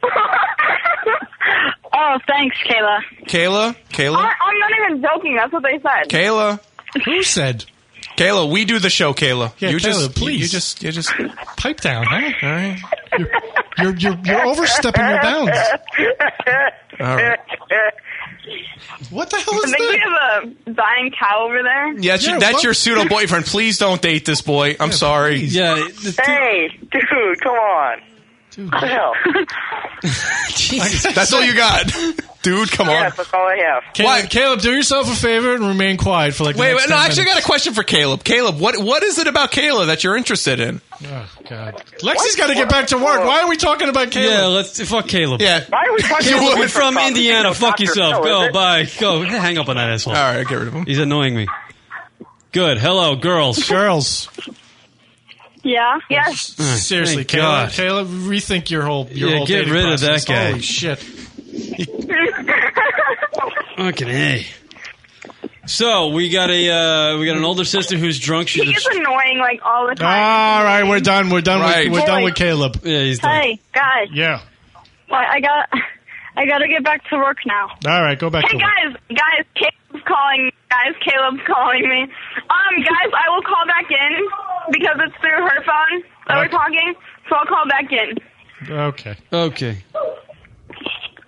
S10: (laughs) oh, thanks, Kayla.
S7: Kayla, Kayla,
S10: I, I'm not even joking. That's what they said.
S7: Kayla.
S9: Who said?
S7: Kayla, we do the show, Kayla.
S9: Yeah,
S7: you
S9: Kayla,
S7: just,
S9: please.
S7: You, you just, you just.
S9: Pipe down, huh? All right. You're, you're, you're, you're overstepping your bounds.
S7: All right.
S9: What the hell
S10: is I think we have a dying cow over there.
S7: Yeah, that's your- that's your pseudo boyfriend. Please don't date this boy. I'm sorry.
S8: Yeah.
S6: (laughs) Hey, dude, come on. What the hell?
S7: That's all you got. Dude, (laughs) come
S6: yeah,
S7: on.
S6: that's all I have.
S9: Caleb, Caleb, do yourself a favor and remain quiet for like. the
S7: Wait,
S9: next
S7: wait, no,
S9: 10
S7: I actually got a
S9: minutes.
S7: question for Caleb. Caleb, what what is it about Kayla that you're interested in?
S9: Oh God, Lexi's got to get back to work. Why are we talking about Caleb?
S8: Yeah, let's fuck Caleb.
S7: Yeah.
S6: Why are we talking
S8: Caleb, (laughs)
S6: about
S8: you're from
S6: Microsoft?
S8: Indiana.
S6: This is no
S8: Fuck
S6: Dr.
S8: yourself.
S6: Phil, is
S8: Go.
S6: it?
S8: Bye. Go. Hang up on that asshole. All
S7: right, get rid of him.
S8: He's annoying me. Good. Hello,
S9: (laughs)
S8: girls.
S9: Girls. Oh,
S10: Yeah. Yes.
S9: (sighs)
S7: Oh,
S9: Seriously,
S8: Thank
S9: Caleb,
S8: God.
S9: Caleb, rethink your whole your
S8: Yeah,
S9: whole
S8: get
S9: dating
S8: rid of
S9: process.
S8: that guy.
S9: Holy shit!
S8: Fucking a. So we got a uh, we got an older sister who's drunk. She's
S10: He's annoying like all the time.
S9: All right, we're done. We're done.
S8: Right.
S9: With, we're done
S10: Boy.
S9: with Caleb.
S8: Yeah, he's
S10: Hey guys,
S9: Yeah.
S10: I I got I got to get back to work now.
S9: All right, go back to
S10: Hey
S9: work.
S10: guys, guys, Caleb's calling. Guys, Caleb's calling me. Um, guys, I will call back in because it's through her phone that we're talking. So I'll call back in.
S9: Okay.
S8: Okay.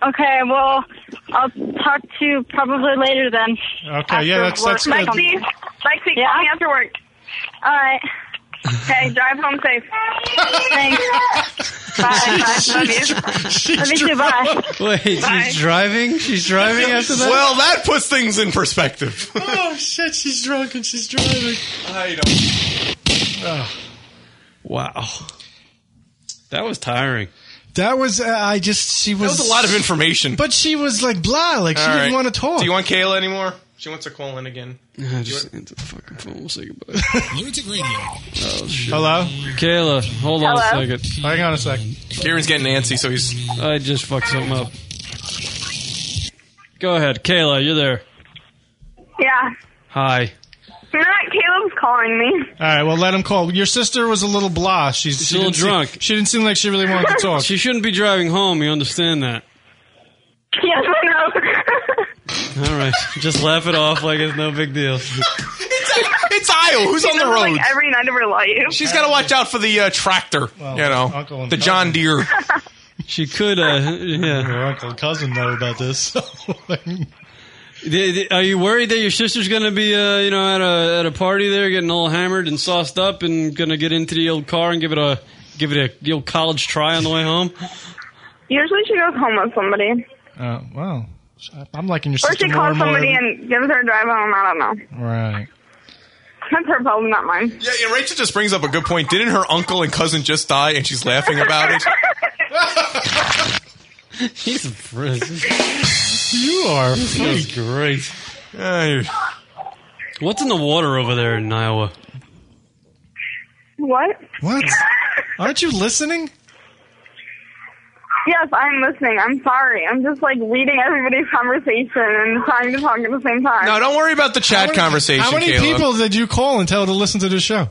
S10: Okay. Well, I'll talk to you probably later then.
S9: Okay, yeah, that's- that's good.
S10: Lexi, Lexi, call me after work. All right. Okay, drive home safe. Thanks. Bye. Bye. Love you. (laughs) Love you too. Bye.
S9: (laughs)
S8: Wait, she's driving. She's driving after that.
S7: Well, that puts things in perspective.
S9: Oh shit, she's drunk and she's driving.
S7: I don't.
S8: wow, that was tiring.
S9: That was uh, I just she was.
S7: was a lot of information.
S9: but she was like blah, like she
S7: All
S9: didn't
S7: right.
S9: want to talk.
S7: Do you want Kayla anymore? She wants to call in again.
S8: I just answer the fucking phone. We'll say goodbye.
S26: Lunatic Radio.
S8: Oh shit.
S9: Hello,
S8: Kayla. Hold on
S9: Hello?
S8: a second.
S9: Hang on a second.
S7: Kieran's getting antsy, so he's.
S8: I just fucked something up. Go ahead, Kayla. You're there.
S10: Yeah.
S8: Hi.
S10: You know what? Caleb's calling me. (laughs)
S9: All right, well, let him call. Your sister was a little blah. She's,
S8: She's
S9: she
S8: a little
S9: didn't seem-
S8: drunk.
S9: she didn't seem like she really
S8: (laughs)
S9: wanted to talk.
S8: She shouldn't be driving home. You understand that?
S10: Yes, I know.
S8: All right. (laughs) Just laugh it off like it's no big deal. (laughs)
S7: It's Isle. Who's
S10: She
S7: on the
S10: does it,
S7: road?
S10: Like every night of her life.
S7: She's got to watch out for the uh, tractor. you
S9: Uncle
S7: know,
S9: and
S7: the John Deere.
S8: She could.
S7: (laughs)
S8: Uh, yeah.
S9: Her uncle and cousin know about this. so-
S8: Th- th- Are you worried that your sister's going to be, uh, you know, at a at a party there, getting all hammered and sauced up, and going to get into the old car and give it a give it a the old college try on the way home?
S10: (laughs) Usually she goes home with somebody.
S9: Uh, wow. I'm liking your
S10: Or
S9: sister
S10: she
S9: more
S10: calls
S9: and more.
S10: somebody
S9: every-
S10: and gives her a drive home. I don't know.
S9: Right.
S10: That's her problem, not mine.
S7: Yeah, yeah, Rachel just brings up a good point. Didn't her uncle and cousin just die and she's laughing about it?
S8: He's a friend.
S9: You are.
S8: That's
S9: freak.
S8: great.
S7: Hey.
S8: What's in the water over there in Iowa?
S10: (laughs) What?
S9: What? Aren't you listening?
S10: Yes, I'm listening. I'm sorry. I'm just like reading everybody's conversation and trying to talk at the same time.
S7: No, don't worry about the
S9: How
S7: chat
S9: many-
S7: conversation.
S9: How many
S7: Caleb.
S9: people did you call and tell to listen to this show?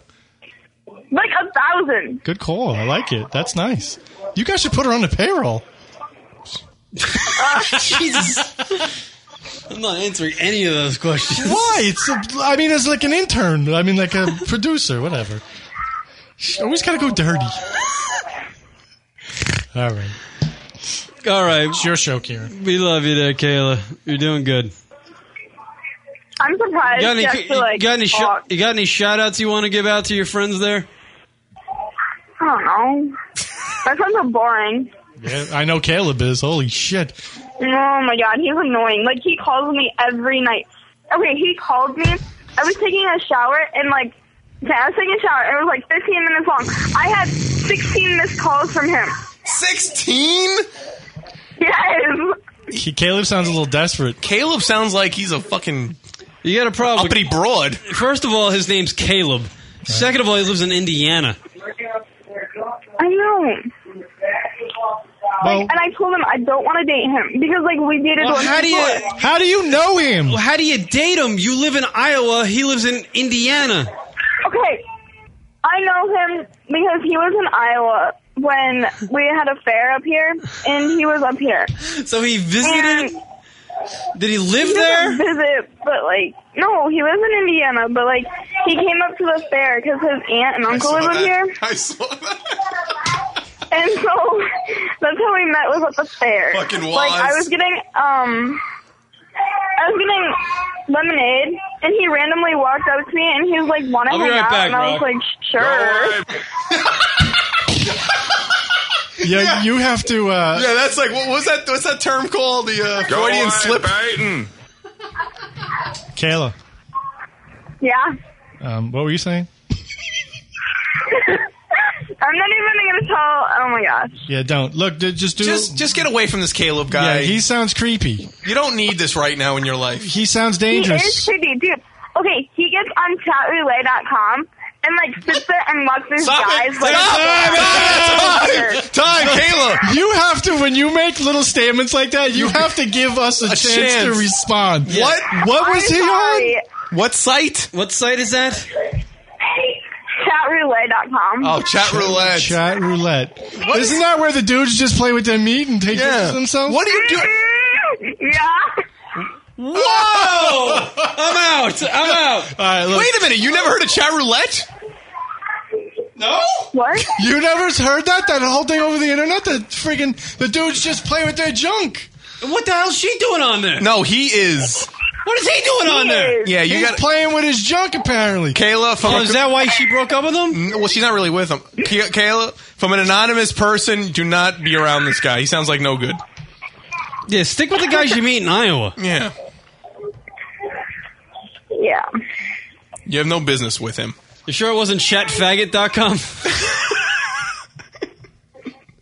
S10: Like a thousand.
S9: Good call. I like it. That's nice. You guys should put her on the payroll.
S8: (laughs) Jesus. I'm not answering any of those questions.
S9: Why? It's a, I mean, it's like an intern. I mean, like a producer, whatever. She always got to go dirty. All right.
S8: All right.
S9: It's your show, Kieran.
S8: We love you there, Kayla. You're doing good.
S10: I'm surprised.
S8: You got any,
S10: she
S8: you
S10: actually, like,
S8: got any, shou-
S10: talked.
S8: you got any shout outs you want to give out to your friends there?
S10: I don't know. My friends are boring.
S9: Yeah, I know Caleb is. Holy shit.
S10: Oh my god, he's annoying. Like he calls me every night. Okay, he called me. I was taking a shower and like, okay, I was taking a shower. It was like 15 minutes long. I had 16 missed calls from him.
S7: 16?
S10: Yes.
S9: (laughs) He, Caleb sounds a little desperate.
S7: Caleb sounds like he's a fucking.
S8: You got a problem?
S7: Uppity broad.
S8: First of all, his name's Caleb. Second of all, he lives in Indiana.
S10: I know. Like, and I told him I don't want to date him because like we dated
S8: Well,
S10: once
S8: how do you
S10: before.
S9: how do you know him?
S8: Well, how do you date him? You live in Iowa. He lives in Indiana.
S10: Okay, I know him because he was in Iowa when we had a fair up here, and he was up here.
S8: So he visited. Did he live
S10: he
S8: there? (laughs)
S10: Didn't visit, but like no, he lives in Indiana. But like he came up to the fair because his aunt and uncle
S7: I saw
S10: live up
S7: that.
S10: here, (laughs)
S6: (laughs)
S7: I saw that.
S10: and so that's how we met. Was at the fair.
S7: Fucking
S10: Like I
S7: wise.
S10: was getting um, I was getting lemonade, and he randomly walked up to me and he was like, "Want to
S9: I'll be
S10: hang
S9: right
S10: out?"
S9: back,
S10: and I was
S9: Rock.
S10: like, "Sure."
S9: Yeah, you have to. Uh,
S7: (laughs) Yeah, that's like what was that? What's that term called? The uh, Freudian slip.
S9: Kayla,
S10: Yeah.
S9: um, what were you saying?
S10: I'm not even gonna tell. Oh my gosh.
S9: Yeah, don't look. d- Just do.
S7: Just, just get away from this Caleb guy.
S9: yeah, he sounds creepy.
S7: you don't need this right now in your life.
S9: He sounds dangerous.
S10: He is creepy, dude. Okay, he gets on chatrelay.com and like sits there and watches
S7: Stop
S10: guys
S7: it.
S10: like.
S7: Stop
S10: (laughs)
S7: it. Time. Time, Caleb.
S9: You have to when you make little statements like that. You have to give us a,
S7: A
S9: chance, to
S7: chance.
S9: respond.
S7: What?
S9: What was
S10: I'm
S9: he on?
S10: sorry.
S7: What site?
S8: What site is that?
S10: Chatroulette.com.
S7: Oh, chat roulette.
S9: Chat roulette.
S7: What
S9: Isn't that where the dudes just play with their meat and take pictures of themselves?
S7: What are you doing?
S10: Yeah.
S8: Whoa! (laughs) I'm out. I'm out.
S9: All right, look.
S7: Wait a minute. You never heard of chat roulette? No.
S10: What?
S9: You never heard that? (laughs) That whole thing over the internet? The friggin' the dudes just play with their junk.
S8: What the hell's she doing on there?
S7: No, he is.
S8: What is he doing on there?
S7: Yeah, you
S9: He's
S7: got
S9: playing with his junk apparently.
S7: Kayla from.
S8: Oh, is that why she broke up with him?
S7: Mm, well, she's not really with him. Kay- Kayla, from an anonymous person, do not be around this guy. He sounds like no good.
S8: Yeah, stick with the guys you meet in Iowa.
S7: Yeah,
S10: Yeah.
S7: you have no business with him.
S8: You sure it wasn't
S7: (laughs)
S8: chatfaggot.com?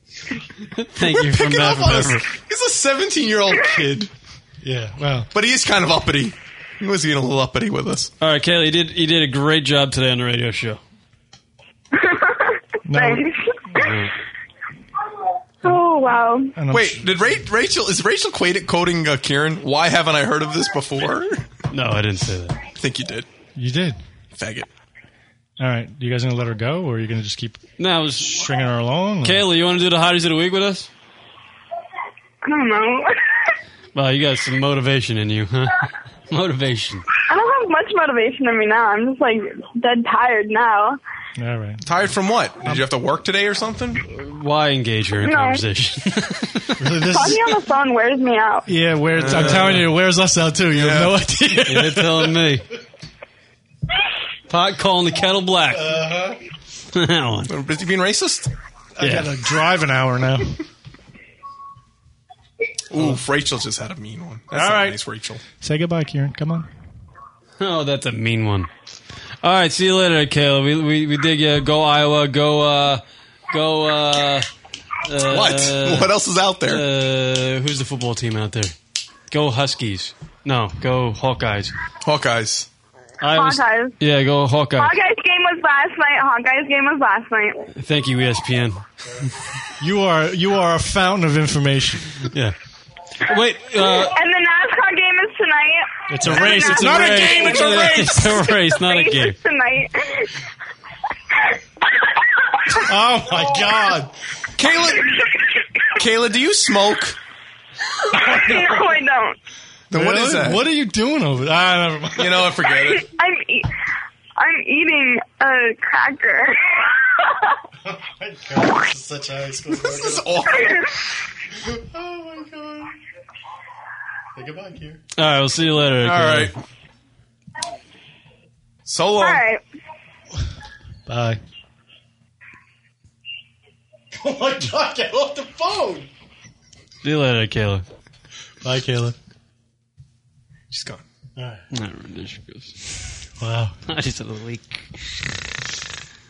S8: Thank you for
S7: Picking
S8: that.
S7: up on us. He's a 17 year old kid,
S9: Yeah, well.
S7: but he is kind of uppity. He was getting a little uppity with us.
S8: All right, Kaylee, you did you did a great job today on the radio show.
S9: No.
S10: Oh wow.
S9: and I'm
S7: Wait, did Ra- Rachel is Rachel Quaid quoting uh, Kieran? Why haven't I heard of this before?
S8: No, I didn't say that.
S7: I think you did,
S9: You did.
S7: faggot.
S9: All right. You guys going to let her go or are you going to just keep
S8: No, it was
S9: stringing her along?
S8: Kaylee. You want to do the hotties of the week with us?
S10: I don't know.
S8: Wow, you got some motivation in you, huh? (laughs) motivation.
S10: I don't have much motivation in me now. I'm just like dead tired now.
S9: All right. Um,
S7: Tired from what? Did you have to work today or something?
S8: Why engage her in
S10: No.
S8: conversation?
S9: Really, this is-
S10: Talking on the phone wears me out.
S9: yeah, where I'm telling you, where's us out too? You have no idea.
S8: (laughs) You're telling me. Pot calling the kettle black.
S9: Uh-huh.
S8: that one.
S7: Are you Busy being racist?
S9: I
S8: Yeah.
S9: got to drive an hour now.
S7: Oof, Rachel just had a mean one. That's
S9: All
S7: not
S9: right.
S7: nice, Rachel.
S9: Say goodbye, Kieran. Come on.
S8: (laughs) Oh, that's a mean one. All right, see you later, Kayla. We we, we dig you. Go Iowa. Go uh, go. Uh, uh,
S7: What? what else is out there?
S8: Uh, who's the football team out there? Go Huskies. No, go Hawkeyes.
S7: Hawkeyes.
S8: I was-
S10: Hawkeyes.
S8: Yeah, go Hawkeyes.
S10: Hawkeye's game was last night. Hawkeye's game was last night.
S8: Thank you, ESPN.
S9: You are you are a fountain of information.
S8: Yeah. Wait. Uh,
S10: And the NASCAR game is tonight.
S9: It's a race. It's a
S8: not
S9: race.
S8: a
S9: (laughs)
S8: game. It's a race. It's a race, not a
S10: Race
S8: game.
S10: is tonight.
S9: Oh my god.
S7: Kayla, Kayla, do you smoke?
S6: (laughs)
S10: no, I don't.
S7: Then what
S9: Really?
S7: is that?
S9: What are you doing over there? Ah, never mind.
S10: (laughs) e-,
S7: You know, I forget it.
S10: I'm e- I'm eating a cracker.
S9: (laughs) God, this is such a high school. this
S7: is awful.
S9: (laughs) oh my god. Say goodbye, Kier.
S8: All right, we'll see you later. All right.
S7: So
S10: All right.
S8: Bye.
S9: Oh my god, get off the phone!
S8: See you later, Kayla. Bye, Kayla.
S7: She's gone.
S9: Alright.
S8: there she goes. (laughs)
S9: Wow.
S8: I just had a leak.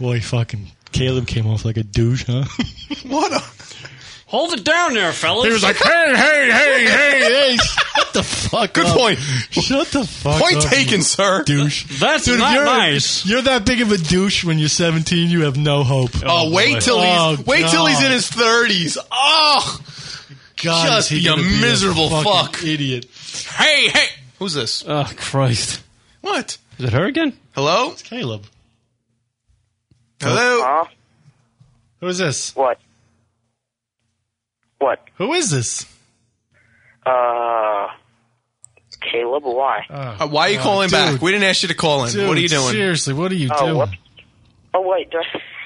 S9: Boy, fucking Caleb came off like a douche, huh? (laughs)
S7: What a.
S8: Hold it down there, fellas.
S9: He was like, hey, hey, hey, hey,
S8: (laughs)
S9: hey. Shut the fuck
S7: Good
S9: up.
S7: point.
S9: Shut the fuck
S7: Point
S9: up.
S7: taken,
S9: you
S7: sir.
S9: Douche.
S8: That's not
S9: you're,
S8: nice.
S9: You're that big of a douche when you're 17. You have no hope.
S7: Oh, wait till he's
S9: Oh,
S7: wait till he's
S9: God.
S7: in his thirties. Oh,
S9: God,
S7: just
S9: is he
S7: be a
S9: gonna be a
S7: miserable
S9: fucking
S7: fuck,
S9: idiot.
S7: Hey, hey, who's this?
S8: Oh, Christ.
S7: What?
S8: Is it her again?
S7: Hello, it's
S9: Caleb.
S7: Hello.
S9: Who is this?
S6: What? What?
S9: Who is this?
S6: Uh, Caleb, why?
S7: Uh, why are you
S9: Oh,
S7: calling
S9: dude.
S7: back? We didn't ask you to call in. what are you
S9: Dude,
S7: doing?
S9: Seriously, what are you
S6: Oh,
S9: doing?
S6: whoops. Oh, wait.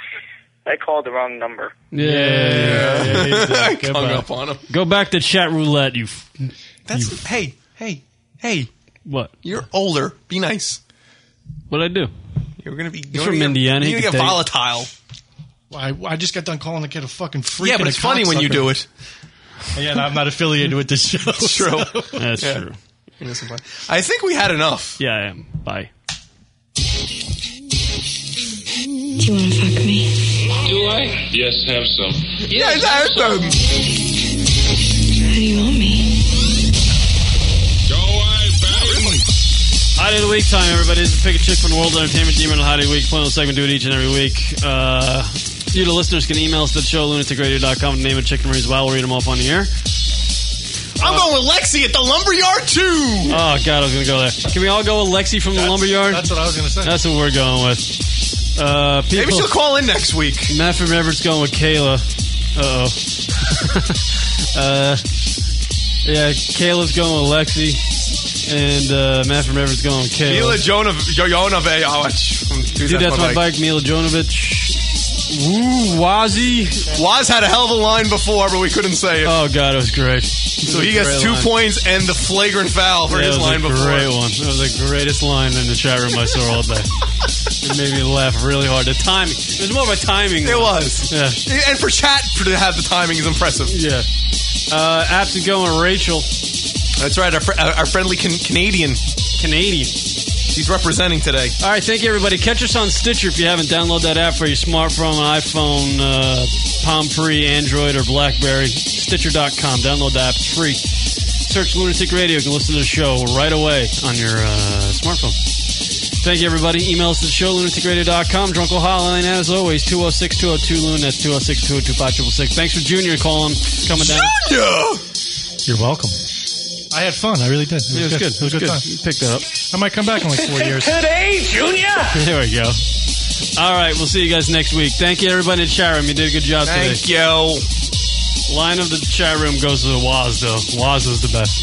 S6: (laughs) I called the wrong number.
S8: Yeah. yeah, yeah, yeah,
S7: (laughs)
S8: yeah.
S7: Hung
S8: Goodbye.
S7: up on him.
S8: Go back to chat roulette, you. F-
S7: That's hey, hey, hey.
S8: What?
S7: You're older. Be nice.
S8: What'd I do?
S7: You're
S9: (laughs)
S7: gonna be.
S8: from Indiana. He
S7: You're
S8: could
S7: gonna get
S8: take-
S7: volatile.
S9: I, I just got done calling the kid a fucking freak.
S7: Yeah,
S9: and
S7: but
S9: a
S7: it's funny when you
S9: cocksucker.
S7: do it.
S9: Again, I'm not affiliated with this show.
S7: It's true.
S9: so-
S8: That's
S7: Yeah.
S8: true.
S7: I think we had enough.
S8: Yeah, I am. Bye.
S17: Do you want to fuck me?
S15: Do I? Yes, have some.
S7: Yes, I have some.
S17: How do you want me?
S8: Hottie of the Week time, everybody. This is Pick a Chick from the World Entertainment Demon and Hottie of the Week. Final segment, do it each and every week. Uh, you, the listeners, can email us at the show, lunaticradio.com, the name of Chicken Marie's well. We'll read them off on the air.
S7: I'm going with Lexi at the lumberyard too.
S8: Oh, God, I was going to go there. Can we all go with Lexi from the Lumberyard?
S9: That's what I was going to say.
S8: That's what we're going with. Uh, people,
S7: Maybe she'll call in next week.
S8: Matt from Everett's going with Kayla. Uh-oh. (laughs) uh, yeah, Kayla's going with Lexi. And uh, Matt from Everett's going with Kayla.
S7: Mila Jonov, Jonove, oh, it's from
S8: Dude, that's my bike, Mila Jonovich. Woo, Wazzy.
S7: Waz had a hell of a line before, but we couldn't say it.
S8: Oh god, it was great.
S7: so he gets two points and the flagrant foul for
S8: that was
S7: his line
S8: a
S7: before.
S8: Great one. That was the greatest line in the chat room I saw all
S7: (laughs)
S8: day. It made me laugh really hard. The timing. It was more of a timing.
S7: It
S8: one.
S7: was.
S8: Yeah.
S7: And for chat for to have the timing is impressive.
S8: Yeah. Uh, absent going with Rachel.
S7: That's right. Our, fr- our our friendly can- Canadian.
S8: Canadian.
S7: He's representing today.
S8: All right, thank you everybody. Catch us on Stitcher if you haven't downloaded that app for your smartphone, iPhone, uh, Palm Pre, Android, or BlackBerry. Stitcher.com. Download the app; it's free. Search Lunatic Radio. You can listen to the show right away on your uh, smartphone. Thank you everybody. Email us at the show lunaticradio.com. Drunk will hotline as always 206 202 Loon. That's 206 202 5666. Thanks for Junior calling coming down.
S7: Yeah.
S9: You're welcome. I had fun. I really did. It was,
S8: Yeah,
S9: good. It was a good,
S8: good.
S9: time.
S8: You picked that up.
S9: I might come back in like four
S5: (laughs)
S9: years.
S8: Today, Junior. There we go. All right, we'll see you guys next week. Thank you, everybody in the chat room. You did a good job
S7: Thank
S8: today.
S7: you.
S8: Line of the chat room goes to the Waz, though. Waz was the best.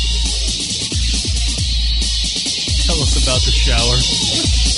S8: Tell us about the shower.